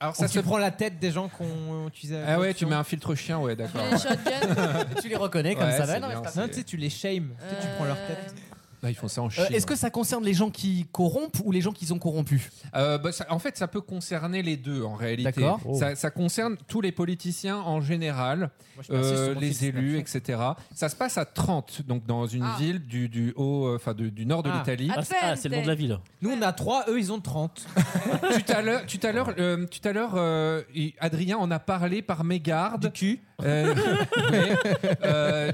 Speaker 3: Alors
Speaker 7: Ça
Speaker 3: ça
Speaker 7: se
Speaker 3: se
Speaker 7: prend la tête des gens qu'on utilisait.
Speaker 3: Ah ouais, tu mets un filtre chien, ouais, d'accord.
Speaker 4: Les shotguns.
Speaker 3: (laughs)
Speaker 2: Tu les reconnais comme
Speaker 3: Ouais,
Speaker 2: ça
Speaker 3: c'est
Speaker 2: va non,
Speaker 3: bien,
Speaker 2: mais c'est pas-
Speaker 7: Non, tu sais, tu les shames. Tu sais, tu prends leur tête.
Speaker 4: Euh,
Speaker 3: Non, ils font ça en
Speaker 2: Euh,
Speaker 3: Chine.
Speaker 2: Est-ce que ça concerne les gens qui corrompent ou les gens qui ont corrompu
Speaker 3: Euh, bah, ça- en fait, ça peut concerner les deux en réalité.
Speaker 2: D'accord.
Speaker 7: Oh.
Speaker 3: Ça, ça concerne tous les politiciens en général,
Speaker 2: je m'insiste
Speaker 3: euh,
Speaker 2: sur mon fils,
Speaker 3: les élus, etc. Ça se passe à 30, donc dans une ville du, du haut, euh, enfin du, du nord de
Speaker 7: Ah.
Speaker 3: l'Italie.
Speaker 7: Ah, c'est- ah, c'est le nom de la ville. Nous, on a 3, eux, ils ont 30.
Speaker 3: (laughs) tout à l'heure, tout à l'heure, euh, tout à l'heure, euh, il- Adrien en a parlé par mégarde. Du
Speaker 7: cul.
Speaker 3: (laughs)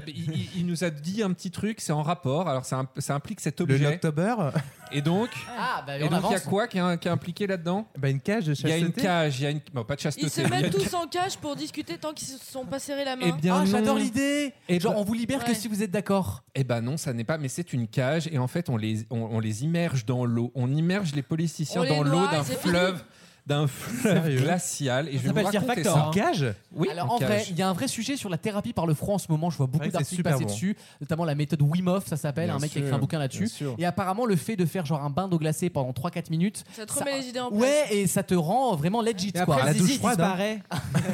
Speaker 3: il, il- il nous a dit un petit truc, c'est en rapport. Alors ça, imp- ça implique cet objet.
Speaker 8: Noctober.
Speaker 3: Et donc.
Speaker 2: Ah, bah,
Speaker 3: Et donc il y a quoi qui est, qui est impliqué là-dedans
Speaker 8: Eh ben, Une cage de
Speaker 3: Il y
Speaker 8: chasteté
Speaker 3: a une cage, il y a une bon, pas de chasteté.
Speaker 4: Ils se
Speaker 3: il y a
Speaker 4: mettent
Speaker 3: une
Speaker 4: tous en cage pour discuter tant qu'ils se sont pas serrés la main.
Speaker 3: Eh bien,
Speaker 2: Ah, j'adore
Speaker 3: non.
Speaker 2: l'idée
Speaker 3: Et
Speaker 2: Genre,
Speaker 3: ben-
Speaker 2: on vous libère que
Speaker 4: Ouais.
Speaker 2: si vous êtes d'accord.
Speaker 3: Eh ben non, ça n'est pas, mais c'est une cage et en fait on les, on, on les immerge dans l'eau. On immerge les
Speaker 4: On
Speaker 3: politiciens
Speaker 4: les
Speaker 3: dans l'eau
Speaker 4: noie,
Speaker 3: d'un
Speaker 4: c'est fini.
Speaker 3: fleuve, d'un fleuve
Speaker 8: Sérieux
Speaker 3: glacial. Et je
Speaker 2: Ça
Speaker 3: vais
Speaker 2: s'appelle
Speaker 3: vous
Speaker 2: Fear
Speaker 3: raconter
Speaker 2: Factor,
Speaker 3: ça.
Speaker 2: hein.
Speaker 3: Oui,
Speaker 2: Alors en vrai, il y a un vrai sujet sur la thérapie par le froid en ce moment. Je vois beaucoup
Speaker 3: Ouais, c'est
Speaker 2: d'articles
Speaker 3: super
Speaker 2: passer
Speaker 3: bon.
Speaker 2: dessus, notamment la méthode Wim Hof, ça s'appelle.
Speaker 3: Bien
Speaker 2: Un mec qui a
Speaker 3: sûr,
Speaker 2: écrit un bouquin là-dessus.
Speaker 3: bien sûr.
Speaker 2: Et apparemment, le fait de faire genre un bain d'eau glacée pendant 3-4 minutes.
Speaker 4: Ça te remet les idées en
Speaker 2: Ouais, et ça te rend vraiment legit
Speaker 3: Et
Speaker 2: quoi.
Speaker 3: après, La Zizi douche froide,
Speaker 7: disparaît.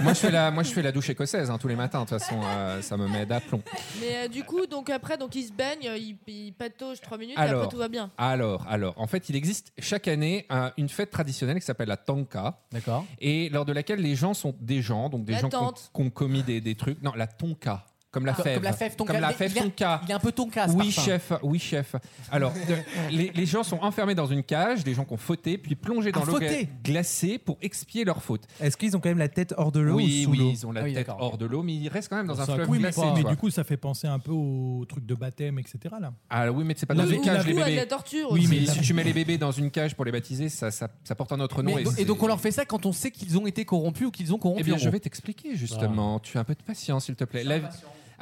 Speaker 3: moi, je fais la, moi je fais la douche écossaise hein, tous les matins. De toute façon, euh, ça me met d'aplomb.
Speaker 4: Mais euh, du coup, donc après, donc ils se baignent, euh, ils, ils pataugent 3 minutes et
Speaker 3: Alors,
Speaker 4: après tout va bien.
Speaker 3: Alors, alors, en fait, il existe chaque année un- une fête traditionnelle qui s'appelle la Tonka.
Speaker 2: D'accord.
Speaker 3: Et lors de laquelle les gens sont des gens, donc des
Speaker 2: La
Speaker 3: gens qui ont,
Speaker 2: tante.
Speaker 3: qui ont commis des, des trucs. Non, la Tonka. Comme la
Speaker 2: Ah,
Speaker 3: fève.
Speaker 2: Comme la fève tonka.
Speaker 3: Comme la
Speaker 2: Mais
Speaker 3: fève
Speaker 2: il est-
Speaker 3: tonka.
Speaker 2: Il est un peu tonka. ce
Speaker 3: Oui,
Speaker 2: parfum.
Speaker 3: chef, oui, chef. Alors, de- les, les gens sont enfermés dans une cage, des gens qui ont fauté, puis plongés dans
Speaker 8: Ah,
Speaker 3: l'eau
Speaker 8: fauté.
Speaker 3: gla- glacée pour expier leur faute.
Speaker 8: Est-ce qu'ils ont quand même la tête hors de l'eau
Speaker 3: Oui,
Speaker 8: ou sous
Speaker 3: oui,
Speaker 8: l'eau
Speaker 3: ils ont la tête hors de l'eau, mais ils restent quand même dans un
Speaker 6: Ça,
Speaker 3: fleuve
Speaker 6: oui, mais,
Speaker 3: glacé.
Speaker 6: mais
Speaker 3: tu vois.
Speaker 6: du coup, ça fait penser un peu au truc de baptême, etc. Là.
Speaker 3: Ah oui, mais c'est pas
Speaker 6: La-
Speaker 3: dans une
Speaker 6: ou-
Speaker 3: cage,
Speaker 6: ou
Speaker 3: les
Speaker 6: à de
Speaker 3: bébés.
Speaker 6: la torture
Speaker 3: oui,
Speaker 6: aussi.
Speaker 3: mais
Speaker 6: La-
Speaker 3: si tu mets les bébés dans une cage pour les baptiser, ça, ça, ça porte un autre nom.
Speaker 2: Mais do-
Speaker 3: c'est-
Speaker 2: et donc on leur fait ça quand on sait qu'ils ont été corrompus ou qu'ils ont corrompu.
Speaker 3: Eh
Speaker 2: Ah.
Speaker 3: bien,
Speaker 2: en
Speaker 3: je
Speaker 2: gros.
Speaker 3: vais t'expliquer justement. Tu as un peu de patience, s'il te plaît. La-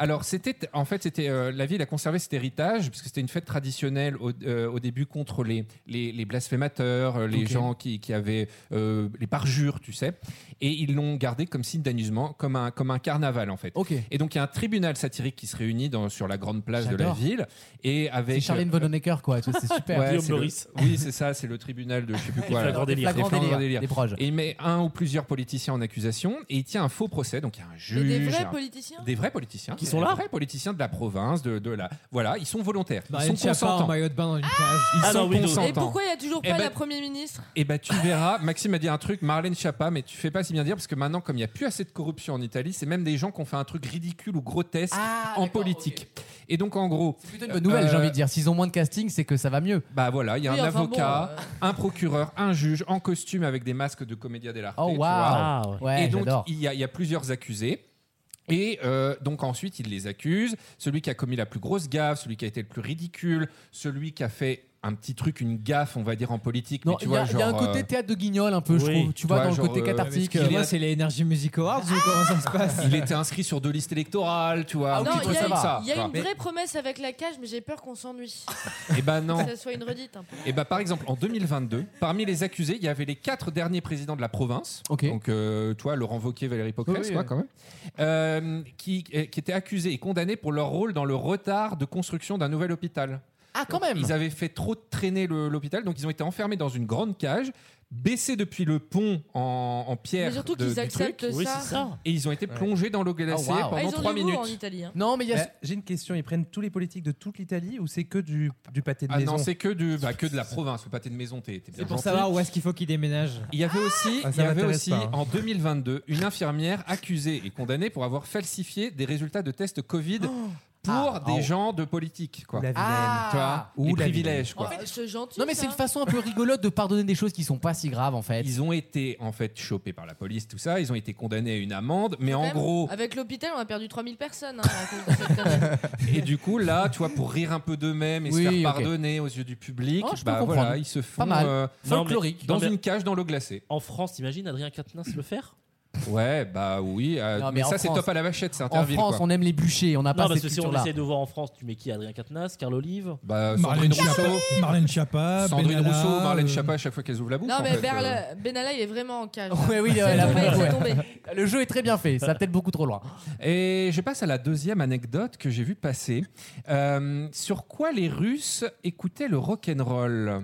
Speaker 3: Alors, c'était en fait, c'était euh, la ville a conservé cet héritage parce que c'était une fête traditionnelle au, euh, au début contre les, les, les blasphémateurs, euh, les
Speaker 2: Ok.
Speaker 3: gens qui, qui avaient euh, les parjures, tu sais, et ils l'ont gardé comme signe d'amusement, comme un comme un carnaval en fait. Et donc il y a un tribunal satirique qui se réunit dans, sur la grande place de la
Speaker 2: J'adore.
Speaker 3: ville et avec euh,
Speaker 2: C'est Charlène Bononecker quoi. tu vois, C'est super.
Speaker 3: Ouais, c'est le- oui, c'est ça, c'est le tribunal de je sais plus quoi.
Speaker 2: flagrants
Speaker 3: là.
Speaker 2: délires.
Speaker 3: Les flagrants
Speaker 2: Les flagrants
Speaker 3: délires.
Speaker 2: des proches.
Speaker 3: Et il met un ou plusieurs politiciens en accusation et il tient un faux procès. Donc il y a un juge.
Speaker 4: des vrais
Speaker 3: un-
Speaker 4: politiciens
Speaker 3: Des vrais politiciens.
Speaker 2: Qui sont là
Speaker 3: Des vrais politiciens de la province, de, de la. Voilà, ils sont volontaires.
Speaker 7: Bah,
Speaker 3: ils
Speaker 7: il
Speaker 3: sont
Speaker 7: tient pas en
Speaker 3: consentants.
Speaker 7: maillot de bain dans une cage.
Speaker 3: Ils
Speaker 7: Ah
Speaker 3: sont
Speaker 7: non, oui, non.
Speaker 3: consentants.
Speaker 4: Et pourquoi il n'y a toujours
Speaker 3: Eh
Speaker 4: pas
Speaker 3: ben-
Speaker 4: la Premier ministre
Speaker 3: Eh ben tu verras, Maxime a dit un truc, Marlène Schiappa, mais tu fais pas si bien dire parce que maintenant, comme il n'y a plus assez de corruption en Italie, c'est même des gens qui ont fait un truc ridicule ou grotesque
Speaker 4: Ah,
Speaker 3: en politique. Et donc en gros, c'est
Speaker 2: plutôt Bonne
Speaker 3: Euh,
Speaker 2: nouvelle, j'ai envie de dire. S'ils ont moins de casting, c'est que ça va mieux.
Speaker 3: Bah voilà, il y a
Speaker 2: Oui,
Speaker 3: un
Speaker 2: enfin
Speaker 3: avocat,
Speaker 2: bon,
Speaker 3: un procureur, un juge en costume avec des masques de comédia dell'arte.
Speaker 2: Oh,
Speaker 3: tu
Speaker 2: waouh.
Speaker 3: vois.
Speaker 2: Waouh. Ouais,
Speaker 3: Et donc
Speaker 2: j'adore.
Speaker 3: il y, a, il y a plusieurs accusés. Et euh, donc ensuite, il les accuse. Celui qui a commis la plus grosse gaffe, celui qui a été le plus ridicule, celui qui a fait un petit truc, une gaffe, on va dire en politique. mais
Speaker 2: Non,
Speaker 3: tu
Speaker 2: il y,
Speaker 3: vois,
Speaker 2: a- il y a un
Speaker 3: genre,
Speaker 2: côté
Speaker 3: euh,
Speaker 2: théâtre de guignol un peu, je
Speaker 3: Oui.
Speaker 2: trouve. Tu vois,
Speaker 3: Ouais,
Speaker 2: dans le
Speaker 3: genre,
Speaker 2: côté
Speaker 3: euh,
Speaker 2: cathartique.
Speaker 3: parce qu'il
Speaker 2: euh,
Speaker 3: est- Ah.
Speaker 7: C'est les Energy Music Awards ou comment ça se passe
Speaker 3: il était inscrit sur deux listes électorales, tu
Speaker 2: Ah,
Speaker 3: vois. un
Speaker 4: Non,
Speaker 3: petit
Speaker 4: il
Speaker 3: truc
Speaker 4: y a,
Speaker 3: comme ah, ça,
Speaker 4: il y a
Speaker 3: tu vois.
Speaker 4: une vraie promesse avec la cage, mais j'ai peur qu'on s'ennuie.
Speaker 3: Eh ben non.
Speaker 4: Que ça soit une redite un peu.
Speaker 3: Et bah, par exemple, en 2022, parmi les accusés, il y avait les quatre derniers présidents de la province. Donc, euh, toi, Laurent Wauquiez, Valérie Pécresse,
Speaker 2: Oui, oui,
Speaker 3: quoi,
Speaker 2: oui.
Speaker 3: quand même. Euh, qui, euh, qui étaient accusés et condamnés pour leur rôle dans le retard de construction d'un nouvel hôpital.
Speaker 2: Ah, quand même
Speaker 3: Ils avaient fait trop traîner le- l'hôpital, donc ils ont été enfermés dans une grande cage, baissés depuis le pont en, en pierre.
Speaker 4: Mais surtout
Speaker 3: de-
Speaker 4: qu'ils
Speaker 3: du
Speaker 4: acceptent
Speaker 3: truc.
Speaker 4: Oui, ça. c'est ça.
Speaker 3: Et ils ont été plongés dans l'eau glacée
Speaker 7: Oh,
Speaker 8: Ah, waouh.
Speaker 4: Ah,
Speaker 3: pendant
Speaker 4: ils ont
Speaker 3: trois
Speaker 4: du goût
Speaker 3: minutes.
Speaker 4: en Italie. hein.
Speaker 2: Non, mais il y a-
Speaker 8: Bah, J'ai une question. Ils prennent tous les politiques de toute l'Italie ou c'est que du, du pâté de
Speaker 3: Ah
Speaker 8: maison
Speaker 3: non, c'est que, du, bah, que de la province, le pâté de maison, t'es t'es bien
Speaker 7: C'est pour
Speaker 3: gentil.
Speaker 7: savoir où est-ce qu'il faut qu'il déménage.
Speaker 3: Il y avait aussi,
Speaker 7: Ah, ça
Speaker 3: il y avait
Speaker 7: m'intéresse
Speaker 3: aussi
Speaker 7: pas, hein.
Speaker 3: en 2022 une infirmière accusée et condamnée pour avoir falsifié des résultats de tests Covid pour
Speaker 2: Ah,
Speaker 3: des
Speaker 2: oh.
Speaker 3: gens de politique, quoi.
Speaker 8: La vilaine.
Speaker 3: Tu vois,
Speaker 2: Ou
Speaker 3: les
Speaker 2: la
Speaker 3: privilèges, quoi.
Speaker 4: Ah, c'est gentil.
Speaker 2: Non, mais
Speaker 4: ça.
Speaker 2: c'est une façon un peu rigolote de pardonner des choses qui sont pas si graves en fait.
Speaker 3: Ils ont été en fait chopés par la police, tout ça. Ils ont été condamnés à une amende, mais en
Speaker 4: Même, Ah,
Speaker 3: gros.
Speaker 4: Avec l'hôpital, on a perdu 3000 personnes. hein, à cause de cette année.
Speaker 3: Et du coup, là, tu vois, pour rire un peu d'eux-mêmes et
Speaker 2: Oui,
Speaker 3: se
Speaker 2: ok.
Speaker 3: faire pardonner aux yeux du public,
Speaker 2: Oh, je peux
Speaker 3: bah
Speaker 2: comprendre.
Speaker 3: voilà, ils se
Speaker 2: Pas
Speaker 3: font
Speaker 2: mal.
Speaker 3: euh,
Speaker 5: Non, mais-
Speaker 3: dans
Speaker 5: non, mais-
Speaker 3: une cage dans l'eau glacée.
Speaker 5: En France, t'imagines Adrien Quatennens le faire
Speaker 3: Ouais, bah oui. euh,
Speaker 5: Non, mais
Speaker 3: mais,
Speaker 5: en
Speaker 3: ça, c'est
Speaker 5: France-
Speaker 3: top à la vachette, c'est
Speaker 2: En
Speaker 3: Interville.
Speaker 2: France,
Speaker 3: quoi.
Speaker 2: on aime les bûchers, on n'a
Speaker 5: Non,
Speaker 2: pas
Speaker 5: parce
Speaker 2: cette
Speaker 5: que si on
Speaker 2: culture-là.
Speaker 5: essaie de voir en France, tu mets qui Adrien Quatennens, Carl Olive
Speaker 3: Bah,
Speaker 6: Marlène
Speaker 3: Sandrine
Speaker 6: Schiappa,
Speaker 3: Rousseau.
Speaker 6: Marlène Schiappa,
Speaker 3: Sandrine
Speaker 6: Benalla,
Speaker 3: Rousseau, Marlène
Speaker 6: euh,
Speaker 3: Schiappa à chaque fois qu'elles ouvrent la bouche.
Speaker 4: non,
Speaker 3: en
Speaker 4: mais
Speaker 3: fait, euh.
Speaker 4: Berla- Benalla, il est vraiment en cage.
Speaker 2: Ouais, oui,
Speaker 4: C'est
Speaker 2: euh, la
Speaker 4: tombé,
Speaker 2: pauvre,
Speaker 4: c'est
Speaker 3: (laughs)
Speaker 2: ouais.
Speaker 4: tombé.
Speaker 2: Le jeu est très bien fait, ça a peut-être beaucoup trop loin.
Speaker 3: Et je passe à la deuxième anecdote que j'ai vue passer. Euh, sur quoi les Russes écoutaient le rock'n'roll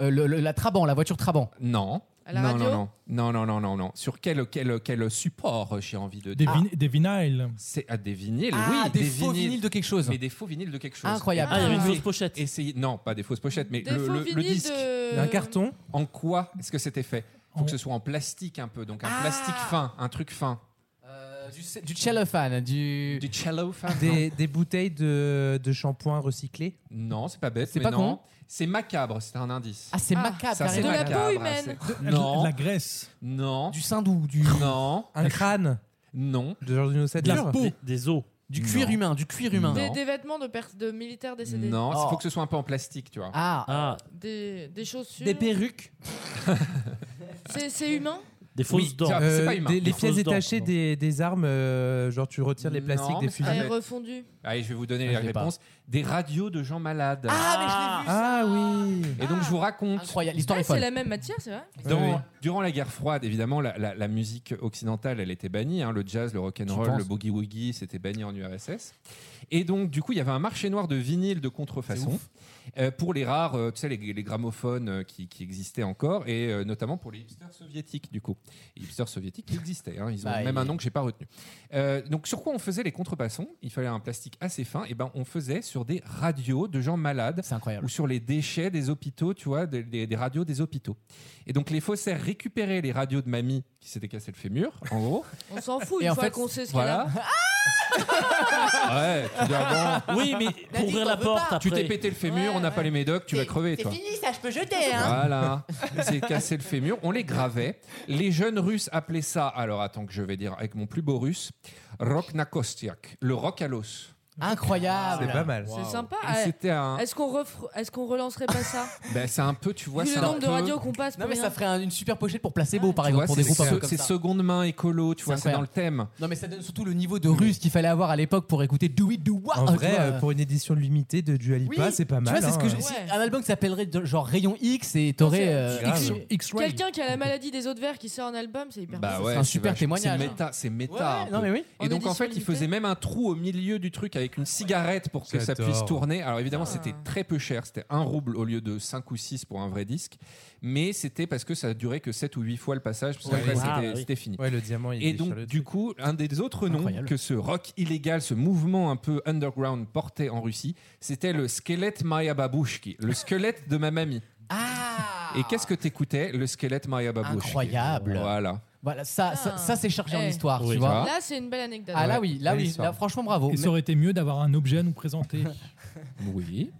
Speaker 2: Euh, le- le- la Trabant, la voiture Trabant.
Speaker 3: Non.
Speaker 4: À la
Speaker 3: non,
Speaker 4: radio
Speaker 3: non, non, non, non, non, non, non. Sur quel, quel, quel support euh, j'ai envie de
Speaker 6: Des,
Speaker 3: dire
Speaker 6: vin- des vinyles.
Speaker 3: C'est à des vinyles,
Speaker 6: Ah,
Speaker 3: oui.
Speaker 6: des faux vinyles
Speaker 3: de quelque chose. Mais des faux vinyles de quelque chose.
Speaker 6: Incroyable.
Speaker 5: Ah, il y avait une
Speaker 3: Oui.
Speaker 5: fausse pochette.
Speaker 3: Essayez- non, pas des fausses pochettes, mais
Speaker 5: Des
Speaker 3: le,
Speaker 5: faux
Speaker 3: le- le
Speaker 5: vinyles
Speaker 3: disque.
Speaker 5: de- D'un carton.
Speaker 3: En quoi est-ce que c'était fait Faut que ce soit en plastique un peu, donc un plastique fin, un truc fin.
Speaker 5: Euh,
Speaker 2: Du cellophane, du.
Speaker 3: Du cellophane.
Speaker 8: Des, des bouteilles de, de shampoing recyclé
Speaker 3: Non, c'est pas bête.
Speaker 8: C'est
Speaker 3: mais
Speaker 8: pas
Speaker 3: non.
Speaker 8: con.
Speaker 3: C'est macabre, c'est un indice.
Speaker 2: Ah, c'est Ah. macabre,
Speaker 3: Ça, c'est
Speaker 2: carrément. De la
Speaker 3: macabre,
Speaker 2: peau
Speaker 3: hein,
Speaker 2: humaine.
Speaker 3: c'est-
Speaker 2: De-
Speaker 3: Non.
Speaker 2: de la
Speaker 3: graisse. Non.
Speaker 2: Du sindou, du.
Speaker 3: Non.
Speaker 8: Un crâne
Speaker 3: Non.
Speaker 8: De genre
Speaker 2: De la peau.
Speaker 8: Des,
Speaker 5: os.
Speaker 2: Du cuir
Speaker 3: Non.
Speaker 2: humain, du cuir humain.
Speaker 4: Des, des vêtements de, pers- de militaires décédés.
Speaker 3: Non, il
Speaker 2: Oh.
Speaker 3: faut que ce soit un peu en plastique, tu vois.
Speaker 2: Ah.
Speaker 4: Des, des chaussures.
Speaker 2: Des perruques.
Speaker 4: (laughs) C'est c'est humain
Speaker 5: Des
Speaker 3: fausses dents. C'est pas
Speaker 8: Euh,
Speaker 3: humain.
Speaker 8: des-
Speaker 3: Des
Speaker 8: les pièces
Speaker 3: fausses dents,
Speaker 8: détachées
Speaker 3: non.
Speaker 8: des, des armes, euh, genre tu retires les plastiques
Speaker 3: Non,
Speaker 8: des
Speaker 3: mais c'est
Speaker 8: fusils.
Speaker 3: pas
Speaker 4: Des
Speaker 3: bête.
Speaker 4: refondus.
Speaker 3: Allez, je vais vous donner
Speaker 8: Ah,
Speaker 3: les
Speaker 8: je l'ai pas.
Speaker 3: réponses. Des radios de gens malades.
Speaker 4: Ah,
Speaker 8: Ah oui.
Speaker 3: Et donc, je vous raconte.
Speaker 4: Ah, C'est la même matière, c'est vrai
Speaker 3: Dans- Durant la guerre froide, évidemment, la, la- la musique occidentale, elle était bannie. hein. le jazz, le
Speaker 5: Tu
Speaker 3: rock'n'roll,
Speaker 5: penses
Speaker 3: le boogie-woogie, c'était banni en URSS. Et donc, du coup, il y avait un marché noir de vinyle de contrefaçon euh, pour les rares, euh, tu sais, les, les gramophones euh, qui, qui existaient encore, et euh, notamment pour les hipsters soviétiques, du coup. Les hipsters soviétiques qui existaient. hein. ils ont
Speaker 5: Bah,
Speaker 3: même
Speaker 5: il-
Speaker 3: un nom que j'ai pas retenu. Euh, donc, sur quoi on faisait les contrefaçons Il fallait un plastique assez fin. Et ben, on faisait sur des radios de gens malades. Ou sur les déchets des hôpitaux, tu vois, des, des- des radios des hôpitaux. Et donc, les faussaires récupéraient les radios de mamie qui s'était cassé le fémur, en
Speaker 5: (laughs)
Speaker 3: gros.
Speaker 4: On s'en fout
Speaker 3: Et
Speaker 4: une
Speaker 3: en
Speaker 4: fois
Speaker 3: fait,
Speaker 4: qu'on sait ce qu'elle
Speaker 3: voilà.
Speaker 4: a. Ah,
Speaker 3: ouais, tu dis, ah bon.
Speaker 5: Oui, mais pour ouvrir la porte,
Speaker 3: Tu
Speaker 5: après.
Speaker 3: t'es pété le fémur, on n'a pas les médocs, tu vas crever, toi.
Speaker 12: ça, je peux jeter, hein.
Speaker 1: hein.
Speaker 12: (laughs)
Speaker 3: Voilà, c'est cassé le fémur, on les gravait. Les jeunes russes appelaient ça, alors attends que je vais dire avec mon plus beau russe, rock na kostiak, le rock à l'os.
Speaker 2: Incroyable.
Speaker 3: C'est pas mal.
Speaker 4: Ah, C'est
Speaker 3: Wow.
Speaker 4: sympa. Eh,
Speaker 3: Et c'était un-
Speaker 4: Est-ce qu'on refre- est-ce qu'on relancerait pas ça
Speaker 3: (laughs) Ben, c'est un peu, tu vois,
Speaker 4: Vu
Speaker 3: c'est
Speaker 4: le
Speaker 3: un
Speaker 4: nombre de
Speaker 3: peu-
Speaker 4: radios qu'on passe
Speaker 2: Non,
Speaker 4: Ah, pour
Speaker 2: mais ça
Speaker 4: rien.
Speaker 2: ferait un- une super pochette pour placebo, par
Speaker 3: Tu
Speaker 2: exemple,
Speaker 3: vois,
Speaker 2: Ah, pour des
Speaker 3: c'est
Speaker 2: groupes un
Speaker 3: ce-
Speaker 2: peu comme
Speaker 3: c'est
Speaker 2: ça.
Speaker 3: seconde main écolo, tu vois, c'est dans le
Speaker 2: incroyable.
Speaker 3: thème.
Speaker 2: Non, mais ça donne surtout le niveau de ruse qu'il fallait avoir à l'époque pour écouter Do It Do What. hein,
Speaker 8: En
Speaker 2: tu
Speaker 8: vrai,
Speaker 2: vois.
Speaker 8: euh, pour une édition limitée de Dua Lipa, c'est pas mal.
Speaker 2: Tu vois, c'est ce que
Speaker 8: hein.
Speaker 2: je- si un album qui s'appellerait de- genre Rayon X et t'aurais euh,
Speaker 8: Grave.
Speaker 2: X-Ray.
Speaker 4: Quelqu'un qui a la maladie des autres verts qui sort un album, c'est
Speaker 2: Ah
Speaker 4: hyper
Speaker 3: Bah
Speaker 4: cool.
Speaker 3: ouais,
Speaker 2: un super
Speaker 3: vachement-
Speaker 2: témoignage,
Speaker 3: C'est
Speaker 2: hein.
Speaker 3: méta, c'est méta.
Speaker 2: Ouais,
Speaker 3: un peu.
Speaker 2: non, mais oui.
Speaker 3: Et
Speaker 2: En
Speaker 3: donc en
Speaker 2: édition
Speaker 3: fait, il faisait même un trou au milieu du truc avec une cigarette pour que ça
Speaker 8: J'adore.
Speaker 3: puisse tourner. Alors évidemment, c'était
Speaker 2: Ah.
Speaker 3: très peu cher, c'était un rouble au lieu de 5 ou 6 pour un vrai disque, mais c'était parce que ça durait que 7 ou 8 fois le passage parce
Speaker 8: Ouais,
Speaker 3: qu'après
Speaker 8: oui. Ah,
Speaker 3: c'était
Speaker 8: bah oui.
Speaker 3: c'était fini.
Speaker 8: Ouais, le diamant, il
Speaker 3: Et
Speaker 8: déchire
Speaker 3: donc
Speaker 8: le
Speaker 3: du coup, un des autres noms
Speaker 8: Incroyable.
Speaker 3: que ce rock illégal, ce mouvement un peu underground portait en Russie, c'était le squelette Maya Babushki, le squelette de ma mamie.
Speaker 2: Ah.
Speaker 3: Et qu'est-ce que t'écoutais Le squelette Maya Babushki.
Speaker 2: Incroyable.
Speaker 3: Voilà.
Speaker 2: Voilà, ça, ça, ça, c'est chargé en
Speaker 4: Eh.
Speaker 2: histoire,
Speaker 3: Oui.
Speaker 2: tu vois.
Speaker 4: Là, c'est une belle anecdote.
Speaker 2: Ah là oui, là oui, là, franchement bravo.
Speaker 6: Et
Speaker 2: Mais-
Speaker 6: ça aurait été mieux d'avoir un objet à nous
Speaker 2: (laughs)
Speaker 6: présenter.
Speaker 3: Oui.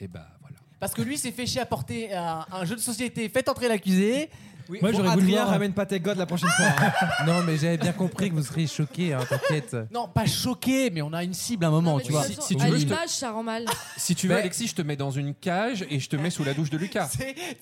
Speaker 3: Et bah voilà.
Speaker 2: Parce que lui s'est fait chier à porter un, un jeu de société. Faites entrer l'accusé.
Speaker 7: Oui,
Speaker 8: Moi,
Speaker 7: bon,
Speaker 8: j'aurais voulu
Speaker 7: Adrien,
Speaker 8: voir-
Speaker 7: ramène pas tes godes la prochaine
Speaker 2: (laughs)
Speaker 7: fois.
Speaker 8: non, mais j'avais bien compris que vous seriez choqués, hein, t'inquiète.
Speaker 2: Non, pas choqué, mais on a une cible à un moment,
Speaker 4: Mais
Speaker 2: tu
Speaker 4: de
Speaker 2: vois.
Speaker 4: toute façon,
Speaker 3: si tu
Speaker 4: à
Speaker 3: veux, je te-
Speaker 4: l'image, ça
Speaker 2: (laughs)
Speaker 4: rend mal.
Speaker 3: Si tu veux, Alexis, je te mets dans une cage et je te mets sous la douche de
Speaker 2: (laughs)
Speaker 3: Lucas.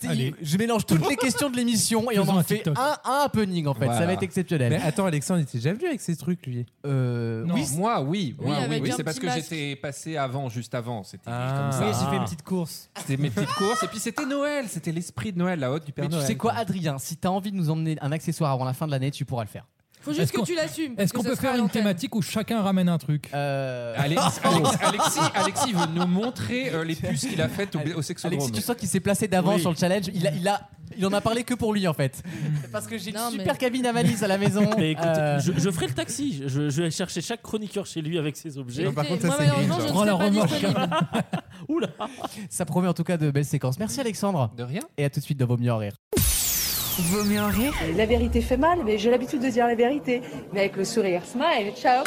Speaker 2: T'sais, Je mélange toutes les questions de l'émission et on en fait un, un happening en fait. Ça va être exceptionnel.
Speaker 8: Mais attends, Alexandre, il était déjà venu avec ces trucs, lui
Speaker 2: euh,
Speaker 8: Non.
Speaker 2: oui, c'est-
Speaker 3: moi, oui,
Speaker 8: Oui,
Speaker 3: moi, oui,
Speaker 8: avec
Speaker 3: oui,
Speaker 8: un
Speaker 3: c'est parce
Speaker 8: petit
Speaker 3: que
Speaker 8: masque.
Speaker 3: j'étais passé avant, juste avant. C'était
Speaker 8: Ah.
Speaker 3: comme ça.
Speaker 7: Oui, j'ai fait une petite course.
Speaker 3: C'était mes petites courses et puis c'était Noël, c'était l'esprit de Noël, la haute du Père
Speaker 2: Mais tu
Speaker 3: Noël.
Speaker 2: sais quoi, Adrien, si t'as envie de nous emmener un accessoire avant la fin de l'année, tu pourras le faire.
Speaker 4: Faut juste que tu l'assumes. parce
Speaker 6: Est-ce
Speaker 4: que
Speaker 6: qu'on
Speaker 4: ça
Speaker 6: peut
Speaker 4: sera
Speaker 6: faire
Speaker 4: à
Speaker 6: une
Speaker 4: l'antenne.
Speaker 6: thématique où chacun ramène un truc
Speaker 2: Euh,
Speaker 3: Alex-
Speaker 2: (laughs)
Speaker 3: Alex- Alexis, Alexis veut nous montrer euh, les puces qu'il a faites au, au sexodrome.
Speaker 2: Alexis,
Speaker 3: (laughs)
Speaker 2: tu sens qu'il s'est placé d'avant
Speaker 3: Oui.
Speaker 2: sur le challenge. Il, a, il, a, il en a parlé que pour lui en fait. Parce que j'ai une
Speaker 4: Non, mais-
Speaker 2: super cabine à valise à la maison.
Speaker 5: (laughs) Mais écoutez,
Speaker 2: Euh,
Speaker 5: je, je ferai le taxi. Je, je vais chercher chaque chroniqueur chez lui avec ses objets.
Speaker 2: Non, Bah, par contre, ça,
Speaker 4: Moi,
Speaker 2: c'est
Speaker 4: malheureusement,
Speaker 2: gris,
Speaker 4: je
Speaker 2: genre.
Speaker 4: ne serai
Speaker 2: Prends la
Speaker 4: pas
Speaker 2: (laughs)
Speaker 4: disponible.
Speaker 2: Ça promet en tout cas de belles séquences. Merci Alexandre.
Speaker 3: De rien.
Speaker 2: Et à tout de suite dans Vaut mieux en rire.
Speaker 15: Vaut mieux en rire.
Speaker 17: La vérité fait mal, mais j'ai l'habitude de dire la vérité. Mais avec le sourire, smile, ciao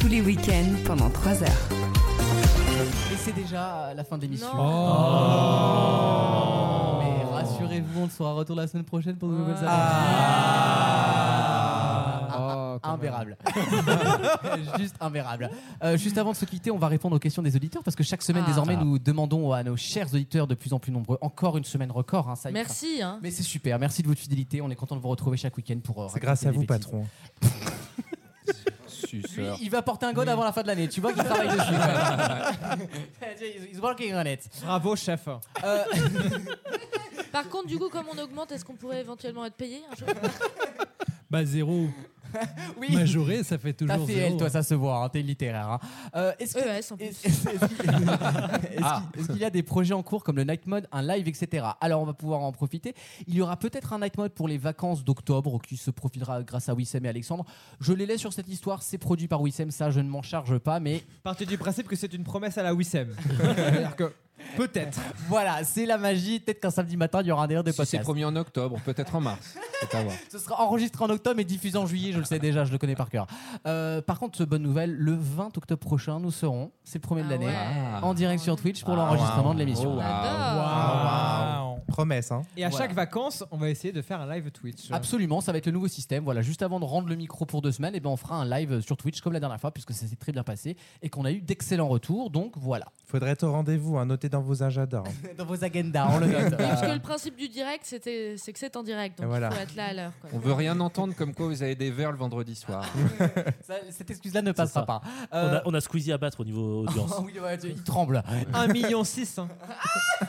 Speaker 1: Tous les week-ends pendant 3 heures.
Speaker 2: Et c'est déjà la fin de l'émission. Oh. Mais rassurez-vous, on sera retour la semaine prochaine pour de nouvelles aventures. Ah, ah, imbérable. (laughs) juste imbérable. Euh, juste avant de se quitter, on va répondre aux questions des auditeurs parce que chaque semaine,
Speaker 4: Ah.
Speaker 2: désormais,
Speaker 4: Ah.
Speaker 2: nous demandons à nos chers auditeurs de plus en plus nombreux, encore une semaine record. hein, ça y est.
Speaker 4: Merci. Hein.
Speaker 2: Mais c'est super, merci de votre fidélité. On est content de vous retrouver chaque week-end pour. euh,
Speaker 8: C'est grâce à
Speaker 2: raconter
Speaker 8: vous,
Speaker 2: des bêtises.
Speaker 8: patron.
Speaker 2: Lui, il va porter un god avant la fin de l'année. Tu vois qu'il travaille dessus. ouais. (laughs) He's working on it.
Speaker 7: Bravo, chef.
Speaker 2: Euh, (laughs)
Speaker 4: Par contre, du coup, comme on augmente, est-ce qu'on pourrait éventuellement être payé un jour
Speaker 6: Bah, zéro.
Speaker 2: Oui.
Speaker 6: Majoré, ça fait toujours
Speaker 2: T'as fait
Speaker 6: zéro,
Speaker 2: elle, toi,
Speaker 6: hein.
Speaker 2: ça se voit, hein, t'es littéraire. hein. Euh, Est-ce que-
Speaker 4: ES en plus.
Speaker 2: est-ce
Speaker 3: Ah.
Speaker 2: qu'il- est-ce qu'il y a des projets en cours comme le night mode, un live, etc. Alors on va pouvoir en profiter. Il y aura peut-être un night mode pour les vacances d'octobre qui se profilera grâce à Wissem et Alexandre. Je les laisse sur cette histoire, c'est produit par Wissem, ça je ne m'en charge pas, mais
Speaker 7: Partez du principe que c'est une promesse à
Speaker 2: (laughs)
Speaker 7: la Wissem. C'est-à-dire que peut-être.
Speaker 2: Voilà, c'est la magie. Peut-être qu'un samedi matin, il y aura un derrière de
Speaker 3: Si c'est
Speaker 2: podcast.
Speaker 3: promis en octobre, peut-être en
Speaker 2: (laughs)
Speaker 3: mars. C'est à voir.
Speaker 2: Ce sera enregistré en octobre et diffusé en juillet, je le sais déjà, je le connais par cœur. Euh, par contre, bonne nouvelle, le 20 octobre prochain, nous serons, c'est le premier de l'année,
Speaker 7: ouais.
Speaker 2: en direct sur Twitch pour
Speaker 7: Ah,
Speaker 2: l'enregistrement
Speaker 7: waouh.
Speaker 2: de l'émission.
Speaker 7: Oh, waouh.
Speaker 8: Waouh. Promesse, hein.
Speaker 7: Et à
Speaker 2: Voilà.
Speaker 7: chaque vacances, on va essayer de faire un live Twitch.
Speaker 2: Absolument, ça va être le nouveau système. Voilà, juste avant de rendre le micro pour deux semaines, et ben on fera un live sur Twitch comme la dernière fois, puisque ça s'est très bien passé et qu'on a eu d'excellents retours. Donc voilà,
Speaker 8: Faudrait être au rendez-vous, hein, noter dans vos agendas. hein.
Speaker 2: (laughs) dans vos agendas, on le note.
Speaker 4: Parce que le principe du direct, c'était- c'est que c'est en direct. Donc
Speaker 3: Voilà.
Speaker 4: il faut être là à l'heure. quoi.
Speaker 3: On veut rien entendre comme quoi vous avez des verres le vendredi soir.
Speaker 2: cette excuse-là ne passera pas.
Speaker 5: On,
Speaker 2: Euh,
Speaker 5: a, on a Squeezie à battre au
Speaker 2: (laughs)
Speaker 5: niveau audience.
Speaker 2: Ah oui, ouais, il tremble.
Speaker 7: 1,6 million. six, hein. Euh,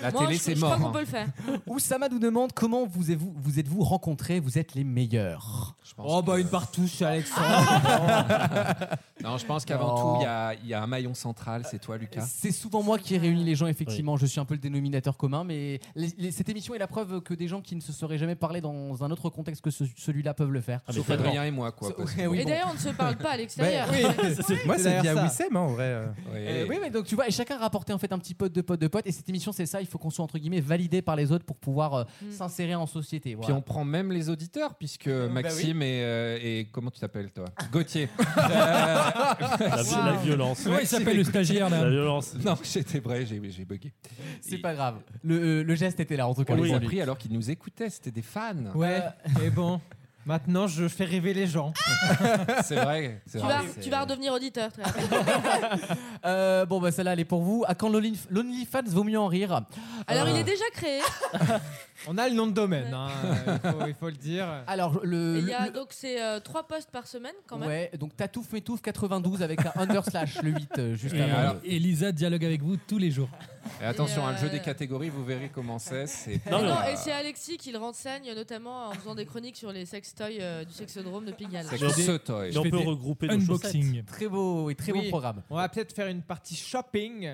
Speaker 5: La
Speaker 4: Moi, télé, je- c'est je mort, crois qu'on hein. peut le faire.
Speaker 2: (laughs) Oussama nous demande comment vous êtes-vous vous êtes -vous rencontrés, vous êtes les meilleurs.
Speaker 7: Oh bah une partout chez Alexandre.
Speaker 3: (laughs) Non, je pense qu'avant
Speaker 2: Oh.
Speaker 3: tout, il y a- il y, a un maillon central, c'est toi, Lucas.
Speaker 2: C'est souvent moi qui réunis les gens, effectivement. Je suis un peu le dénominateur commun, mais les- les- cette émission est la preuve que des gens qui ne se seraient jamais parlé dans un autre contexte que ce- celui-là peuvent le
Speaker 7: Ah,
Speaker 2: faire.
Speaker 3: Sauf Adrien et moi, quoi.
Speaker 2: Ça-
Speaker 3: parce que-
Speaker 2: (laughs) ouais, oui,
Speaker 4: Et
Speaker 2: bon.
Speaker 4: d'ailleurs, on ne se parle pas à l'extérieur.
Speaker 2: Ouais,
Speaker 7: (laughs)
Speaker 2: oui.
Speaker 8: (laughs) Moi, c'est
Speaker 2: D'ailleurs,
Speaker 8: via
Speaker 2: ça.
Speaker 8: Wissem, hein, en vrai. euh.
Speaker 3: Eh
Speaker 2: Euh, oui, mais donc tu vois, et chacun rapportait en fait un petit pote de pote de pote, et cette émission c'est ça, il faut qu'on soit entre guillemets validé par les autres pour pouvoir euh,
Speaker 4: Mm.
Speaker 2: s'insérer en société.
Speaker 3: Puis on prend même (laughs) les auditeurs, puisque
Speaker 2: bah
Speaker 3: Maxime et, euh, et comment tu t'appelles toi
Speaker 2: Ah. (laughs)
Speaker 3: Gauthier. Euh,
Speaker 5: La vi- la violence.
Speaker 3: Ouais,
Speaker 5: Ouais, il s'appelle le stagiaire, là. La violence.
Speaker 3: Non, j'étais vrai, j'ai j'ai bugué.
Speaker 2: C'est pas grave. Le, euh, le geste était là en tout cas.
Speaker 3: On les a
Speaker 2: aujourd'hui.
Speaker 3: pris alors qu'ils nous écoutaient, c'était des fans.
Speaker 7: Ouais, mais bon. Maintenant, je fais rêver les gens.
Speaker 3: (laughs) C'est vrai.
Speaker 4: Tu vas, tu vas redevenir auditeur très rapidement.
Speaker 2: Euh, bon, bah celle-là elle est pour vous. À quand l'Only- l'OnlyFans vaut mieux en rire
Speaker 4: Alors,
Speaker 2: Euh,
Speaker 4: il est déjà créé.
Speaker 7: On a le nom de domaine, hein, euh, il, faut, il faut le dire.
Speaker 2: Alors, le.
Speaker 4: Et il y a, donc, c'est euh, trois postes par semaine quand même.
Speaker 2: Ouais, donc Tatouf Métouf 92 avec un underslash le 8 euh, juste
Speaker 6: Et,
Speaker 2: avant.
Speaker 6: euh, et Lisa dialogue avec vous tous les jours.
Speaker 3: Et attention,
Speaker 4: Et,
Speaker 3: hein, le jeu
Speaker 4: euh,
Speaker 3: des catégories, vous verrez comment c'est. c'est
Speaker 4: Non,
Speaker 3: pas-
Speaker 4: non, et c'est Alexis qui le renseigne, notamment en faisant des chroniques sur les sextoys euh, du sexodrome de Pigalle.
Speaker 3: C'est que ce toy.
Speaker 5: mais on peut regrouper nos unboxing. chaussettes.
Speaker 2: Très beau et très
Speaker 7: bon
Speaker 2: bon programme.
Speaker 7: On va peut-être faire une partie shopping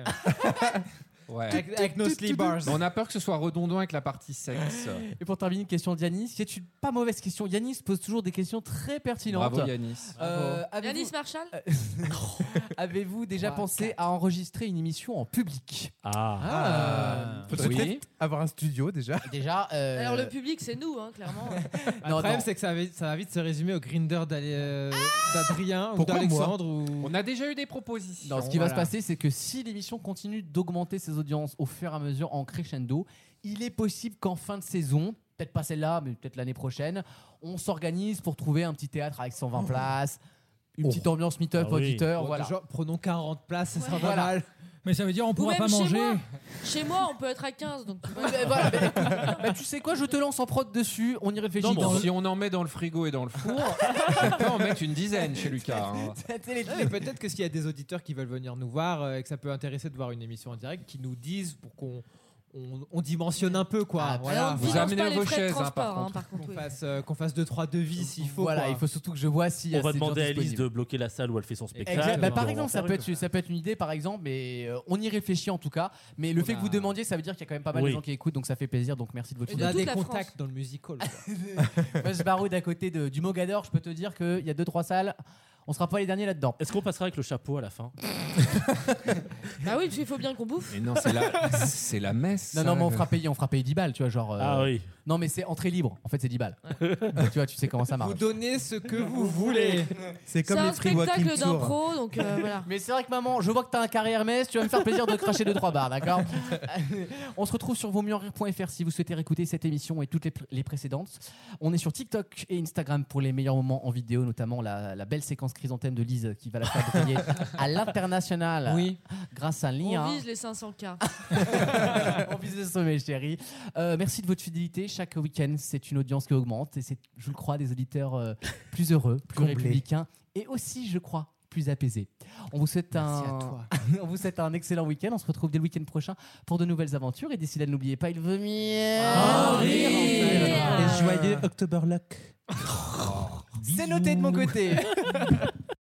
Speaker 3: Ouais.
Speaker 7: avec, avec nos sleepers.
Speaker 3: On a peur que ce soit redondant avec la partie sexe.
Speaker 2: Et pour terminer, une question d'Yanis. C'est une pas mauvaise question. Yanis pose toujours des questions très pertinentes.
Speaker 3: Bravo, Yanis.
Speaker 2: Euh, avez-vous-
Speaker 4: Yanis Marshall
Speaker 2: Avez-vous
Speaker 4: (laughs)
Speaker 2: déjà pensé à enregistrer une émission en public
Speaker 8: Ah. Faudrait
Speaker 2: Oui.
Speaker 8: peut-être avoir un studio déjà.
Speaker 2: Déjà. (laughs) euh,
Speaker 4: Alors, le public, c'est nous, hein,
Speaker 2: (laughs)
Speaker 4: clairement.
Speaker 7: le
Speaker 2: Non,
Speaker 7: problème,
Speaker 2: non.
Speaker 7: c'est que ça va, vite, ça va vite se résumer au grinder d'Ali- euh, d'Adrien ou
Speaker 2: Pourquoi moi
Speaker 7: d'Alexandre. Ou...
Speaker 3: Ah On a déjà eu des propositions.
Speaker 2: Non, ce qui va se
Speaker 3: Voilà.
Speaker 2: passer, c'est que si l'émission continue d'augmenter ses audiences au fur et à mesure en crescendo, il est possible qu'en fin de saison, peut-être pas celle-là, mais peut-être l'année prochaine, on s'organise pour trouver un petit théâtre avec
Speaker 6: Oh.
Speaker 2: 120 places, une petite ambiance meet-up
Speaker 7: Ah oui.
Speaker 2: auditeur,
Speaker 7: Bon,
Speaker 2: voilà.
Speaker 7: déjà, prenons 40 places, ça sera pas
Speaker 2: Voilà.
Speaker 7: mal.
Speaker 6: Mais ça veut dire on
Speaker 4: Ou
Speaker 6: pourra
Speaker 4: même
Speaker 6: pas
Speaker 4: chez
Speaker 6: manger.
Speaker 4: moi. Chez moi, on peut être à 15. Donc, tu vois.
Speaker 2: Bah, tu sais quoi, je te lance en prod dessus, on y réfléchit.
Speaker 3: Non, bon,
Speaker 2: dans le-
Speaker 3: si on en met dans le frigo et dans le
Speaker 2: (laughs)
Speaker 3: four, on peut en mettre une dizaine chez Lucas. hein.
Speaker 7: Non, Ah, mais Peut-être que s'il y a des auditeurs qui veulent venir nous voir euh, et que ça peut intéresser de voir une émission en direct, qui nous disent pour qu'on on, on dimensionne un peu quoi.
Speaker 3: Ah,
Speaker 4: Alors,
Speaker 7: voilà.
Speaker 4: on ne finance pas les frais de transport, hein, par
Speaker 7: Qu'on
Speaker 4: contre. oui.
Speaker 7: fasse, euh, qu'on fasse deux trois devis s'il faut.
Speaker 2: Voilà,
Speaker 7: quoi.
Speaker 2: ah il faut surtout que je vois si.
Speaker 5: On va
Speaker 2: c'est des gens
Speaker 5: demander à Alice
Speaker 2: disponibles.
Speaker 5: de bloquer la salle où elle fait son spectacle.
Speaker 2: Exact. Bah,
Speaker 5: On
Speaker 2: par
Speaker 5: va
Speaker 2: exemple,
Speaker 5: faire
Speaker 2: ça peut,
Speaker 5: une-
Speaker 2: être, ça peut être une idée, par exemple, mais euh, on y réfléchit en tout cas. Mais le fait que vous demandiez, ça veut dire qu'il y a quand même pas mal
Speaker 5: Oui.
Speaker 2: de gens qui écoutent, donc ça fait plaisir. Donc merci de votre
Speaker 7: On a
Speaker 2: fidélité.
Speaker 7: des contacts dans
Speaker 2: (laughs)
Speaker 7: le musical. quoi.
Speaker 2: Moi, je baroude à côté de- du Mogador, je peux te dire qu'il y a 2-3 salles, on sera pas les derniers là-dedans.
Speaker 5: Est-ce qu'on passera avec le chapeau à la fin
Speaker 4: Bah oui, parce qu'il faut bien qu'on bouffe.
Speaker 3: Mais non, c'est la,
Speaker 4: (laughs)
Speaker 3: c'est la messe.
Speaker 2: Non,
Speaker 3: ça.
Speaker 2: non, mais on fera payer, on fera payer 10 balles, tu vois, genre. euh,
Speaker 5: Ah oui.
Speaker 2: Non, mais c'est entrée libre, en fait, c'est 10 balles. tu vois, tu sais comment ça
Speaker 7: vous
Speaker 2: marche.
Speaker 7: donnez ce que vous voulez.
Speaker 8: C'est
Speaker 4: C'est un spectacle d'impro, donc euh, voilà.
Speaker 2: (laughs) Mais c'est vrai que maman, je vois que t'as un carré Hermès, tu vas me faire plaisir de cracher deux trois barres, d'accord On se retrouve sur vosmieuxenrire.fr si vous souhaitez réécouter cette émission et toutes les, pr- les précédentes. On est sur TikTok et Instagram pour les meilleurs moments en vidéo, notamment la, la belle séquence chrysanthème de Lise qui va la faire briller à l'international.
Speaker 7: Oui.
Speaker 2: Grâce à un lien.
Speaker 4: On vise les 500K.
Speaker 2: (laughs) On vise le sommet, chérie. Euh, merci de votre fidélité. Chaque week-end, c'est une audience qui augmente et c'est, je le crois, des auditeurs euh, plus heureux, plus
Speaker 8: Comblés.
Speaker 2: républicains et aussi, je crois, plus apaisés. On vous souhaite un,
Speaker 7: à toi.
Speaker 2: on (laughs) vous souhaite un excellent week-end. On se retrouve dès le week-end prochain pour de nouvelles aventures et d'ici là, n'oubliez pas, il veut mieux.
Speaker 7: Ah,
Speaker 8: Et joyeux Octoberlock.
Speaker 2: Bisous. (laughs) C'est noté de mon côté.